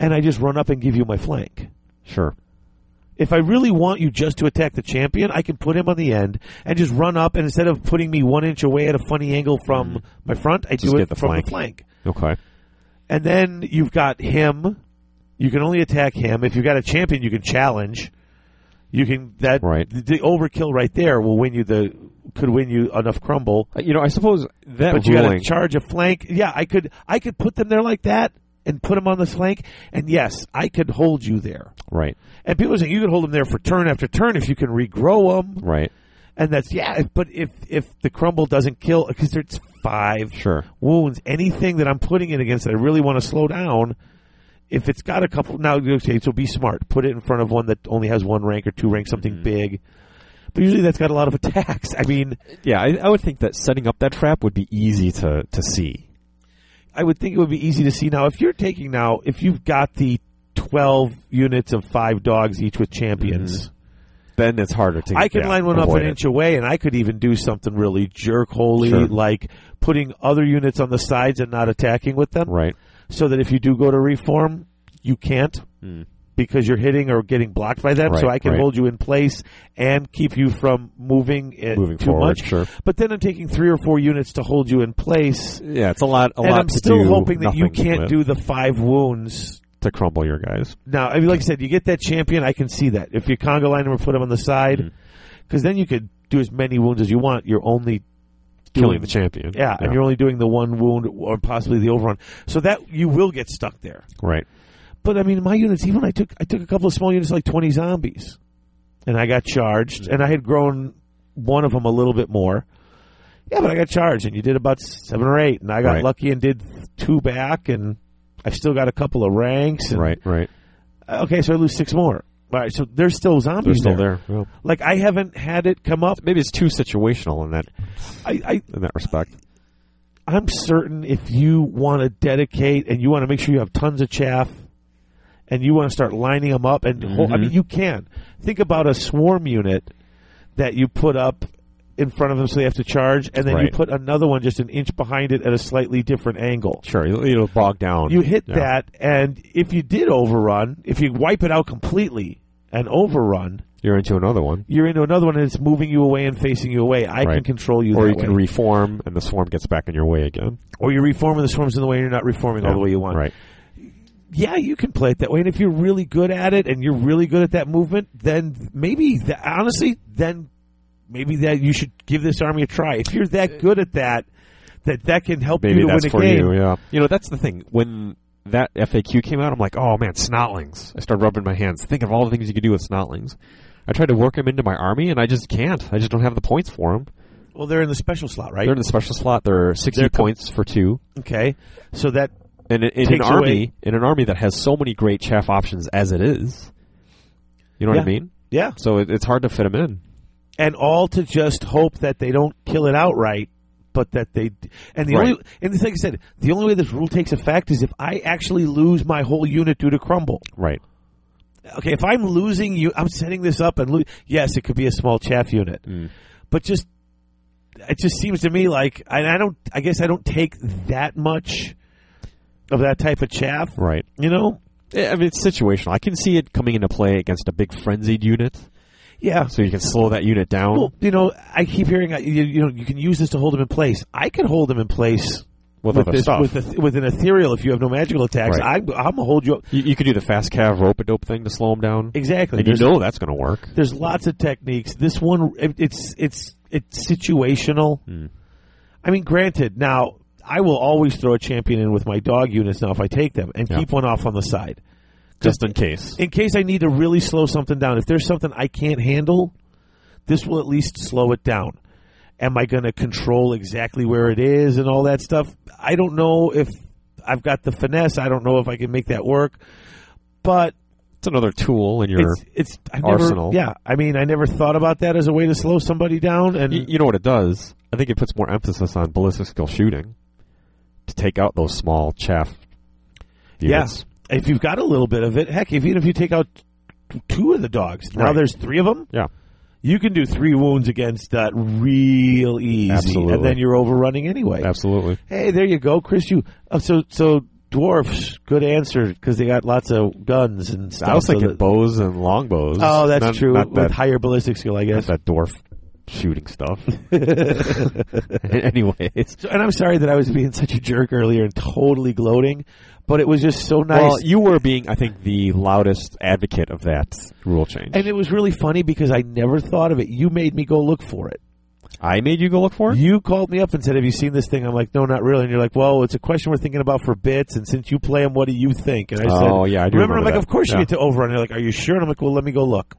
[SPEAKER 1] and I just run up and give you my flank.
[SPEAKER 2] Sure.
[SPEAKER 1] If I really want you just to attack the champion, I can put him on the end and just run up, and instead of putting me one inch away at a funny angle from my front, I
[SPEAKER 2] Mm. Just
[SPEAKER 1] do
[SPEAKER 2] get
[SPEAKER 1] it
[SPEAKER 2] the
[SPEAKER 1] from
[SPEAKER 2] flank.
[SPEAKER 1] the flank.
[SPEAKER 2] Okay.
[SPEAKER 1] And then you've got him. You can only attack him. If you've got a champion, you can challenge. You can that
[SPEAKER 2] Right.
[SPEAKER 1] the, the overkill right there will win you the could win you enough crumble.
[SPEAKER 2] Uh, You know, I suppose that
[SPEAKER 1] But you got to
[SPEAKER 2] ruling.
[SPEAKER 1] charge a flank. Yeah, I could I could put them there like that and put them on the flank. And yes, I could hold you there.
[SPEAKER 2] right.
[SPEAKER 1] And people are saying you could hold them there for turn after turn if you can regrow them.
[SPEAKER 2] Right.
[SPEAKER 1] And that's yeah. if- But if if the crumble doesn't kill because there's five
[SPEAKER 2] Sure.
[SPEAKER 1] wounds, anything that I'm putting it against that I really want to slow down, if it's got a couple now okay, so be smart. Put it in front of one that only has one rank or two ranks, something
[SPEAKER 2] Mm.
[SPEAKER 1] big. But usually that's got a lot of attacks. I mean,
[SPEAKER 2] Yeah, I, I would think that setting up that trap would be easy to, to see.
[SPEAKER 1] I would think it would be easy to see now if you're taking now if you've got the twelve units of five dogs each with champions.
[SPEAKER 2] Then it's harder to.
[SPEAKER 1] I can
[SPEAKER 2] yeah,
[SPEAKER 1] line one up
[SPEAKER 2] avoid
[SPEAKER 1] an
[SPEAKER 2] Mm-hmm. it.
[SPEAKER 1] inch away, and I could even do something really jerk holy,
[SPEAKER 2] Sure.
[SPEAKER 1] like putting other units on the sides and not attacking with them,
[SPEAKER 2] Right.
[SPEAKER 1] so that if you do go to reform, you can't
[SPEAKER 2] Mm.
[SPEAKER 1] because you're hitting or getting blocked by them. so
[SPEAKER 2] Right,
[SPEAKER 1] I can
[SPEAKER 2] right.
[SPEAKER 1] hold you in place and keep you from moving it
[SPEAKER 2] Moving
[SPEAKER 1] too
[SPEAKER 2] forward,
[SPEAKER 1] much.
[SPEAKER 2] sure.
[SPEAKER 1] But then I'm taking three or four units to hold you in place.
[SPEAKER 2] Yeah, it's a lot. A
[SPEAKER 1] And
[SPEAKER 2] lot
[SPEAKER 1] I'm
[SPEAKER 2] to
[SPEAKER 1] still
[SPEAKER 2] do,
[SPEAKER 1] hoping that you
[SPEAKER 2] nothing
[SPEAKER 1] can't
[SPEAKER 2] with
[SPEAKER 1] do the five wounds
[SPEAKER 2] to crumble your guys.
[SPEAKER 1] now, I mean, like I said, you get that champion, I can see that. If you conga line him or put him on the side,
[SPEAKER 2] Hmm.
[SPEAKER 1] because then you could do as many wounds as you want. You're only
[SPEAKER 2] Killing
[SPEAKER 1] doing-
[SPEAKER 2] the champion.
[SPEAKER 1] Yeah, and you're only doing the one wound or possibly the overrun. So that you will get stuck there.
[SPEAKER 2] right.
[SPEAKER 1] But I mean, my units. Even I took I took a couple of small units, like twenty zombies, and I got charged, and I had grown one of them a little bit more. Yeah, but I got charged, and you did about seven or eight, and I got
[SPEAKER 2] Right.
[SPEAKER 1] lucky and did two back, and I've still got a couple of ranks, and
[SPEAKER 2] Right. Right.
[SPEAKER 1] Okay, so I lose six more. All right, so there's still
[SPEAKER 2] They're
[SPEAKER 1] zombies
[SPEAKER 2] still there. Well,
[SPEAKER 1] Like I haven't had it come up.
[SPEAKER 2] maybe it's too situational in that
[SPEAKER 1] I,
[SPEAKER 2] in that respect.
[SPEAKER 1] I I'm certain if you want to dedicate and you want to make sure you have tons of chaff, and you want to start lining them up, and ho- I
[SPEAKER 2] Mm-hmm.
[SPEAKER 1] mean you can think about a swarm unit that you put up in front of them so they have to charge, and then you
[SPEAKER 2] Right.
[SPEAKER 1] put another one just an inch behind it at a slightly different angle.
[SPEAKER 2] Sure, it'll, it'll bog down.
[SPEAKER 1] You hit
[SPEAKER 2] Yeah.
[SPEAKER 1] that, and if you did overrun, if you wipe it out completely and overrun,
[SPEAKER 2] You're into another one,
[SPEAKER 1] you're into another one and it's moving you away and facing you away. I can
[SPEAKER 2] Right.
[SPEAKER 1] control you
[SPEAKER 2] or
[SPEAKER 1] that
[SPEAKER 2] you can
[SPEAKER 1] way.
[SPEAKER 2] reform, and the swarm gets back in your way again.
[SPEAKER 1] or you're reforming the swarms in the way and you're not reforming all the
[SPEAKER 2] Yeah,
[SPEAKER 1] way you want.
[SPEAKER 2] Right.
[SPEAKER 1] Yeah, you can play it that way. And if you're really good at it and you're really good at that movement, then maybe, th honestly, then maybe that you should give this army a try. If you're that good at that, that that can help
[SPEAKER 2] Maybe
[SPEAKER 1] you to
[SPEAKER 2] that's
[SPEAKER 1] win a
[SPEAKER 2] for
[SPEAKER 1] game.
[SPEAKER 2] you. Yeah. You know, that's the thing. When that FAQ came out, I'm like, oh man, snotlings. I started rubbing my hands. Think of all the things you could do with snotlings. I tried to work them into my army, and I just can't. I just don't have the points for them.
[SPEAKER 1] Well, they're in the special slot, right?
[SPEAKER 2] They're in the special slot. They're 60
[SPEAKER 1] They're com-
[SPEAKER 2] points for two.
[SPEAKER 1] okay, so that
[SPEAKER 2] And in, in an
[SPEAKER 1] Takes away-
[SPEAKER 2] army, in an army that has so many great chaff options as it is, you know what I
[SPEAKER 1] Yeah.
[SPEAKER 2] mean.
[SPEAKER 1] yeah,
[SPEAKER 2] So it, it's hard to fit them in.
[SPEAKER 1] and all to just hope that they don't kill it outright, but that they and the
[SPEAKER 2] Right.
[SPEAKER 1] only and it's like I said, the only way this rule takes effect is if I actually lose my whole unit due to crumble.
[SPEAKER 2] Right.
[SPEAKER 1] okay, if I'm losing you, I'm setting this up and lo- yes, it could be a small chaff unit,
[SPEAKER 2] Mm.
[SPEAKER 1] but just it just seems to me like and I don't. I guess I don't take that much of that type of chaff,
[SPEAKER 2] Right.
[SPEAKER 1] you know.
[SPEAKER 2] I mean, it's situational. I can see it coming into play against a big frenzied unit,
[SPEAKER 1] Yeah.
[SPEAKER 2] so you can slow that unit down.
[SPEAKER 1] Well, you know, I keep hearing uh, you, you know you can use this to hold them in place. I could hold them in place
[SPEAKER 2] With other
[SPEAKER 1] this,
[SPEAKER 2] stuff.
[SPEAKER 1] with, a, with an ethereal if you have no magical attacks.
[SPEAKER 2] Right.
[SPEAKER 1] I'm, I'm gonna hold you up
[SPEAKER 2] You, you could do the fast calf rope a dope thing to slow him down.
[SPEAKER 1] exactly.
[SPEAKER 2] And you
[SPEAKER 1] There's,
[SPEAKER 2] know that's going to work.
[SPEAKER 1] there's lots of techniques. This one, it, it's it's it's situational. I mean, granted, now I will always throw a champion in with my dog units now if I take them and
[SPEAKER 2] Yeah.
[SPEAKER 1] keep one off on the side
[SPEAKER 2] Just in case.
[SPEAKER 1] in case I need to really slow something down. If there's something I can't handle, this will at least slow it down. Am I going to control exactly where it is and all that stuff? I don't know if I've got the finesse. I don't know if I can make that work. But
[SPEAKER 2] It's another tool in your.
[SPEAKER 1] it's it's I never,
[SPEAKER 2] arsenal.
[SPEAKER 1] Yeah, I mean, I never thought about that as a way to slow somebody down. And
[SPEAKER 2] You, you know what it does? I think it puts more emphasis on ballistic skill shooting to take out those small chaff.
[SPEAKER 1] yes,
[SPEAKER 2] units.
[SPEAKER 1] if you've got a little bit of it, heck, even if you take out t- two of the dogs, now
[SPEAKER 2] Right.
[SPEAKER 1] there's three of them.
[SPEAKER 2] Yeah.
[SPEAKER 1] You can do three wounds against that real easy, and
[SPEAKER 2] Absolutely.
[SPEAKER 1] then you're overrunning anyway.
[SPEAKER 2] Absolutely.
[SPEAKER 1] Hey, there you go, Chris. You oh, so so dwarfs. Good answer because they got lots of guns and stuff.
[SPEAKER 2] I was
[SPEAKER 1] so
[SPEAKER 2] thinking
[SPEAKER 1] that-
[SPEAKER 2] bows and longbows.
[SPEAKER 1] oh, that's
[SPEAKER 2] Not-
[SPEAKER 1] true.
[SPEAKER 2] Not
[SPEAKER 1] With
[SPEAKER 2] that,
[SPEAKER 1] higher ballistic skill, I
[SPEAKER 2] not
[SPEAKER 1] guess.
[SPEAKER 2] that dwarf
[SPEAKER 1] [laughs]
[SPEAKER 2] shooting stuff. [laughs] Anyways.
[SPEAKER 1] So, and I'm sorry that I was being such a jerk earlier and totally gloating, but it was just so nice.
[SPEAKER 2] Well, you were being, I think, the loudest advocate of that rule change.
[SPEAKER 1] and it was really funny because I never thought of it. You made me go look for it.
[SPEAKER 2] I made you go look for it?
[SPEAKER 1] You called me up and said, "Have you seen this thing?" I'm like, "No, not really." And you're like, "Well, it's a question we're thinking about for bits, and since you play them, what do you think?" And I said,
[SPEAKER 2] Oh, yeah, I do
[SPEAKER 1] remember?" I'm
[SPEAKER 2] remember
[SPEAKER 1] like,
[SPEAKER 2] that.
[SPEAKER 1] "Of course
[SPEAKER 2] Yeah.
[SPEAKER 1] you get to overrun." And you're like, "Are you sure?" And I'm like, "Well, let me go look."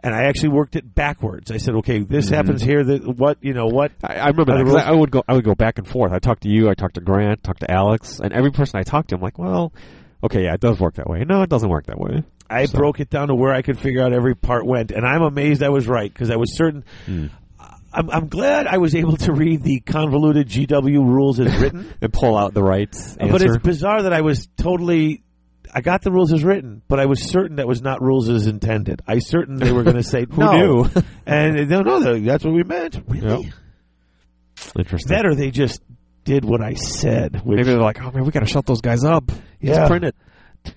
[SPEAKER 1] And I actually worked it backwards. I said, "Okay, this
[SPEAKER 2] Mm-hmm.
[SPEAKER 1] happens here. That what you know what."
[SPEAKER 2] I, I remember
[SPEAKER 1] Are
[SPEAKER 2] that.
[SPEAKER 1] the
[SPEAKER 2] 'cause
[SPEAKER 1] rules-
[SPEAKER 2] I, I would go. I would go back and forth. I talked to you. I talked to Grant. Talked to Alex. And every person I talked to, I'm like, well, okay, yeah, it does work that way. No, it doesn't work that way.
[SPEAKER 1] I broke it down to where I could figure out every part went, and I'm amazed I was right because I was certain.
[SPEAKER 2] Hmm.
[SPEAKER 1] I'm, I'm glad I was able to read the convoluted GW rules as written.
[SPEAKER 2] And pull out the right answer.
[SPEAKER 1] Uh, But it's bizarre that I was totally. I got the rules as written, but I was certain that was not rules as intended. I certain they were going to say
[SPEAKER 2] [laughs] Who
[SPEAKER 1] no,
[SPEAKER 2] knew?
[SPEAKER 1] [laughs] and no, no, that's what we meant. Really?
[SPEAKER 2] Yep. Interesting.
[SPEAKER 1] That or they just did what I said. Which,
[SPEAKER 2] Maybe they're like, oh man, we got to shut those guys up.
[SPEAKER 1] Yeah.
[SPEAKER 2] Just print it.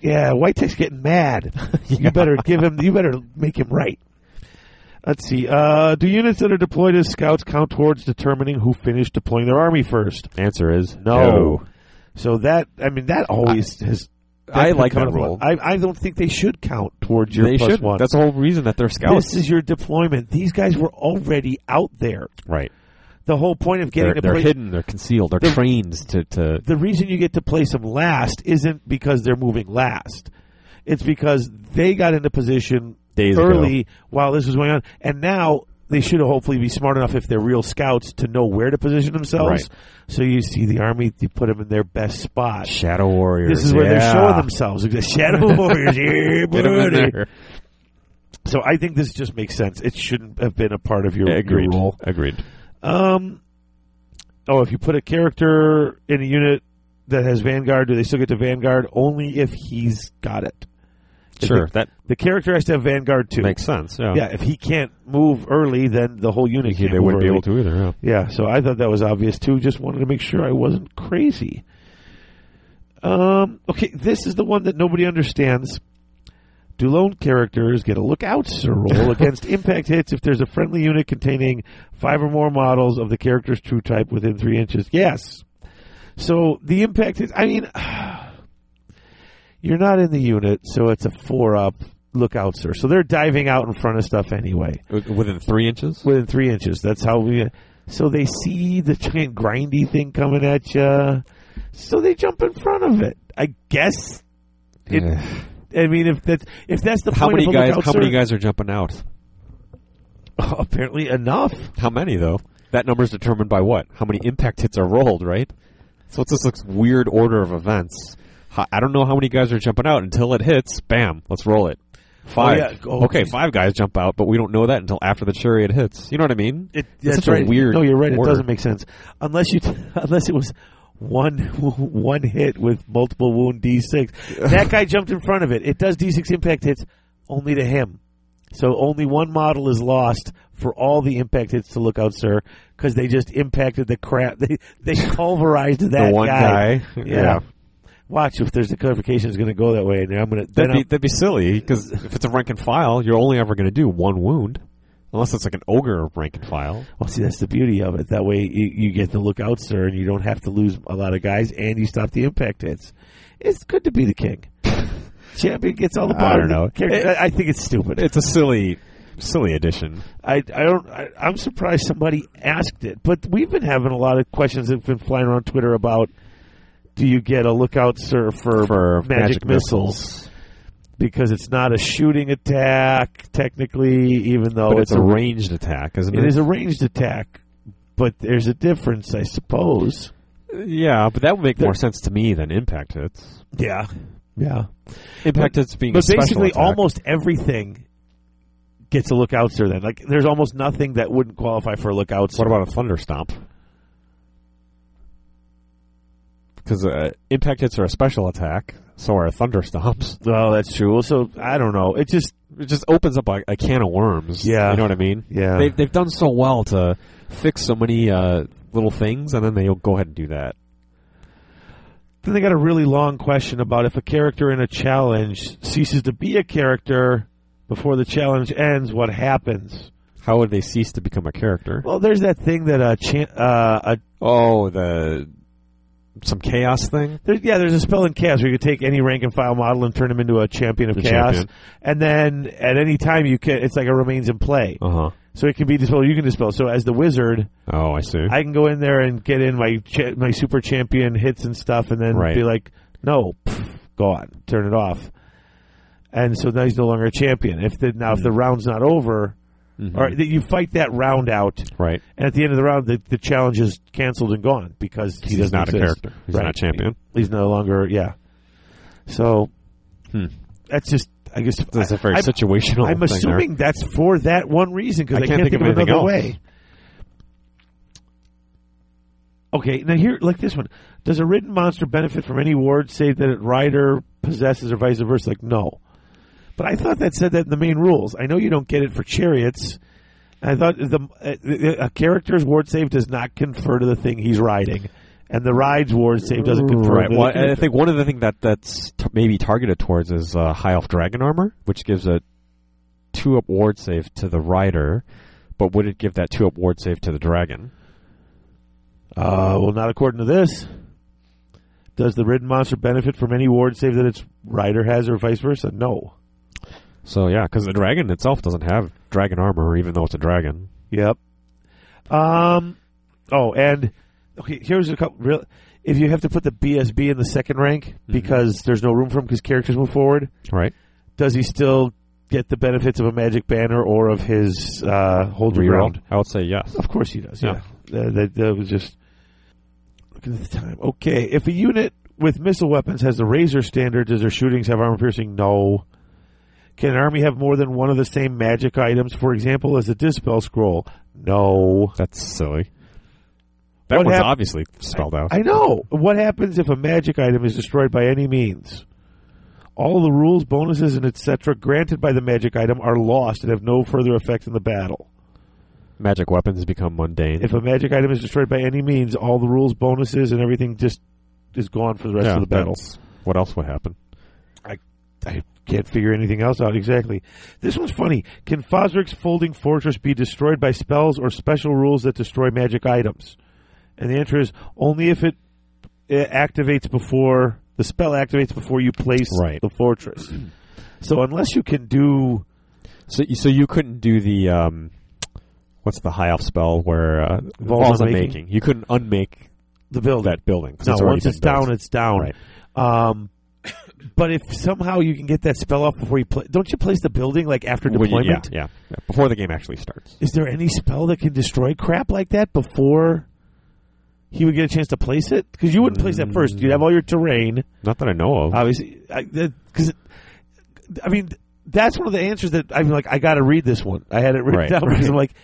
[SPEAKER 1] yeah, White Tech's getting
[SPEAKER 2] [laughs]
[SPEAKER 1] mad. You better give him. You better make him right. Let's see. Uh, do units that are deployed as scouts count towards determining who finished deploying their army first?
[SPEAKER 2] Answer is
[SPEAKER 1] No. So that I mean that always has.
[SPEAKER 2] I
[SPEAKER 1] that's
[SPEAKER 2] like
[SPEAKER 1] become
[SPEAKER 2] that
[SPEAKER 1] a-
[SPEAKER 2] rule.
[SPEAKER 1] I, I don't think they should count towards your
[SPEAKER 2] They
[SPEAKER 1] plus
[SPEAKER 2] should.
[SPEAKER 1] one.
[SPEAKER 2] That's the whole reason that they're scouts.
[SPEAKER 1] this is your deployment. These guys were already out there.
[SPEAKER 2] right.
[SPEAKER 1] The whole point of getting
[SPEAKER 2] They're,
[SPEAKER 1] to
[SPEAKER 2] they're
[SPEAKER 1] play,
[SPEAKER 2] hidden. They're concealed. They're
[SPEAKER 1] They're-
[SPEAKER 2] trained to, to
[SPEAKER 1] the reason you get to place them last isn't because they're moving last. It's because they got into position
[SPEAKER 2] Days ago.
[SPEAKER 1] early while this was going on, and now they should hopefully be smart enough if they're real scouts to know where to position themselves.
[SPEAKER 2] Right.
[SPEAKER 1] So you see the army, you put them in their best spot.
[SPEAKER 2] shadow warriors.
[SPEAKER 1] This is where they're
[SPEAKER 2] Yeah.
[SPEAKER 1] showing themselves. The Shadow [laughs] Warriors. Yeah,
[SPEAKER 2] Get 'em in
[SPEAKER 1] buddy.
[SPEAKER 2] there.
[SPEAKER 1] So I think this just makes sense. It shouldn't have been a part of your, your
[SPEAKER 2] Agreed.
[SPEAKER 1] role.
[SPEAKER 2] Agreed.
[SPEAKER 1] Um, oh, if you put a character in a unit that has Vanguard, do they still get to Vanguard? Only if he's got it. If
[SPEAKER 2] Sure.
[SPEAKER 1] The,
[SPEAKER 2] That
[SPEAKER 1] the character has to have Vanguard too.
[SPEAKER 2] makes sense.
[SPEAKER 1] yeah, if he can't move early, then the whole unit
[SPEAKER 2] Yeah,
[SPEAKER 1] can't
[SPEAKER 2] they
[SPEAKER 1] move
[SPEAKER 2] wouldn't be
[SPEAKER 1] early.
[SPEAKER 2] able to either. Yeah.
[SPEAKER 1] Yeah, so I thought that was obvious too. Just wanted to make sure I wasn't crazy. Um, okay, this is the one that nobody understands. Do lone characters get a lookout sir roll against impact hits if there's a friendly unit containing five or more models of the character's true type within three inches? Yes. So the impact hits. I mean, [sighs] you're not in the unit, so it's a four up lookout sir. So they're diving out in front of stuff anyway
[SPEAKER 2] Within three inches?
[SPEAKER 1] within three inches. That's how we. So they see the giant grindy thing coming at you, so they jump in front of it. I guess. It, I mean, if that's if that's the
[SPEAKER 2] How
[SPEAKER 1] point
[SPEAKER 2] many
[SPEAKER 1] of a
[SPEAKER 2] guys?
[SPEAKER 1] lookout,
[SPEAKER 2] How
[SPEAKER 1] sir-
[SPEAKER 2] many guys are jumping out?
[SPEAKER 1] [laughs] apparently enough.
[SPEAKER 2] How many though? That number is determined by what? How many impact hits are rolled, right? So it's just this weird order of events. Ho- I don't know how many guys are jumping out until it hits. Bam, let's roll it. Five.
[SPEAKER 1] yeah. Oh,
[SPEAKER 2] okay,
[SPEAKER 1] geez.
[SPEAKER 2] five guys jump out, but we don't know that until after the chariot hits. You know what I mean?
[SPEAKER 1] It,
[SPEAKER 2] It's
[SPEAKER 1] that's
[SPEAKER 2] such a
[SPEAKER 1] right.
[SPEAKER 2] weird
[SPEAKER 1] No, you're right.
[SPEAKER 2] order.
[SPEAKER 1] It doesn't make sense unless you [laughs] t- unless it was one [laughs] one hit with multiple wound D6. That guy jumped in front of it. It does D6 impact hits. only to him. So only one model is lost for all the impact hits to look out, sir, because they just impacted the crap. [laughs] They they pulverized that
[SPEAKER 2] the one guy.
[SPEAKER 1] Yeah. Watch if there's the clarification is going to go that way, and I'm going to.
[SPEAKER 2] That'd be, that'd be silly, because if it's a rank and file, you're only ever going to do one wound. Unless it's like an ogre rank and file.
[SPEAKER 1] Well, see, that's the beauty of it. That way, you, you get to look out, sir, and you don't have to lose a lot of guys, and you stop the impact hits. It's good to be the
[SPEAKER 2] [laughs]
[SPEAKER 1] king. Champion gets all the
[SPEAKER 2] I
[SPEAKER 1] bottom.
[SPEAKER 2] don't know.
[SPEAKER 1] character- I, I think it's stupid.
[SPEAKER 2] It's a silly, silly addition.
[SPEAKER 1] I, I don't. I, I'm surprised somebody asked it, but we've been having a lot of questions that have been flying around Twitter about. Do you get a lookout, sir, for,
[SPEAKER 2] For magic
[SPEAKER 1] missiles? Because it's not a shooting attack technically, even though
[SPEAKER 2] but
[SPEAKER 1] it's,
[SPEAKER 2] Oh, it's a ranged attack, isn't it?
[SPEAKER 1] it is a ranged attack. But there's a difference, I suppose.
[SPEAKER 2] Yeah, but that would make
[SPEAKER 1] They're-
[SPEAKER 2] more sense to me than impact hits.
[SPEAKER 1] Yeah, yeah.
[SPEAKER 2] Impact hits being a
[SPEAKER 1] But
[SPEAKER 2] special
[SPEAKER 1] basically,
[SPEAKER 2] attack.
[SPEAKER 1] almost everything gets a lookout, sir. Then, like, there's almost nothing that wouldn't qualify for a lookout. Sir.
[SPEAKER 2] What about a thunder stomp? Because uh, impact hits are a special attack, so are thunder stomps.
[SPEAKER 1] Well, oh, that's true. Also, I don't know. It just
[SPEAKER 2] It just opens up a, a can of worms.
[SPEAKER 1] Yeah.
[SPEAKER 2] you know what I mean.
[SPEAKER 1] yeah.
[SPEAKER 2] They've they've done so well to fix so many uh, little things, and then they'll go ahead and do that.
[SPEAKER 1] Then they got a really long question about if a character in a challenge ceases to be a character before the challenge ends, what happens?
[SPEAKER 2] How would they cease to become a character?
[SPEAKER 1] Well, there's that thing that a, cha- uh, a
[SPEAKER 2] Oh, the some chaos thing.
[SPEAKER 1] there's, yeah, there's a spell in chaos where you can take any rank and file model and turn him into a champion of
[SPEAKER 2] The
[SPEAKER 1] chaos,
[SPEAKER 2] champion.
[SPEAKER 1] and then at any time you can, it's like it remains in play,
[SPEAKER 2] Uh huh.
[SPEAKER 1] so it can be dispelled. You can dispel. So as the wizard,
[SPEAKER 2] Oh, I see.
[SPEAKER 1] I can go in there and get in my cha- my super champion hits and stuff, and then
[SPEAKER 2] Right.
[SPEAKER 1] be like, no, pff, gone, turn it off. And so now he's no longer a champion. If the, now if
[SPEAKER 2] Mm-hmm.
[SPEAKER 1] the round's not over,
[SPEAKER 2] Mhm.
[SPEAKER 1] or that you fight that round out,
[SPEAKER 2] Right.
[SPEAKER 1] and at the end of the round, the, the challenge is canceled and gone because he
[SPEAKER 2] He's
[SPEAKER 1] doesn't
[SPEAKER 2] not a
[SPEAKER 1] exist.
[SPEAKER 2] character. He's
[SPEAKER 1] Right.
[SPEAKER 2] not a champion.
[SPEAKER 1] He's no longer yeah. So
[SPEAKER 2] Hmm.
[SPEAKER 1] that's just I guess
[SPEAKER 2] That's
[SPEAKER 1] I,
[SPEAKER 2] a very
[SPEAKER 1] I'm-
[SPEAKER 2] situational.
[SPEAKER 1] I'm
[SPEAKER 2] thing there.
[SPEAKER 1] assuming that's for that one reason because I, can't, think, of,
[SPEAKER 2] anything
[SPEAKER 1] another
[SPEAKER 2] else.
[SPEAKER 1] way. Okay, now here, like this one. Does a ridden monster benefit from any ward save that a rider possesses or vice versa? Like, no. But I thought that said that in the main rules. I know you don't get it for chariots. I thought the a, a character's ward save does not confer to the thing he's riding, and the ride's ward save doesn't confer.
[SPEAKER 2] Right.
[SPEAKER 1] To the
[SPEAKER 2] Well,
[SPEAKER 1] character.
[SPEAKER 2] I think one of the things that that's t- maybe targeted towards is uh, high elf dragon armor, which gives a two up ward save to the rider, but would it give that two up ward save to the dragon?
[SPEAKER 1] Uh, well, not according to this. Does the ridden monster benefit from any ward save that its rider has, or vice versa? No.
[SPEAKER 2] So yeah, because the dragon itself doesn't have dragon armor, even though it's a dragon.
[SPEAKER 1] Yep. Um. Oh, and okay. Here's a couple. Real, if you have to put the BSB in the second rank because there's no room for him because characters move forward,
[SPEAKER 2] Right.
[SPEAKER 1] does he still get the benefits of a magic banner or of his uh, hold your ground?
[SPEAKER 2] I would say yes.
[SPEAKER 1] Of course he does.
[SPEAKER 2] Yeah.
[SPEAKER 1] Yeah, That, that, that was just look at the time. Okay, if a unit with missile weapons has the razor standard, does their shootings have armor piercing? No. Can an army have more than one of the same magic items? For example, as a dispel scroll? No.
[SPEAKER 2] That's silly. That
[SPEAKER 1] What
[SPEAKER 2] one's
[SPEAKER 1] hap-
[SPEAKER 2] obviously spelled out.
[SPEAKER 1] I know. What happens if a magic item is destroyed by any means? All the rules, bonuses, and etc. granted by the magic item are lost and have no further effect in the battle.
[SPEAKER 2] Magic weapons become mundane.
[SPEAKER 1] if a magic item is destroyed by any means, all the rules, bonuses, and everything just is gone for the rest
[SPEAKER 2] Yeah,
[SPEAKER 1] of the battle.
[SPEAKER 2] that's- What else would happen?
[SPEAKER 1] I can't figure anything else out exactly. This one's funny. Can Fosric's Folding Fortress be destroyed by spells or special rules that destroy magic items? And the answer is only if it, it activates before the spell activates before you place
[SPEAKER 2] Right.
[SPEAKER 1] the fortress. So unless you can do
[SPEAKER 2] So, so you couldn't do the um, what's the high elf spell where uh,
[SPEAKER 1] Vol's
[SPEAKER 2] Vol's
[SPEAKER 1] unmaking?
[SPEAKER 2] unmaking? You couldn't unmake
[SPEAKER 1] the building,
[SPEAKER 2] that building. 'cause
[SPEAKER 1] No,
[SPEAKER 2] already
[SPEAKER 1] once
[SPEAKER 2] been
[SPEAKER 1] it's down,
[SPEAKER 2] built.
[SPEAKER 1] it's down.
[SPEAKER 2] Right.
[SPEAKER 1] Um, but if somehow you can get that spell off before you play, don't you place the building like after
[SPEAKER 2] Well, you- yeah,
[SPEAKER 1] deployment?
[SPEAKER 2] yeah, yeah. Before the game actually starts.
[SPEAKER 1] Is there any spell that can destroy crap like that before he would get a chance to place it? Because you wouldn't place that first. You'd have all your terrain,
[SPEAKER 2] Not that I know of.
[SPEAKER 1] obviously. Because I mean, that's one of the answers that I'm like, I got to read this one. I had it written
[SPEAKER 2] Right,
[SPEAKER 1] down because I'm like,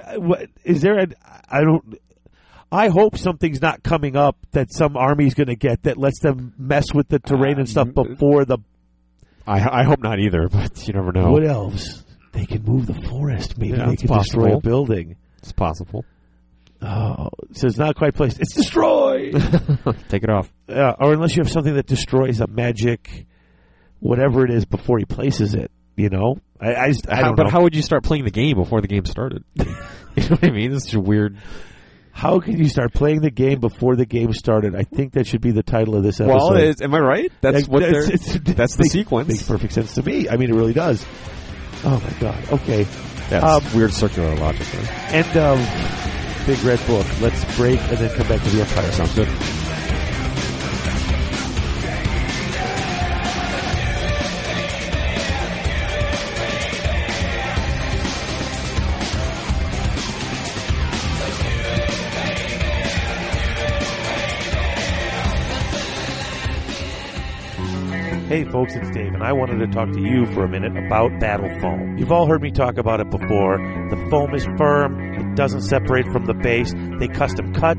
[SPEAKER 1] uh, what is there? A, I don't. I hope something's not coming up
[SPEAKER 2] Uh,
[SPEAKER 1] that some army's going to get that lets them mess with the terrain and stuff before the
[SPEAKER 2] I, I hope not either, [laughs] but you never know.
[SPEAKER 1] Wood elves. They can move the forest. Maybe
[SPEAKER 2] Yeah,
[SPEAKER 1] they
[SPEAKER 2] it's
[SPEAKER 1] can destroy a
[SPEAKER 2] possible.
[SPEAKER 1] building. [laughs]
[SPEAKER 2] It's possible.
[SPEAKER 1] Oh, so it's not quite placed. It's destroyed.
[SPEAKER 2] Take it off.
[SPEAKER 1] yeah, or unless you have something that destroys a magic, whatever it is, before he places it. You know, I, I, just- I
[SPEAKER 2] How-
[SPEAKER 1] don't
[SPEAKER 2] but
[SPEAKER 1] know.
[SPEAKER 2] how would you start playing the game before the game started? [laughs] you know what I mean? This is a weird.
[SPEAKER 1] How can you start playing the game before the game started? I think that should be the title of this episode.
[SPEAKER 2] am I right?
[SPEAKER 1] Like, it's- it's-
[SPEAKER 2] that's the
[SPEAKER 1] makes-
[SPEAKER 2] sequence.
[SPEAKER 1] Makes perfect sense to me. I mean, it really does. Oh my god. Okay. um,
[SPEAKER 2] That's weird circular logic.
[SPEAKER 1] End of Big Red Book. Let's break and then come back to the Empire.
[SPEAKER 2] Sounds good.
[SPEAKER 1] Hey folks, it's Dave, and I wanted to talk to you for a minute about Battle Foam. You've all heard me talk about it before. The foam is firm, it doesn't separate from the base. They custom cut,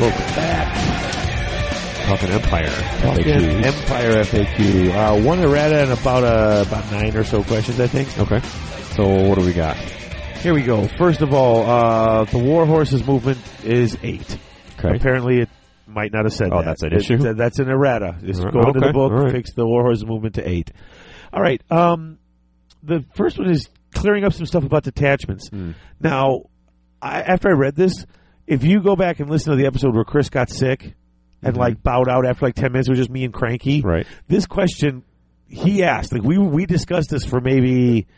[SPEAKER 1] Welcome back.
[SPEAKER 2] Talking Empire.
[SPEAKER 1] Talking Empire FAQ. Uh, one errata and about uh, about nine or so questions, I think.
[SPEAKER 2] Okay. So what do we got?
[SPEAKER 1] Here we go. First of all, uh, the War Horses movement is eight.
[SPEAKER 2] Okay.
[SPEAKER 1] Apparently, it might not have said
[SPEAKER 2] Oh,
[SPEAKER 1] that.
[SPEAKER 2] that's an
[SPEAKER 1] It-
[SPEAKER 2] issue?
[SPEAKER 1] th- that's an errata. Just
[SPEAKER 2] Uh,
[SPEAKER 1] go into
[SPEAKER 2] okay,
[SPEAKER 1] the book,
[SPEAKER 2] all right.
[SPEAKER 1] fix the War Horses movement to eight. All right. Um, the first one is clearing up some stuff about detachments.
[SPEAKER 2] Hmm.
[SPEAKER 1] Now, I, after I read this, if you go back and listen to the episode where Chris got sick and
[SPEAKER 2] Mhm.
[SPEAKER 1] like bowed out after like ten minutes, it was just me and Cranky
[SPEAKER 2] Right.
[SPEAKER 1] this question he asked like we we discussed this for maybe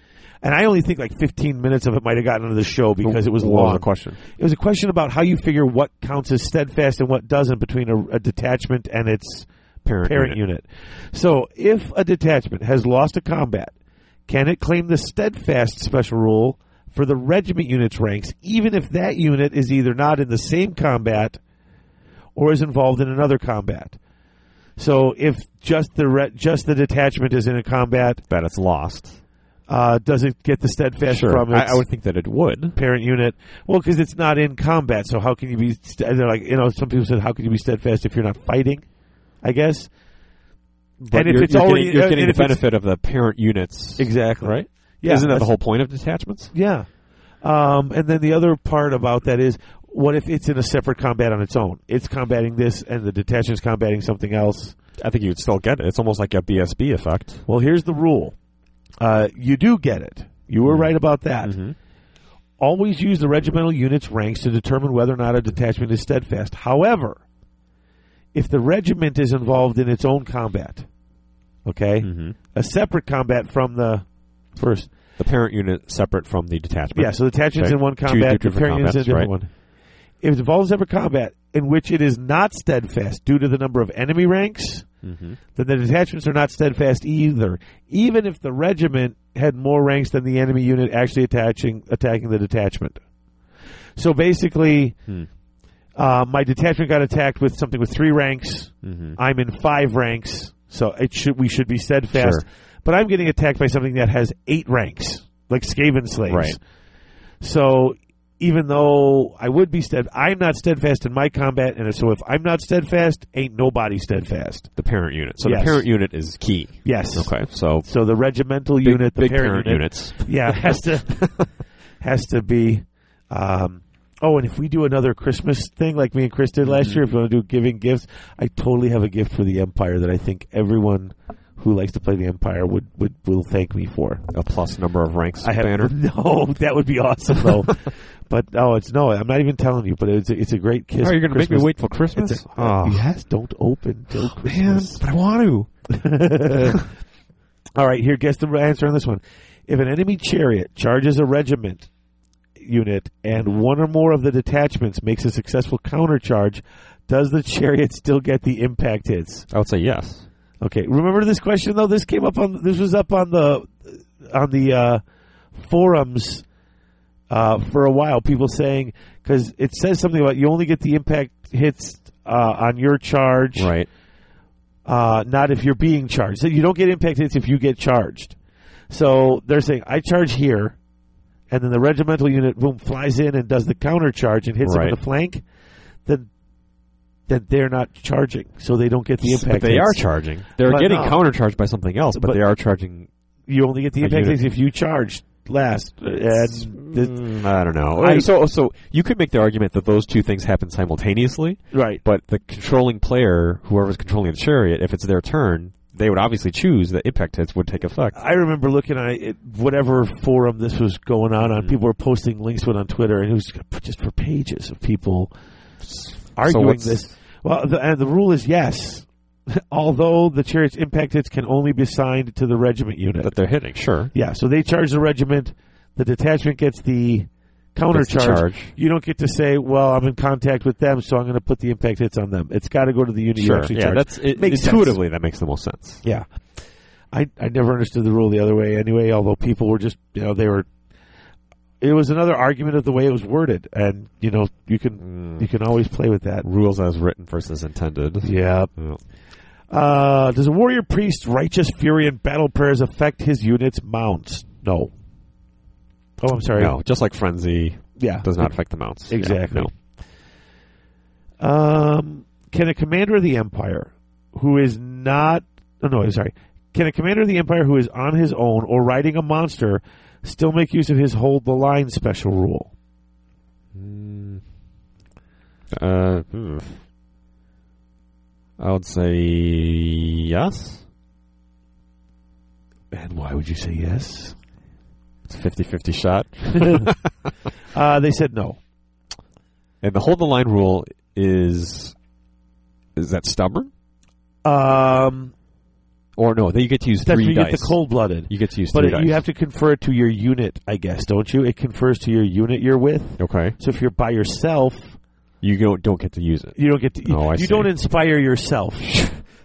[SPEAKER 1] and I only think like 15 minutes of it might have gotten into the show because it was
[SPEAKER 2] What
[SPEAKER 1] long.
[SPEAKER 2] the question.
[SPEAKER 1] It was a question about how you figure what counts as steadfast and what doesn't between a, a detachment and its
[SPEAKER 2] Parent,
[SPEAKER 1] parent unit. So, if a detachment has lost a combat, can it claim the steadfast special rule for the regiment unit's ranks, even if that unit is either not in the same combat or is involved in another combat? So, if just the re- just the detachment is in a combat,
[SPEAKER 2] That it's lost.
[SPEAKER 1] uh, does it get the steadfast
[SPEAKER 2] Sure.
[SPEAKER 1] from
[SPEAKER 2] I,
[SPEAKER 1] its
[SPEAKER 2] I would think that it would.
[SPEAKER 1] parent unit? Well, because it's not in combat. So, how can you be? St- and they're like, you know, some people said, how can you be steadfast if you're not fighting? I guess
[SPEAKER 2] But
[SPEAKER 1] And if
[SPEAKER 2] you're,
[SPEAKER 1] it's
[SPEAKER 2] you're
[SPEAKER 1] already-
[SPEAKER 2] getting, you're
[SPEAKER 1] and
[SPEAKER 2] getting
[SPEAKER 1] if
[SPEAKER 2] the
[SPEAKER 1] it's-
[SPEAKER 2] benefit of the parent units.
[SPEAKER 1] exactly
[SPEAKER 2] Right.
[SPEAKER 1] Yeah,
[SPEAKER 2] Isn't that the
[SPEAKER 1] that's-
[SPEAKER 2] whole point of detachments?
[SPEAKER 1] Yeah. Um, and then the other part about that is what if it's in a separate combat on its own? It's combating this, and the detachment's combating something else.
[SPEAKER 2] I think you'd still get it. It's almost like a BSB effect.
[SPEAKER 1] Well, here's the rule uh, you do get it. You were right about that.
[SPEAKER 2] Mhm.
[SPEAKER 1] Always use the regimental unit's ranks to determine whether or not a detachment is steadfast. However, if the regiment is involved in its own combat, okay,
[SPEAKER 2] Mhm.
[SPEAKER 1] a separate combat from the first
[SPEAKER 2] The parent unit separate from the detachment.
[SPEAKER 1] Yeah, so the attachment's
[SPEAKER 2] Okay.
[SPEAKER 1] in one
[SPEAKER 2] Two
[SPEAKER 1] combat, the
[SPEAKER 2] different
[SPEAKER 1] pairing unit's in a
[SPEAKER 2] combats,
[SPEAKER 1] different
[SPEAKER 2] right.
[SPEAKER 1] one. If it involves separate combat in which it is not steadfast due to the number of enemy ranks,
[SPEAKER 2] Mhm.
[SPEAKER 1] then the detachments are not steadfast either, even if the regiment had more ranks than the enemy unit actually attaching attacking the detachment. So basically,
[SPEAKER 2] Hmm.
[SPEAKER 1] uh, my detachment got attacked with something with three ranks.
[SPEAKER 2] Mhm.
[SPEAKER 1] I'm in five ranks, so it should we should be steadfast.
[SPEAKER 2] Sure.
[SPEAKER 1] But I'm getting attacked by something that has eight ranks, like Skaven slaves.
[SPEAKER 2] Right.
[SPEAKER 1] So even though I would be stead, I'm not steadfast in my combat, and so if I'm not steadfast, ain't nobody steadfast.
[SPEAKER 2] The parent unit. So
[SPEAKER 1] Yes.
[SPEAKER 2] the parent unit is key.
[SPEAKER 1] Yes.
[SPEAKER 2] Okay. So
[SPEAKER 1] So the regimental
[SPEAKER 2] big,
[SPEAKER 1] unit, the
[SPEAKER 2] big
[SPEAKER 1] parent, unit,
[SPEAKER 2] units.
[SPEAKER 1] yeah, has
[SPEAKER 2] [laughs]
[SPEAKER 1] to has to be. Um, oh, and if we do another Christmas thing like me and Chris did
[SPEAKER 2] Mm-hmm.
[SPEAKER 1] last year, if we want to do giving gifts, I totally have a gift for the Empire that I think everyone who likes to play the Empire would, would will thank me for.
[SPEAKER 2] A plus number of ranks
[SPEAKER 1] I have [laughs]
[SPEAKER 2] banner.
[SPEAKER 1] no, that would be awesome
[SPEAKER 2] [laughs]
[SPEAKER 1] though. but oh, it's no, I'm not even telling you. But it's a, it's a great kiss.
[SPEAKER 2] Oh, you're going to make me
[SPEAKER 1] Christmas.
[SPEAKER 2] wait till Christmas?
[SPEAKER 1] It's a,
[SPEAKER 2] oh,
[SPEAKER 1] Yes, don't open till
[SPEAKER 2] man.
[SPEAKER 1] Christmas.
[SPEAKER 2] But I want to.
[SPEAKER 1] [laughs] All right, here, guess the answer on this one. If an enemy chariot charges a regiment unit and one or more of the detachments makes a successful countercharge, does the chariot still get the impact hits?
[SPEAKER 2] I would say yes.
[SPEAKER 1] Okay. Remember this question though. This came up on this was up on the on the uh, forums uh, for a while. People saying because it says something about you only get the impact hits uh, on your charge,
[SPEAKER 2] Right.
[SPEAKER 1] uh, not if you're being charged. So you don't get impact hits if you get charged. So they're saying I charge here, and then the regimental unit boom flies in and does the counter charge and hits them
[SPEAKER 2] Right.
[SPEAKER 1] in the flank. Then then they're not charging, so they don't get the impact.
[SPEAKER 2] But they
[SPEAKER 1] hits.
[SPEAKER 2] are charging. They're
[SPEAKER 1] But
[SPEAKER 2] getting
[SPEAKER 1] no.
[SPEAKER 2] countercharged by something else, uh, but,
[SPEAKER 1] But-
[SPEAKER 2] they are charging.
[SPEAKER 1] you only get the
[SPEAKER 2] A
[SPEAKER 1] impact
[SPEAKER 2] unit.
[SPEAKER 1] hits if you charge last. And the,
[SPEAKER 2] Mm, I don't know.
[SPEAKER 1] I-
[SPEAKER 2] so, so you could make the argument that those two things happen simultaneously,
[SPEAKER 1] right.
[SPEAKER 2] but the controlling player, whoever's controlling the chariot, if it's their turn, they would obviously choose that impact hits would take effect.
[SPEAKER 1] I remember looking at it, whatever forum this was going on on.
[SPEAKER 2] Mhm.
[SPEAKER 1] People were posting links to it on Twitter, and it was just for pages of people
[SPEAKER 2] So
[SPEAKER 1] arguing
[SPEAKER 2] what's-
[SPEAKER 1] this. Well, the, and the rule is yes, [laughs] although the chariot's impact hits can only be assigned to the regiment unit.
[SPEAKER 2] that they're hitting, sure.
[SPEAKER 1] yeah, so they charge the regiment. The detachment gets the counter
[SPEAKER 2] That's the
[SPEAKER 1] charge.
[SPEAKER 2] charge.
[SPEAKER 1] You don't get to say, "Well, I'm in contact with them, so I'm going to put the impact hits on them." It's got to go to the unit you
[SPEAKER 2] Sure.
[SPEAKER 1] actually
[SPEAKER 2] Yeah,
[SPEAKER 1] charge.
[SPEAKER 2] that's it,
[SPEAKER 1] Makes sense.
[SPEAKER 2] intuitively that makes the most sense.
[SPEAKER 1] Yeah. I, I never understood the rule the other way anyway, although people were just, you know, they were. It was another argument of the way it was worded, and, you know, you can
[SPEAKER 2] Mm.
[SPEAKER 1] you can always play with that.
[SPEAKER 2] Rules as written versus intended. Oh,
[SPEAKER 1] Yeah.
[SPEAKER 2] Yeah.
[SPEAKER 1] Uh, does a warrior priest righteous fury and battle prayers affect his unit's mounts? No. Oh, I'm sorry.
[SPEAKER 2] No, just like frenzy
[SPEAKER 1] Yeah.
[SPEAKER 2] does not affect the mounts. Yeah,
[SPEAKER 1] Exactly.
[SPEAKER 2] no.
[SPEAKER 1] Um, can a commander of the empire who is not? Oh no, sorry. Can a commander of the empire who is on his own or riding a monster still make use of his hold the line special rule?
[SPEAKER 2] Mm. Uh, hmm. I would say yes.
[SPEAKER 1] And why would you say yes?
[SPEAKER 2] It's a 50-50 shot.
[SPEAKER 1] Uh, they said no.
[SPEAKER 2] And the hold the line rule is is that stubborn
[SPEAKER 1] Um,
[SPEAKER 2] or no? That you get to use
[SPEAKER 1] that's
[SPEAKER 2] three
[SPEAKER 1] where you
[SPEAKER 2] dice.
[SPEAKER 1] get the cold blooded.
[SPEAKER 2] You get to use
[SPEAKER 1] But
[SPEAKER 2] three
[SPEAKER 1] it,
[SPEAKER 2] dice.
[SPEAKER 1] you have to confer it to your unit, I guess, don't you? It confers to your unit you're with.
[SPEAKER 2] okay.
[SPEAKER 1] So if you're by yourself,
[SPEAKER 2] You don't don't get to use it,
[SPEAKER 1] you don't get to,
[SPEAKER 2] Oh, I
[SPEAKER 1] you
[SPEAKER 2] see.
[SPEAKER 1] don't inspire
[SPEAKER 2] [laughs]
[SPEAKER 1] yourself.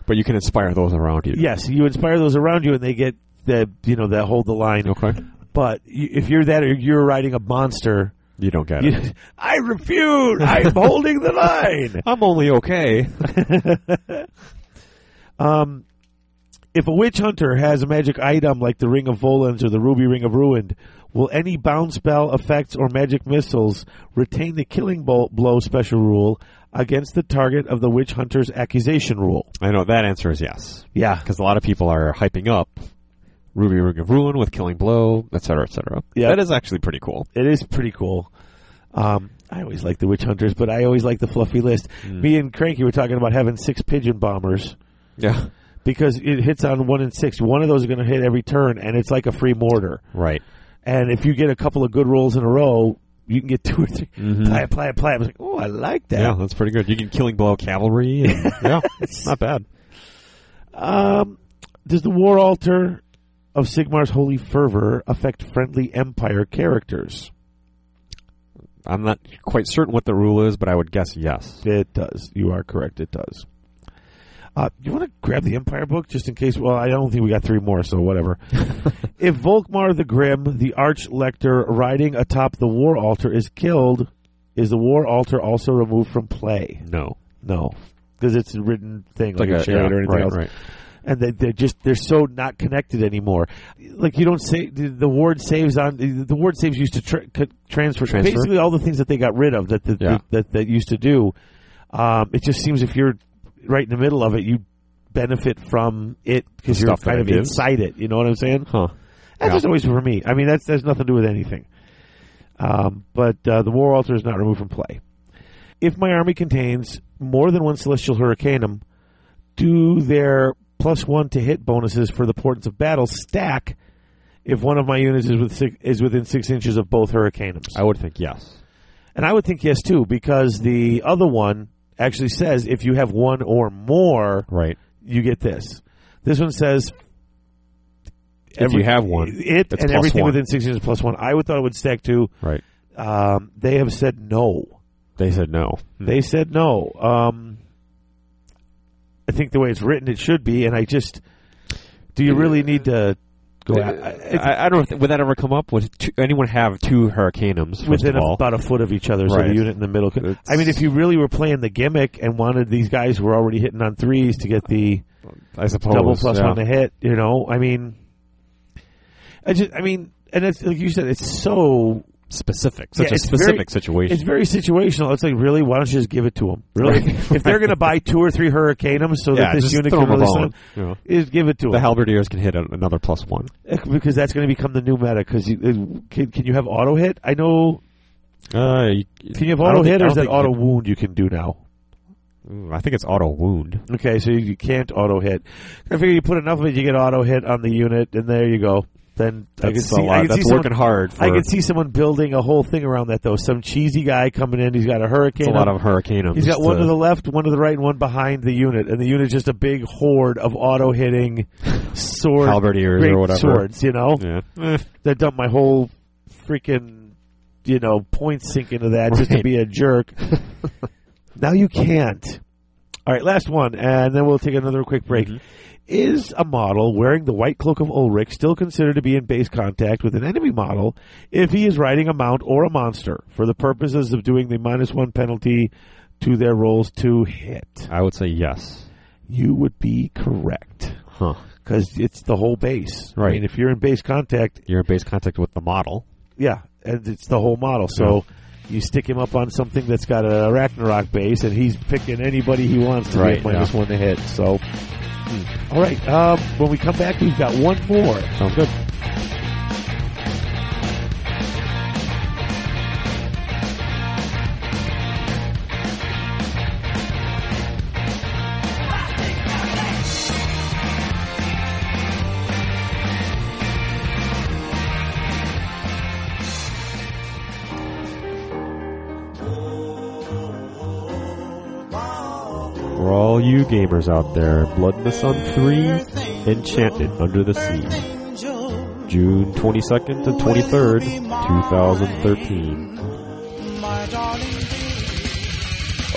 [SPEAKER 2] but you can inspire those around you.
[SPEAKER 1] Yes, you inspire those around you, and they get the you know that hold the line.
[SPEAKER 2] Okay.
[SPEAKER 1] But you, if you're that, or you're riding a monster,
[SPEAKER 2] You don't get it.
[SPEAKER 1] you, [laughs] I refuse. I'm holding the line.
[SPEAKER 2] I'm only
[SPEAKER 1] [laughs]
[SPEAKER 2] okay.
[SPEAKER 1] Um, if a witch hunter has a magic item like the Ring of Volans or the Ruby Ring of Ruined, will any bound spell effects or magic missiles retain the killing bol- blow special rule against the target of the witch hunter's accusation rule?
[SPEAKER 2] I know that answer is yes.
[SPEAKER 1] Yeah,
[SPEAKER 2] because a lot of people are hyping up Ruby Ring of Ruin with Killing Blow, et cetera, et cetera.
[SPEAKER 1] Yeah.
[SPEAKER 2] That is actually pretty cool.
[SPEAKER 1] it is pretty cool. Um, I always like the witch hunters, but I always like the fluffy list. Me and Cranky were talking about having six pigeon bombers
[SPEAKER 2] Yeah.
[SPEAKER 1] because it hits on one and six. One of those are going to hit every turn, and it's like a free mortar.
[SPEAKER 2] Right.
[SPEAKER 1] And if you get a couple of good rolls in a row, you can get two or 3
[SPEAKER 2] Mhm.
[SPEAKER 1] Play it, play it, play it. I was like, oh, I like
[SPEAKER 2] Yeah,
[SPEAKER 1] that.
[SPEAKER 2] that's pretty good. You can Killing Blow Cavalry. And,
[SPEAKER 1] [laughs]
[SPEAKER 2] yeah, it's not bad.
[SPEAKER 1] Um, does the war altar of Sigmar's holy fervor affect friendly Empire characters?
[SPEAKER 2] I'm not quite certain what the rule is, but I would guess yes.
[SPEAKER 1] It does. You are correct. It does. Uh, you want to grab the Empire book just in case? Well, I don't think we got three more, so whatever. if Volkmar the Grim, the arch lector riding atop the war altar, is killed, is the war altar also removed from play?
[SPEAKER 2] No.
[SPEAKER 1] No, because it's a written thing, like, a chariot
[SPEAKER 2] yeah,
[SPEAKER 1] or anything
[SPEAKER 2] right,
[SPEAKER 1] else.
[SPEAKER 2] right.
[SPEAKER 1] And they, they're just they're so not connected anymore. Like you don't say the, the ward saves on the, the ward saves used to tra- could transfer,
[SPEAKER 2] Transfer.
[SPEAKER 1] basically all the things that they got rid of that that
[SPEAKER 2] Yeah.
[SPEAKER 1] that, that used to do. Um, it just seems if you're right in the middle of it, you benefit from it because
[SPEAKER 2] The
[SPEAKER 1] you're
[SPEAKER 2] stuff that
[SPEAKER 1] kind of
[SPEAKER 2] it is.
[SPEAKER 1] inside it. You know what I'm saying?
[SPEAKER 2] Huh.
[SPEAKER 1] That's
[SPEAKER 2] Yeah.
[SPEAKER 1] just always for me. I mean, that's that's nothing to do with anything. Um, but uh, the war altar is not removed from play. If my army contains more than one celestial hurricanum, do their plus one to hit bonuses for the portents of battle stack if one of my units is with six, is within six inches of both hurricanums?
[SPEAKER 2] I would think yes.
[SPEAKER 1] and I would think yes too, because the other one actually says if you have one or more,
[SPEAKER 2] Right.
[SPEAKER 1] you get this. This one says
[SPEAKER 2] If you have one,
[SPEAKER 1] it
[SPEAKER 2] it's
[SPEAKER 1] and
[SPEAKER 2] plus
[SPEAKER 1] everything
[SPEAKER 2] one.
[SPEAKER 1] within six inches plus one. I would thought it would stack two.
[SPEAKER 2] Right.
[SPEAKER 1] Um, they have said no.
[SPEAKER 2] They said no.
[SPEAKER 1] They said no. Um, I think the way it's written, it should be. And I just, do you really need to go
[SPEAKER 2] I,
[SPEAKER 1] out- it's
[SPEAKER 2] I, I don't. know if- Would that ever come up? Would two, anyone have two hurricaneums? First
[SPEAKER 1] within
[SPEAKER 2] of all,
[SPEAKER 1] about a foot of each other? So the
[SPEAKER 2] Right.
[SPEAKER 1] unit in the middle. could-
[SPEAKER 2] It's-
[SPEAKER 1] I mean, if you really were playing the gimmick and wanted these guys who were already hitting on threes to get the
[SPEAKER 2] I suppose
[SPEAKER 1] double plus
[SPEAKER 2] yeah.
[SPEAKER 1] one to hit. You know, I mean, I just, I mean, and it's like you said, it's so
[SPEAKER 3] Specific.
[SPEAKER 2] Such
[SPEAKER 1] Yeah,
[SPEAKER 2] a
[SPEAKER 1] it's very-
[SPEAKER 2] specific situation.
[SPEAKER 1] it's very situational. It's like really, why don't you just give it to them? Really,
[SPEAKER 2] Right.
[SPEAKER 1] if they're going to buy two or three hurricaneums so
[SPEAKER 2] yeah,
[SPEAKER 1] that this
[SPEAKER 2] just
[SPEAKER 1] unit
[SPEAKER 2] throw
[SPEAKER 1] can
[SPEAKER 2] them a
[SPEAKER 1] release
[SPEAKER 2] bone.
[SPEAKER 1] them,
[SPEAKER 2] You know.
[SPEAKER 1] is give it to
[SPEAKER 2] The
[SPEAKER 1] them
[SPEAKER 2] halberdiers can hit a- another plus one.
[SPEAKER 1] because that's going to become the new meta. Because can, can you have auto hit? I know.
[SPEAKER 2] Uh, you,
[SPEAKER 1] Can you have
[SPEAKER 2] I don't
[SPEAKER 1] auto hit
[SPEAKER 2] think- I
[SPEAKER 1] or
[SPEAKER 2] don't
[SPEAKER 1] is that
[SPEAKER 2] think
[SPEAKER 1] auto wound you can do now?
[SPEAKER 2] Ooh, I think it's auto wound.
[SPEAKER 1] Okay, so you, you can't auto hit. I figure you put enough of it, you get auto hit on the unit, and there you go. Then I can
[SPEAKER 2] That's
[SPEAKER 1] see. I
[SPEAKER 2] a lot.
[SPEAKER 1] can see
[SPEAKER 2] That's
[SPEAKER 1] someone
[SPEAKER 2] working hard. For,
[SPEAKER 1] I could see someone building a whole thing around that, though. Some cheesy guy coming in, he's got a hurricane.
[SPEAKER 2] it's a lot
[SPEAKER 1] up.
[SPEAKER 2] of hurricaneums.
[SPEAKER 1] he's got one
[SPEAKER 2] to-
[SPEAKER 1] to the left, one to the right, and one behind the unit, and the unit's just a big horde of auto
[SPEAKER 2] [laughs]
[SPEAKER 1] hitting sword
[SPEAKER 2] halberdiers
[SPEAKER 1] great
[SPEAKER 2] or whatever.
[SPEAKER 1] swords. You know
[SPEAKER 2] Yeah. [laughs]
[SPEAKER 1] that dumped my whole freaking you know point sink into that just to
[SPEAKER 2] Right.
[SPEAKER 1] be a
[SPEAKER 2] [laughs]
[SPEAKER 1] jerk. now you can't. All right, last one, and then we'll take another quick break.
[SPEAKER 2] Mhm.
[SPEAKER 1] Is a model wearing the white cloak of Ulrich still considered to be in base contact with an enemy model if he is riding a mount or a monster for the purposes of doing the minus one penalty to their rolls to hit?
[SPEAKER 2] I would say yes.
[SPEAKER 1] You would be correct
[SPEAKER 2] Huh.
[SPEAKER 1] because it's the whole base. I
[SPEAKER 2] Right.
[SPEAKER 1] mean, if you're in base contact,
[SPEAKER 2] You're in base contact with the model.
[SPEAKER 1] yeah, and it's the whole model. So you stick him up on something that's got an Arachnorock base, and he's picking anybody he wants to
[SPEAKER 2] Right,
[SPEAKER 1] be a minus
[SPEAKER 2] yeah.
[SPEAKER 1] one to hit. So, all right. Um, when we come back, we've got one more.
[SPEAKER 2] Sounds good. For all you gamers out there, Blood in the Sun 3 Enchanted Under the Sea. June 22nd to 23rd, 2013.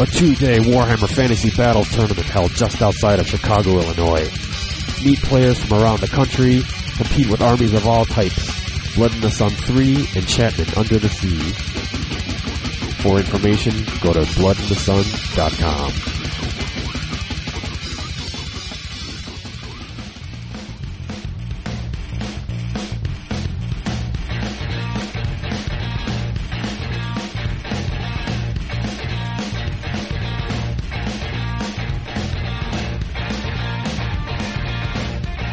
[SPEAKER 2] A two day Warhammer Fantasy Battles tournament held just outside of Chicago, Illinois. Meet players from around the country, compete with armies of all types. Blood in the Sun 3, Enchantment Under the Sea. For information, go to bloodinthesun.com.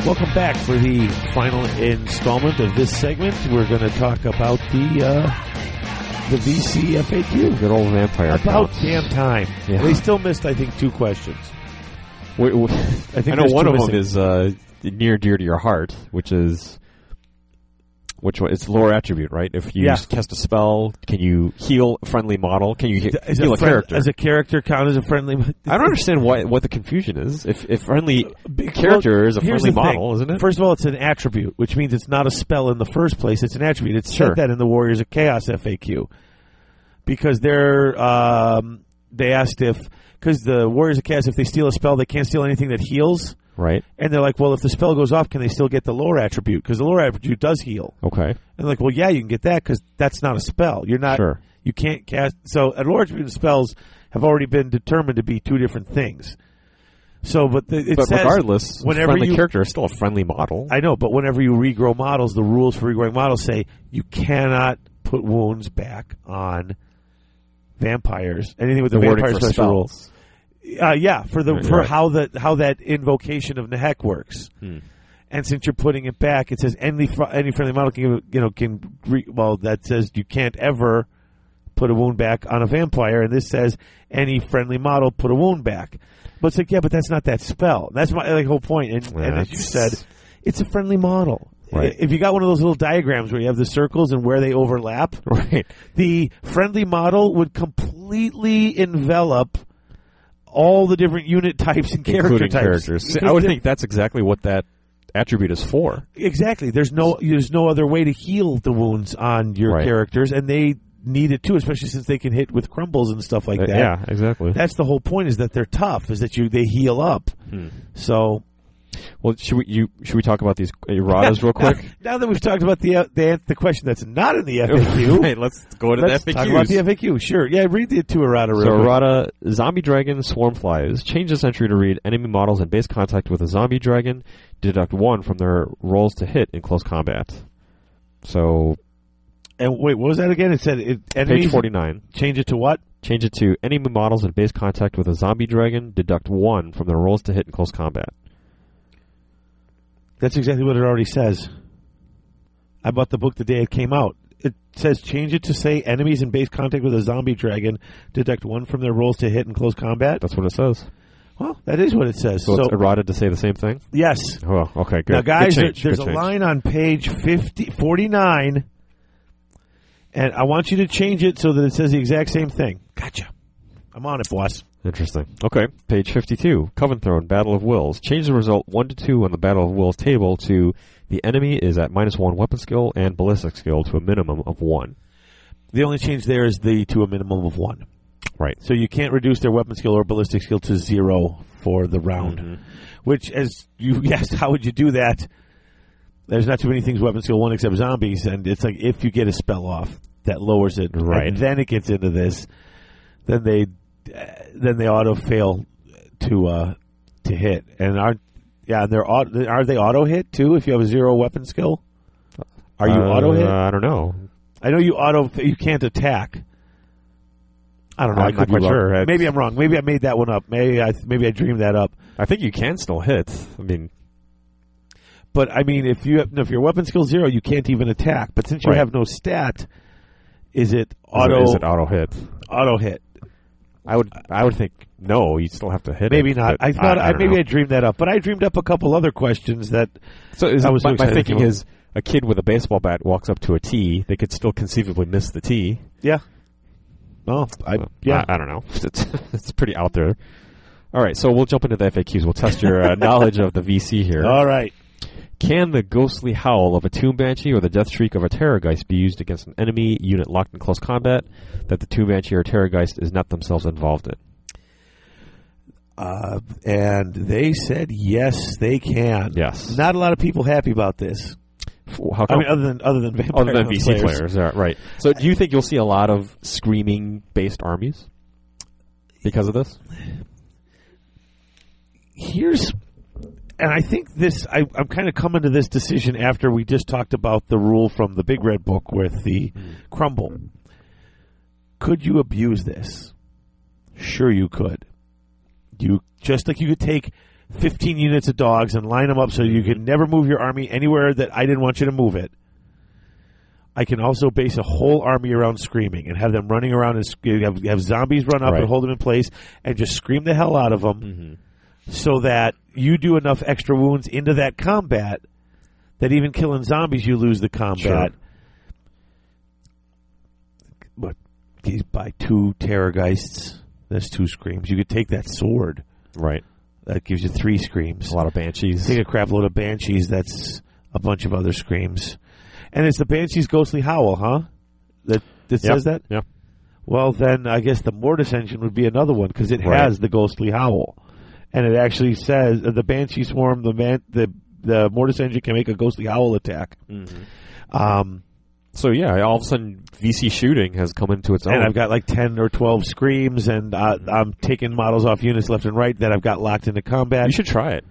[SPEAKER 1] Welcome back for the final installment of this segment. We're going to talk about the uh, the VC FAQ.
[SPEAKER 2] Good old vampire.
[SPEAKER 1] About
[SPEAKER 2] counts.
[SPEAKER 1] damn time.
[SPEAKER 2] Yeah.
[SPEAKER 1] They still missed, I think, two questions.
[SPEAKER 2] Wait, wait. I,
[SPEAKER 1] think
[SPEAKER 2] know
[SPEAKER 1] there's
[SPEAKER 2] one
[SPEAKER 1] two
[SPEAKER 2] of
[SPEAKER 1] missing.
[SPEAKER 2] them is uh, near dear to your heart, which is which one? It's lore attribute, right? If you
[SPEAKER 1] Yeah.
[SPEAKER 2] cast a spell, can you heal a friendly model? Can you he-
[SPEAKER 1] Is
[SPEAKER 2] heal a,
[SPEAKER 1] friend- uh,
[SPEAKER 2] character?
[SPEAKER 1] As a character count as a friendly?
[SPEAKER 2] I don't understand why what the confusion is. If if friendly character is a
[SPEAKER 1] Uh, here's
[SPEAKER 2] friendly
[SPEAKER 1] the thing.
[SPEAKER 2] model, isn't it?
[SPEAKER 1] First of all, it's an attribute, which means it's not a spell in the first place. It's an attribute. It's
[SPEAKER 2] Sure.
[SPEAKER 1] said that in the Warriors of Chaos FAQ because they're um, they asked if because the Warriors of Chaos if they steal a spell they can't steal anything that heals,
[SPEAKER 2] right.
[SPEAKER 1] and they're like, well, if the spell goes off, can they still get the lore attribute? Because the lore attribute does heal.
[SPEAKER 2] Okay.
[SPEAKER 1] And like, well, yeah, you can get that because that's not a spell. You're not.
[SPEAKER 2] Sure.
[SPEAKER 1] You can't cast. So, at large, even spells have already been determined to be two different things. So, but the, it
[SPEAKER 2] But
[SPEAKER 1] says-
[SPEAKER 2] regardless,
[SPEAKER 1] whenever
[SPEAKER 2] friendly
[SPEAKER 1] you-
[SPEAKER 2] character is still a friendly model.
[SPEAKER 1] I know, but whenever you regrow models, the rules for regrowing models say you cannot put wounds back on vampires. Anything with the,
[SPEAKER 2] the wording
[SPEAKER 1] vampire
[SPEAKER 2] for
[SPEAKER 1] special
[SPEAKER 2] spells.
[SPEAKER 1] rules. Uh, yeah, for the
[SPEAKER 2] Right,
[SPEAKER 1] for
[SPEAKER 2] right.
[SPEAKER 1] how that how that invocation of Nehek works.
[SPEAKER 2] Hmm.
[SPEAKER 1] And since you're putting it back, it says any fr- any friendly model can you know can re- well that says you can't ever put a wound back on a vampire, and this says any friendly model put a wound back. But it's like yeah, but that's not that spell. That's my like whole point. And, and as you
[SPEAKER 2] That's-
[SPEAKER 1] said, it's a friendly model.
[SPEAKER 2] Right.
[SPEAKER 1] If you got one of those little diagrams where you have the circles and where they overlap,
[SPEAKER 2] [laughs] [laughs] Right.
[SPEAKER 1] the friendly model would completely envelop all the different unit types and character
[SPEAKER 2] Including
[SPEAKER 1] types.
[SPEAKER 2] characters. I would think that's exactly what that attribute is for.
[SPEAKER 1] Exactly. There's no there's no other way to heal the wounds on your
[SPEAKER 2] Right.
[SPEAKER 1] characters, and they need it too, especially since they can hit with crumbles and stuff like
[SPEAKER 2] Uh,
[SPEAKER 1] that.
[SPEAKER 2] yeah, exactly.
[SPEAKER 1] That's the whole point is that they're tough, is that you they heal up.
[SPEAKER 2] Hmm.
[SPEAKER 1] So
[SPEAKER 2] Well, should we you should we talk about these erratas
[SPEAKER 1] [laughs]
[SPEAKER 2] real quick?
[SPEAKER 1] now, now that we've talked about the uh, the, the question that's not in the FAQ,
[SPEAKER 2] [laughs] Right, let's go to
[SPEAKER 1] let's
[SPEAKER 2] the FAQs.
[SPEAKER 1] talk about the FAQ. Sure, yeah, read the two errata real
[SPEAKER 2] So
[SPEAKER 1] quick.
[SPEAKER 2] errata, zombie dragon, swarm flies. Change this entry to read enemy models in base contact with a zombie dragon. Deduct one from their rolls to hit in close combat. So
[SPEAKER 1] And wait, what was that again? It said it,
[SPEAKER 2] page
[SPEAKER 1] enemies
[SPEAKER 2] forty nine.
[SPEAKER 1] change it to what?
[SPEAKER 2] Change it to enemy models in base contact with a zombie dragon. Deduct one from their rolls to hit in close combat.
[SPEAKER 1] That's exactly what it already says. I bought the book the day it came out. It says change it to say enemies in base contact with a zombie dragon deduct one from their rolls to hit in close combat.
[SPEAKER 2] That's what it says.
[SPEAKER 1] Well, that is what it says.
[SPEAKER 2] So,
[SPEAKER 1] So,
[SPEAKER 2] it's errata to say the same thing.
[SPEAKER 1] yes.
[SPEAKER 2] Oh, okay, good.
[SPEAKER 1] Now, guys,
[SPEAKER 2] Good change,
[SPEAKER 1] there- there's
[SPEAKER 2] good
[SPEAKER 1] a
[SPEAKER 2] change.
[SPEAKER 1] line on page 50, 49, and I want you to change it so that it says the exact same thing. Gotcha. I'm on it, boss.
[SPEAKER 2] Interesting. Okay, page 52. Coven Throne, Battle of Wills. Change the result 1 to 2 on the Battle of Wills table to the enemy is at minus 1 weapon skill and ballistic skill to a minimum of 1.
[SPEAKER 1] The only change there is the to a minimum of one.
[SPEAKER 2] Right.
[SPEAKER 1] So you can't reduce their weapon skill or ballistic skill to zero for the round.
[SPEAKER 2] Mm-hmm.
[SPEAKER 1] Which, as you [laughs] asked, how would you do that? There's not too many things weapon skill one except zombies, and it's like if you get a spell off that lowers it,
[SPEAKER 2] Right.
[SPEAKER 1] And then it gets into this, then they uh, then they auto fail to uh, to hit, and are yeah, and they're auto, are they auto hit too if you have a zero weapon skill? Are you
[SPEAKER 2] Uh,
[SPEAKER 1] auto hit?
[SPEAKER 2] I don't know.
[SPEAKER 1] I know you auto. You can't attack. I don't know.
[SPEAKER 2] I'm
[SPEAKER 1] I could
[SPEAKER 2] not
[SPEAKER 1] be
[SPEAKER 2] quite
[SPEAKER 1] wrong.
[SPEAKER 2] sure. It's-
[SPEAKER 1] Maybe I'm wrong. Maybe I made that one up. Maybe I maybe I dreamed that up.
[SPEAKER 2] I think you can still hit. I mean,
[SPEAKER 1] But I mean, if you have, if your weapon skill zero, you can't even attack. But since you
[SPEAKER 2] Right.
[SPEAKER 1] have no stat, is it
[SPEAKER 2] auto,
[SPEAKER 1] auto
[SPEAKER 2] is it auto hit?
[SPEAKER 1] auto hit?
[SPEAKER 2] I would I would think no, you still have to hit
[SPEAKER 1] Maybe
[SPEAKER 2] it,
[SPEAKER 1] not.
[SPEAKER 2] but
[SPEAKER 1] I thought I,
[SPEAKER 2] don't
[SPEAKER 1] maybe
[SPEAKER 2] know.
[SPEAKER 1] I dreamed that up. But I dreamed up a couple other questions that
[SPEAKER 2] So is
[SPEAKER 1] I
[SPEAKER 2] it-
[SPEAKER 1] was so
[SPEAKER 2] my, my
[SPEAKER 1] excited
[SPEAKER 2] thinking
[SPEAKER 1] for it.
[SPEAKER 2] is a kid with a baseball bat walks up to a tee, they could still conceivably miss the tee.
[SPEAKER 1] yeah. Oh, I yeah.
[SPEAKER 2] I, I don't know. [laughs] It's, it's pretty out there. All right, so we'll jump into the FAQs. We'll test your
[SPEAKER 1] [laughs]
[SPEAKER 2] uh, knowledge of the VC here.
[SPEAKER 1] All right.
[SPEAKER 2] Can the ghostly howl of a tomb banshee or the death shriek of a terrorgeist be used against an enemy unit locked in close combat that the tomb banshee or terrorgeist is not themselves involved in?
[SPEAKER 1] Uh, and they said yes, they can.
[SPEAKER 2] Yes.
[SPEAKER 1] Not a lot of people happy about this.
[SPEAKER 2] F- How
[SPEAKER 1] I
[SPEAKER 2] come?
[SPEAKER 1] mean, other than other than vampire
[SPEAKER 2] other than
[SPEAKER 1] Hunter
[SPEAKER 2] VC
[SPEAKER 1] players.
[SPEAKER 2] players, yeah, right? So, do you think you'll see a lot of screaming-based armies because of this?
[SPEAKER 1] here's and I think this I, I'm kind of coming to this decision after we just talked about the rule from the big red book with the crumble. Could you abuse this? Sure you could. You just like you could take 15 units of dogs and line them up so you could never move your army anywhere that I didn't want you to move it. I can also base a whole army around screaming and have them running around and sc- have, have zombies run up
[SPEAKER 2] Right.
[SPEAKER 1] and hold them in place and just scream the hell out of them so that you do enough extra wounds into that combat that even killing zombies you lose the combat. But he's by two terrorgeists. That's two screams. You could take that sword.
[SPEAKER 2] Right.
[SPEAKER 1] That gives you three screams.
[SPEAKER 2] A lot of banshees.
[SPEAKER 1] Take a crap load of banshees. That's a bunch of other screams. And it's the banshee's ghostly howl, huh? That that
[SPEAKER 2] Yep.
[SPEAKER 1] says that.
[SPEAKER 2] Yeah.
[SPEAKER 1] Well, then I guess the Mortis engine would be another one because it
[SPEAKER 2] Right.
[SPEAKER 1] has the ghostly howl, and it actually says uh, the Banshee Swarm, the man, the the Mortis engine can make a ghostly howl attack.
[SPEAKER 2] Mm-hmm.
[SPEAKER 1] Um,
[SPEAKER 2] So yeah, all of a sudden VC shooting has come into its own.
[SPEAKER 1] And I've got like ten or twelve screams, and uh,
[SPEAKER 2] Mm-hmm.
[SPEAKER 1] I'm taking models off units left and right that I've got locked into combat.
[SPEAKER 2] you should try it.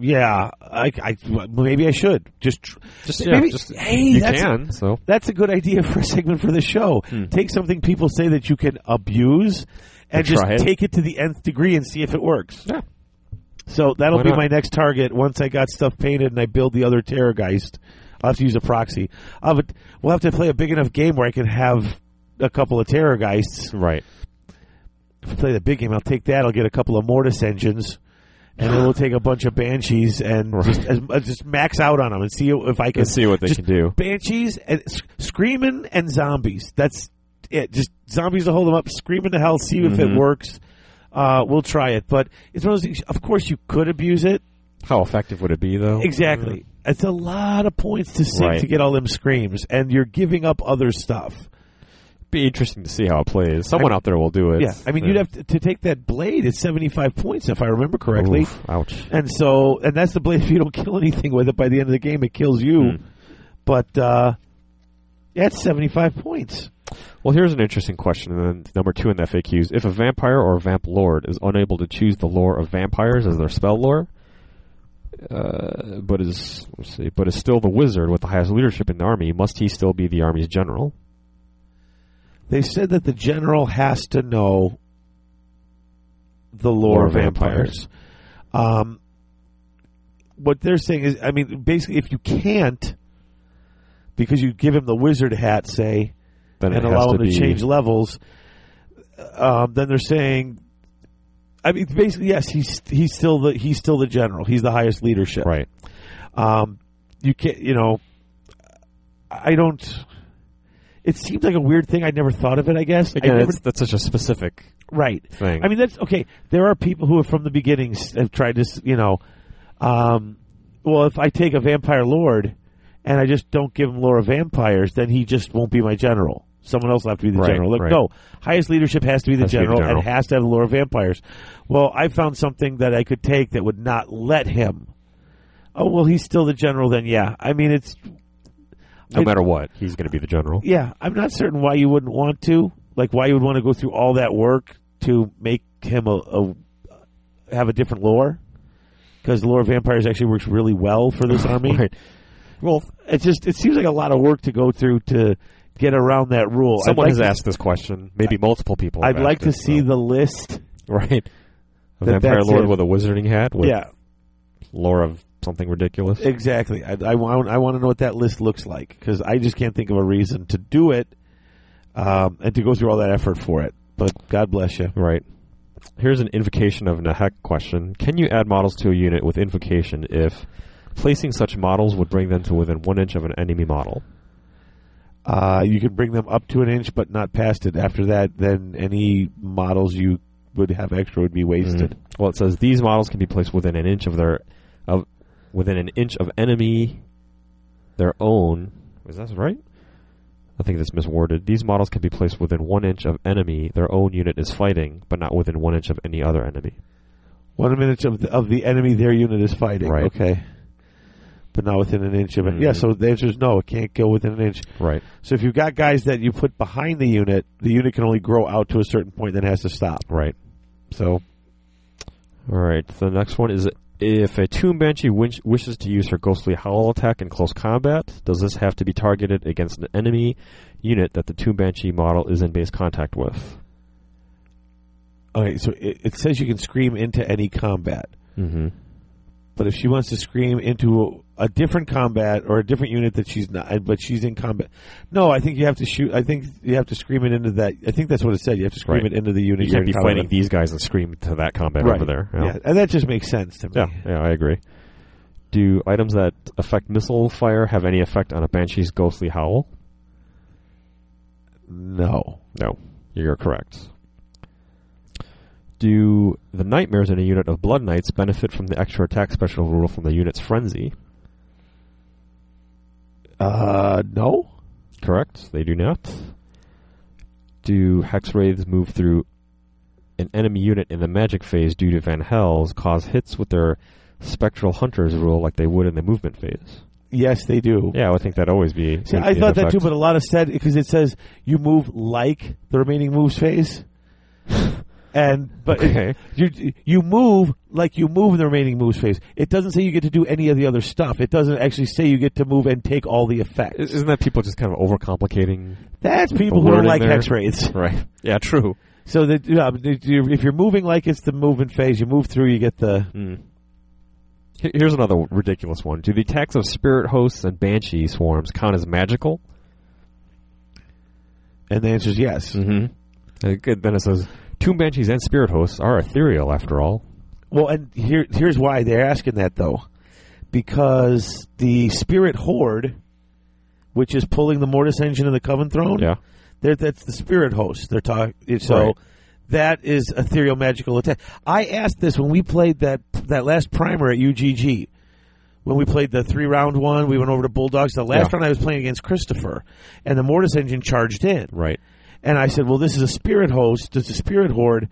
[SPEAKER 1] yeah, I, I maybe I should just tr-
[SPEAKER 2] Just
[SPEAKER 1] Maybe-
[SPEAKER 2] yeah, just
[SPEAKER 1] hey,
[SPEAKER 2] you
[SPEAKER 1] that's-
[SPEAKER 2] can. So
[SPEAKER 1] that's a good idea for a segment for the show.
[SPEAKER 2] Hmm.
[SPEAKER 1] Take something people say that you can abuse and
[SPEAKER 2] And
[SPEAKER 1] just
[SPEAKER 2] try it.
[SPEAKER 1] take it to the nth degree and see if it works.
[SPEAKER 2] Yeah.
[SPEAKER 1] So that'll
[SPEAKER 2] Why
[SPEAKER 1] be
[SPEAKER 2] not?
[SPEAKER 1] my next target once I got stuff painted and I build the other terrorgeist. I'll have to use a proxy. I'll have a- we'll have to play a big enough game where I can have a couple of terrorgeists.
[SPEAKER 2] right,
[SPEAKER 1] If we play the big game, I'll take that. I'll get a couple of mortis engines. And then we'll take a bunch of banshees and
[SPEAKER 2] [laughs] Right.
[SPEAKER 1] just, as, uh, just max out on them and see if I can
[SPEAKER 2] Let's see what they
[SPEAKER 1] just
[SPEAKER 2] can do.
[SPEAKER 1] banshees and s- screaming and zombies. That's it. Just zombies to hold them up, screaming to hell.
[SPEAKER 2] Mm-hmm.
[SPEAKER 1] See if it works. Uh, we'll try it, but it's one of those. things- Of course, you could abuse it.
[SPEAKER 2] How effective would it be, though?
[SPEAKER 1] Exactly. It's a lot of points to sink
[SPEAKER 2] Mm-hmm. Right.
[SPEAKER 1] to get all them screams, and you're giving up other stuff.
[SPEAKER 2] Uh, Be interesting to see how it plays. Someone out there will do it. Uh,
[SPEAKER 1] yeah, I mean, you'd have to, to take that blade. It's 75 points, if I remember correctly.
[SPEAKER 2] Oof, ouch.
[SPEAKER 1] And so, and that's the blade. [laughs] If you don't kill anything with it by the end of the game, it kills you.
[SPEAKER 2] Hmm.
[SPEAKER 1] But uh, that's 75 points.
[SPEAKER 2] Well, here's an interesting question, and then number two in the FAQs. If a vampire or vamp lord is unable to choose the lore of vampires as their spell lore, uh, but is let's see, but is still the wizard with the highest leadership in the army, must he still be the army's general?
[SPEAKER 1] They said that the general has to know the lore
[SPEAKER 2] Lore
[SPEAKER 1] of
[SPEAKER 2] of
[SPEAKER 1] vampires. Um, what they're saying is, I mean, basically, if you can't, because you give him the wizard hat, say,
[SPEAKER 2] Then
[SPEAKER 1] and
[SPEAKER 2] it has
[SPEAKER 1] allow them to
[SPEAKER 2] be,
[SPEAKER 1] change levels, um, then they're saying, I mean, basically, yes, he's he's still the he's still the general. He's the highest leadership.
[SPEAKER 2] Right.
[SPEAKER 1] Um, you can't, you know, I don't. It seems like a weird thing. I never thought of it. I guess I
[SPEAKER 2] Again,
[SPEAKER 1] never-
[SPEAKER 2] that's, that's such a specific
[SPEAKER 1] right.
[SPEAKER 2] thing.
[SPEAKER 1] I mean, that's okay. There are people who have from the beginning s- have tried to, s- you know, um, well, if I take a vampire lord and I just don't give him lore of vampires, then he just won't be my general. Someone else will have to be the
[SPEAKER 2] Right,
[SPEAKER 1] general. Look,
[SPEAKER 2] right.
[SPEAKER 1] no, highest leadership has to be the,
[SPEAKER 2] Has to be the
[SPEAKER 1] general,
[SPEAKER 2] general.
[SPEAKER 1] and has to have the lore of vampires. Well, I found something that I could take that would not let him. Oh well, he's still the general. Then yeah, I mean it's
[SPEAKER 2] no
[SPEAKER 1] I-
[SPEAKER 2] matter what, he's going to be the general.
[SPEAKER 1] yeah, I'm not certain why you wouldn't want to. Like, why you would want to go through all that work to make him a, a have a different lore? Because lore of vampires actually works really well for
[SPEAKER 2] [laughs]
[SPEAKER 1] this army.
[SPEAKER 2] Right.
[SPEAKER 1] Well, it just it seems like a lot of work to go through to get around that rule.
[SPEAKER 2] Someone
[SPEAKER 1] I'd
[SPEAKER 2] has
[SPEAKER 1] like to,
[SPEAKER 2] asked this question. Maybe multiple people. have
[SPEAKER 1] I'd like
[SPEAKER 2] asked
[SPEAKER 1] to
[SPEAKER 2] it,
[SPEAKER 1] see
[SPEAKER 2] so-
[SPEAKER 1] the list.
[SPEAKER 2] right.
[SPEAKER 1] [laughs]
[SPEAKER 2] A
[SPEAKER 1] that
[SPEAKER 2] vampire
[SPEAKER 1] that's
[SPEAKER 2] lord
[SPEAKER 1] it.
[SPEAKER 2] with a wizarding hat with
[SPEAKER 1] yeah,
[SPEAKER 2] lore of something ridiculous.
[SPEAKER 1] exactly. I, I want I want to know what that list looks like because I just can't think of a reason to do it um, and to go through all that effort for it. But God bless you.
[SPEAKER 2] Right. Here's an invocation of Nahek question. Can you add models to a unit with invocation if placing such models would bring them to within one inch of an enemy model?
[SPEAKER 1] Uh, you can bring them up to an inch, but not past it. After that, then any models you would have extra would be
[SPEAKER 2] Mm-hmm.
[SPEAKER 1] wasted.
[SPEAKER 2] Well, it says these models can be placed within an inch of their of within an inch of enemy their own. Is that right? I think that's misworded. These models can be placed within one inch of enemy their own unit is fighting, but not within one inch of any other enemy.
[SPEAKER 1] One minute of the, of the enemy their unit is fighting.
[SPEAKER 2] Right.
[SPEAKER 1] Okay. But not within an inch of it. Yeah,
[SPEAKER 2] Mhm.
[SPEAKER 1] so the answer is no, it can't go within an inch.
[SPEAKER 2] Right.
[SPEAKER 1] So if you've got guys that you put behind the unit, the unit can only grow out to a certain point, then has to stop.
[SPEAKER 2] Right.
[SPEAKER 1] So
[SPEAKER 2] All right. The next one is if a Tomb Banshee wish, wishes to use her ghostly howl attack in close combat, does this have to be targeted against an enemy unit that the Tomb Banshee model is in base contact with?
[SPEAKER 1] okay, so it, it says you can scream into any combat.
[SPEAKER 2] Mm-hmm.
[SPEAKER 1] But if she wants to scream into a, a different combat or a different unit that she's not, but she's in combat, no, I think you have to shoot. I think you have to scream it into that. I think that's what it said. You have to scream
[SPEAKER 2] Right.
[SPEAKER 1] it into the unit.
[SPEAKER 2] You
[SPEAKER 1] you're
[SPEAKER 2] can't be
[SPEAKER 1] in combat
[SPEAKER 2] fighting
[SPEAKER 1] with.
[SPEAKER 2] these guys and scream to that combat
[SPEAKER 1] Right.
[SPEAKER 2] over there.
[SPEAKER 1] Yeah. and that just makes sense to me.
[SPEAKER 2] yeah. Yeah, I agree. Do items that affect missile fire have any effect on a Banshee's ghostly howl?
[SPEAKER 1] No,
[SPEAKER 2] No, you're correct. Do the nightmares in a unit of Blood Knights benefit from the extra attack special rule from the unit's frenzy?
[SPEAKER 1] uh, no.
[SPEAKER 2] Correct, they do not. Do Hex Wraiths move through an enemy unit in the magic phase due to Van Hell's cause hits with their Spectral Hunters rule like they would in the movement phase?
[SPEAKER 1] Yes, they do.
[SPEAKER 2] Yeah, I would think that'd always be.
[SPEAKER 1] See, I thought that too, but a lot of said because it says you move like the remaining moves
[SPEAKER 2] [sighs]
[SPEAKER 1] phase, and but it-
[SPEAKER 2] Okay.
[SPEAKER 1] you you move like you move in the remaining moves phase. It doesn't say you get to do any of the other stuff. It doesn't actually say you get to move and take all the effects.
[SPEAKER 2] Isn't that people just kind of overcomplicating?
[SPEAKER 1] That's people
[SPEAKER 2] The
[SPEAKER 1] who
[SPEAKER 2] word
[SPEAKER 1] don't
[SPEAKER 2] in
[SPEAKER 1] like
[SPEAKER 2] there.
[SPEAKER 1] hex rays.
[SPEAKER 2] Right. Yeah, true.
[SPEAKER 1] So that you know, if you're- if you're moving like it's the movement phase, you move through, you get the
[SPEAKER 2] Mm. Here- Here's another w- ridiculous one. Do the attacks of spirit hosts and banshee swarms count as magical?
[SPEAKER 1] and the answer is yes.
[SPEAKER 2] Mm-hmm. good. Then it says, Tomb banshees and spirit hosts are ethereal, after all.
[SPEAKER 1] Well, and here here's why they're asking that though, because the spirit horde, which is pulling the mortis engine of the coven throne,
[SPEAKER 2] Yeah.
[SPEAKER 1] they're- that's the spirit host. They're talking so.
[SPEAKER 2] Right.
[SPEAKER 1] That is ethereal magical attack. I asked this when we played that that last primer at UGG. When we played the three round one, we went over to Bulldogs. The last
[SPEAKER 2] Yeah.
[SPEAKER 1] round I was playing against Christopher, and the Mortis engine charged in.
[SPEAKER 2] Right.
[SPEAKER 1] And I said, "Well, this is a spirit host. It's a spirit horde.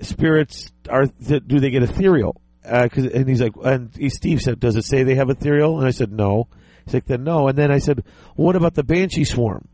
[SPEAKER 1] Spirits are th- do they get ethereal?" Uh 'cause and he's like, and he, Steve said, "Does it say they have ethereal?" And I said, "No." He's like, "Then no." And then I said, "What about the banshee swarm?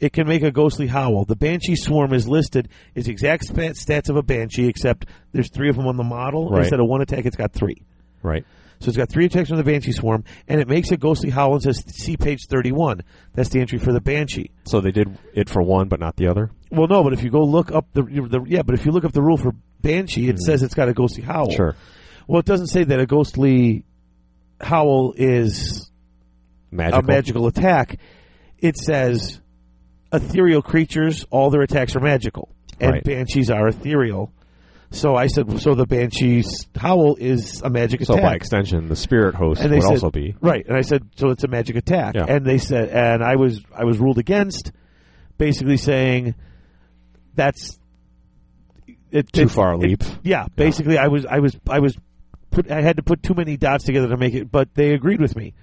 [SPEAKER 1] It can make a ghostly howl. The banshee swarm is listed is exact spat- stats of a banshee, except there's three of them on the model.
[SPEAKER 2] Right.
[SPEAKER 1] Instead of one attack, it's got three.
[SPEAKER 2] Right.
[SPEAKER 1] So it's got three attacks on the banshee swarm, and it makes a ghostly howl and says, "See page thirty-one." That's the entry for the banshee.
[SPEAKER 2] So they did it for one, but not the other.
[SPEAKER 1] Well, no, but if you go look up the, the yeah, but if you look up the rule for banshee, it says it's got a ghostly howl.
[SPEAKER 2] Hmm. Sure.
[SPEAKER 1] Well, it doesn't say that a ghostly howl is
[SPEAKER 2] Magical.
[SPEAKER 1] a magical attack. It says ethereal creatures, all their attacks are magical, and
[SPEAKER 2] Right.
[SPEAKER 1] banshees are ethereal. So I said, so the banshee's howl is a magic
[SPEAKER 2] so by
[SPEAKER 1] attack.
[SPEAKER 2] extension, the spirit host
[SPEAKER 1] And
[SPEAKER 2] would
[SPEAKER 1] they said-
[SPEAKER 2] also be.
[SPEAKER 1] Right, and I said, so it's a magic attack,
[SPEAKER 2] Yeah.
[SPEAKER 1] and they said, and I was I was ruled against, basically saying that's it,
[SPEAKER 2] Too
[SPEAKER 1] it-
[SPEAKER 2] far a
[SPEAKER 1] it-
[SPEAKER 2] leap.
[SPEAKER 1] yeah, basically, I was I was I was put I had to put too many dots together to make it, but they agreed with me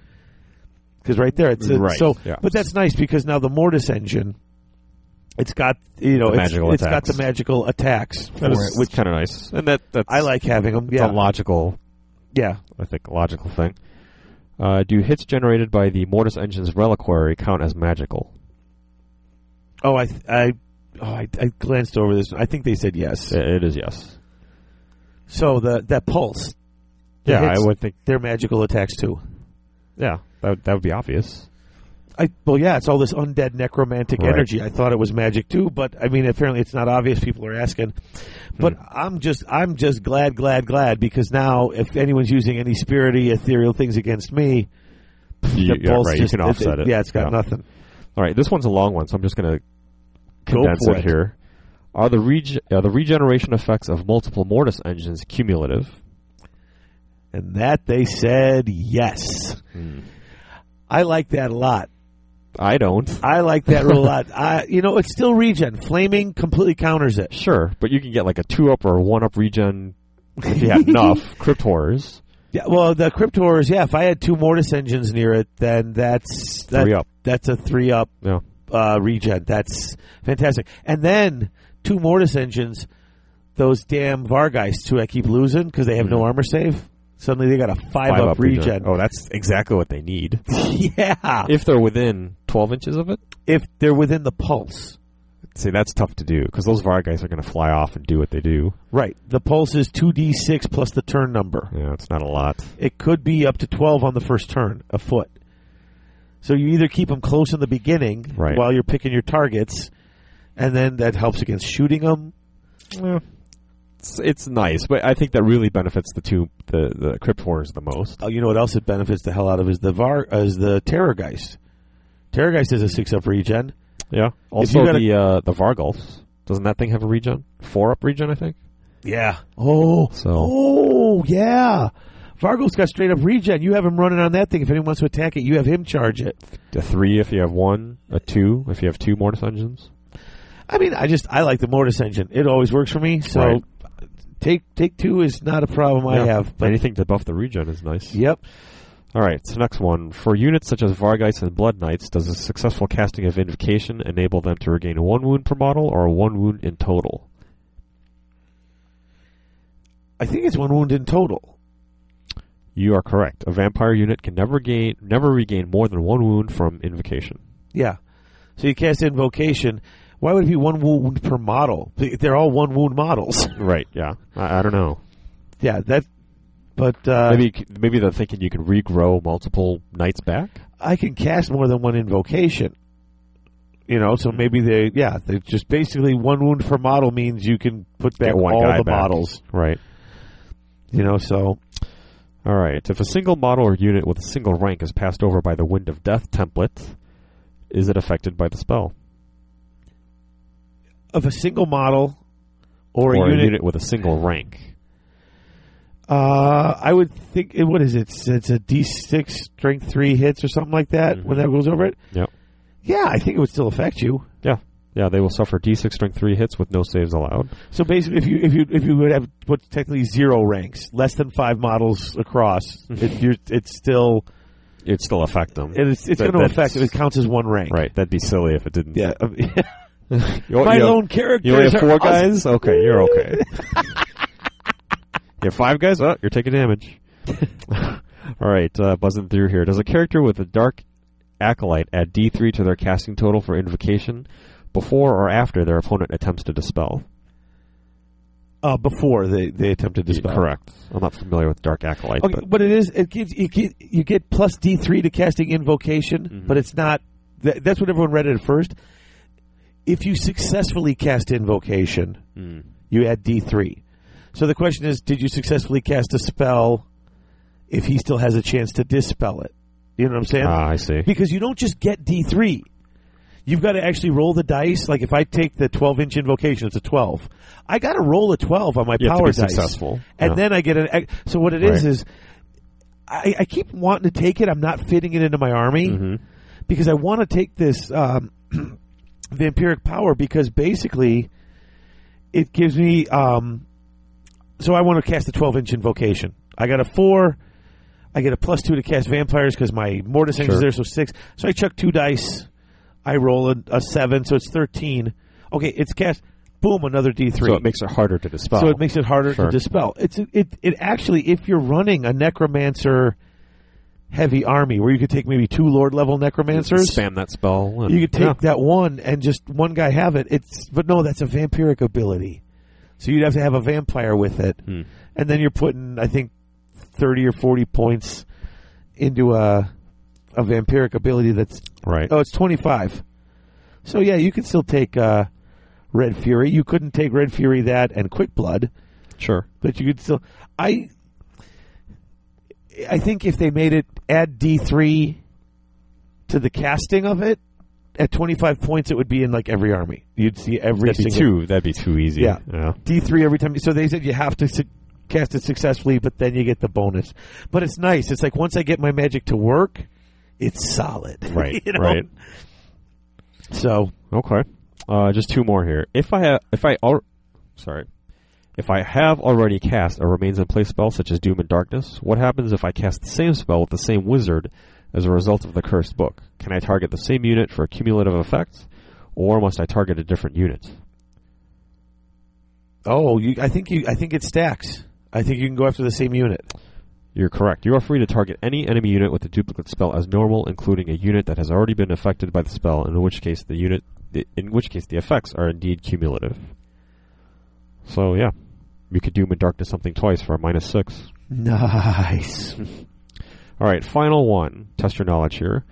[SPEAKER 1] because right there it's
[SPEAKER 2] Right,
[SPEAKER 1] so.
[SPEAKER 2] yeah.
[SPEAKER 1] But that's nice because now the Mortis engine, it's got you know
[SPEAKER 2] The
[SPEAKER 1] it's,
[SPEAKER 2] magical
[SPEAKER 1] it's got
[SPEAKER 2] attacks.
[SPEAKER 1] the magical attacks for
[SPEAKER 2] That
[SPEAKER 1] it,
[SPEAKER 2] is
[SPEAKER 1] which
[SPEAKER 2] kind of nice, and that that's
[SPEAKER 1] I like having them.
[SPEAKER 2] It's
[SPEAKER 1] Yeah,
[SPEAKER 2] a logical,
[SPEAKER 1] yeah.
[SPEAKER 2] I think, logical thing. Uh, do hits generated by the Mortis Engine's reliquary count as magical?
[SPEAKER 1] Oh, I I oh I, I glanced over this. I think they said yes.
[SPEAKER 2] I- It is yes.
[SPEAKER 1] So the that pulse, The
[SPEAKER 2] yeah, I
[SPEAKER 1] hits-
[SPEAKER 2] would think.
[SPEAKER 1] their magical attacks too.
[SPEAKER 2] Yeah, that would, that would be obvious.
[SPEAKER 1] I well, yeah, it's all this undead necromantic
[SPEAKER 2] Right.
[SPEAKER 1] energy. I thought it was magic too, but I mean, apparently it's not obvious. People are asking,
[SPEAKER 2] Hmm.
[SPEAKER 1] but I'm just I'm just glad, glad, glad because now if anyone's using any spirity, ethereal things against me,
[SPEAKER 2] You,
[SPEAKER 1] the
[SPEAKER 2] yeah,
[SPEAKER 1] pulse
[SPEAKER 2] right, you
[SPEAKER 1] just
[SPEAKER 2] can offset it.
[SPEAKER 1] Yeah, it's got nothing.
[SPEAKER 2] All right, this one's a long one, so I'm just going to condense
[SPEAKER 1] for
[SPEAKER 2] it,
[SPEAKER 1] it.
[SPEAKER 2] here. Are the reg- are the regeneration effects of multiple Mortis engines cumulative?
[SPEAKER 1] And that they said yes.
[SPEAKER 2] Hmm.
[SPEAKER 1] I like that a lot.
[SPEAKER 2] I don't.
[SPEAKER 1] I like that rule a
[SPEAKER 2] [laughs]
[SPEAKER 1] lot. I, you know, it's still regen. Flaming completely counters it.
[SPEAKER 2] Sure, but you can get like a two up or a one up regen if you had [laughs] enough crypt horrors.
[SPEAKER 1] Yeah, well, the Cryptors, yeah, if I had two Mortis engines near it, then that's that,
[SPEAKER 2] Three up.
[SPEAKER 1] That's a three up
[SPEAKER 2] Yeah.
[SPEAKER 1] uh, regen. That's fantastic. And then two Mortis engines, those damn Vargeists who I keep losing because they have no armor save. Suddenly they got a five,
[SPEAKER 2] Mm-hmm. Five
[SPEAKER 1] up, regen.
[SPEAKER 2] Oh, that's exactly what they [laughs] need.
[SPEAKER 1] [laughs] yeah, if,
[SPEAKER 2] if they're within 12 inches of it.
[SPEAKER 1] they're within the pulse.
[SPEAKER 2] See, that's tough to do because those VAR guys are going to fly off and do what they do.
[SPEAKER 1] Right, the pulse is two d six plus the turn number.
[SPEAKER 2] Yeah, it's not a lot.
[SPEAKER 1] It could be up to 12 on the first turn, a foot. So you either keep them close in the beginning
[SPEAKER 2] Right.
[SPEAKER 1] while you're picking your targets, and then that helps against shooting them.
[SPEAKER 2] It's, it's nice, but I think that really benefits the two the the crypt horrors the most.
[SPEAKER 1] Oh, you know what else it benefits the hell out of is the var uh, is the terrorgeist. Terrorgeist is a six up regen.
[SPEAKER 2] Yeah.
[SPEAKER 1] you
[SPEAKER 2] Also
[SPEAKER 1] gotta-
[SPEAKER 2] the uh, the Vargulfs. Doesn't that thing have a regen? Four up regen, I think.
[SPEAKER 1] Yeah. Oh.
[SPEAKER 2] So-
[SPEAKER 1] Oh yeah. Vargo's got straight up regen. You have him running on that thing. If anyone wants to attack it, you have him charge it.
[SPEAKER 2] A three if you have one. A two if you have two mortis engines.
[SPEAKER 1] I mean, I just I like the mortis engine. It always works for me. So
[SPEAKER 2] Right.
[SPEAKER 1] take take two is not a problem I
[SPEAKER 2] Yeah.
[SPEAKER 1] have. But
[SPEAKER 2] Anything to buff the regen is nice.
[SPEAKER 1] yep.
[SPEAKER 2] All right, so next one. For units such as Vargeist and Blood Knights, does a successful casting of Invocation enable them to regain one wound per model or one wound in total?
[SPEAKER 1] I think it's one wound in total.
[SPEAKER 2] You are correct. A vampire unit can never gain, never regain more than one wound from Invocation.
[SPEAKER 1] Yeah. So you cast invocation. Why would it be one wound per model? They- They're all one wound models. [laughs]
[SPEAKER 2] Right? Yeah. I, I don't know.
[SPEAKER 1] yeah, that. But uh,
[SPEAKER 2] Maybe you c- maybe they're thinking you can regrow multiple knights back.
[SPEAKER 1] I can cast more than one invocation. You know, so maybe they, yeah, they just basically one wound per model means you can put back
[SPEAKER 2] Get one
[SPEAKER 1] all
[SPEAKER 2] guy
[SPEAKER 1] the
[SPEAKER 2] back.
[SPEAKER 1] models.
[SPEAKER 2] Right.
[SPEAKER 1] You know, so
[SPEAKER 2] All right. If a single model or unit with a single rank is passed over by the Wind of Death template, is it affected by the spell?
[SPEAKER 1] of a single model or,
[SPEAKER 2] or
[SPEAKER 1] a
[SPEAKER 2] a
[SPEAKER 1] unit,
[SPEAKER 2] unit with a single rank.
[SPEAKER 1] uh, I would think it, what is it? It's, it's a D six
[SPEAKER 2] Mm-hmm.
[SPEAKER 1] strength three hits or something like that when that goes over it.
[SPEAKER 2] Yep.
[SPEAKER 1] Yeah, I think it would still affect you.
[SPEAKER 2] Yeah. Yeah, they will suffer D6 strength three hits with no saves allowed.
[SPEAKER 1] So basically, if you if you if you would have what's technically zero ranks, less than five models across,
[SPEAKER 2] Mm-hmm.
[SPEAKER 1] it, you're, it's still
[SPEAKER 2] It'd still affect them.
[SPEAKER 1] it's it's
[SPEAKER 2] That-
[SPEAKER 1] going to
[SPEAKER 2] that's-
[SPEAKER 1] affect. It counts as one rank.
[SPEAKER 2] Right, that'd be silly if it didn't.
[SPEAKER 1] Yeah. [laughs]
[SPEAKER 2] You,
[SPEAKER 1] My
[SPEAKER 2] you,
[SPEAKER 1] lone character.
[SPEAKER 2] you only have four guys? Okay, you're okay. you have five guys? Oh, you're taking damage. [laughs] All right, uh, buzzing through here. Does a character with a dark acolyte add D3 to their casting total for invocation before or after their opponent attempts to dispel?
[SPEAKER 1] Uh, before they they attempted to spell.
[SPEAKER 2] Correct. I'm not familiar with dark acolyte.
[SPEAKER 1] Okay,
[SPEAKER 2] but-
[SPEAKER 1] but, it is it gives you get, you get plus D three to casting invocation,
[SPEAKER 2] Mm-hmm.
[SPEAKER 1] but it's not. That, that's what everyone read it at first. If you successfully cast invocation,
[SPEAKER 2] Mm.
[SPEAKER 1] you add D three. So the question is, did you successfully cast a spell? If he still has a chance to dispel it, you know what I'm saying?
[SPEAKER 2] Ah, I see.
[SPEAKER 1] [laughs] because you don't just get D three. You've got to actually roll the dice. Like if I take the twelve inch invocation, it's a twelve. I got to roll a twelve on my
[SPEAKER 2] You have to
[SPEAKER 1] power
[SPEAKER 2] be
[SPEAKER 1] dice,
[SPEAKER 2] successful.
[SPEAKER 1] and
[SPEAKER 2] Yeah.
[SPEAKER 1] then I get an. ex- So what it is
[SPEAKER 2] Right.
[SPEAKER 1] is, I, I keep wanting to take it. I'm not fitting it into my army
[SPEAKER 2] Mm-hmm.
[SPEAKER 1] because I want to take this um, [clears throat] vampiric power because basically it gives me. Um, so I want to cast a twelve inch invocation. I got a four. I get a plus two to cast vampires because my mortis engine is
[SPEAKER 2] Sure.
[SPEAKER 1] there, so six. So I chuck two dice. I roll a, a seven, so it's thirteen. Okay, it's cast. Boom, another D three.
[SPEAKER 2] So it makes it harder to dispel.
[SPEAKER 1] So it makes it harder
[SPEAKER 2] Sure.
[SPEAKER 1] to dispel. It's it it actually if you're running a necromancer heavy army where you could take maybe two lord level necromancers,
[SPEAKER 2] spam that spell. and-
[SPEAKER 1] you could take
[SPEAKER 2] Yeah.
[SPEAKER 1] that one and just one guy have it. It's but no, that's a vampiric ability. So you'd have to have a vampire with it,
[SPEAKER 2] Hmm.
[SPEAKER 1] and then you're putting I think thirty or forty points into a a vampiric ability that's
[SPEAKER 2] right.
[SPEAKER 1] Oh, it's 25. So yeah, you can still take uh, Red Fury. You couldn't take Red Fury that and Quick Blood,
[SPEAKER 2] Sure.
[SPEAKER 1] but you could still. I I think if they made it add D three to the casting of it at 25 points, it would be in like every army. You'd see every
[SPEAKER 2] That'd be
[SPEAKER 1] single
[SPEAKER 2] too. That'd be too easy.
[SPEAKER 1] Yeah. [laughs] D three every time. So they said you have to su- cast it successfully, but then you get the bonus. But it's nice. It's like once I get my magic to work, it's solid. [laughs]
[SPEAKER 2] Right.
[SPEAKER 1] You know?
[SPEAKER 2] Right.
[SPEAKER 1] So
[SPEAKER 2] Okay. Uh, just two more here. If I have, if I al- sorry, if I have already cast a remains in place spell such as Doom and Darkness, what happens if I cast the same spell with the same wizard as a result of the cursed book? Can I target the same unit for cumulative effects, or must I target a different unit?
[SPEAKER 1] Oh, you, I think you. I think it stacks. I think you can go after the same unit.
[SPEAKER 2] You're correct. You are free to target any enemy unit with the duplicate spell as normal, including a unit that has already been affected by the spell. In which case, the unit, in which case, the effects are indeed cumulative. So yeah, you could doom and darkness something twice for a minus six.
[SPEAKER 1] Nice.
[SPEAKER 2] All right, final one. Test your knowledge here.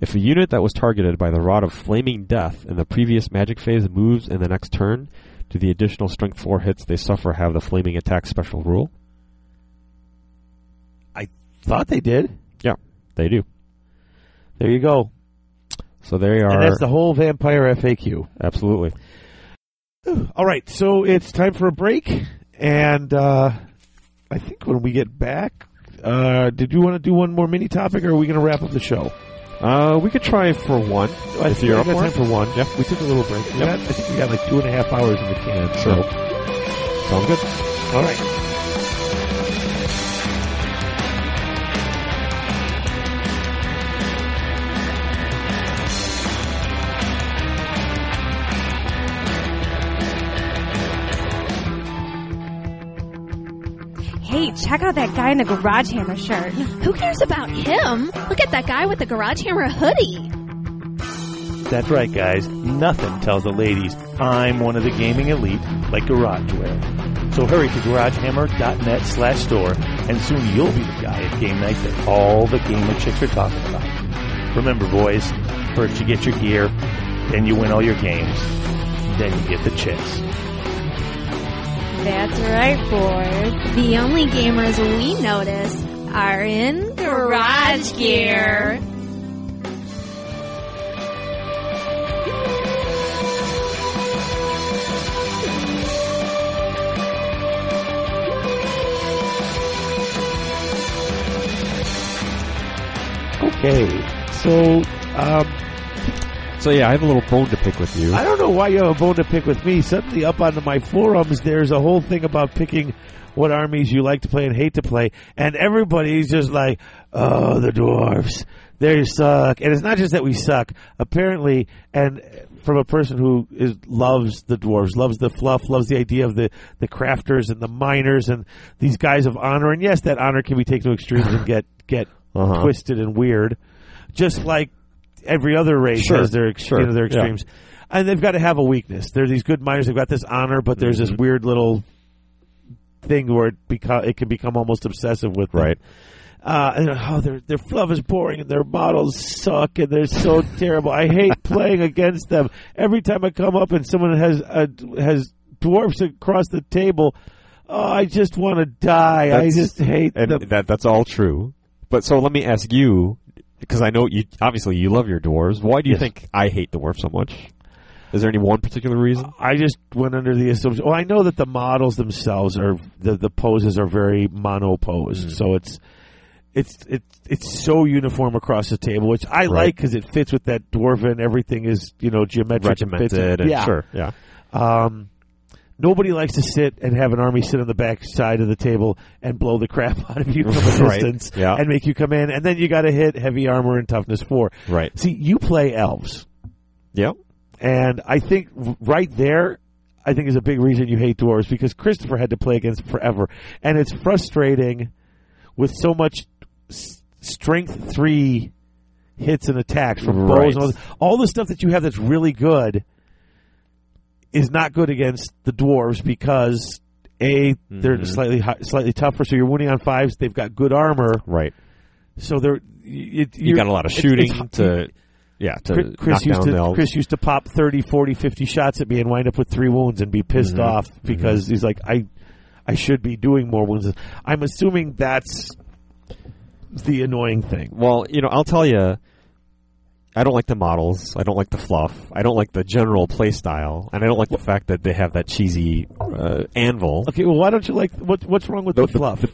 [SPEAKER 2] If a unit that was targeted by the Rod of Flaming Death in the previous magic phase moves in the next turn, do the additional strength four hits they suffer have the flaming attack special rule?
[SPEAKER 1] I [laughs] thought they did.
[SPEAKER 2] Yeah, they do.
[SPEAKER 1] There you go.
[SPEAKER 2] So they are
[SPEAKER 1] And that's the whole vampire FAQ.
[SPEAKER 2] absolutely.
[SPEAKER 1] All right, so it's time for a break, and uh, I think when we get back, uh, did you want to do one more mini topic, or are we going to wrap up the show?
[SPEAKER 2] Uh, we could try for one.
[SPEAKER 1] I
[SPEAKER 2] if
[SPEAKER 1] think
[SPEAKER 2] you're
[SPEAKER 1] we
[SPEAKER 2] up
[SPEAKER 1] got
[SPEAKER 2] for
[SPEAKER 1] time
[SPEAKER 2] it.
[SPEAKER 1] for one. Jeff, we took a little break. We got- I think we got like two and a half hours in the can. So,
[SPEAKER 2] Sounds good.
[SPEAKER 1] all right.
[SPEAKER 4] Hey, check out that guy in the garage hammer shirt.
[SPEAKER 5] Who cares about him? Look at that guy with the garage hammer hoodie.
[SPEAKER 6] That's right, guys. Nothing tells the ladies I'm one of the gaming elite like GarageWare. So hurry to garagehammer.net slash store, and soon you'll be the guy at game night that all the gamer chicks are talking about. Remember, boys, first you get your gear, then you win all your games, then you get the chicks.
[SPEAKER 4] That's right, boys.
[SPEAKER 5] The only gamers we notice are in garage gear.
[SPEAKER 1] Okay, so um,
[SPEAKER 2] So yeah, I have a little bone to pick with you.
[SPEAKER 1] I don't know why you have a bone to pick with me. Suddenly, up onto my forums, there's a whole thing about picking what armies you like to play and hate to play, and everybody's just like, "Oh, the dwarves, they suck." And it's not just that we suck. Apparently, and from a person who is loves the dwarves, loves the fluff, loves the idea of the the crafters and the miners and these guys of honor. And yes, that honor can be taken to extremes and get get
[SPEAKER 2] [laughs] Uh-huh.
[SPEAKER 1] twisted and weird, just like every other race
[SPEAKER 2] Sure,
[SPEAKER 1] has their ex-
[SPEAKER 2] sure,
[SPEAKER 1] you know, their
[SPEAKER 2] yeah.
[SPEAKER 1] extremes, and they've got to have a weakness. They're these good miners. They've got this honor, but there's
[SPEAKER 2] Mm-hmm.
[SPEAKER 1] this weird little thing where it beco- it can become almost obsessive with them.
[SPEAKER 2] Right.
[SPEAKER 1] Uh, and oh, their their fluff is boring, and their models suck, and they're
[SPEAKER 2] [laughs]
[SPEAKER 1] so terrible. I hate playing against them. Every time I come up and someone has uh, has dwarfs across the table, oh, I just want to die.
[SPEAKER 2] That's-
[SPEAKER 1] I just hate
[SPEAKER 2] and
[SPEAKER 1] them.
[SPEAKER 2] that that's all true. But so let me ask you, because I know you obviously you love your dwarves. Why do you
[SPEAKER 1] Yes.
[SPEAKER 2] think I hate dwarves so much? Is there any one particular reason?
[SPEAKER 1] I just went under the assumption. Well, I know that the models themselves are the the poses are very monopose,
[SPEAKER 2] Mm.
[SPEAKER 1] so it's it's it's it's so uniform across the table, which I like 'cause
[SPEAKER 2] Right.
[SPEAKER 1] like because it fits with that dwarven. Everything is you know geometric and fits-
[SPEAKER 2] Regimented and
[SPEAKER 1] yeah.
[SPEAKER 2] sure, yeah.
[SPEAKER 1] Um, nobody likes to sit and have an army sit on the back side of the table and blow the crap [laughs] out of you from a
[SPEAKER 2] Right.
[SPEAKER 1] distance
[SPEAKER 2] Yeah.
[SPEAKER 1] and make you come in, and then you got to hit heavy armor and toughness four.
[SPEAKER 2] Right.
[SPEAKER 1] See, you play elves.
[SPEAKER 2] Yep.
[SPEAKER 1] And I think r- right there, I think is a big reason you hate dwarves because Christopher had to play against them forever, and it's frustrating with so much s- strength three hits and attacks from bows
[SPEAKER 2] Right.
[SPEAKER 1] and all, all the stuff that you have that's really good is not good against the dwarves because a they're
[SPEAKER 2] Mhm.
[SPEAKER 1] slightly hi- slightly tougher, so you're wounding on fives. They've got good armor,
[SPEAKER 2] Right.
[SPEAKER 1] so they're it,
[SPEAKER 2] You got a lot of
[SPEAKER 1] it's-
[SPEAKER 2] shooting
[SPEAKER 1] it's-
[SPEAKER 2] to yeah, to
[SPEAKER 1] Chris, Chris
[SPEAKER 2] knock
[SPEAKER 1] used
[SPEAKER 2] down
[SPEAKER 1] to
[SPEAKER 2] the elves.
[SPEAKER 1] Chris used to pop 30, 40, 50 shots at me and wind up with three wounds and be pissed
[SPEAKER 2] Mhm.
[SPEAKER 1] off because he's like, I, I should be doing more wounds. I'm assuming that's the annoying thing.
[SPEAKER 2] Well, you know, I'll tell you, I don't like the models. I don't like the fluff. I don't like the general play style, and I don't like the fact that they have that cheesy uh, anvil.
[SPEAKER 1] Okay, well, why don't you like what? What's wrong with the,
[SPEAKER 2] The-
[SPEAKER 1] fluff?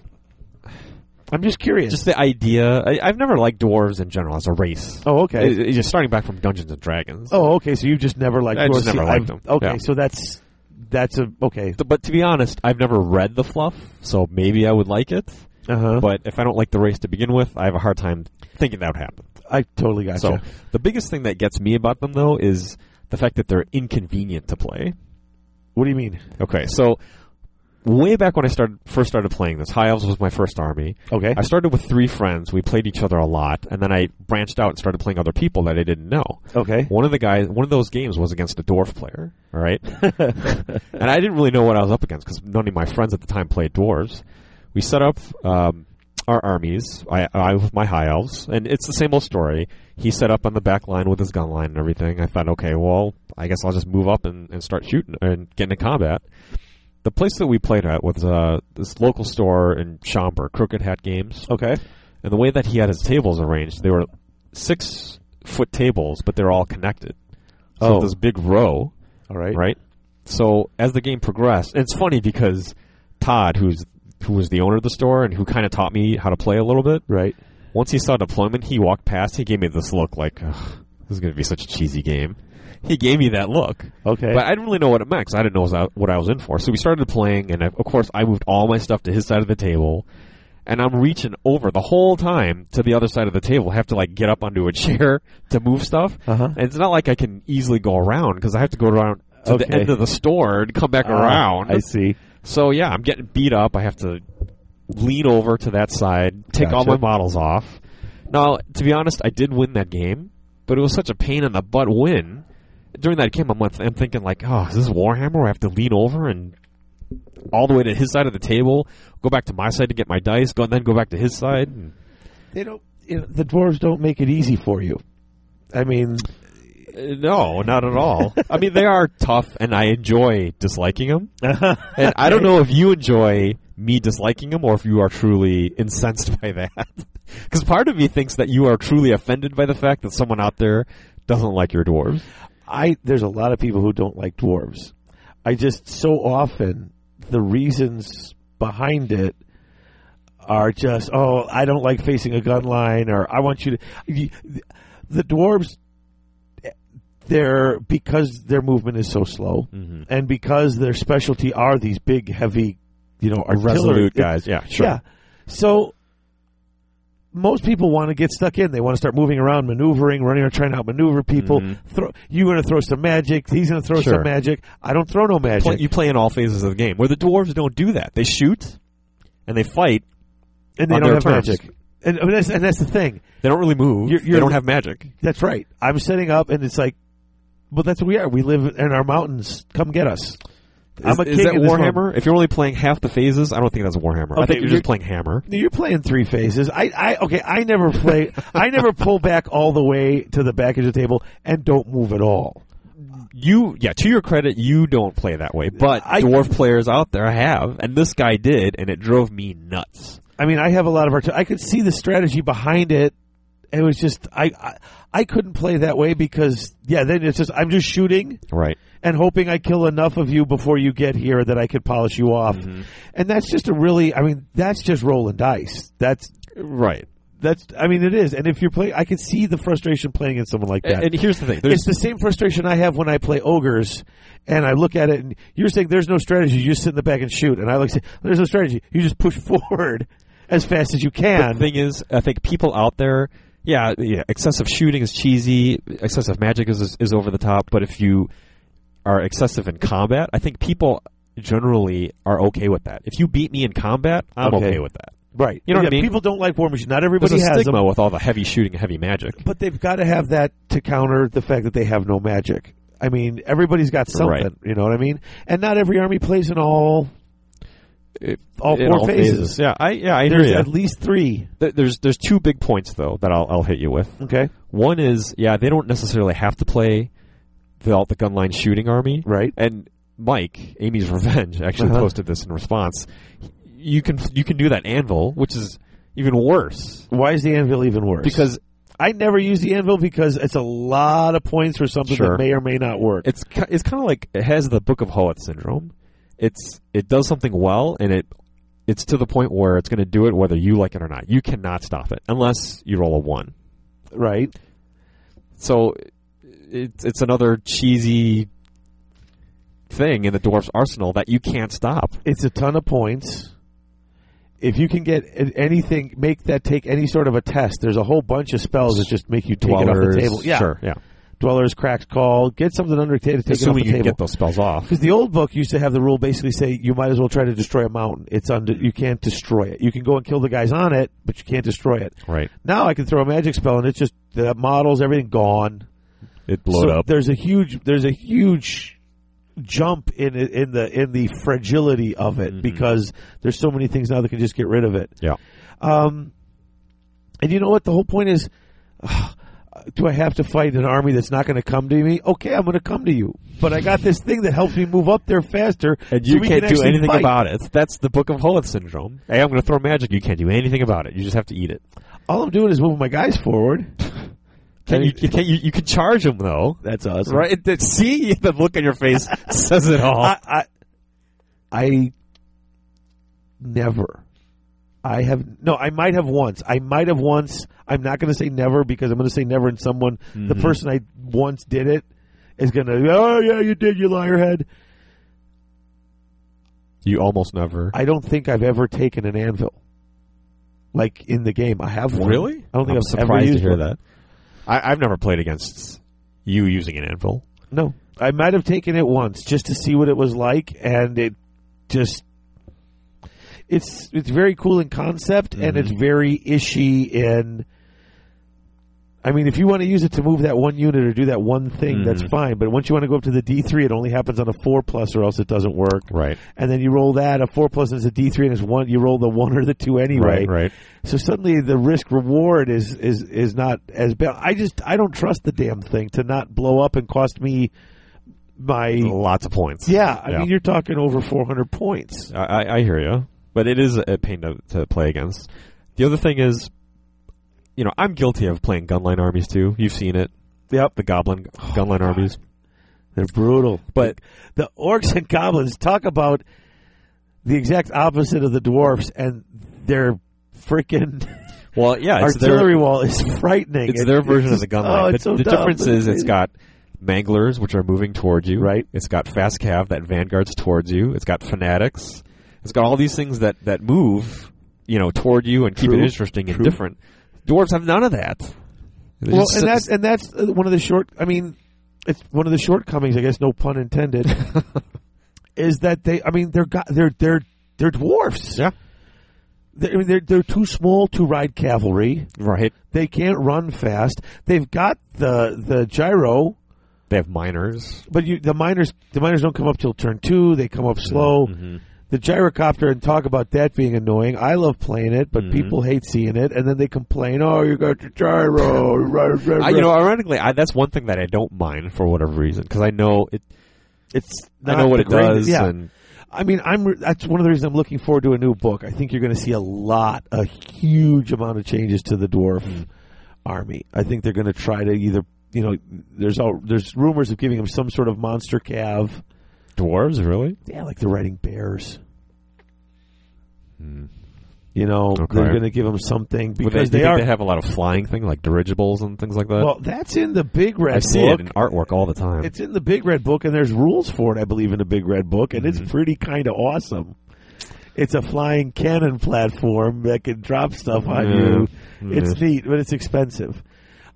[SPEAKER 1] I'm just curious.
[SPEAKER 2] Just the idea. I, I've never liked dwarves in general as a race.
[SPEAKER 1] oh, okay.
[SPEAKER 2] It- it- just starting back from Dungeons and Dragons.
[SPEAKER 1] oh, okay. So you've just never liked.
[SPEAKER 2] I just
[SPEAKER 1] Dorothy.
[SPEAKER 2] never liked
[SPEAKER 1] I've-
[SPEAKER 2] them.
[SPEAKER 1] Okay,
[SPEAKER 2] Yeah.
[SPEAKER 1] so that's that's a okay.
[SPEAKER 2] Th- But to be honest, I've never read the fluff, so maybe I would like it.
[SPEAKER 1] Uh-huh.
[SPEAKER 2] But if I don't like the race to begin with, I have a hard time thinking that would happen.
[SPEAKER 1] I totally gotcha.
[SPEAKER 2] So the biggest thing that gets me about them, though, is the fact that they're inconvenient to play.
[SPEAKER 1] what do you mean?
[SPEAKER 2] Okay, so way back when I started first started playing this, High Elves was my first army.
[SPEAKER 1] Okay.
[SPEAKER 2] I started with three friends. We played each other a lot, and then I branched out and started playing other people that I didn't know.
[SPEAKER 1] Okay.
[SPEAKER 2] One of the guys, one of those games was against a dwarf player.
[SPEAKER 1] [laughs]
[SPEAKER 2] All right, and I didn't really know what I was up against because none of my friends at the time played dwarves. We set up um, our armies. I, I with my high elves, and it's the same old story. He set up on the back line with his gun line and everything. I thought, okay, well, I guess I'll just move up and, and start shooting and get into combat. The place that we played at was uh, this local store in Schaumburg, Crooked Hat Games.
[SPEAKER 1] Okay.
[SPEAKER 2] And the way that he had his tables arranged, they were six foot tables, but they're all connected. So
[SPEAKER 1] Oh.
[SPEAKER 2] this big row,
[SPEAKER 1] All right.
[SPEAKER 2] right? So as the game progressed, and it's funny because Todd, who's who was the owner of the store and who kind of taught me how to play a little bit,
[SPEAKER 1] Right.
[SPEAKER 2] once he saw deployment, he walked past. He gave me this look like, "Ugh, "This is going to be such a cheesy game." He gave me that look.
[SPEAKER 1] Okay.
[SPEAKER 2] But I didn't really know what it meant 'cause I didn't know what I- what I was in for. So we started playing, and of course, I moved all my stuff to his side of the table, and I'm reaching over the whole time to the other side of the table. I have to like get up onto a [laughs] chair to move stuff,
[SPEAKER 1] Uh-huh.
[SPEAKER 2] and it's not like I can easily go around because I have to go around to the
[SPEAKER 1] Okay.
[SPEAKER 2] end of the store and come back
[SPEAKER 1] Ah,
[SPEAKER 2] around.
[SPEAKER 1] I see.
[SPEAKER 2] So yeah, I'm getting beat up. I have to lean over to that side, take all my
[SPEAKER 1] Gotcha.
[SPEAKER 2] models off. Now, to be honest, I did win that game, but it was such a pain in the butt win. During that game, I'm, like- I'm thinking like, oh, is this Warhammer? I have to lean over and all the way to his side of the table, go back to my side to get my dice, go and then go back to his side. And
[SPEAKER 1] They don't. You know, the dwarves don't make it easy for you. I
[SPEAKER 2] [laughs]
[SPEAKER 1] mean,
[SPEAKER 2] Uh, No, not at all. I mean, they are tough, and I enjoy disliking them. and I don't know if you enjoy me disliking them or if you are truly incensed by that. [laughs] Because part of me thinks that you are truly offended by the fact that someone out there doesn't like your dwarves.
[SPEAKER 1] I there's a lot of people who don't like dwarves. I just so often the reasons behind it are just oh I don't like facing a gun line or I want you to you- the dwarves they're because their movement is so slow,
[SPEAKER 2] Mm-hmm.
[SPEAKER 1] and because their specialty are these big, heavy, you know, artillery
[SPEAKER 2] Resolute guys. Yeah, sure.
[SPEAKER 1] Yeah, so most people want to get stuck in. They want to start moving around, maneuvering, running around, trying to outmaneuver people. Throw, you're going to throw some magic. He's going to throw
[SPEAKER 2] Mm-hmm. Sure.
[SPEAKER 1] some magic. I don't throw no magic.
[SPEAKER 2] Play, you play in all phases of the game. Where the dwarves don't do that. They shoot and they fight.
[SPEAKER 1] and they
[SPEAKER 2] on
[SPEAKER 1] don't
[SPEAKER 2] their
[SPEAKER 1] have
[SPEAKER 2] terms.
[SPEAKER 1] magic. And, and that's, and that's the thing.
[SPEAKER 2] They don't really move.
[SPEAKER 1] You're- you're-
[SPEAKER 2] they don't have magic.
[SPEAKER 1] That's right. I'm setting up, and it's like, well, that's what we are. We live in our mountains. Come get us. I'm
[SPEAKER 2] Is-
[SPEAKER 1] a
[SPEAKER 2] is
[SPEAKER 1] king
[SPEAKER 2] that
[SPEAKER 1] in this
[SPEAKER 2] Warhammer? If you're only playing half the phases, I don't think that's Warhammer. I
[SPEAKER 1] Okay,
[SPEAKER 2] think you're
[SPEAKER 1] you're-
[SPEAKER 2] just playing Hammer.
[SPEAKER 1] You're playing three phases. I, I okay. I never play. I never pull back all the way to the back of the table and don't move at all.
[SPEAKER 2] You, yeah. To your credit, you don't play that way, but
[SPEAKER 1] I-
[SPEAKER 2] dwarf players out there have, and this guy did, and it drove me nuts.
[SPEAKER 1] I mean, I have a lot of art. I could see the strategy behind it. It was just I, I I couldn't play that way because yeah. Then it's just I'm just shooting.
[SPEAKER 2] Right.
[SPEAKER 1] and hoping I kill enough of you before you get here that I could polish you off. And that's just a really, I mean, that's just rolling dice. That's
[SPEAKER 2] Right.
[SPEAKER 1] that's, I mean, it is. And if you're playing, I can see the frustration playing in someone like
[SPEAKER 2] And,
[SPEAKER 1] that.
[SPEAKER 2] and here's the thing. There's
[SPEAKER 1] it's the same frustration I have when I play ogres, and I look at it, and you're saying there's no strategy. You just sit in the back and shoot, and I like say there's no strategy. You just push [laughs] forward as fast as you
[SPEAKER 2] The
[SPEAKER 1] can.
[SPEAKER 2] thing is, I think people out there, yeah, yeah, excessive shooting is cheesy. Excessive magic is, is is over the top. But if you are excessive in combat, I think people generally are okay with that. If you beat me in combat, I'm okay,
[SPEAKER 1] Okay.
[SPEAKER 2] with that.
[SPEAKER 1] right?
[SPEAKER 2] You know what
[SPEAKER 1] Yeah,
[SPEAKER 2] I mean?
[SPEAKER 1] People don't like war machines. Not
[SPEAKER 2] There's
[SPEAKER 1] everybody
[SPEAKER 2] a
[SPEAKER 1] has
[SPEAKER 2] stigma
[SPEAKER 1] them,
[SPEAKER 2] with all the heavy shooting, and heavy magic.
[SPEAKER 1] but they've got to have that to counter the fact that they have no magic. I mean, everybody's got something.
[SPEAKER 2] Right.
[SPEAKER 1] You know what I mean? And not every army plays in all
[SPEAKER 2] It-
[SPEAKER 1] all
[SPEAKER 2] in
[SPEAKER 1] four phases.
[SPEAKER 2] Yeah, I yeah I hear
[SPEAKER 1] There's
[SPEAKER 2] ya.
[SPEAKER 1] at least three.
[SPEAKER 2] Th- There's there's two big points though that I'll I'll hit you with.
[SPEAKER 1] Okay,
[SPEAKER 2] One is yeah they don't necessarily have to play the the gunline shooting army.
[SPEAKER 1] right?
[SPEAKER 2] And Mike, Amy's Revenge, [laughs] actually
[SPEAKER 1] Uh-huh.
[SPEAKER 2] posted this in response. You can you can do that anvil, which is even worse
[SPEAKER 1] Why is the anvil even worse?
[SPEAKER 2] because
[SPEAKER 1] I never use the anvil because it's a lot of points for something
[SPEAKER 2] Sure.
[SPEAKER 1] that may or may not work.
[SPEAKER 2] it's ki- it's kind of like it has the Book of Hoet syndrome. It's it does something well, and it it's to the point where it's going to do it whether you like it or not. You cannot stop it unless you roll a one.
[SPEAKER 1] right?
[SPEAKER 2] So it's it's another cheesy thing in the dwarf's arsenal that you can't stop.
[SPEAKER 1] It's a ton of points. If you can get a- anything, make that take any sort of a test. There's a whole bunch of spells that just make you take it off
[SPEAKER 2] Dwellers,
[SPEAKER 1] the table. Yeah,
[SPEAKER 2] sure, yeah.
[SPEAKER 1] dwellers, cracks, call, get something under to take it off the
[SPEAKER 2] Assuming you
[SPEAKER 1] table.
[SPEAKER 2] can get those spells off.
[SPEAKER 1] Because the old book used to have the rule basically say you might as well try to destroy a mountain. It's under you can't destroy it. You can go and kill the guys on it, but you can't destroy it.
[SPEAKER 2] Right.
[SPEAKER 1] Now I can throw a magic spell and it's just the models, everything gone.
[SPEAKER 2] It blow
[SPEAKER 1] so
[SPEAKER 2] it up.
[SPEAKER 1] There's a huge there's a huge jump in it, in the in the fragility of
[SPEAKER 2] Mm-hmm.
[SPEAKER 1] it because there's so many things now that can just get rid of it.
[SPEAKER 2] Yeah.
[SPEAKER 1] Um, and you know what? The whole point is, [sighs] ugh, do I have to fight an army that's not going to come to me? Okay, I'm going to come to you, but I got this thing that helps me move up there faster,
[SPEAKER 2] And
[SPEAKER 1] so
[SPEAKER 2] you
[SPEAKER 1] we
[SPEAKER 2] can't
[SPEAKER 1] can
[SPEAKER 2] do
[SPEAKER 1] actually
[SPEAKER 2] anything
[SPEAKER 1] fight.
[SPEAKER 2] about it. That's the Book of Hoeth syndrome. Hey, I'm going to throw magic. You can't do anything about it. You just have to eat it.
[SPEAKER 1] All I'm doing is moving my guys forward.
[SPEAKER 2] Can you, you, can, you, you can charge him, though.
[SPEAKER 1] That's us,
[SPEAKER 2] Right? It- it- see? [laughs] The look on
[SPEAKER 1] [laughs]
[SPEAKER 2] your face says it all.
[SPEAKER 1] I, I, I never. I have no. I might have once. I might have once. I'm not going to say never because I'm going to say never. And someone,
[SPEAKER 2] Mm-hmm.
[SPEAKER 1] the person I once did it, is going to. Oh yeah, you did, you liar head.
[SPEAKER 2] you almost never.
[SPEAKER 1] I don't think I've ever taken an anvil. Like in the game, I have one. I don't think
[SPEAKER 2] I'm
[SPEAKER 1] have
[SPEAKER 2] surprised
[SPEAKER 1] ever used
[SPEAKER 2] to hear
[SPEAKER 1] one.
[SPEAKER 2] that. I, I've never played against you using an anvil.
[SPEAKER 1] No, I might have taken it once just to see what it was like, and it just it's it's very cool in concept, and it's very ishy in. I mean, if you want to use it to move that one unit or do that one thing, that's fine. But once you want to go up to the D three, it only happens on a four plus, or else it doesn't work.
[SPEAKER 2] Right.
[SPEAKER 1] And then you roll that a four plus, and it's a D three, and it's one. You roll the one or the two anyway.
[SPEAKER 2] Right, right.
[SPEAKER 1] So suddenly the risk reward is is is not as bad. I just I don't trust the damn thing to not blow up and cost me my
[SPEAKER 2] Lots of points.
[SPEAKER 1] yeah. I
[SPEAKER 2] Oh. Yeah.
[SPEAKER 1] mean you're talking over 400 points.
[SPEAKER 2] I, I- I hear you, but it is a pain to, to play against. The other thing is, you know, I'm guilty of playing gunline armies too. You've seen it. Yep, the goblin gunline
[SPEAKER 1] Oh,
[SPEAKER 2] armies.
[SPEAKER 1] They're brutal.
[SPEAKER 2] But
[SPEAKER 1] The orcs and goblins talk about the exact opposite of the dwarfs, and their freaking
[SPEAKER 2] well, yeah, it's
[SPEAKER 1] artillery
[SPEAKER 2] their
[SPEAKER 1] wall is frightening.
[SPEAKER 2] it's their version of the gunline.
[SPEAKER 1] oh,
[SPEAKER 2] but
[SPEAKER 1] it's so
[SPEAKER 2] the
[SPEAKER 1] dumb.
[SPEAKER 2] difference is it's got manglers, which are moving toward you.
[SPEAKER 1] Right.
[SPEAKER 2] It's got fast cav that vanguards towards you. It's got fanatics. It's got all these things that that move, you know, toward you and keep
[SPEAKER 1] True.
[SPEAKER 2] it interesting and
[SPEAKER 1] True.
[SPEAKER 2] different. Dwarves have none of that. They're
[SPEAKER 1] Well,
[SPEAKER 2] just-
[SPEAKER 1] and that's and that's uh, one of the short. I mean, it's one of the shortcomings, I guess. No pun
[SPEAKER 2] [laughs]
[SPEAKER 1] intended. is that they? I mean, they're got, they're they're they're dwarfs.
[SPEAKER 2] Yeah.
[SPEAKER 1] They're, I mean, they're they're too small to ride cavalry.
[SPEAKER 2] right.
[SPEAKER 1] They can't run fast. They've got the the gyro,
[SPEAKER 2] They have miners.
[SPEAKER 1] but you the miners the miners don't come up till turn two. They come up slow.
[SPEAKER 2] Mm-hmm.
[SPEAKER 1] The gyrocopter and talk about that being annoying. I love playing it, but
[SPEAKER 2] Mm-hmm.
[SPEAKER 1] people hate seeing it, and then they complain, "Oh, you got your gyro."
[SPEAKER 2] I, you know, ironically, I, that's one thing that I don't mind for whatever reason because I know it.
[SPEAKER 1] it's
[SPEAKER 2] I
[SPEAKER 1] not
[SPEAKER 2] know what
[SPEAKER 1] the
[SPEAKER 2] it does.
[SPEAKER 1] greatest- Yeah.
[SPEAKER 2] and
[SPEAKER 1] I mean, I'm. re- That's one of the reasons I'm looking forward to a new book. I think you're going to see a lot, a huge amount of changes to the dwarf army. I think they're going to try to either, you know, there's all there's rumors of giving them some sort of monster calf.
[SPEAKER 2] dwarves, really?
[SPEAKER 1] Yeah, like they're riding bears. You know,
[SPEAKER 2] Hmm. Okay.
[SPEAKER 1] they're going to give them something
[SPEAKER 2] Would
[SPEAKER 1] because
[SPEAKER 2] they,
[SPEAKER 1] they,
[SPEAKER 2] do you think
[SPEAKER 1] are.
[SPEAKER 2] they have a lot of flying things like dirigibles and things like that.
[SPEAKER 1] well, that's in the big red
[SPEAKER 2] I see
[SPEAKER 1] book.
[SPEAKER 2] it in artwork all the time.
[SPEAKER 1] It's in the Big Red Book, and there's rules for it, I believe, in the Big Red Book, and
[SPEAKER 2] Mm-hmm.
[SPEAKER 1] it's pretty kind of awesome. It's a flying cannon platform that can drop stuff on
[SPEAKER 2] Yeah.
[SPEAKER 1] you. It's neat, but it's expensive.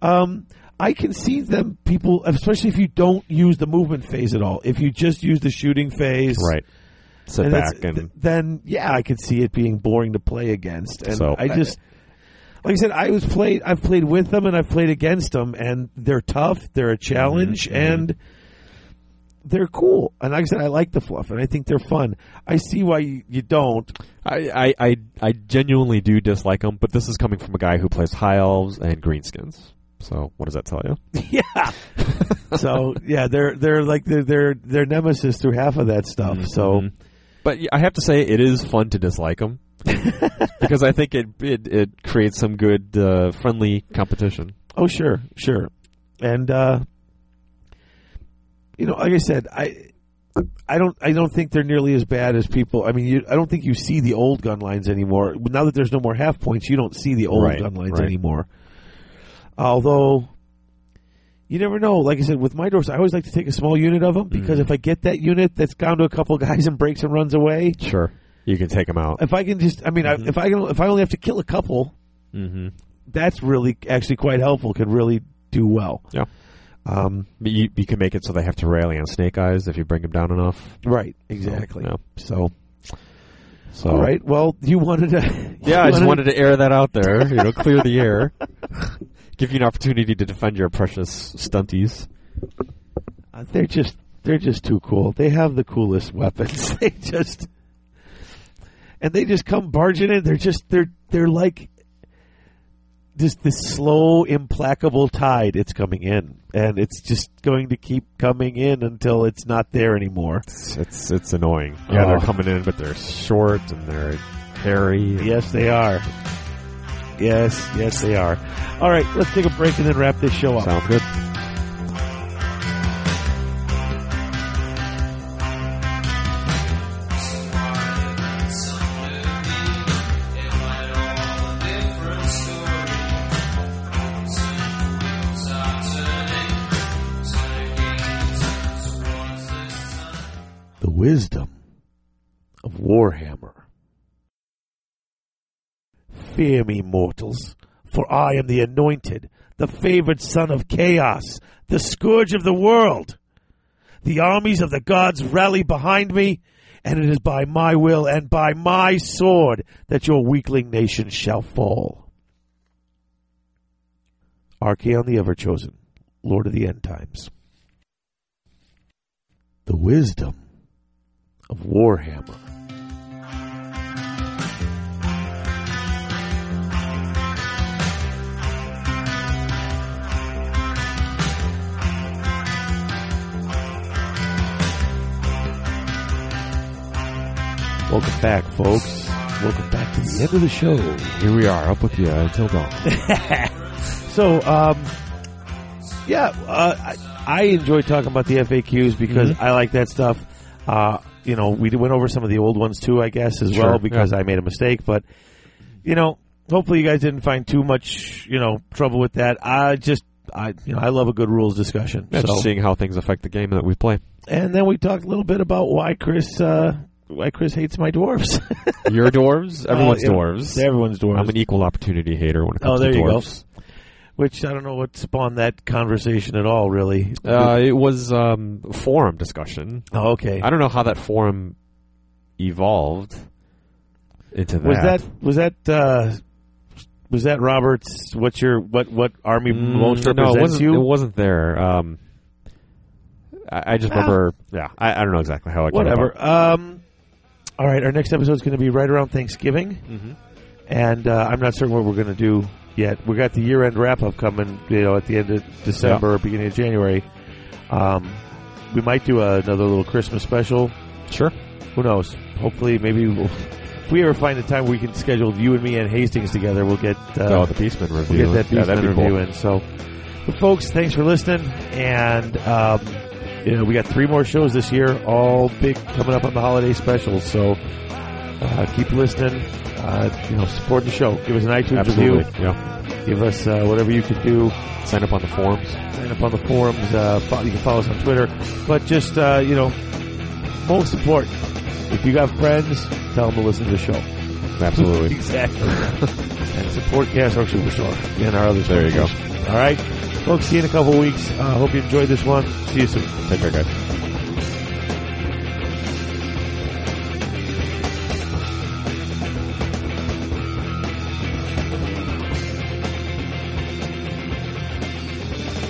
[SPEAKER 1] Um, I can see them people, especially if you don't use the movement phase at all. If you just use the shooting phase,
[SPEAKER 2] right. Sit
[SPEAKER 1] and that's-
[SPEAKER 2] back and
[SPEAKER 1] th- then yeah, I could see it being boring to play against. And
[SPEAKER 2] So-
[SPEAKER 1] I just like I said, I was played. I've played with them and I've played against them, and they're tough. They're
[SPEAKER 2] Mm-hmm,
[SPEAKER 1] a challenge, and they're cool. And like I said, I like the fluff, and I think they're fun. I see why you, you don't.
[SPEAKER 2] I, I, I, I genuinely do dislike them, but this is coming from a guy who plays high elves and greenskins. So what does that tell you?
[SPEAKER 1] yeah.
[SPEAKER 2] [laughs]
[SPEAKER 1] so yeah, they're they're like they're they're, they're nemesis through half of that stuff. So
[SPEAKER 2] Mhm. But y- I have to say, it is fun to dislike [laughs] them because I think it it, it creates some good uh, friendly competition.
[SPEAKER 1] Oh, sure, sure. And uh, you know, like I said, I I don't I don't think they're nearly as bad as people. I mean, you, I don't think you see the old gun lines anymore. Now that there's no more half points, you don't see the old
[SPEAKER 2] Right,
[SPEAKER 1] gun lines
[SPEAKER 2] right.
[SPEAKER 1] anymore. Although. You never know. Like I said, with my dwarfs, I always like to take a small unit of them
[SPEAKER 2] Mm-hmm.
[SPEAKER 1] because if I get that unit that's down to a couple [laughs] guys and breaks and runs away,
[SPEAKER 2] Sure, Uh, you can take them out.
[SPEAKER 1] if I can just, I mean, I, if I can, if I only have to kill a couple,
[SPEAKER 2] Mm-hmm.
[SPEAKER 1] that's really actually quite helpful. Can really do well.
[SPEAKER 2] Yeah.
[SPEAKER 1] Um,
[SPEAKER 2] But you you can make it so they have to rally on Snake Eyes if you bring them down enough.
[SPEAKER 1] Right.
[SPEAKER 2] So,
[SPEAKER 1] Exactly.
[SPEAKER 2] [laughs] yeah.
[SPEAKER 1] So,
[SPEAKER 2] So
[SPEAKER 1] all right. Well, you wanted to. [laughs]
[SPEAKER 2] Yeah, I just wanted to air that out there. You know, clear the [laughs] air, give you an opportunity to defend your precious stunties.
[SPEAKER 1] uh, They're just. They're just too cool. They have the coolest weapons. [laughs] they just. And they just come barging in. They're just. They're. They're like. Just this slow, implacable tide. It's coming in, and it's just going to keep coming in until it's not there anymore.
[SPEAKER 2] It's it's annoying. Yeah,
[SPEAKER 1] Oh.
[SPEAKER 2] they're coming in, but they're short and they're hairy. and-
[SPEAKER 1] Yes, they are. Yes, yes, they are. All right, let's take a break and then wrap this show up.
[SPEAKER 2] Sound good?
[SPEAKER 1] the wisdom of Warhammer. Fear me, mortals, for I am the anointed, the favored son of chaos, the scourge of the world. The armies of the gods rally behind me, and it is by my will and by my sword that your weakling nation shall fall. Archaon the Everchosen, Lord of the End Times. The wisdom of Warhammer. Welcome back, folks. Welcome back to the end of the show.
[SPEAKER 2] Here we are, up with you until dawn.
[SPEAKER 1] So, um, yeah, uh, I, I enjoy talking about the FAQs because
[SPEAKER 2] Mm-hmm.
[SPEAKER 1] I like that stuff. Uh, you know, we went over some of the old ones too, I guess, as
[SPEAKER 2] Sure,
[SPEAKER 1] well, because
[SPEAKER 2] yeah.
[SPEAKER 1] I made a mistake. But you know, hopefully, you guys didn't find too much, you know, trouble with that. I just I you know I love a good rules discussion.
[SPEAKER 2] Yeah,
[SPEAKER 1] so
[SPEAKER 2] just seeing how things affect the game that we play.
[SPEAKER 1] and then we talked a little bit about why Chris uh, why Chris hates my dwarves. [laughs] Oh,
[SPEAKER 2] Your [laughs] dwarves, everyone's
[SPEAKER 1] Uh, yeah.
[SPEAKER 2] dwarves.
[SPEAKER 1] Everyone's dwarves.
[SPEAKER 2] I'm an equal opportunity hater when it
[SPEAKER 1] oh,
[SPEAKER 2] comes
[SPEAKER 1] there
[SPEAKER 2] to
[SPEAKER 1] you go.
[SPEAKER 2] dwarves.
[SPEAKER 1] Which I don't know what spawned that conversation at all, really.
[SPEAKER 2] Uh, it was um, forum discussion.
[SPEAKER 1] oh, okay.
[SPEAKER 2] I don't know how that forum evolved into that.
[SPEAKER 1] Was that was that uh, was that Roberts? What's your what what army
[SPEAKER 2] Mm,
[SPEAKER 1] most
[SPEAKER 2] no, it
[SPEAKER 1] represents
[SPEAKER 2] wasn't,
[SPEAKER 1] you?
[SPEAKER 2] It wasn't there. Um, I, I just remember. Yeah, I, I don't know exactly how it. came
[SPEAKER 1] Whatever.
[SPEAKER 2] about.
[SPEAKER 1] Um, all right, our next episode is going to be right around Thanksgiving,
[SPEAKER 2] Mm-hmm.
[SPEAKER 1] and uh, I'm not certain what we're going to do yet. We got the year end wrap up coming, you know, at the end of December, or beginning of January. Um, we might do another little Christmas special.
[SPEAKER 2] Sure.
[SPEAKER 1] Who knows? Hopefully, maybe we'll, if we ever find a time we can schedule you and me and Hastings together, we'll get uh,
[SPEAKER 2] oh, the Beastman
[SPEAKER 1] we'll
[SPEAKER 2] review.
[SPEAKER 1] get that
[SPEAKER 2] yeah,
[SPEAKER 1] Beastman
[SPEAKER 2] that'd be
[SPEAKER 1] review
[SPEAKER 2] cool.
[SPEAKER 1] in. So, but folks, thanks for listening, and um, you know, we got three more shows this year, all big coming up on the holiday specials. So uh, keep listening, uh, you know, support the show. Give us an iTunes
[SPEAKER 2] Absolutely. Yeah.
[SPEAKER 1] review. Give us uh, whatever you can do.
[SPEAKER 2] Sign up on the forums.
[SPEAKER 1] Sign up on the forums. Uh, fo- you can follow us on Twitter. But just uh, you know, most important, if you got friends, tell them to listen to the show. [laughs]
[SPEAKER 2] Absolutely.
[SPEAKER 1] Exactly. and support Gasworks Superstore and our other
[SPEAKER 2] There you go.
[SPEAKER 1] sponsors. All right. Folks, see you in a couple weeks. Uh, hope you enjoyed this one. See you soon.
[SPEAKER 2] Take care, guys.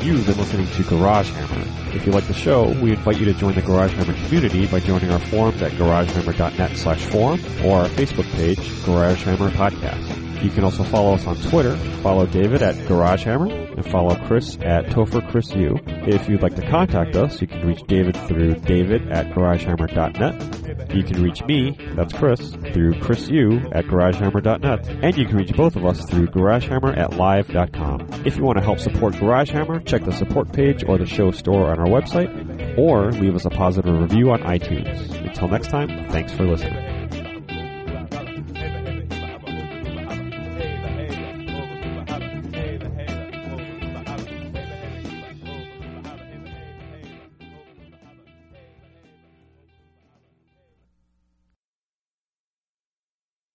[SPEAKER 2] You've been listening to Garage Hammer. If you like the show, we invite you to join the Garage Hammer community by joining our forums at garagehammer.net slash forum or our Facebook page, Garage Hammer Podcast. You can also follow us on Twitter. Follow David at Garage Hammer and follow Chris at Topher Chris U. If you'd like to contact us, you can reach David through david at garagehammer.net. You can reach me, that's Chris, through Chris U at garagehammer.net. And you can reach both of us through garagehammer at live.com. If you want to help support Garage Hammer, check the support page or the show store on our website, or leave us a positive review on iTunes. Until next time, thanks for listening. [laughs]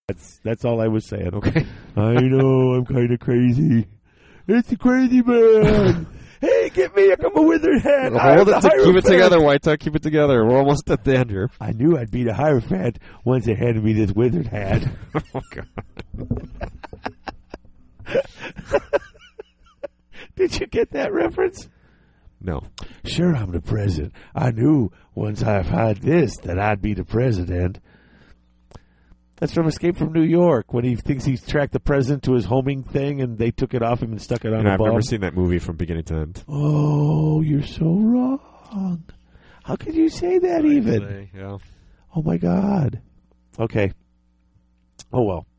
[SPEAKER 1] That's that's all I was saying.
[SPEAKER 2] Okay.
[SPEAKER 1] [laughs] I know I'm kind of crazy. It's the crazy man. [laughs] hey, get me! I'm a wizard hat. I'm the Hierophant.
[SPEAKER 2] Whiteside. Keep it together. We're almost at the end here. [laughs]
[SPEAKER 1] I knew I'd beat a hierophant once they handed me this wizard hat. [laughs]
[SPEAKER 2] Oh, God.
[SPEAKER 1] Did you get that reference?
[SPEAKER 2] No.
[SPEAKER 1] Sure, I'm the president. I knew once I've had this that I'd be the president. That's from Escape from New York when he thinks he's tracked the president to his homing thing and they took it off him and stuck it on
[SPEAKER 2] You know,
[SPEAKER 1] a
[SPEAKER 2] I've
[SPEAKER 1] ball.
[SPEAKER 2] never seen that movie from beginning to end.
[SPEAKER 1] oh, you're so wrong. How could you say that even?
[SPEAKER 2] Yeah.
[SPEAKER 1] Oh my God. Okay. Oh well.